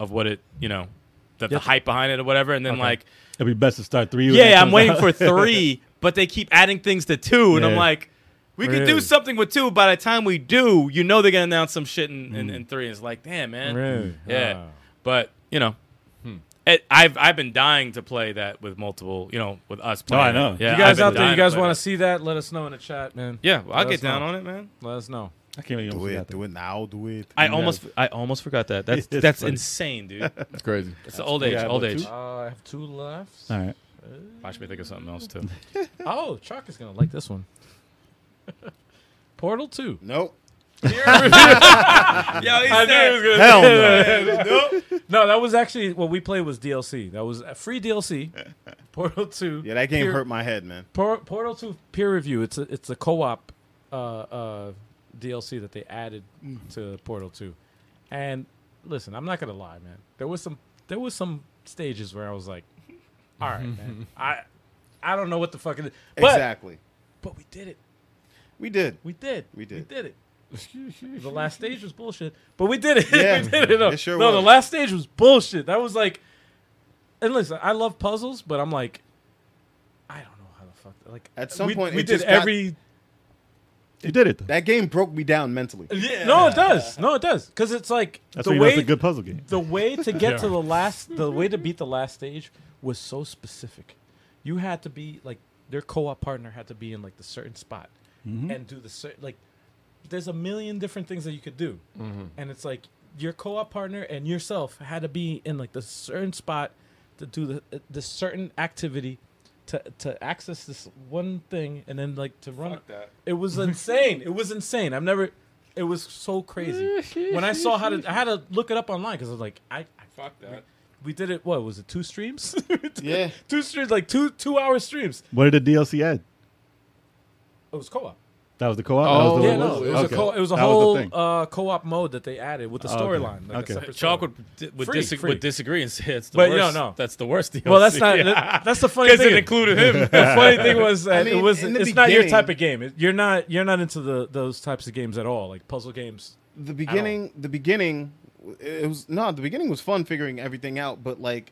S6: of what it you know, the, the
S2: Mm. Yep.
S6: hype behind it or whatever, and then like
S4: [LAUGHS] It'd be best to start three. when that
S6: yeah, I'm
S4: comes
S6: waiting
S4: out. [LAUGHS]
S2: [LAUGHS]
S6: for three, but they keep adding things to two, and I'm
S4: Yeah.
S6: like, we could do
S4: Really?
S6: something with two. By the time we do, you know they're gonna announce some shit in, in,
S2: Mm.
S6: in three. And it's like, damn man,
S2: Really?
S6: Mm, yeah.
S2: Ah.
S6: But you know, hmm. it, I've I've been dying to play that with multiple, you know, with us. Playing
S4: I
S6: it.
S4: know.
S6: Yeah,
S2: you guys
S6: I've
S2: out
S6: been
S2: there,
S6: dying
S2: you guys
S6: play
S2: want
S6: that.
S2: to see that? Let us know in the chat, man.
S6: Yeah, well, I'll
S2: Let
S6: get
S2: us
S6: down
S2: know.
S6: on it, man.
S2: Let us know.
S4: I can't even
S5: Do
S4: almost
S5: it,
S4: forgot that.
S5: do it now, do it.
S6: I almost, I almost forgot
S2: [LAUGHS]
S6: that. That's
S4: It's
S6: that's
S4: funny.
S6: insane, dude.
S3: It's crazy.
S6: It's the old age,
S4: Yeah,
S6: old
S4: but
S6: age.
S4: two-
S2: Uh, I have two
S6: [LAUGHS]
S2: left.
S4: All right.
S6: Watch me think of something else too.
S2: [LAUGHS] Oh, Chuck is gonna like this one. [LAUGHS] Portal Two.
S5: Nope.
S6: Yo, he said it was good.
S2: [LAUGHS]
S5: Hell no.
S2: No, that was actually what we played was DLC. That was a free
S6: [LAUGHS]
S2: DLC. Portal Two.
S5: Yeah, that game
S2: peer-
S5: hurt my head, man.
S2: Por- Portal Two peer review. It's a it's a co-op uh, uh, DLC that they added to Portal Two. And listen, I'm not gonna lie, man. There was some there was some stages where I was like, all right, man, I I don't know what the fuck it is. But,
S5: Exactly.
S2: but we did it.
S5: We did.
S2: We did.
S5: We did.
S2: We did
S5: [LAUGHS]
S2: it. the last stage was bullshit, but we did it. [LAUGHS]
S5: Yeah,
S2: we did it. No,
S5: it sure
S2: no, the
S5: was.
S2: last stage was bullshit. That was like, and listen, I love puzzles, but I'm like, I don't know how the fuck. Like
S5: At some
S2: we-
S5: point,
S2: we
S5: it
S2: did
S5: just got-
S2: every.
S4: You did it. Though.
S5: That game broke me down mentally.
S2: No, it does. No, it does. Because it's like
S4: That's
S2: the
S4: why you know
S2: way
S4: it's a good puzzle game.
S2: the way to get to the last the way to beat the last stage was so specific you had to be like their co-op partner had to be in like the certain spot
S4: Mm-hmm.
S2: and do the certain like there's a million different things that you could do and it's like your co-op partner and yourself had to be in like the certain spot to do the the certain activity to to access this one thing and then like to run
S3: that.
S2: it
S3: [LAUGHS]
S2: was insane. It was insane. I've never. It was so crazy. when I saw how to, I had to look it up online because I was like, I, I
S3: Fuck that.
S2: we did it. What was it? Two streams? [LAUGHS]
S5: Yeah.
S2: two streams, like two two hour streams.
S4: What did the DLC add?
S2: It was co-op.
S4: That was the co-op. that
S3: Oh,
S4: was the
S2: yeah,
S3: it
S2: no,
S3: was-
S2: it was
S4: okay.
S2: a co- it was a
S4: That the
S2: whole
S4: thing.
S2: uh, co-op mode that they added with the
S4: Oh, okay.
S2: storyline. like a
S4: Okay.
S2: separate
S8: Chalk
S2: story.
S8: would would,
S2: Free,
S8: dis-
S2: free.
S8: would disagree and say it's the
S2: But, you
S8: worst.
S2: know, no.
S8: That's the
S6: [LAUGHS]
S8: worst DLC. [LAUGHS]
S2: Well, that's not. [LAUGHS]
S8: Yeah.
S2: That's the funny
S8: because
S2: thing.
S8: it included him.
S2: [LAUGHS] the funny thing was that it
S5: mean,
S2: was.
S5: in the
S2: It's not your
S5: beginning-
S2: type of game. It- You're not. You're not into the those types of games at all. Like puzzle games.
S5: The beginning, the beginning, it was no. The beginning was fun figuring everything out, but like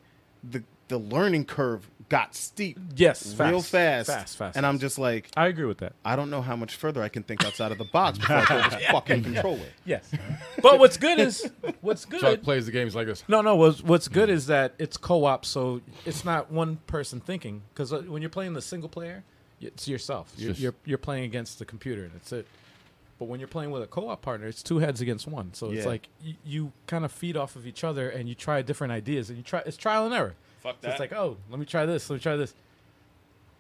S5: the the learning curve got steep
S2: Yes, fast,
S5: real fast,
S2: fast, fast.
S5: and I'm just like,
S2: I agree with that.
S5: I don't know how much further I can think outside of the box before I throw this fucking controller.
S2: Yes, but what's good is what's
S3: Chuck
S2: good.
S3: plays the games like this.
S2: No, no. What's what's good is that it's co-op, so it's not one person thinking. Because when you're playing the single player, it's yourself. You're,
S3: just-
S2: you're you're playing against the computer, and it's it. But when you're playing with a co-op partner, it's two heads against one. So it's
S5: Yeah.
S2: like you, you kind of feed off of each other, and you try different ideas, and you try. It's trial and error.
S8: Fuck
S2: So it's like, oh, let me try this. Let me try this.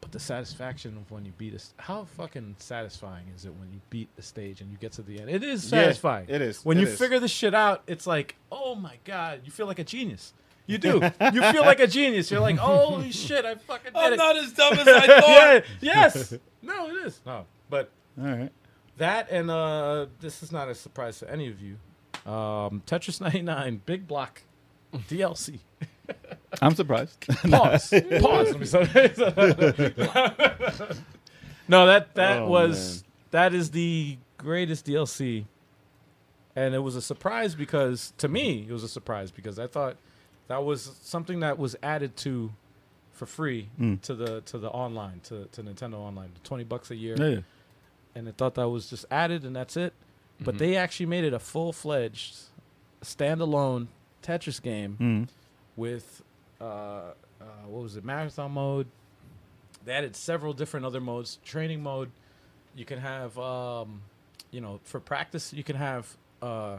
S2: But the satisfaction of when you beat this, how fucking satisfying is it when you beat the stage and you get to the end? It is
S5: Yeah,
S2: satisfying.
S5: it is.
S2: When
S5: It
S2: you
S5: is.
S2: figure this shit out, it's like, oh my god, you feel like a genius. You do. you feel like a genius. You're like, holy shit, I fucking did
S8: I'm
S2: it.
S8: not as dumb as I thought.
S2: [LAUGHS] yeah, yes. No, it is. No, but
S4: All right.
S2: that and uh, this is not a surprise to any of you. Um, Tetris 99 Big Block DLC. [LAUGHS]
S4: I'm surprised. [LAUGHS]
S2: Pause. Pause. Let me stop. [LAUGHS] no, that that
S4: Oh,
S2: was that is the greatest DLC, and it was a surprise because to me it was a surprise because I thought that was something that was added to for free
S4: Mm.
S2: to the to the online to, to Nintendo Online, the twenty bucks a year,
S4: yeah.
S2: and I thought that was just added and that's it. But they actually made it a full fledged standalone Tetris game
S4: Mm.
S2: with uh, uh, what was it marathon mode they added several different other modes training mode you can have um, you know for practice you can have uh,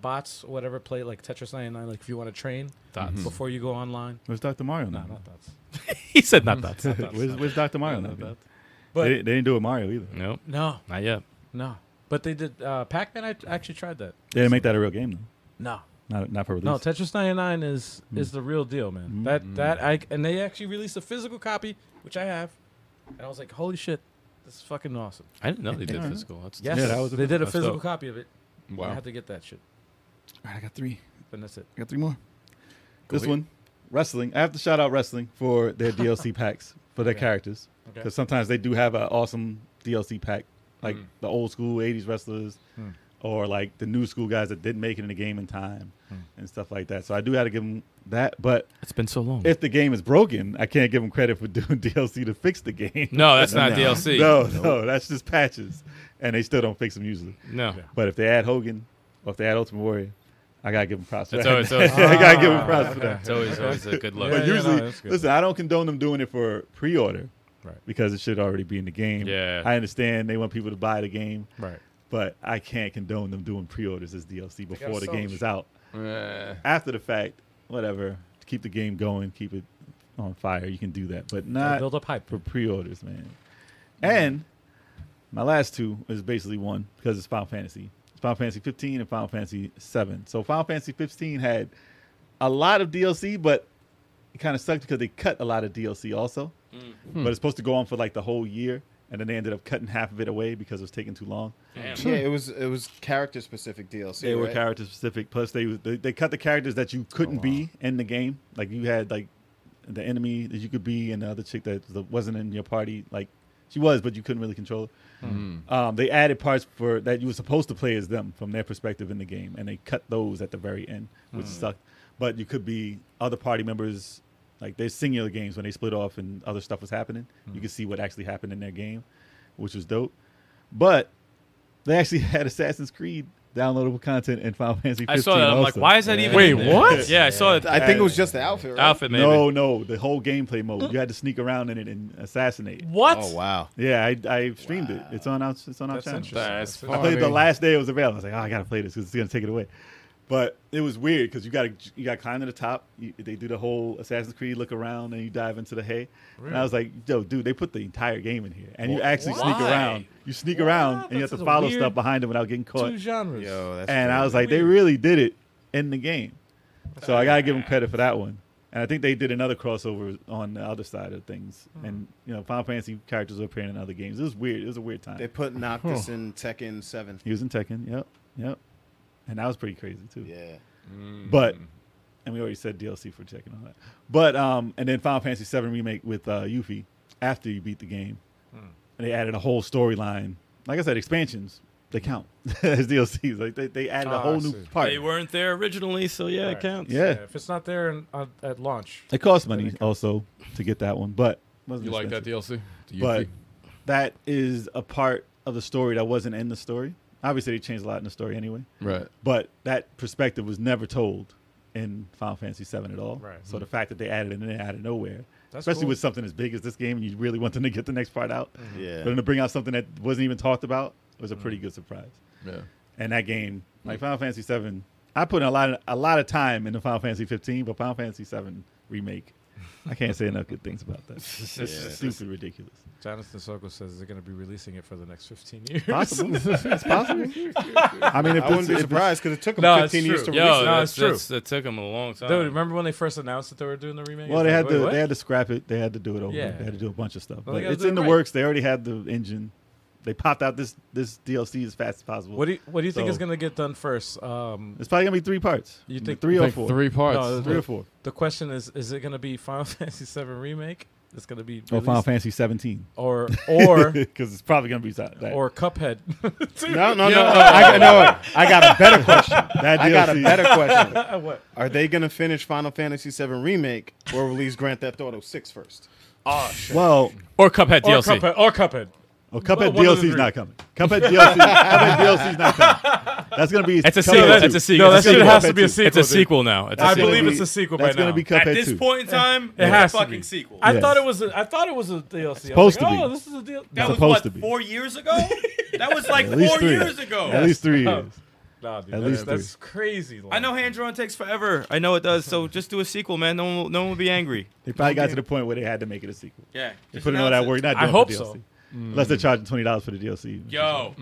S2: bots or whatever play like tetris 99 like if you want to train
S8: Dots.
S2: before you go online
S4: Where's Dr. Mario
S2: no
S4: now?
S2: not dots
S8: he said not
S6: [LAUGHS]
S8: that.
S4: where's, where's Dr. Mario now?
S2: that.
S4: But
S2: But-
S4: they, they didn't do it Mario either.
S8: Nope,
S2: no
S8: not yet.
S2: no but they did uh, pac-man i actually tried that
S4: They didn't make that a real game though.
S2: no
S4: Not not for release.
S2: no tetris 99 is is the real deal man that that i and they actually released a physical copy which i have and i was like holy shit this is fucking awesome
S8: I didn't know they
S2: [LAUGHS]
S8: did
S4: Alright.
S8: physical. That's
S2: Yes,
S4: Yeah, that was a-
S2: they did a
S8: that's
S2: physical
S8: dope.
S2: copy of it. I
S3: Wow.
S2: had to get that shit,
S4: All right, I got three.
S2: and that's it.
S4: I got three more. this
S3: ahead.
S4: one, wrestling. I have to shout out wrestling
S2: [LAUGHS]
S4: for their DLC packs for their characters
S2: Okay. Hmm.
S4: because sometimes they do have an awesome DLC pack, like the old school '80s wrestlers, or like the new school guys that didn't make it in the game in time
S2: Hmm.
S4: and stuff like that. So I do have to give them that. But
S8: It's been so long.
S4: if the game is broken, I can't give them credit for [LAUGHS] doing DLC to fix the game. [LAUGHS]
S8: no, that's not DLC.
S4: no, no, that's just patches, and they still don't fix them usually.
S8: no.
S4: But if they add Hogan or if they add Ultimate Warrior, I gotta give them props. For
S8: It's
S4: that.
S8: always-
S2: [LAUGHS]
S8: always-
S4: [LAUGHS] I gotta give them props for that.
S8: It's always always a good look.
S2: Ah. Yeah, yeah,
S4: But
S2: no,
S4: usually,
S2: that's good.
S4: listen, I don't condone them doing it for pre-order,
S2: Right.
S4: Because it should already be in the game.
S8: Yeah.
S4: I understand they want people to buy the game,
S2: Right.
S4: but I can't condone them doing pre-orders as DLC before the
S2: sell
S4: game
S2: the
S4: is out.
S3: Eh.
S4: After the fact, whatever, to keep the game going, keep it on fire. You can do that, but
S2: I
S4: not
S2: build up hype.
S4: for pre-orders, man. And my last two is basically one because it's Final Fantasy. It's Final Fantasy 15 and Final Fantasy 7. So Final Fantasy 15 had a lot of DLC, but it kind of sucked because they cut a lot of DLC also. But it's supposed to go on for like the whole year, and then they ended up cutting half of it away because it was taking too long.
S5: Yeah, it was it was character specific DLC.
S4: They were
S5: right?
S4: character specific. Plus, they, they they cut the characters that you couldn't be in the game. Like you had like the enemy that you could be, and the other chick that that wasn't in your party. Like she was, but you couldn't really control her. Um, they added parts for that you were supposed to play as them from their perspective in the game, and they cut those at the very end, which sucked. But you could be other party members. Like there's singular games when they split off and other stuff was happening. You could see what actually happened in their game, which was dope. But they actually [LAUGHS] had Assassin's Creed downloadable content in Final Fantasy. 15
S8: I saw that. I'm like,
S4: also.
S8: why is that even?
S2: Wait,
S8: in there?
S2: what?
S8: Yeah, I saw it.
S5: I think it was just the outfit. Right?
S8: Outfit, maybe.
S4: No, no, the whole gameplay mode. You had to sneak around in it and assassinate.
S2: What?
S5: Oh wow.
S4: Yeah, I, I streamed it. It's on our it's on our
S2: That's
S4: channel.
S2: interesting.
S3: That's
S2: I
S4: I
S3: funny.
S4: played the last day it was available. I was like, oh, I gotta play this because it's gonna take it away. But it was weird because you gotta you gotta climb to the top. You, they do the whole Assassin's Creed look around and you dive into the hay. And I was like, yo, dude, they put the entire game in here, and you actually sneak
S8: Why?
S4: around. You sneak around and you
S2: That's
S4: have to
S2: a
S4: follow
S2: weird-
S4: stuff behind them without getting caught.
S2: Two genres.
S5: Yo, that's
S4: and I
S5: crazy.
S4: was like, they really did it in the game. So I gotta give them credit for that one. And I think they did another crossover on the other side of things. And you know, Final Fantasy characters were appearing in other games. It was weird. It was a weird time.
S5: They put Noctis in Tekken Seven.
S4: he was in Tekken. Yep, yep. And that was pretty crazy too.
S5: Yeah.
S4: But and we already said DLC for Tekken and all that. But um, and then Final Fantasy VII remake with uh, Yuffie after you beat the game, and they added a whole storyline. Like I said, expansions they count [LAUGHS] as DLCs. Like they, they added a
S2: Ah, I
S4: whole new
S2: see.
S4: part.
S8: They weren't there originally, so yeah, it
S2: Right.
S8: counts.
S4: yeah.
S2: If it's not there in, uh, at launch,
S4: It cost money also to get that one, but wasn't
S3: You like that
S4: expensive.
S3: DLC? Do you
S4: But
S3: think-
S4: that is a part of the story that wasn't in the story. Obviously, they changed a lot in the story anyway,
S3: right.
S4: but that perspective was never told in Final Fantasy VII at all.
S2: Right.
S4: So the fact that they added it in there out of nowhere,
S2: That's
S4: especially
S2: cool. Mm-hmm.
S4: with something as big as this game, and you really want them to get the next part out,
S5: Yeah.
S4: but then to bring out something that wasn't even talked about was a pretty good surprise.
S3: Yeah.
S4: And that game,
S2: Mm.
S4: like Final Fantasy VII, I put in a lot of, a lot of time into Final Fantasy 15, but Final Fantasy VII remake, I can't say enough good things about
S2: [LAUGHS]
S4: that. It's stupid ridiculous.
S2: Jonathan Sokol says they're going to be releasing it for the next 15 [LAUGHS] years.
S4: Possible. it's possible. [LAUGHS] I mean, if this,
S5: I wouldn't be
S4: if this,
S5: surprised because it took them
S2: No, it's
S5: 15 years
S2: true.
S5: to
S8: Yo,
S5: release it.
S8: that's,
S2: that's true.
S8: That's, that took them a long
S6: Uh,
S8: time.
S2: Dude, remember when they first announced that they were doing the remake?
S4: well,
S2: It's
S4: they
S2: like,
S4: had
S2: wait,
S4: to
S2: what?
S4: they had to scrap it. They had to do it over.
S2: Yeah.
S4: They had to do a bunch of stuff.
S2: Well, they
S4: But
S2: gotta
S4: it's
S2: do
S4: in
S2: it
S4: the
S2: right.
S4: works. They already had the engine. They popped out this this DLC as fast as possible.
S2: What do you, what do you think
S4: So-
S2: is going to get done first? Um,
S4: it's probably gonna be three parts.
S2: You think-
S4: three or
S3: Like
S4: four?
S3: three parts.
S2: No,
S4: Three or four.
S2: the question is: Is it going to be Final [LAUGHS] Fantasy VII remake? It's going to be
S4: Or Oh, Final
S2: released-
S4: Fantasy 17.
S2: or
S4: [LAUGHS]
S2: or
S4: because it's probably gonna be that. that.
S2: or Cuphead.
S5: No, no, no. no. I, no wait. I got a better question.
S4: that
S5: I got a
S4: DLC
S5: better
S4: [LAUGHS]
S5: question.
S2: what?
S5: Are they going to finish Final Fantasy VII Remake or release Grand Theft Auto 6 first?
S4: Well,
S8: or Cuphead
S2: Or
S8: DLC.
S2: Cuphead. Or Cuphead.
S4: oh, Cuphead
S2: one of the
S4: DLC's
S2: three.
S4: not coming. Cuphead DLC, Cuphead DLC's not coming. That's gonna be.
S8: It's a
S4: Cuphead
S8: sequel.
S4: two.
S8: It's a sequel.
S2: No, that
S8: It's a
S2: shit
S8: sequel.
S2: has to be a sequel.
S8: It's a
S2: dude.
S8: sequel now. It's a
S2: I
S8: sequel.
S2: believe
S4: gonna
S2: it's
S4: be-
S2: a sequel
S4: That's
S2: by
S4: gonna
S2: now.
S4: be
S8: At
S4: Cuphead
S8: this
S4: two.
S8: point in time,
S2: It
S8: it
S2: has
S8: has
S2: to
S8: fucking
S2: be.
S8: sequel.
S2: I
S4: Yes.
S2: thought it was. A, I thought it was a DLC. I was
S4: Supposed to
S2: like,
S4: be.
S2: Oh, this is a deal.
S8: That was
S4: supposed
S8: what
S4: to be.
S8: four years ago. that was
S2: [LAUGHS]
S8: like
S4: At least
S8: four
S4: three.
S8: years ago.
S4: At least three
S2: Oh.
S4: years.
S2: Nah, dude,
S4: At
S2: that's,
S4: least three.
S2: that's crazy.
S8: I know hand drawn takes forever. I know it does. So just do a sequel, man. No one, will, no one will be angry.
S4: They probably got to the point where they had to make it a sequel.
S8: Yeah.
S4: They put in all that work. Not
S2: I
S4: doing
S2: hope
S4: the DLC.
S2: so.
S4: Unless they're charging twenty dollars for the DLC. which
S8: Yo,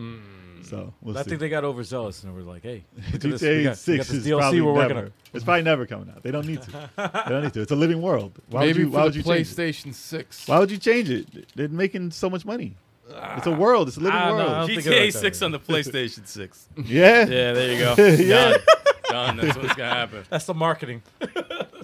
S4: is- So we'll
S2: I
S4: see.
S2: think they got overzealous and were like,
S4: [LAUGHS]
S2: "Hey, look at this.
S4: GTA
S2: We got, we got
S4: Six
S2: this
S4: is
S2: DLC
S4: probably
S2: we're working
S4: never-
S2: on."
S4: It's probably never coming out. They don't need to. they don't need to. It's a living world. Why would
S3: Maybe
S4: you? Why
S3: for
S4: would
S3: the
S4: you change? it?
S3: PlayStation 6.
S4: Why would you change it? They're making so much money. It's a world. It's a living
S2: Ah, I don't know.
S4: world.
S2: I don't think
S8: GTA
S2: about that.
S8: Six on the PlayStation Six.
S4: Yeah.
S8: [LAUGHS] Yeah, there you go.
S4: Yeah.
S2: [LAUGHS]
S8: Done. Done. That's what's gonna happen.
S2: That's the marketing.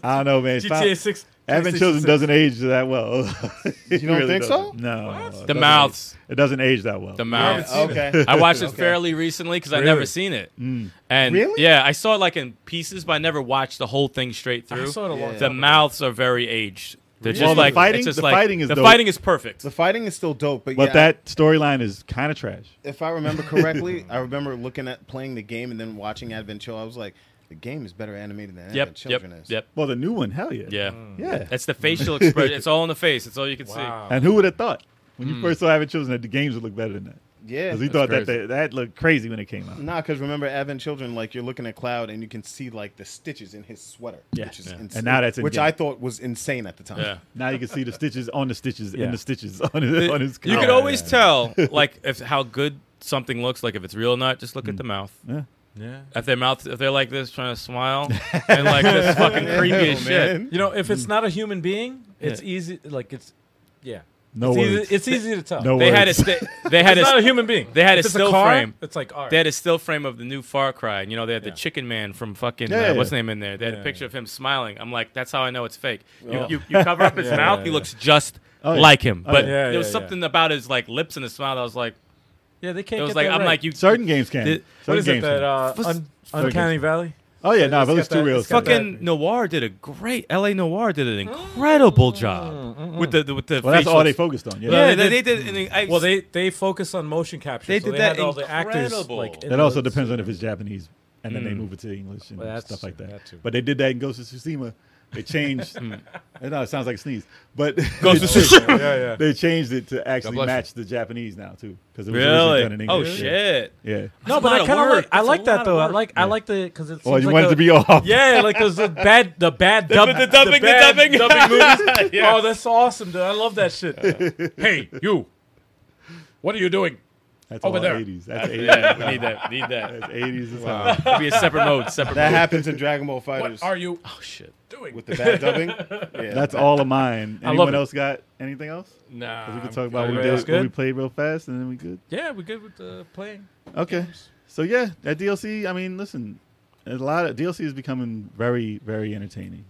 S4: I don't know, man.
S2: GTA Six.
S4: Having
S2: PlayStation
S4: children
S2: 6.
S4: doesn't age that well. [LAUGHS] you
S5: don't think so?
S4: No. it
S8: The
S4: doesn't
S8: mouths.
S4: age- It doesn't age that well.
S8: The mouths.
S5: Okay.
S8: I watched it fairly recently because I've never
S2: Really?
S8: seen it. And
S5: Really?
S8: yeah, I saw it like in pieces, but I never watched the whole thing straight
S2: I
S8: through.
S2: saw it a long
S5: Yeah.
S8: The
S2: time.
S8: mouths are very aged. They're just
S4: Well, the
S8: like
S4: fighting-
S8: it's just
S4: the
S8: like-
S4: fighting is
S8: the
S4: dope.
S8: fighting is perfect.
S5: [LAUGHS] The fighting is still dope, but,
S4: but
S5: yeah,
S4: that storyline is kind of trash.
S5: if I
S4: [LAUGHS]
S5: remember correctly, I remember looking at playing the game and then watching Adventure. I was like, the game is better animated
S8: Yep,
S5: than Advent
S8: yep,
S5: Children is.
S8: yep,
S4: Well, the new one, hell yeah.
S8: yeah.
S4: Yeah.
S8: That's the facial expression. It's all in the face. It's all you can
S2: Wow.
S4: And who would have thought when you first saw Having Children that the games would look better than that?
S5: Yeah.
S4: Because we thought that they, that looked crazy when it came out.
S5: Nah, because remember Advent Children, like you're looking at Cloud and you can see like the stitches in his sweater,
S4: Yeah.
S5: which is
S4: Yeah.
S5: insane,
S4: And now that's in
S5: which
S4: game.
S5: I thought was insane at the time.
S8: see. Yeah.
S4: Now you can see the stitches on the stitches
S2: Yeah.
S4: and the stitches [LAUGHS] on
S6: [LAUGHS]
S4: his, on his
S8: You
S4: coat.
S8: could always
S2: [LAUGHS]
S8: tell like if how good something looks, like if it's real or not. Just look at the mouth.
S4: Yeah.
S2: Hmm. Yeah.
S8: If their mouth, if they're like this, trying to smile,
S2: [LAUGHS]
S8: and like this fucking creepy as shit.
S4: Mm.
S2: You know, if it's not a human being, it's easy. Like it's, yeah.
S4: No
S2: It's
S4: words.
S2: easy, it's easy to tell.
S4: no
S6: They
S4: words.
S6: had a sta- they had
S2: it's not a
S6: a,
S2: human being.
S6: they had
S2: If
S6: a
S2: it's
S6: still
S2: car,
S6: frame.
S2: It's like art.
S6: they had a still frame of the new Far Cry. You know, they had
S2: Yeah.
S6: the Chicken Man from fucking
S4: Yeah,
S6: uh, what's
S4: yeah.
S6: name in there. They had
S2: Yeah,
S6: a picture of him smiling. I'm like, that's how I know it's fake. You,
S2: Oh.
S6: you, you
S2: [LAUGHS]
S6: cover up his
S2: Yeah,
S6: mouth,
S2: yeah,
S6: he
S2: yeah.
S6: looks just
S4: Oh, yeah.
S6: like him.
S4: Oh,
S6: But
S4: yeah.
S2: Yeah,
S6: there was
S2: yeah, yeah.
S6: something about his like lips and his smile that was like,
S2: yeah, they can't.
S6: it was
S2: get
S6: like,
S2: that
S6: I'm
S2: right.
S6: like you.
S4: certain games can.
S6: Did-
S2: What
S4: certain
S2: is it
S4: games
S2: that
S4: can.
S2: uh,
S6: What's-
S2: un-
S4: Sorry,
S2: Uncanny Valley?
S4: oh yeah, nah,
S2: it's
S4: but it's
S2: got
S4: too
S2: that-
S4: real.
S2: it's got
S6: Fucking
S2: that-
S6: Noir did a great. L.A. Noir did an
S9: Mm,
S6: incredible job with the the- with the.
S4: Well, that's all
S6: facials.
S4: they focused on. Yeah,
S6: Yeah,
S4: That-
S6: they, they did. and I-
S2: Well, they they focus on motion capture.
S12: They
S2: so
S12: did
S2: they
S12: that
S2: had all the actors.
S6: incredible.
S2: Like, in
S4: that also
S2: the-
S4: depends on if it's Japanese, and then they move it to English and
S2: Hmm. Well, that's
S4: stuff like
S2: true,
S4: that.
S2: that too. Hmm.
S4: But they did that in Ghost of Tsushima.
S2: [LAUGHS]
S4: They changed. no, it sounds like a sneeze, but [LAUGHS]
S6: Ghost of Tsushima.
S2: Yeah, yeah.
S4: they changed it to actually
S3: bless you.
S4: match the Japanese now too, because it was originally done in
S6: Really? Oh
S4: English. Yeah.
S6: shit.
S4: Yeah.
S2: No,
S6: That's
S2: but
S6: a lot
S2: I
S6: of
S2: kind of
S6: work.
S2: like I
S6: That's a
S2: like
S6: lot
S2: that
S6: of
S2: though. I
S6: work.
S2: like I like the because it's
S4: Oh, you
S2: like
S4: wanted
S2: a-
S4: to be off.
S2: Yeah, like those the bad the bad dub,
S6: the dubbing, the
S2: bad
S6: dubbing. [LAUGHS]
S2: movies. Oh, that's awesome, dude! I love that shit.
S3: hey, you. What are you doing?
S4: That's
S3: Over
S4: all
S3: there.
S4: 80s. That's 80s.
S6: Yeah, we need that. Need
S4: [LAUGHS]
S6: that.
S4: That's 80s. as hell.
S6: It'll be a separate mode. Separate.
S5: That
S6: mode.
S5: happens in Dragon Ball Fighters
S3: What are you
S6: Oh shit.
S3: doing?
S5: with the
S8: [LAUGHS]
S5: bad dubbing. Yeah,
S4: That's all of mine.
S2: love
S4: Anyone
S2: it.
S4: else got anything else?
S3: nah.
S4: We can
S3: I'm
S4: talk about
S3: good.
S4: what we,
S2: That's
S4: did, what we
S2: good.
S4: played real fast, and then we good.
S2: Yeah, we're good with the playing.
S4: Okay. So yeah, that DLC. I mean, listen, a lot of DLC is becoming very, very entertaining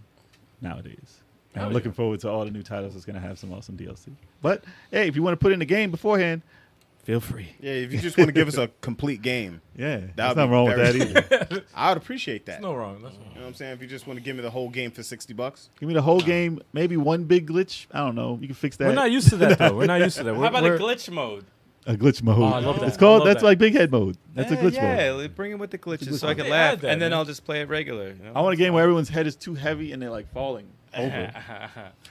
S4: nowadays. And I'm looking forward to all the new titles that's going to have some awesome DLC. But hey, if you want to put in the game beforehand, feel free.
S5: yeah. If you just want to give
S4: [LAUGHS]
S5: us a complete game,
S4: Yeah,
S5: That'd
S4: that's
S5: be
S4: nothing wrong with that
S5: very- [LAUGHS]
S4: either.
S5: I would appreciate that.
S2: No wrong. That's wrong.
S5: You know what I'm saying? If you just want to give me the whole game for sixty bucks,
S4: Give me the whole game, maybe one big glitch. I don't know. You can fix that.
S2: We're not used to that though. We're not used to that. We're,
S6: How about
S2: we're,
S6: a glitch mode?
S4: a glitch mode.
S2: I love that.
S4: It's called.
S2: I love
S4: That's
S2: that.
S4: like big head mode. That's a glitch mode.
S9: Yeah, like, bring it with the glitches so I can
S2: They
S9: laugh,
S2: add that,
S9: and then
S2: man.
S9: I'll just play it regular. You know?
S4: I want a game where everyone's head is too heavy and they're like falling over.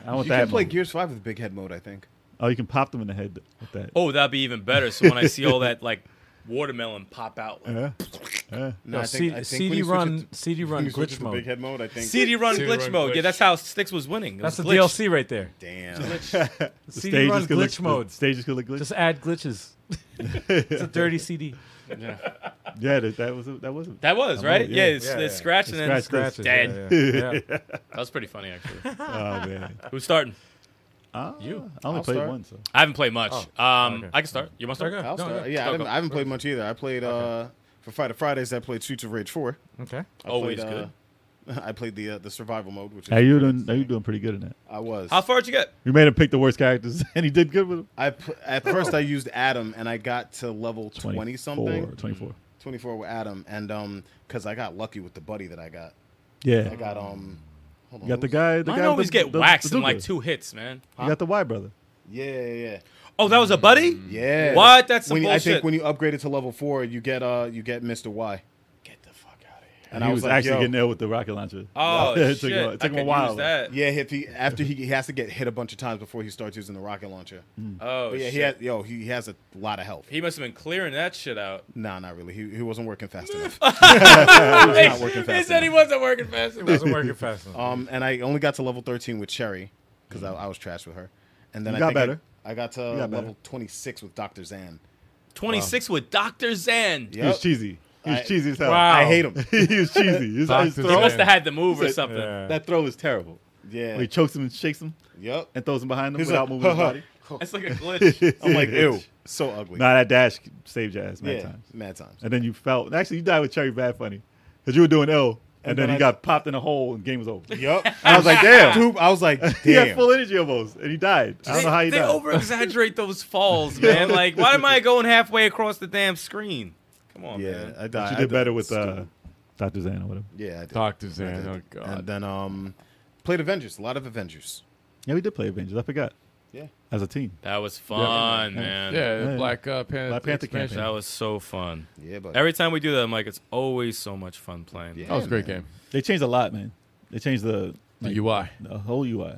S4: I want
S5: you
S4: that.
S5: can play
S4: mode.
S5: Gears Five with big head mode. I think.
S4: oh, you can pop them in the head with that.
S6: Oh, that'd be even better. So when I see all that like watermelon pop out, like, [LAUGHS]
S4: Yeah. Yeah.
S5: No, I
S2: C-
S5: think, I think when
S2: CD
S5: you switch it
S2: run
S5: to-
S2: CD
S5: when
S2: run
S5: you switch it
S2: glitch
S5: to
S2: mode.
S5: Big head mode. I think.
S6: CD run
S3: CD
S6: glitch
S3: run
S6: mode. Yeah,
S3: glitch.
S6: that's how Sticks was winning. It
S2: That's the
S6: was glitched.
S2: DLC right there.
S5: Damn.
S2: CD run
S4: gonna look-
S2: glitch mode.
S4: The stage is gonna look glitch.
S2: Just add glitches. it's a dirty CD.
S4: yeah, that, that was that was.
S6: [LAUGHS] That was
S4: I'm
S6: right.
S4: old,
S6: Yeah,
S4: yeah.
S6: it's,
S2: Yeah,
S6: it's
S2: yeah.
S6: scratching and it's
S4: Scratch
S2: Scratches.
S6: dead.
S2: Yeah, yeah. yeah.
S6: That was pretty funny actually.
S4: Oh man,
S6: Who's starting?
S2: You.
S4: I only
S5: I'll
S4: played
S5: start.
S4: one. So
S6: I haven't played much. um,
S2: okay.
S6: I can start. You want to start?
S2: Okay.
S5: I'll
S2: No,
S5: start.
S2: no.
S5: Yeah,
S6: Go,
S5: I, didn't,
S6: go.
S5: I haven't played much either. I played uh, for Fighter Fridays. I played Streets of Rage Four.
S2: Okay.
S5: I
S6: Always
S5: played,
S6: good.
S5: Uh, [LAUGHS] I played the uh, the survival mode, which is
S4: now you
S5: pretty
S4: doing? Now you
S5: exciting.
S4: doing pretty good in that.
S5: I was.
S6: How far did you get?
S4: You made him pick the worst characters, [LAUGHS] and he did good with them.
S5: I p-
S2: [LAUGHS]
S5: at first I used Adam, and I got to level twenty something,
S4: Twenty four.
S5: twenty four with Adam, and um, because I got lucky with the buddy that I got.
S4: Yeah,
S5: I got um, hold
S4: you
S5: on,
S4: got the
S5: who's-
S4: guy. The
S6: Mine
S4: guy
S6: always
S4: with the-
S6: get
S4: the-
S6: waxed
S4: the
S6: in like
S4: bazooka.
S6: two hits, man.
S4: You got the Y brother.
S5: Yeah, yeah, yeah.
S6: Oh, that was a buddy.
S5: Mm. Yeah.
S6: What? That's some
S5: when you, I
S6: bullshit.
S5: think when you upgrade it to level four, you get uh you get Mr. Y.
S6: Get the fuck out of here.
S5: And
S4: he
S5: I
S4: was,
S5: was, like,
S4: actually
S5: yo,
S4: getting there with the rocket launcher.
S6: Oh
S4: [LAUGHS] it took
S6: shit!
S4: him, it
S6: I
S4: took him a
S6: could
S4: while.
S6: Use that.
S5: yeah, if he after he, he has to get hit a bunch of times before he starts using the rocket launcher.
S6: Oh
S5: But yeah,
S6: shit!
S5: he has yo he has a lot of health.
S6: He must have been clearing that shit out.
S5: Nah, not really. He, he wasn't working fast
S6: [LAUGHS]
S5: enough. [LAUGHS]
S6: Hey,
S5: working
S6: he
S5: fast
S6: said he wasn't working fast
S2: It [LAUGHS]
S6: enough.
S2: wasn't working fast
S5: [LAUGHS]
S2: enough.
S5: Um, and I only got to level 13 with Cherry because I, I was trash with her. And then
S4: You
S5: I
S4: got
S5: think I-
S4: better.
S5: I, got to
S4: got better.
S5: level 26 with Dr. Zan.
S6: 26 with Dr. Zan.
S4: He was
S5: Yep.
S4: cheesy. He was
S5: I-
S4: cheesy as hell.
S2: Wow.
S5: I hate him.
S4: [LAUGHS] he was cheesy. His, his
S2: Doctor
S6: He
S4: throw,
S6: must have had the move or something.
S2: Yeah.
S4: that throw is terrible.
S5: Yeah.
S4: When he chokes him and shakes him
S5: Yep.
S4: and throws him behind him
S5: He's
S4: without
S5: like,
S4: moving his body.
S6: That's like a glitch.
S5: I'm [LAUGHS] like,
S4: [LAUGHS]
S5: ew. So ugly.
S4: Nah, that dash saved your ass many
S5: yeah.
S4: times.
S5: Mad times.
S4: And then you felt actually you died with Cherry Bad Funny because you were doing L, and,
S5: And
S4: then,
S5: then
S4: he
S5: I-
S4: got popped in a hole and game was over. [LAUGHS]
S5: [LAUGHS] Yep.
S4: I was like, damn.
S5: Dude, I was like, [LAUGHS]
S4: He had
S5: damn.
S4: full energy almost, and he died. I don't know how he
S6: they
S4: died.
S6: over exaggerate those falls, man. Like, why am I going halfway across the damn screen? Come on,
S5: yeah,
S6: man.
S5: I
S4: But
S5: died.
S4: you
S5: I
S4: did
S5: di-
S4: better with uh, Doctor Zan or whatever.
S5: Yeah, I did.
S2: Doctor
S5: I
S2: Zan.
S5: did.
S2: Oh
S5: And
S2: god.
S3: uh,
S5: then um, played Avengers. A lot of Avengers.
S4: Yeah, we did play Avengers. I forgot.
S5: Yeah.
S4: As a team,
S6: That was fun, man.
S3: Yeah, the
S4: Yeah.
S3: Black uh, Panther.
S4: Black Panther
S3: expansion.
S6: That was so fun.
S5: Yeah, but
S6: Every time we do that, I'm like, it's always so much fun playing.
S5: Yeah.
S3: That was a great game.
S4: they changed a lot, man. They changed the
S3: The
S4: like,
S3: UI.
S4: the whole UI.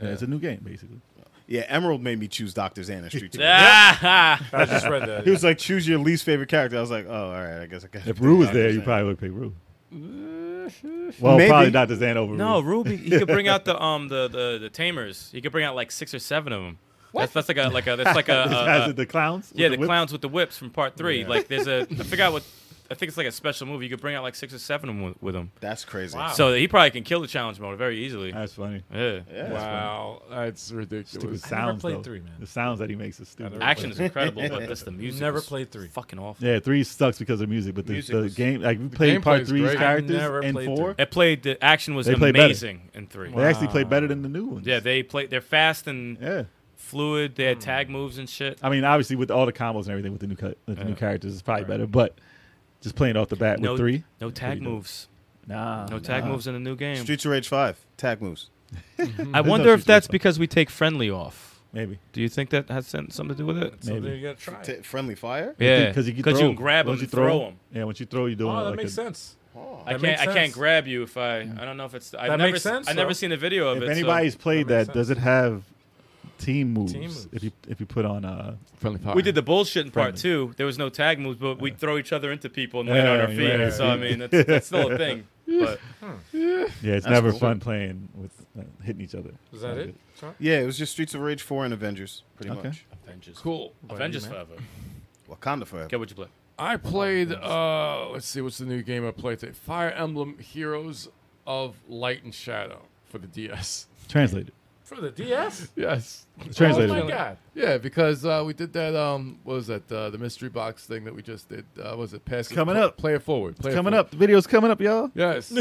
S4: Yeah, It's a new game basically.
S5: yeah, Emerald made me choose Doctor Zan and
S6: [LAUGHS]
S5: Street.
S6: Ah!
S2: I just read
S8: [LAUGHS]
S2: that.
S5: He was like, choose your least favorite character. I was like, oh, all right, I guess I got.
S4: If Rue was there, you probably would pick Rue. Well,
S5: Maybe.
S4: probably Doctor Zan over.
S6: no,
S4: Rue.
S6: Ruby. He could bring out the um the, the the tamers. He could bring out like six or seven of them. That's, that's like a like a that's like a,
S4: As
S6: a, a
S4: the clowns. with
S6: uh, yeah the
S4: whip.
S6: clowns with the whips from part three. Like there's a I forgot what
S8: I think it's like a special movie. You could bring out like six or seven of them with, with him.
S5: That's crazy.
S2: Wow.
S8: So he probably can kill the challenge mode very easily.
S4: That's funny.
S8: Yeah.
S5: Yeah.
S3: Wow, that's
S4: Stupid
S3: ridiculous.
S2: I never
S4: sounds.
S2: played
S4: though.
S2: three, man.
S4: The sounds that he makes is stupid.
S2: never
S8: Action is incredible, but that's the music.
S2: never
S8: is
S2: played three.
S8: Fucking awful.
S4: Yeah, three sucks because of music, but the,
S5: Music
S4: the
S5: was-
S4: game like we played
S3: gameplay
S4: part
S3: is
S4: three's
S3: great. I
S4: characters
S2: never
S4: and
S2: played
S4: four.
S8: It played the action was
S4: They play better.
S8: amazing in three.
S4: They actually played better than the new ones.
S8: Yeah, they play. They're fast and
S4: yeah.
S8: fluid. They had tag moves and shit.
S4: I mean, obviously with all the combos and everything with the new cut, with the new characters, it's probably better. But just playing off the bat
S8: No
S4: with three,
S8: No tag
S4: pretty dope.
S8: moves.
S4: nah,
S8: No tag
S4: nah.
S8: moves in the new game.
S5: Streets of Rage Five tag moves.
S8: I
S4: There's no
S8: wonder if
S4: street
S8: that's
S4: fighter.
S8: because we take friendly off.
S4: Maybe
S8: Do you think that has some- something to do with it?
S2: So
S4: Maybe.
S2: there you gotta try.
S5: T-
S2: It.
S5: friendly fire.
S8: Yeah,
S4: because you
S8: you
S4: can
S8: can
S4: throw.
S8: grab them
S4: Once
S8: and throw them.
S4: Yeah, once you throw, you do.
S2: Oh, that
S4: like
S2: makes
S4: a,
S2: sense.
S5: Oh.
S8: I
S2: That
S8: can't.
S2: makes
S8: I can't
S2: sense.
S8: grab you if I. I don't know if it's. I've
S2: That
S8: never,
S2: makes
S8: s-
S2: sense,
S8: I've never
S2: though.
S8: seen a video of
S4: If
S8: it. so-
S4: anybody's played
S2: That makes
S4: that, does it have team moves?
S2: moves.
S4: If you if you put on uh,
S3: Friendly fire.
S8: we did the bullshit in part
S4: Friendly.
S8: two. There was no tag moves, but we would throw each other into people and land on our
S4: Yeah,
S8: feet.
S4: yeah.
S8: So I mean, that's, that's still a
S4: [LAUGHS]
S8: thing. But
S4: yeah, it's
S5: That's
S4: never
S5: cool.
S4: fun playing with uh, hitting each other.
S2: Is that it? Sorry?
S5: Yeah, it was just Streets of Rage Four and Avengers, pretty
S4: Okay.
S5: much.
S8: Avengers,
S3: cool.
S8: Avengers forever.
S5: Wakanda forever.
S8: Okay, what you play?
S3: I played. Uh, let's see, what's the new game I played today? Fire Emblem Heroes of Light and Shadow for the [LAUGHS] DS.
S4: Translated.
S2: For the
S3: [LAUGHS]
S2: DS?
S3: Yes.
S4: Translated.
S2: Oh my god.
S3: Yeah, because uh, we did that. Um, what was that uh, the mystery box thing that we just did? Uh, what was it pass it-
S4: coming
S3: pl-
S4: up.
S3: Play it forward. Play it
S4: coming
S3: forward.
S4: up. The video's coming up, y'all. [LAUGHS]
S3: Yes,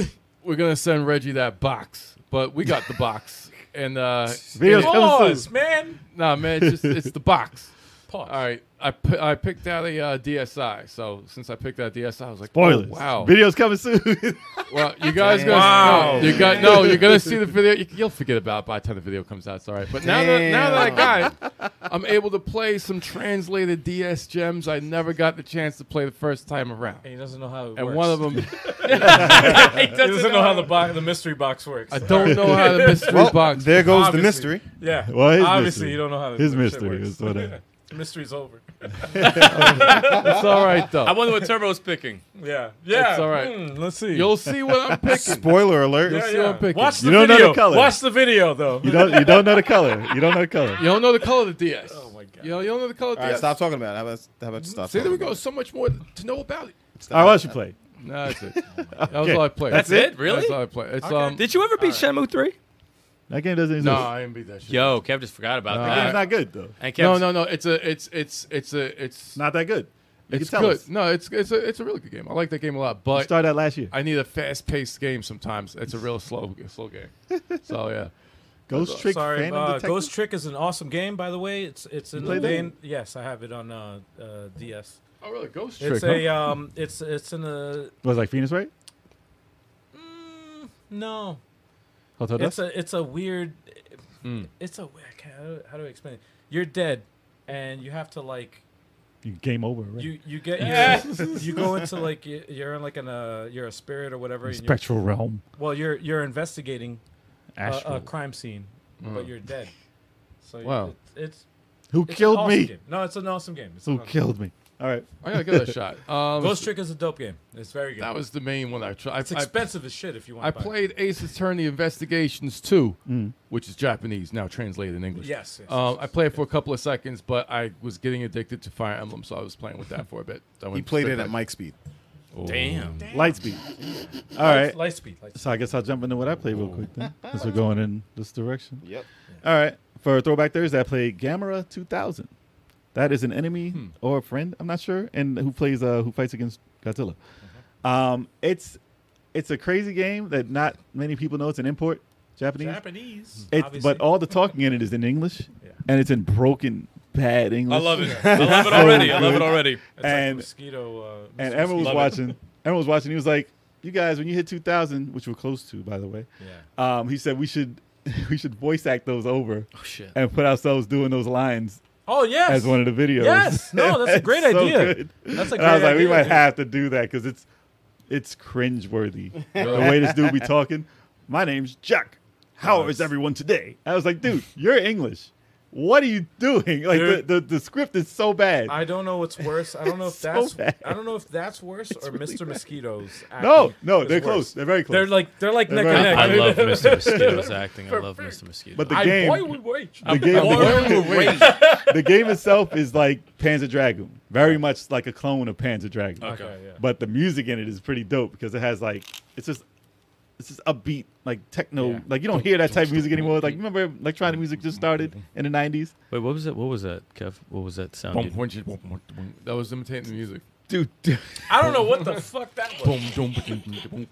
S3: we're gonna send Reggie that box, but we got the box,
S4: [LAUGHS]
S3: and uh,
S4: Video's
S3: it-
S4: coming soon.
S2: Pause, man.
S3: nah, man, it's, just, it's
S4: [LAUGHS]
S3: the box.
S2: Pause.
S3: All right, I pi- I picked out a uh, DSI. So since I picked out DSI, I was like, oh,
S4: Spoilers.
S3: wow.
S4: Video's coming [LAUGHS] soon.
S3: Well, you guys gonna
S8: Wow.
S3: no, you got no. You're gonna see the video. You, you'll forget about it by the time the video comes out. It's all right. But now that now that I got it, I'm able to play some translated DS gems I never got the chance to play the first time around.
S2: And he doesn't know how it
S3: And
S2: works.
S3: one
S2: [LAUGHS]
S3: of them,
S2: he doesn't, know how the bo- the mystery box works.
S3: I don't know how the mystery
S5: Well,
S3: box.
S5: there goes the
S2: Obviously.
S5: mystery.
S2: Yeah.
S4: Well, his
S2: Obviously,
S4: mystery.
S2: you don't know how the
S4: His
S2: shit
S4: mystery
S2: works. [LAUGHS]
S4: is what
S3: [LAUGHS]
S4: I-
S2: The Mystery's over.
S3: It's all right though.
S8: I wonder what Turbo's picking.
S2: Yeah. Yeah.
S3: all right.
S2: Hmm, let's see.
S3: You'll see what I'm picking.
S5: Spoiler alert.
S2: yeah,
S3: see what I'm
S2: yeah.
S3: picking.
S2: Watch the
S4: You don't know the
S2: video.
S4: color.
S2: Watch the video, though.
S4: you don't you don't know the color. You don't know the color.
S3: You don't know the color of the DS. Oh
S2: my God.
S3: You don't, you don't know the color of the
S5: All right,
S3: DS.
S5: stop talking about it. How about how about you stop?
S3: See, there we
S5: talking
S3: go.
S5: about
S3: So much more to know about it.
S5: it? Stop.
S4: All right, what else you play?
S3: No, that's it. That was all I played.
S8: That's it, really?
S3: That's all I played. It's um.
S8: Did you ever beat Shenmue three?
S4: That game doesn't exist.
S3: No, I didn't beat that shit.
S8: Yo, Kev just forgot about
S4: that
S8: that.
S4: game's not good though.
S8: and Kev,
S3: No, no, no. It's a, it's, it's, it's a, it's,
S4: It's not that good. You
S3: it's
S4: can tell
S3: good.
S4: us.
S3: No, it's, it's a, it's a really good game. I like that game a lot.
S4: We
S3: But
S4: started that last year.
S3: I need a fast-paced game sometimes. It's a real slow, [LAUGHS] slow
S4: [LAUGHS]
S3: game. So yeah.
S4: Ghost Trick
S2: Sorry,
S4: Phantom
S2: uh,
S4: Detective?
S2: Ghost Trick is an awesome game, by the way. It's it's in the
S4: played that?
S2: vein. Yes, I have it on uh, uh, DS.
S3: Oh really? Ghost
S2: It's
S3: Trick.
S2: a um, it's it's in a
S4: was it like Phoenix, right?
S2: no,
S4: Hotel
S2: it's
S4: Dusk?
S2: a it's a weird,
S3: Mm.
S2: it's a weird. How do, how do I explain it? You're dead, and you have to like
S4: You game over, right?
S2: you you
S4: [LAUGHS]
S2: get your, you go into like y- you're in like an uh, you're a spirit or whatever. and you're-
S4: Spectral Realm.
S2: well, you're you're investigating a,
S4: Astral.
S2: a crime scene, but you're dead. So
S3: Mm. Wow.
S2: it's, it's,
S4: Who
S2: it's Uh, an
S4: killed
S2: awesome
S4: me?
S2: game. No, it's an awesome game. It's an
S4: Who
S2: awesome
S4: killed me? All right.
S3: I gotta give it a
S4: [LAUGHS]
S3: shot. Um,
S2: Ghost Trick is a dope game. It's very good.
S3: That was the main one I tried.
S2: it's
S3: I,
S2: expensive as shit if you want
S3: I
S2: to buy it.
S3: played Ace Attorney Investigations 2,
S4: Mm.
S3: which is Japanese, now translated in English.
S2: Yes, yes,
S3: Um,
S2: yes,
S3: I played it for a couple of seconds, but I was getting addicted to Fire Emblem, so I was playing with that for a bit. I
S5: He
S3: went
S5: played
S3: straight
S5: it at
S3: back.
S5: mic speed.
S8: damn.
S4: Lightspeed. All right.
S2: Lightspeed. Lightspeed.
S4: So I guess I'll jump into what I played real quick then, since we're going in this direction.
S5: Yep.
S4: All right. For Throwback Thursday, I played Gamera 2000. That is an enemy
S8: Hmm.
S4: or a friend, I'm not sure, and who plays uh who fights against Godzilla.
S8: Uh-huh.
S4: Um, it's it's a crazy game that not many people know. It's an import Japanese.
S2: Japanese.
S4: It's,
S2: obviously.
S4: but all the talking in it is in
S8: [LAUGHS]
S4: English,
S2: Yeah.
S4: and it's in broken, bad English.
S8: I love
S2: [LAUGHS]
S8: it. I love it already. I love it already.
S2: It's
S4: and-
S2: like mosquito. Uh,
S4: And
S2: mosquito
S4: Emma was
S8: Love it. [LAUGHS]
S4: watching. Emma was watching. He was like, "You guys, when you hit 2,000, which we're close to, by the way,
S2: Yeah.
S4: um, he said we should [LAUGHS] we should voice act those over
S8: Oh shit.
S4: and put ourselves doing those lines
S2: Oh yes.
S4: as one of the videos.
S2: Yes. No,
S4: [LAUGHS]
S2: that's a great
S4: so
S2: idea.
S4: good.
S2: That's a
S4: And I was
S2: great
S4: like, we
S2: idea,
S4: might
S2: dude.
S4: have to do that because it's it's cringeworthy the way this dude be talking. My name's Jack. How is everyone today? I was like, dude, you're English. what are you doing? [LAUGHS] Like the,
S2: Dude.
S4: the, the script is so bad.
S2: I don't know what's worse. I don't know if
S4: It's [LAUGHS] so
S2: that's
S4: bad.
S2: I don't know if that's worse or
S4: really
S2: Mr.
S4: bad.
S2: Mosquitoes.
S4: no,
S2: acting
S4: no,
S2: is
S4: they're
S2: worse.
S4: close. They're very close.
S2: They're like they're like neck
S4: very
S2: and neck.
S4: close.
S8: I love [LAUGHS] Mr. Mosquito's acting. I love Mr. Mosquito. [LAUGHS]
S4: but the
S2: [LAUGHS] I
S4: game,
S2: boy would wait.
S4: [LAUGHS] the game, the, game the game itself is like Panzer Dragoon, very much like a clone of Panzer Dragoon.
S2: Okay, yeah.
S4: But the music in it is pretty dope because it has like it's just it's just upbeat like techno.
S2: Yeah.
S4: Like you don't hear that type of music anymore. Like remember electronic music just started in the nineties,
S6: Wait, what was that? What was that, Kev? What was that sound? you-
S3: That was imitating the music.
S4: dude.
S2: I don't know what the fuck that was.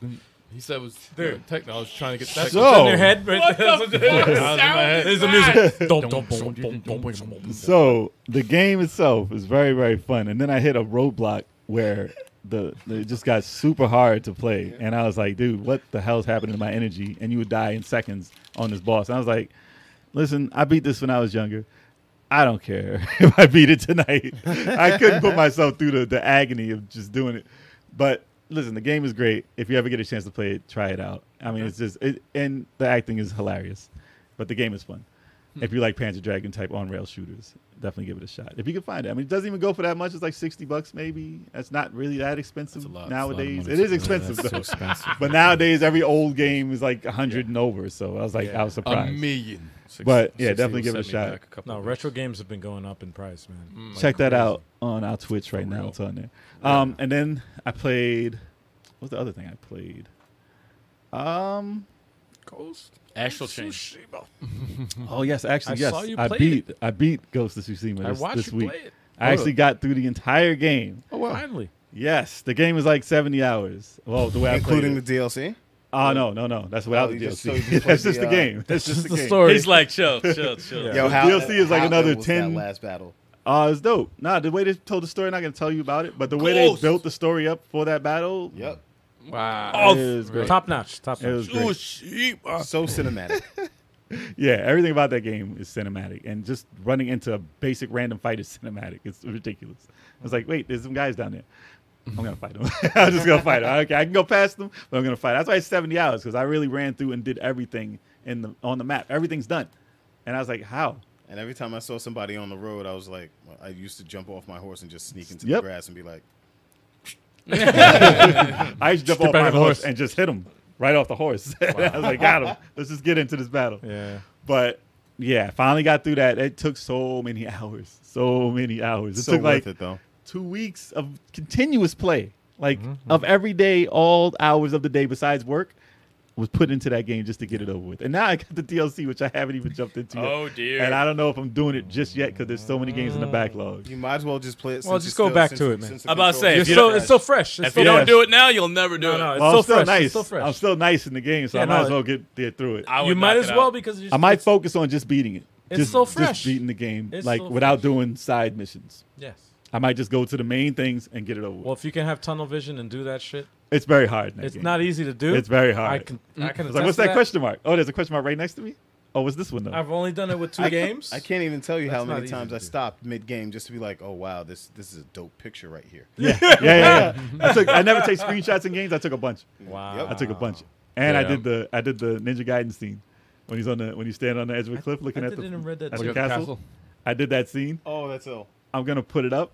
S3: He said it was dude. techno. I was trying to get techno.
S4: So-
S2: In your head, right? [LAUGHS] What the There's the music. Dum, dum, dum, dum, dum, dum.
S4: So the game itself is very very fun, and then I hit a roadblock where the, the it just got super hard to play, and I was like, dude, what the hell's happening to my energy? And you would die in seconds on this boss. And I was like, listen, I beat this when I was younger. I don't care [LAUGHS] if I beat it tonight. I couldn't put myself through the, the agony of just doing it. But listen, the game is great. If you ever get a chance to play it, try it out. I mean, it's just it, and the acting is hilarious, but the game is fun.
S8: Hmm.
S4: If you like Panzer Dragon type on rail shooters, definitely give it a shot. If you can find it, I mean, it doesn't even go for that much. It's like sixty bucks, maybe. That's not really that expensive
S8: It's a lot- it's a lot of
S4: nowadays.
S8: money
S4: It
S8: to-
S4: is expensive,
S8: that's so
S4: though.
S8: expensive.
S4: [LAUGHS] but nowadays every old game is like hundred and over. So I was like, I was
S3: A
S4: surprised.
S3: million.
S8: Six-
S4: but, yeah,
S8: 60
S4: definitely give it a
S8: sent me
S4: shot.
S8: back a couple
S2: No,
S8: of
S2: retro games have been going up in price, man.
S4: Check that out on our Twitch right now. It's on there. Um, and then I played. What's the other thing I played? Um.
S8: things. Astral Change.
S4: Oh yes, actually
S2: Hmm. I
S4: yes.
S2: saw you
S4: I
S2: played
S4: beat I beat Ghost of Tsushima
S2: I
S4: this,
S2: watched
S4: this
S2: you
S4: week.
S2: play it.
S4: I actually got through the entire game.
S2: Oh wow! Finally,
S4: Yes, the game was like seventy hours. Well, the way I
S5: including the
S4: played it.
S5: DLC.
S4: oh no no no that's without
S5: Oh,
S4: the
S5: you
S4: DLC.
S5: just-
S4: [LAUGHS]
S5: so you just
S4: that's
S5: played
S4: just
S5: the,
S4: the
S5: uh,
S4: game. [LAUGHS] That's just the,
S2: the
S4: game.
S2: story.
S8: He's like, chill, chill,
S6: [LAUGHS]
S8: chill.
S2: Yeah.
S5: Yo, how,
S4: DLC is like
S5: how
S4: another
S5: ill was
S4: 10
S5: That last battle.
S4: Oh, it's dope. Nah, the way they told the story, not gonna tell you about it, but the way they
S8: Ghost.
S4: built the story up for that battle,
S5: Yep.
S2: wow!
S8: Oh, uh,
S4: is great.
S2: Top notch, top
S4: It
S2: notch.
S4: was great.
S5: So cinematic.
S4: Yeah, everything about that game is cinematic, and just running into a basic random fight is [LAUGHS] cinematic. It's ridiculous. I was like, wait, there's some guys down there. I'm gonna fight them. [LAUGHS] I'm just gonna fight them. Okay, I can go past them, but I'm gonna fight. That's why it's 70 hours because I really ran through and did everything in the on the map. Everything's done, and I was like, how?
S5: [LAUGHS] and every time I saw somebody on the road, I was like, well, I used to jump off my horse and just sneak into
S4: Yep.
S5: the grass and be like,
S4: I used to jump off
S2: back
S4: my
S2: on the
S4: horse,
S2: horse.
S4: and just hit him right off the horse. [LAUGHS] I was like, got him. Let's just get into this battle.
S2: Yeah.
S4: But yeah, finally got through that. It took so many [LAUGHS] hours, so many hours. It
S5: so
S4: took
S5: worth
S4: like
S5: it though.
S4: two weeks of continuous play, like
S2: Mm-hmm,
S4: of every day, all hours of the day besides work, was put into that game just to get it over with. And now I got the DLC, which I haven't even jumped into yet.
S8: Oh, dear.
S4: And I don't know if I'm doing it just yet because there's so many games in
S2: Mm.
S4: the backlog.
S5: You might as well just play it.
S2: Well,
S5: since
S2: just
S5: you're
S2: go
S5: still-
S2: back
S5: since
S2: to
S5: you-
S2: it, man.
S5: since the
S8: I was about to say, if
S5: controls
S2: It's
S8: you
S5: are
S2: so
S8: don't-
S5: fresh.
S2: it's so fresh. It's
S8: If
S2: so
S8: you don't
S2: fresh.
S8: do it now, you'll never do
S2: no, no,
S8: it.
S2: it's
S4: Well,
S2: so
S4: I'm still
S2: fresh.
S4: nice.
S2: It's so fresh.
S4: I'm still nice in the game, so
S2: Yeah,
S4: I might
S2: no,
S4: as well get, get through it. I,
S8: I would
S2: you might
S8: knock
S2: as
S8: it
S2: well
S8: out.
S2: because you
S4: might focus on just beating it.
S2: It's
S4: just,
S2: so fresh.
S4: Just beating the game,
S2: It's
S4: like
S2: so
S4: without
S2: fresh.
S4: doing side missions.
S2: Yes.
S4: I might just go to the main things and get it over. with.
S2: Well, if you can have tunnel vision and do that shit,
S4: it's very hard. in that
S2: it's
S4: game.
S2: not easy to do.
S4: It's very hard.
S2: I can.
S8: Mm-hmm.
S2: I can.
S4: I was like,
S2: attest
S4: what's
S2: to
S4: that question mark? Oh, there's a question mark right next to me. Oh, what's this one though?
S2: I've only done it with two
S5: I can't-
S2: games.
S5: I can't even tell you how
S2: That's not
S5: many
S2: easy
S5: times
S2: to
S5: I
S2: do.
S5: stopped mid game just to be like, oh wow, this this is a dope picture right here.
S4: Yeah, yeah, yeah.
S2: [LAUGHS]
S4: yeah. I took. I never take screenshots in games. I took a bunch.
S2: Wow.
S5: Yep.
S4: I took a bunch, and I
S8: Yeah.
S4: did the I did the Ninja Gaiden scene when he's on the when he's standing on the edge of a cliff looking
S2: I
S4: at the,
S2: did it in Red Dead
S4: at
S2: too.
S4: the
S2: Look at
S4: castle.
S2: the
S4: I did that scene.
S5: Oh, that's ill.
S4: I'm gonna put it up,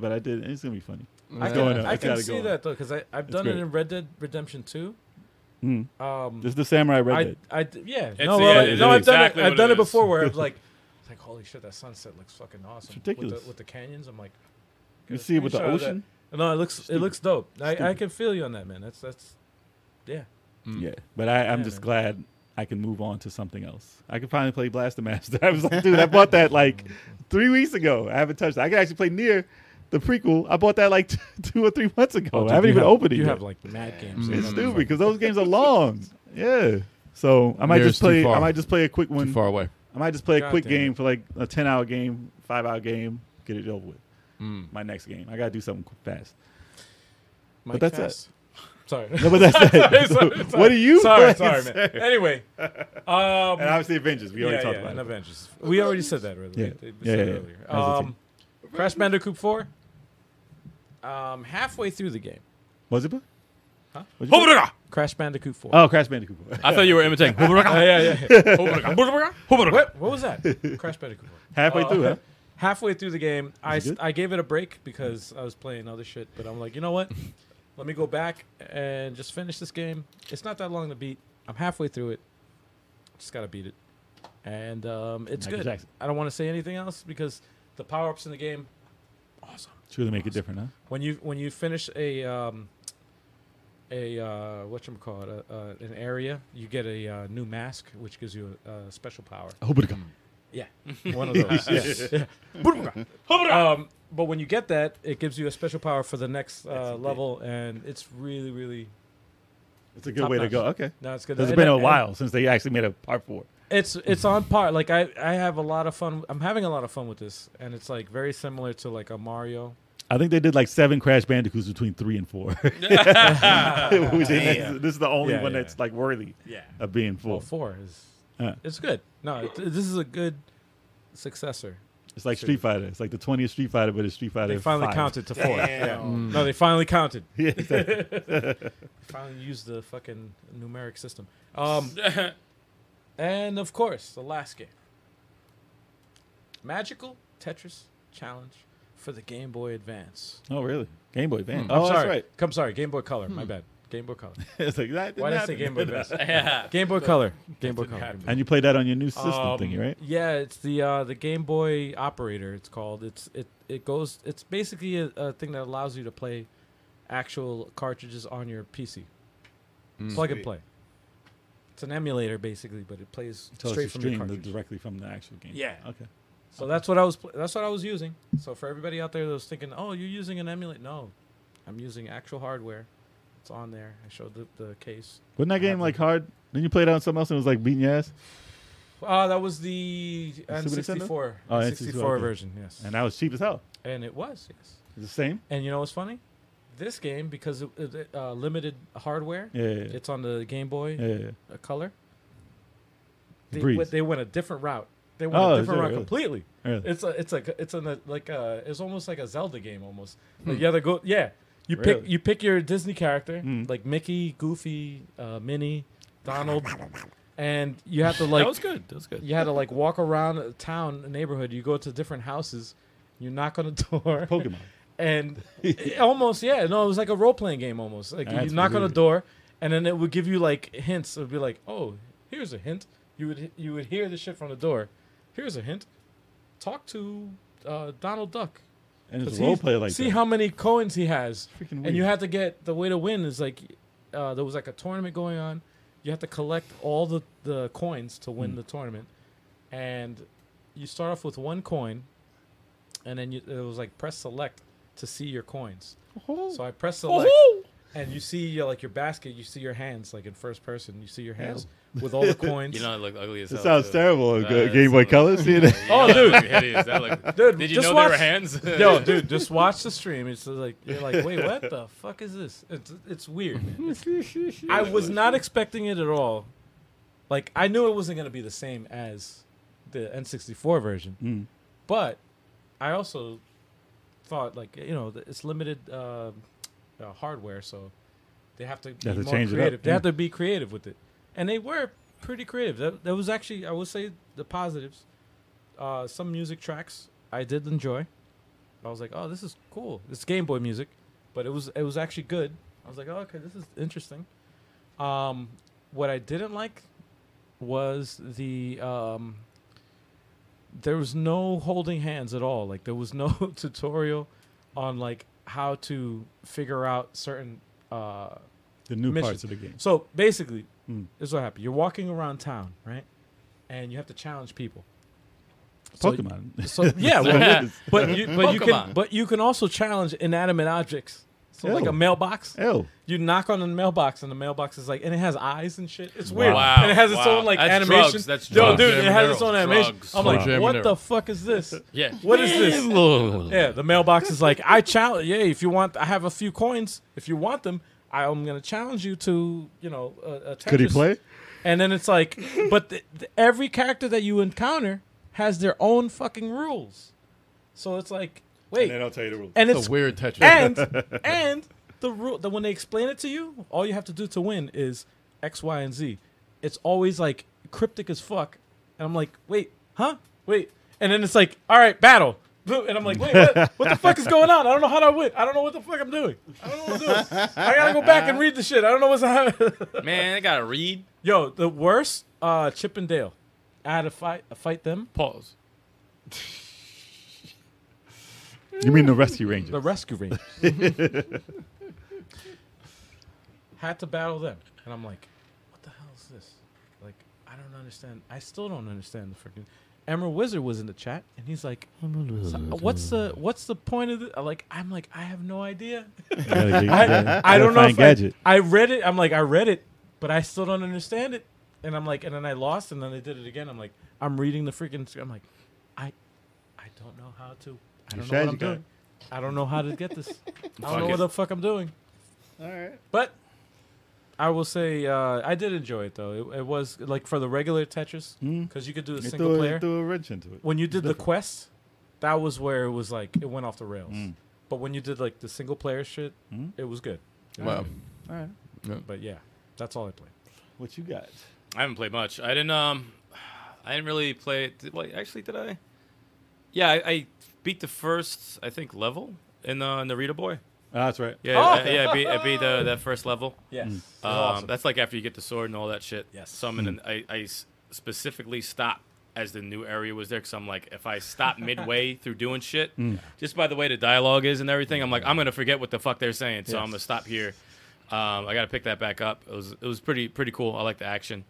S4: but I did. It's gonna be funny.
S2: I can,
S4: It's going up.
S2: I
S4: It's
S2: can
S4: gotta
S2: see
S4: go up.
S2: that though because I I've done it
S4: great.
S2: in Red Dead Redemption Two.
S4: Mm.
S2: Um,
S4: This is the Samurai Red
S2: I,
S4: Dead.
S2: I d- yeah.
S8: It's-
S2: no,
S8: yeah,
S2: well,
S8: it is
S2: no, I've done
S8: exactly
S2: it. I've
S8: what
S2: done
S8: it
S2: it,
S8: is.
S2: before
S8: [LAUGHS]
S2: where I was like, it's like holy shit, that sunset looks fucking awesome. With the- With
S4: ridiculous.
S2: the, canyons, I'm like,
S4: You
S2: get a
S4: see it with the
S2: screenshot of that.
S4: ocean.
S2: No, it looks it looks dope. I, I can feel you on that, man. That's that's yeah.
S4: Yeah, but I, I'm
S2: Yeah,
S4: just
S2: man.
S4: glad I can move on to something else. I can finally play Blaster Master. [LAUGHS] I was like, dude, I bought that like three weeks ago. I haven't touched it. I can actually play near the prequel. I bought that like [LAUGHS] t- two or three months ago. Oh, I haven't
S2: You
S4: even
S2: have-
S4: opened it
S2: You
S4: yet.
S2: have like mad games.
S4: it's stupid because those games are long. Yeah. So I might
S3: Near's
S4: just play.
S3: too far.
S4: I might just play a quick one.
S3: Far away.
S4: I might just play a
S2: God
S4: quick
S2: damn it.
S4: game for like a ten hour game, five hour game, get it over with.
S3: Mm.
S4: My next game, I gotta do something qu- fast.
S2: Mike
S4: that's it.
S2: Fast. [LAUGHS] Sorry.
S4: No, [LAUGHS] but that's it. So
S2: Sorry,
S4: what do you?
S2: Sorry,
S4: play,
S2: sorry,
S4: sir? [LAUGHS]
S2: man. Anyway, um,
S4: And obviously, Avengers. We already
S2: yeah,
S4: talked
S2: yeah,
S4: about
S2: and
S4: it.
S2: Avengers. We already said that really.
S4: Yeah.
S2: They- they
S4: Yeah,
S2: said
S4: yeah, yeah.
S2: earlier.
S4: That was the
S2: Um, Crash Bandicoot Four. Um, halfway through the game,
S4: Was it? bu-
S2: Huh?
S4: What'd you play?
S2: Crash Bandicoot Four.
S4: Oh,
S2: [LAUGHS]
S4: Crash Bandicoot.
S8: I thought you were imitating.
S4: [LAUGHS]
S2: yeah, yeah, yeah.
S8: What
S2: [LAUGHS] what, what was that? Crash Bandicoot Four.
S4: Halfway through, huh?
S2: halfway through the game, I,
S4: it good?
S2: I gave it a break because I was playing other shit. But I'm like, you know
S4: [LAUGHS]
S2: what? Let me go back and just finish this game. It's not that long to beat. I'm halfway through it. Just gotta beat it, and um, it's
S4: Michael
S2: good.
S4: Jackson.
S2: I don't want to say anything else because the power ups in the game, awesome.
S4: Truly make it different, huh?
S2: When you when you finish a um, a uh, what you call it uh, an area, you get a uh, new mask which gives you a, a special power.
S4: Oh, but come.
S2: Yeah, one of
S4: [LAUGHS]
S2: those. yeah. Boomerang. um, but when you get that, it gives you a special power for the next uh, level, and it's really, really.
S4: It's a good
S2: Top
S4: way to
S2: notch.
S4: go. Okay.
S2: No, it's good.
S4: It's
S2: And-
S4: been a
S2: and
S4: while since they actually made a part four.
S2: It's it's on par. Like I, I have a lot of fun. I'm having a lot of fun with this, and it's like very similar to like a Mario.
S4: I think they did like seven Crash Bandicoots between three and four. [LAUGHS] Which is- this is the only
S2: Yeah,
S4: one
S2: yeah.
S4: that's like worthy
S2: Yeah.
S4: of being
S2: Well,
S4: full.
S2: four is.
S4: Uh.
S2: It's good. No, it, this is a good successor.
S4: It's like Street Fighter. It's like the 20th Street Fighter, but it's Street Fighter.
S2: They finally
S4: five.
S2: counted to four.
S5: Damn.
S2: No, they finally counted.
S4: [LAUGHS] Yeah, exactly.
S2: [LAUGHS] finally used the fucking numeric system.
S4: [LAUGHS]
S2: Um, and of course, the last game Magical Tetris Challenge for the Game Boy Advance.
S4: oh, really? Game Boy Advance.
S2: Hmm. I'm
S4: Oh,
S2: sorry.
S4: that's right. [LAUGHS]
S2: I'm sorry, Game Boy Color. My bad. Game Boy Color.
S4: it's like, that
S2: Why did I
S4: Hmm. didn't
S2: say Game
S4: happen.
S2: Boy Advance? Game Boy Color. Game Boy Color.
S4: [LAUGHS] And you played that on your new system
S2: Um,
S4: thingy, right?
S2: Yeah, it's the uh, the Game Boy operator. It's called. It's it it goes. It's basically a, a thing that allows you to play actual cartridges on your PC. Plug and
S5: Sweet.
S2: play. It's an emulator basically, but it plays
S4: So
S2: straight
S4: it's a
S2: from your
S4: stream
S2: cartridge.
S4: directly from the actual game.
S2: Yeah.
S4: Okay.
S2: so that's what I was. Pl- that's what I was using. So for everybody out there that was thinking, "Oh, you're using an emulator?" No, I'm using actual hardware. It's on there. I showed the, the case.
S4: Wasn't that game like hard? Then you played on something else and it was like beating your ass,
S2: Uh, that was the
S4: Super
S2: N64,
S4: Nintendo? Oh,
S2: N64,
S4: N64, okay.
S2: version. Yes,
S4: and that was cheap as hell.
S2: and it was yes.
S4: It's the same.
S2: And you know what's funny? This game, because it, it, uh, limited hardware,
S4: Yeah, yeah, yeah.
S2: it's on the Game Boy
S4: yeah, yeah, yeah.
S2: uh, Color. They,
S4: Breeze.
S2: went- they went a different route. They went
S4: Oh,
S2: a
S4: is
S2: different
S4: it
S2: route
S4: really?
S2: completely.
S4: Really?
S2: It's a, it's a, it's an, uh, like a, it's almost like a Zelda game almost. Like yeah, they go, yeah. You pick,
S4: Hmm. Really? Hmm.
S2: you pick your Disney character, like Mickey, Goofy, uh, Minnie, Donald, and you have to like
S6: that was good. That was good.
S2: you had to like walk around a town, a neighborhood. You go to different houses. You knock on a [LAUGHS] door.
S4: Pokemon. [LAUGHS]
S2: And it- almost, yeah. No, it was like a role playing game almost. Like you
S4: That's
S2: knock on a
S4: weird.
S2: door, and then it would give you like hints. It would be like, oh, here's a hint. You would you would hear the shit from the door. Here's a hint. Talk to uh, Donald Duck.
S4: And it's
S2: See-
S4: a role play like
S2: see
S4: that.
S2: how many coins he has.
S4: Freaking
S2: and
S4: weird.
S2: you had to get the way to win is like uh, there was like a tournament going on. You have to collect all the, the coins to
S8: Hmm.
S2: win the tournament, and you start off with one coin, and then you, it was like press select to see your coins. So I press select, and you see your, like your basket. You see your hands like in first person. You see your hands with
S8: [LAUGHS]
S2: all the coins.
S8: You know, it looked ugly as
S4: It
S8: hell.
S4: sounds
S8: too.
S4: terrible.
S8: That
S4: G- Game Boy
S8: sounds-
S4: Color. See that?
S2: [LAUGHS]
S8: Oh, dude, hideous. That looked-
S2: Dude,
S8: Did you
S2: just
S8: know there were
S2: watch-
S8: hands? [LAUGHS]
S6: [LAUGHS]
S2: Yo, dude, just watch the stream. It's like you're like, wait, what the fuck is this? It's it's weird. man. It's- I was not expecting it at all. Like I knew it wasn't gonna be the same as the N64 version, but I also thought like you know th- it's limited uh, uh, hardware, so they have to be
S4: have to
S2: more
S4: change it up,
S2: creative. They
S4: yeah.
S2: have to be creative with it, and they were pretty creative. That, that was actually I will say the positives. Uh, some music tracks I did enjoy. I was like, oh, this is cool. It's Game Boy music, but it was it was actually good. I was like, oh, okay, this is interesting. Um, what I didn't like was the um, there was no holding hands at all. Like there was no [LAUGHS] tutorial on like how to figure out certain uh,
S4: The new
S2: Mission.
S4: parts of the game.
S2: so basically,
S4: Hmm.
S2: this is what happened. You're walking around town, right? And you have to challenge people. So-
S4: Pokemon. [LAUGHS]
S2: So yeah,
S6: [LAUGHS]
S2: well, but you, but you can
S6: Pokemon.
S2: but you can also challenge inanimate objects. So like
S4: Ew.
S2: a mailbox.
S4: Ew.
S2: You knock on the mailbox and the mailbox is like and it has eyes and shit. It's weird.
S6: Wow.
S2: And it has its
S6: Wow.
S2: own like
S6: That's
S2: animation.
S6: drugs. That's
S2: Yo,
S6: drugs.
S2: dude,
S6: Jam
S2: it has
S6: and
S2: its own
S6: Earl.
S2: animation.
S6: Drugs.
S2: I'm like,
S3: Jam and
S2: what
S3: Earl.
S2: the fuck is
S6: [LAUGHS]
S2: this?
S6: yeah.
S2: What is this?
S6: yeah.
S8: [LAUGHS]
S2: Yeah, the mailbox is like, I challenge. Yeah, if you want, I have a few coins. If you want them, I'm gonna challenge you to, you know, a, a Tetris.
S4: Could he play?
S2: And then it's like, but the, the, every character that you encounter has their own fucking rules. So it's like, wait, and,
S4: I'll tell you the rules.
S3: It's
S2: it's
S3: a weird Tetris.
S2: and and the rule that when they explain it to you, all you have to do to win is X, Y, and Z. It's always like cryptic as fuck, and I'm like, wait, huh? Wait. and then it's like, all right, battle. [LAUGHS] And I'm like, wait, what, what the fuck is going on? I don't know how to win. I don't know what the fuck I'm doing. I don't know what I'm doing. I gotta go back and read the shit. I don't know what's [LAUGHS] happening.
S6: Man, I gotta read.
S2: Yo, the worst, uh, Chip and Dale. I had to fight, fight them.
S6: Pause.
S4: You mean the Rescue Rangers? [LAUGHS]
S2: The Rescue Rangers. Had to battle them. And I'm like, what the hell is this? Like, I don't understand. I still don't understand the freaking. Emerald Wizard was in the chat, and he's like, "So, "What's the what's the point of the?" Like, I'm like, I have no idea. I, I don't know. If
S4: Gadget.
S2: I, I read it. I'm like, I read it, but I still don't understand it. And I'm like, and then I lost, and then they did it again. I'm like, I'm reading the freaking. I'm like, I, I don't know how to. I don't know
S4: strategy
S2: what I'm
S4: guy.
S2: doing. I don't know how to get this. I don't know
S6: it.
S2: what the fuck I'm doing.
S5: All right.
S2: But I will say uh, I did enjoy it though. It, it was like for the regular Tetris because you could do the
S4: They
S2: single
S4: Hmm. threw,
S2: player.
S4: they threw a wrench into it.
S2: when you did the quest, that was where it was like it went off the rails.
S4: Hmm.
S2: But when you did like the single player shit, it was good.
S3: Wow.
S2: But yeah, that's all I played.
S4: What you got?
S6: I haven't played much. I didn't. Um, I didn't really play. Did, well, actually, did I? Yeah, I, I beat the first, I think, level in the in the Reader Boy.
S4: Ah, that's right.
S6: Yeah, I, yeah, I beat, I beat uh, that first level.
S2: Yes,
S6: Um, That's like after you get the sword and all that shit.
S2: Yes.
S6: So I'm in an, I, I s- specifically stopped as the new area was there because I'm like, if I stop midway through doing shit, just by the way the dialogue is and everything, I'm like, I'm gonna forget what the fuck they're saying. So I'm gonna stop here. Um, I gotta pick that back up. It was it was pretty pretty cool. I like the action.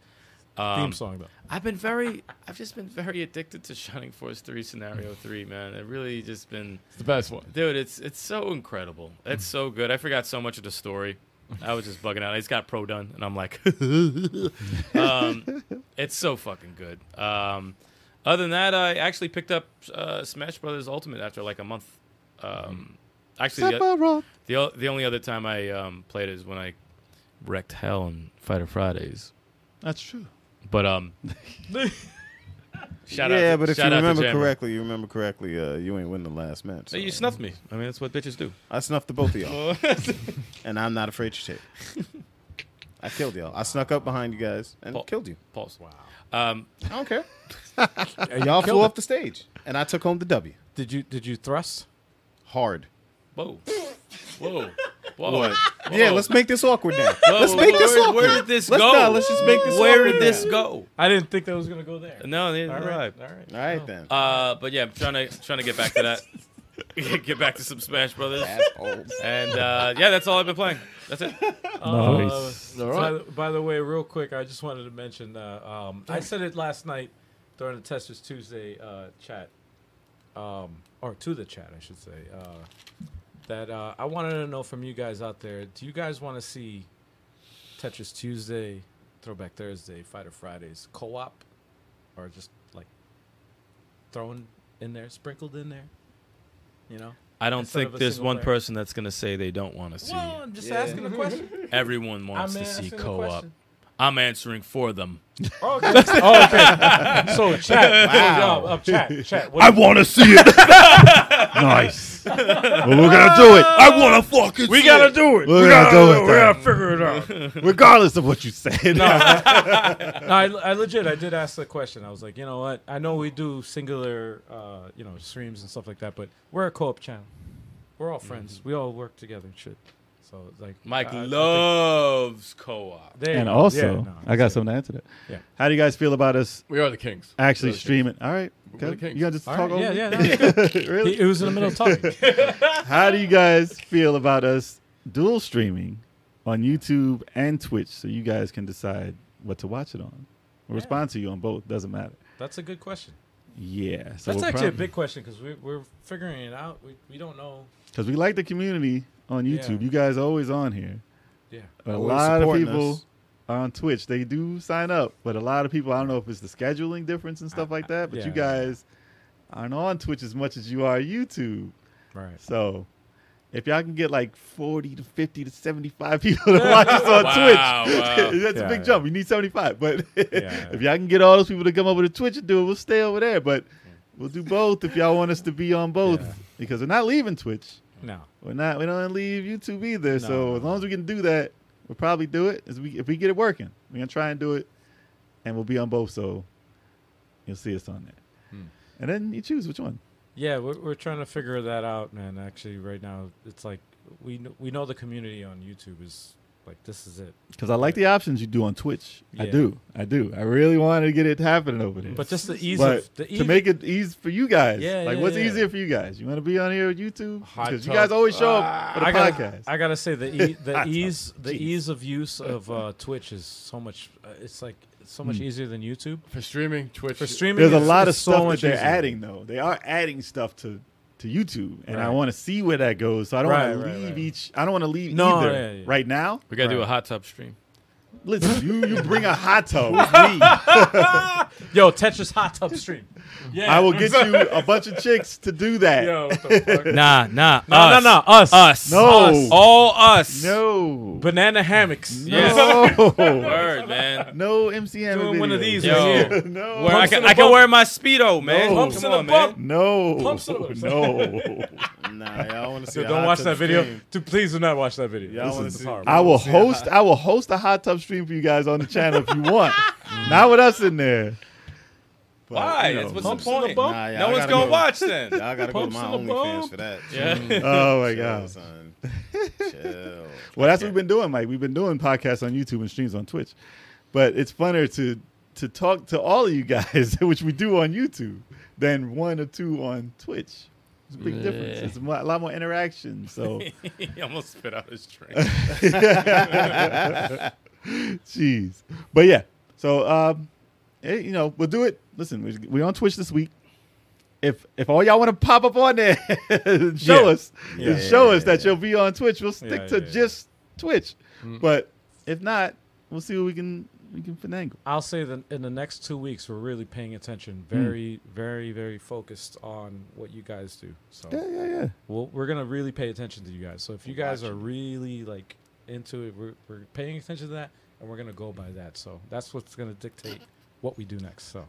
S2: theme
S6: Um,
S2: song though.
S6: I've been very, I've just been very addicted to Shining Force Three Scenario Three, man. It really just been
S3: It's the best one.
S6: dude it's it's so incredible it's so good i forgot so much of the story i was just bugging out i just got pro done and i'm like [LAUGHS] um, it's so fucking good um, other than that i actually picked up uh, smash brothers ultimate after like a month um, actually the, the, o- the only other time i um, played is when i wrecked hell on fighter fridays
S4: That's true.
S6: but um shout
S5: yeah,
S6: out to-
S5: but if you
S6: shout out to
S5: remember
S6: Jammer.
S5: correctly, you remember correctly, uh, you ain't win the last match.
S6: you
S5: so-
S6: snuffed Oh. me i mean that's what bitches do
S5: I snuffed the both of y'all.
S6: [LAUGHS]
S5: and I'm not afraid to take. I killed y'all. I snuck up behind you guys and
S6: Paul.
S5: killed you.
S6: pause wow um,
S5: I don't [LAUGHS] care. y'all flew off the stage. And I took home the W.
S2: Did you did you thrust?
S5: Hard.
S6: Whoa. Whoa. Oh. Whoa.
S5: Yeah, let's make this awkward now. let's
S6: Whoa,
S5: make this
S6: where,
S5: awkward.
S6: Where did this
S5: let's
S6: go?
S5: Not, let's just make this
S6: Where
S5: awkward
S6: did this
S5: now.
S6: go?
S2: I didn't think that was gonna go there.
S6: No, they
S2: All
S6: didn't
S2: right,
S6: arrive.
S2: all right.
S5: All right, then.
S6: Uh, but yeah, I'm trying to trying to get back to that. [LAUGHS] get back to some Smash Brothers.
S5: Assholes.
S6: And uh, yeah, that's all I've been playing. That's it.
S4: nice.
S2: Uh, By the- By, the way, real quick, I just wanted to mention. Uh, um, I said it last night during the Testers Tuesday uh, chat, um, or to the chat, I should say. Uh, that uh, I wanted to know from you guys out there: Do you guys want to see Tetris Tuesday, Throwback Thursday, Fighter Fridays co-op, or just like thrown in there, sprinkled in there? You know.
S6: I don't
S2: Instead of
S6: think
S2: a
S6: there's
S2: single
S6: one
S2: player.
S6: person that's gonna say they don't want to see.
S2: Well, I'm [LAUGHS] just asking a question.
S6: Everyone wants
S2: I'm
S6: to see
S2: asking a
S6: co-op.
S2: question.
S6: I'm answering for them.
S2: Oh, okay. [LAUGHS] oh, okay. [LAUGHS] So chat, wow. uh, chat, chat. What
S13: I want to see
S4: [LAUGHS]
S13: it. nice. Well, we're gonna do it. I want to fucking. We gotta do it. We're, gonna, do it.
S6: Oh,
S13: We gotta figure it out.
S4: Regardless of what you said.
S2: No, [LAUGHS] I, I legit, I did ask the question. I was like, you know what? I know we do singular, uh, you know, streams and stuff like that, but we're a co-op channel. We're all friends. We all work together and shit. So it's like,
S6: [LAUGHS] Mike
S2: I- I think-
S6: loves co-op.
S2: There you
S4: [LAUGHS] and
S2: go.
S4: also,
S2: Yeah, no,
S4: I got
S2: that's it.
S4: something to add to that.
S2: Yeah.
S4: How do you guys feel about us
S3: We are the kings.
S4: actually
S3: Really?
S4: streaming? All right.
S3: the
S4: Okay.
S3: kings.
S4: You gotta just
S2: All
S4: talk
S2: right,
S4: over.
S2: yeah,
S4: me? [LAUGHS]
S2: yeah, no.
S4: really?
S2: He- it was in the middle of talking. [LAUGHS]
S4: How do you guys feel about us dual streaming on YouTube and Twitch so you guys can decide what to watch it on? We'll respond to you on both. Doesn't matter.
S2: That's a good question.
S4: Yeah. So
S2: That's actually a big question because we, we're figuring it out. We, we don't know.
S4: because we like the community on
S2: Yeah.
S4: YouTube. You guys are always on here.
S2: Yeah.
S4: But a
S5: Always
S4: lot of
S5: supporting
S4: people
S5: us.
S4: are on Twitch. They do sign up, but a lot of people I don't know if it's the scheduling difference and stuff like that. But
S2: yeah.
S4: you guys aren't on Twitch as much as you are YouTube.
S2: Right.
S4: So if y'all can get like forty to fifty to seventy five [LAUGHS] people to watch us on
S6: [LAUGHS] Wow,
S4: Twitch,
S6: wow.
S4: [LAUGHS] that's
S2: Yeah,
S4: a big
S2: yeah.
S4: jump. We need seventy five, but [LAUGHS]
S2: yeah.
S4: if y'all can get all those people to come over to Twitch and do it, we'll stay over there. But we'll do both if y'all want us to be on both
S2: Yeah.
S4: because we're not leaving Twitch.
S2: No.
S4: We're not. We don't leave YouTube either.
S2: No.
S4: So as long as we can do that, we'll probably do it. As we if we get it working,
S6: Hmm.
S4: we're gonna try and do it, and we'll be on both. So you'll see us on that. and then you choose which one.
S2: Yeah, we're, we're trying to figure that out, man. Actually, right now, it's like we kn- we know the community on YouTube is like this is it,
S4: Because I like the options you do on Twitch. I
S2: Yeah.
S4: do. I do. I really wanted to get it happening over there.
S2: but just the ease
S4: But
S2: of the e-, ease,
S4: to make it easy for you guys,
S2: Yeah,
S4: like
S2: yeah,
S4: what's
S2: yeah.
S4: easier for you guys? You want to be on here with YouTube
S2: Hot
S4: because you
S2: tub. Ah,
S4: guys always show up for the
S2: I
S4: podcast.
S2: gotta, I gotta say
S4: [LAUGHS]
S2: the e- the
S4: Hot tub.
S2: ease the
S4: Jeez.
S2: ease of use of uh, Twitch is so much. Uh, it's like it's so much easier than YouTube
S3: For streaming, Twitch.
S2: for streaming.
S4: Hmm. There's a
S2: it's-
S4: lot of
S2: it's so
S4: stuff that
S2: much
S4: they're
S2: easier.
S4: adding though. They are adding stuff to to YouTube, and I
S2: Right.
S4: want to see where that goes. So I don't
S2: Right,
S4: want to
S2: right,
S4: leave
S2: right.
S4: each. I don't want to leave
S2: No,
S4: either
S2: yeah, yeah.
S4: right
S2: [LAUGHS]
S4: now.
S6: We gotta do
S2: Right.
S6: a hot tub stream.
S4: Listen, you you bring a hot tub. with me.
S2: Yo, Tetris hot tub stream.
S4: I will get you a bunch of chicks to do
S2: [LAUGHS]
S4: that.
S2: Yo, what the [LAUGHS] fuck?
S6: Nah, nah,
S2: no, no, no, us,
S6: us,
S4: No.
S6: all us.
S4: No.
S2: banana hammocks. [LAUGHS]
S4: No.
S6: [LAUGHS] Word, man.
S4: no MCM.
S2: Doing
S4: video.
S2: one of these
S6: Yo.
S2: right here.
S4: [LAUGHS] No.
S6: Where I
S2: Pumps
S6: can,
S2: in a
S6: I can
S2: bump.
S6: wear my speedo, man.
S4: No.
S6: Come
S4: Pumps
S2: in a
S6: on,
S2: bump.
S6: man.
S4: No.
S2: Pumps up.
S4: [LAUGHS]
S6: [LAUGHS]
S4: No.
S5: Nah, y'all want to see.
S2: So
S5: a
S2: don't
S5: hot
S2: watch
S5: tub
S2: that video.
S5: stream.
S2: To please do not watch that video.
S5: Y'all wanna
S2: This is
S5: see-
S2: horrible.
S4: I will
S5: See,
S4: host. I will host a hot tub stream for you guys on the channel if you
S6: [LAUGHS]
S4: want. Not with us in there. But,
S6: Why?
S4: you know.
S6: That's what's the
S2: Pumps in a
S6: point.
S2: bump.
S5: Nah, y'all
S6: no one's
S5: gotta
S6: gonna
S5: go-
S6: watch
S5: [LAUGHS]
S6: then.
S5: Y'all gotta go to
S2: Pumps
S5: my
S2: in the
S5: OnlyFans
S2: bump.
S5: for that. [LAUGHS]
S6: Yeah.
S4: oh my
S5: Chill,
S4: god.
S5: son. Chill.
S4: Well, that's what we've been doing, Mike. We've been doing podcasts on YouTube and streams on Twitch, but it's funner to to talk to all of you guys, [LAUGHS] which we do on YouTube, than one or two on Twitch. It's a big difference.
S6: Yeah.
S4: It's a mo- a lot more interaction.
S6: [LAUGHS]
S4: So,
S6: he almost spit out his drink. [LAUGHS]
S4: jeez. But yeah. So, um, eh, you know, we'll do it. Listen, we- we're on Twitch this week. If if all y'all want to pop up on there, [LAUGHS] and show
S2: Yeah.
S4: us, and show us that you'll be on Twitch. We'll stick
S2: Yeah,
S4: to
S2: yeah, yeah.
S4: just Twitch. But if not, we'll see what we can we can finagle.
S2: I'll say that in the next two weeks, we're really paying attention,
S4: Hmm.
S2: very, very, very focused on what you guys do. So
S4: Yeah, yeah, yeah.
S2: we'll, we're gonna really pay attention to you guys. So if you guys are really like into it, we're, we're paying attention to that, and we're gonna go by that. So that's what's gonna dictate what we do next. So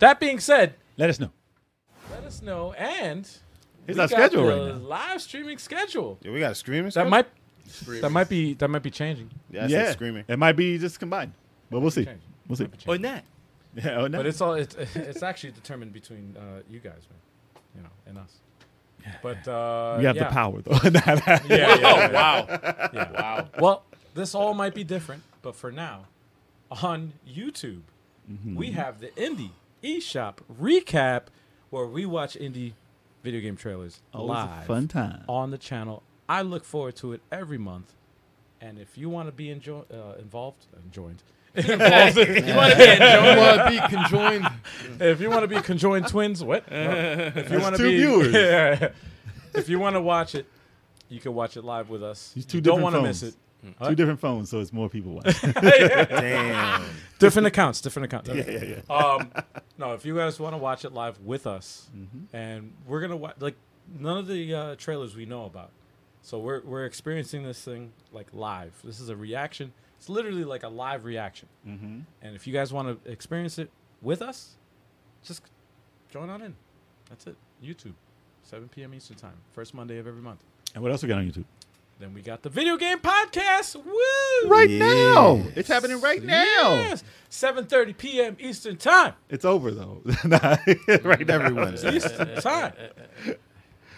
S2: that being said,
S4: Let us know.
S2: let us know and
S4: Here's
S2: we
S4: our
S2: got
S4: schedule
S2: the
S4: right now.
S2: Live streaming schedule
S5: Yeah, we got a screaming.
S2: that might that might be that might be changing.
S5: Yeah, I said
S4: yeah,
S5: screaming.
S4: It might be just combined, but we'll see.
S2: Change.
S4: We'll see.
S9: Or not.
S4: Yeah, [LAUGHS] oh, no.
S2: But it's all it's, [LAUGHS] it's actually determined between uh, you guys, man, you know, and us. But uh,
S4: we have
S2: yeah.
S4: the power though. [LAUGHS] Nah, nah.
S2: Yeah, yeah, yeah.
S6: Oh wow.
S2: [LAUGHS] yeah. Wow. Well, this all might be different, but for now, on YouTube, we have the Indie eShop recap where we watch indie video game trailers
S4: Always
S2: live
S4: a fun time.
S2: on the channel. I look forward to it every month. And if you want to be enjo- uh, involved, uh, joined. [LAUGHS] involved in-
S3: Don't want to be conjoined.
S2: [LAUGHS] if you want to be conjoined twins,
S4: [LAUGHS]
S2: what? if you want to
S4: two
S2: be
S4: viewers.
S2: Yeah. [LAUGHS] if you want to watch it, you can watch it live with us.
S4: These two
S2: you don't
S4: different
S2: want to miss
S4: phones.
S2: it.
S4: Two different phones, so it's more people watching.
S5: Damn.
S2: different accounts, different accounts. yeah, yeah, yeah. Um, [LAUGHS] no, if you guys want to watch it live with us, and we're gonna watch like none of the uh, trailers we know about, so we're we're experiencing this thing like live. This is a reaction. It's literally like a live reaction. And if you guys want to experience it with us, just join on in. That's it. YouTube, 7 p.m. Eastern Time, first Monday of every month.
S4: and what else we got on YouTube?
S2: Then we got the video game podcast. Woo!
S4: Right now, it's happening right now.
S2: Yes. 7:30 p.m. Eastern Time.
S4: It's over though. [LAUGHS] Nah, right now.
S5: Every Wednesday.
S2: Eastern Time.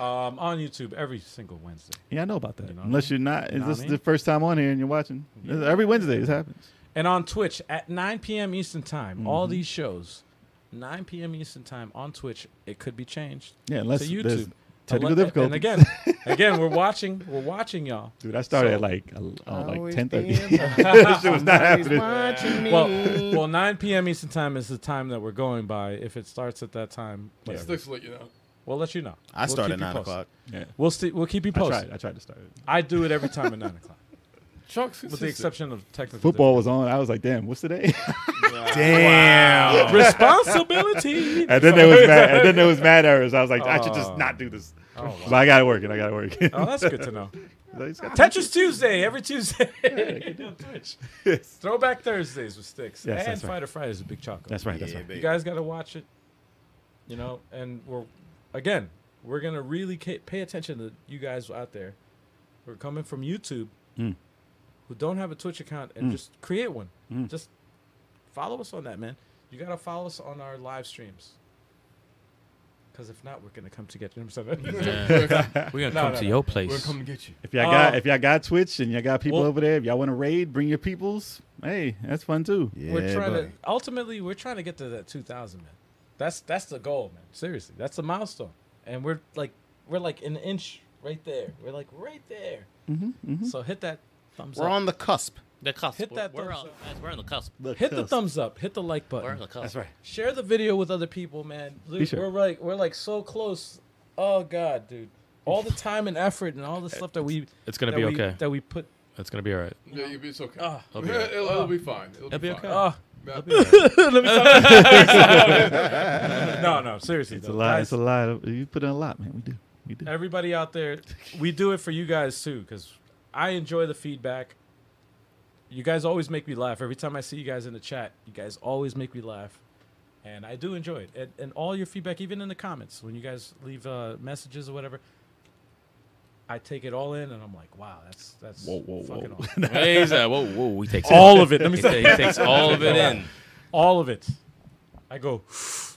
S2: Um, on YouTube every single Wednesday.
S4: Yeah, I know about that.
S2: know what I
S4: Unless you're not,
S2: know
S4: this
S2: what I
S4: is the first time on here and you're watching. Every Wednesday, this happens.
S2: And on Twitch at 9 p.m. Eastern Time. All these shows, 9 p.m. Eastern Time on Twitch. It could be changed.
S4: Yeah, unless
S2: to
S4: there's
S2: YouTube.
S4: technical
S2: Unle-
S4: difficulties.
S2: And again, [LAUGHS] again, we're watching. We're watching y'all.
S4: Dude, I started
S2: So-
S4: at like a- uh, like
S5: Always
S4: ten thirty. [LAUGHS]
S5: being
S4: this shit was not happening.
S2: Well, well, 9 p.m. Eastern Time is the time that we're going by. If it starts at that time,
S3: It's
S2: whatever.
S3: looks like, you know.
S2: we'll let you know.
S5: I
S2: We'll
S5: start
S2: keep
S5: at
S2: you
S5: nine
S2: posted.
S5: o'clock.
S4: Yeah,
S2: We'll see. We'll keep you
S4: I
S2: posted.
S4: tried. I tried to start it.
S2: I do it every time at nine o'clock,
S3: Chuck's
S2: with the exception of technical
S4: Football was on. I was like, damn, what's today?
S2: [LAUGHS]
S5: Damn.
S2: responsibility.
S4: Oh. [LAUGHS] and then there was mad. And then there was mad errors. I was like, I should just
S2: Oh.
S4: not do this.
S2: Oh, wow.
S4: But I gotta work it. I gotta work it. [LAUGHS]
S2: Oh, that's good to know.
S4: So he's got-
S2: Tetris Tuesday every Tuesday on Twitch.
S4: Yes.
S2: Throwback Thursdays with sticks
S4: Yes,
S2: and
S4: that's right.
S2: Fighter Fridays with Big Choco.
S4: That's right. That's
S5: Yeah,
S4: right.
S5: baby.
S2: You guys got to watch it, you know. And we're again, we're gonna really ca- pay attention to you guys out there. We're coming from YouTube,
S4: Mm.
S2: who don't have a Twitch account,
S4: Hmm.
S2: and just create one. Just follow us on that, man. You gotta follow us on our live streams. Because if not, we're gonna come to get you. [LAUGHS] I'm sorry.
S6: We're
S2: No,
S6: gonna come
S2: no,
S6: to
S2: no.
S6: your
S3: We're
S6: place.
S3: coming to get you.
S4: If y'all got
S2: Uh,
S4: if y'all got Twitch and y'all got people
S6: well-
S4: over there, if y'all want to raid, bring your peoples. Hey, that's fun too.
S5: Yeah,
S2: we're trying
S5: buddy.
S2: to ultimately we're trying to get to that 2000 man that's that's the goal man seriously that's the milestone and we're like we're like an inch right there we're like right there so hit that thumbs
S5: We're
S2: up
S5: on the cusp.
S10: The cusp.
S2: Hit
S10: We're-
S2: that
S10: we're,
S2: thumbs
S10: on,
S2: up.
S10: guys, we're on the cusp.
S2: hit the thumbs up hit the like
S10: We're on
S2: button
S10: the cusp.
S4: That's right.
S2: share the video with other people man Dude,
S4: Be sure.
S2: we're like we're like so close oh god dude all the time and effort and all the stuff that we
S6: It's gonna
S2: that
S6: be
S2: we-
S6: okay.
S2: that we put
S6: It's gonna be all right.
S3: Yeah, you'll be, it's okay.
S2: Ah.
S3: it'll, it'll, be fine. It'll,
S6: It'll be
S3: fine. Ah.
S2: oh
S6: okay.
S3: Nah,
S2: let me stop. Ah. no no seriously
S4: It's a
S2: though,
S4: lot.
S2: guys.
S4: It's a lot. Of, you put in a lot, man. We do. We do.
S2: everybody out there, we do it for you guys too, because I enjoy the feedback. You guys always make me laugh. Every time I see you guys in the chat, you guys always make me laugh. And I do enjoy it. And, and all your feedback, even in the comments, when you guys leave uh, messages or whatever, I take it all in and I'm like, wow, that's that's
S4: Whoa, whoa,
S2: fucking
S4: whoa. [LAUGHS]
S2: awesome.
S6: Hey, he's like, whoa, whoa, he takes
S2: all of it. Let me
S6: He,
S2: say
S6: ta- he takes all of it in.
S2: all of it. I go,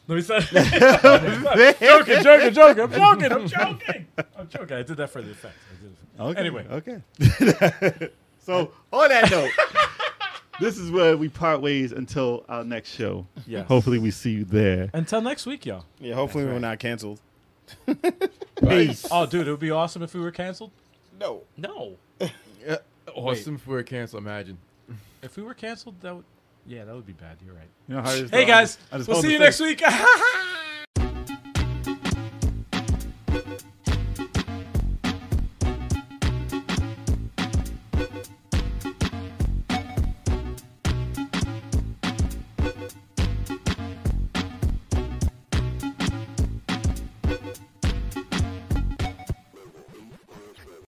S2: let me
S4: [LAUGHS]
S2: stop. [LAUGHS] joking, joking, joking. I'm joking.
S4: [LAUGHS]
S2: I'm joking. I'm joking. I did that for the effect. I did it for-
S4: Okay.
S2: Anyway.
S4: Okay. [LAUGHS] so on that [LAUGHS] note, this is where we part ways until our next show.
S2: Yes.
S4: Hopefully, we see you there.
S2: Until next week, y'all.
S5: Yeah, hopefully we're not canceled.
S4: Peace.
S2: Oh, dude, it would be awesome if we were canceled.
S5: No.
S10: No.
S3: Awesome if we were canceled, imagine.
S2: If we were canceled, that would. Yeah, that would be bad. You're right.
S4: You know how it is,
S2: Hey
S4: though?
S2: guys,
S4: I just
S2: we'll
S4: hold
S2: see
S4: the
S2: you
S4: thing.
S2: next week. [LAUGHS]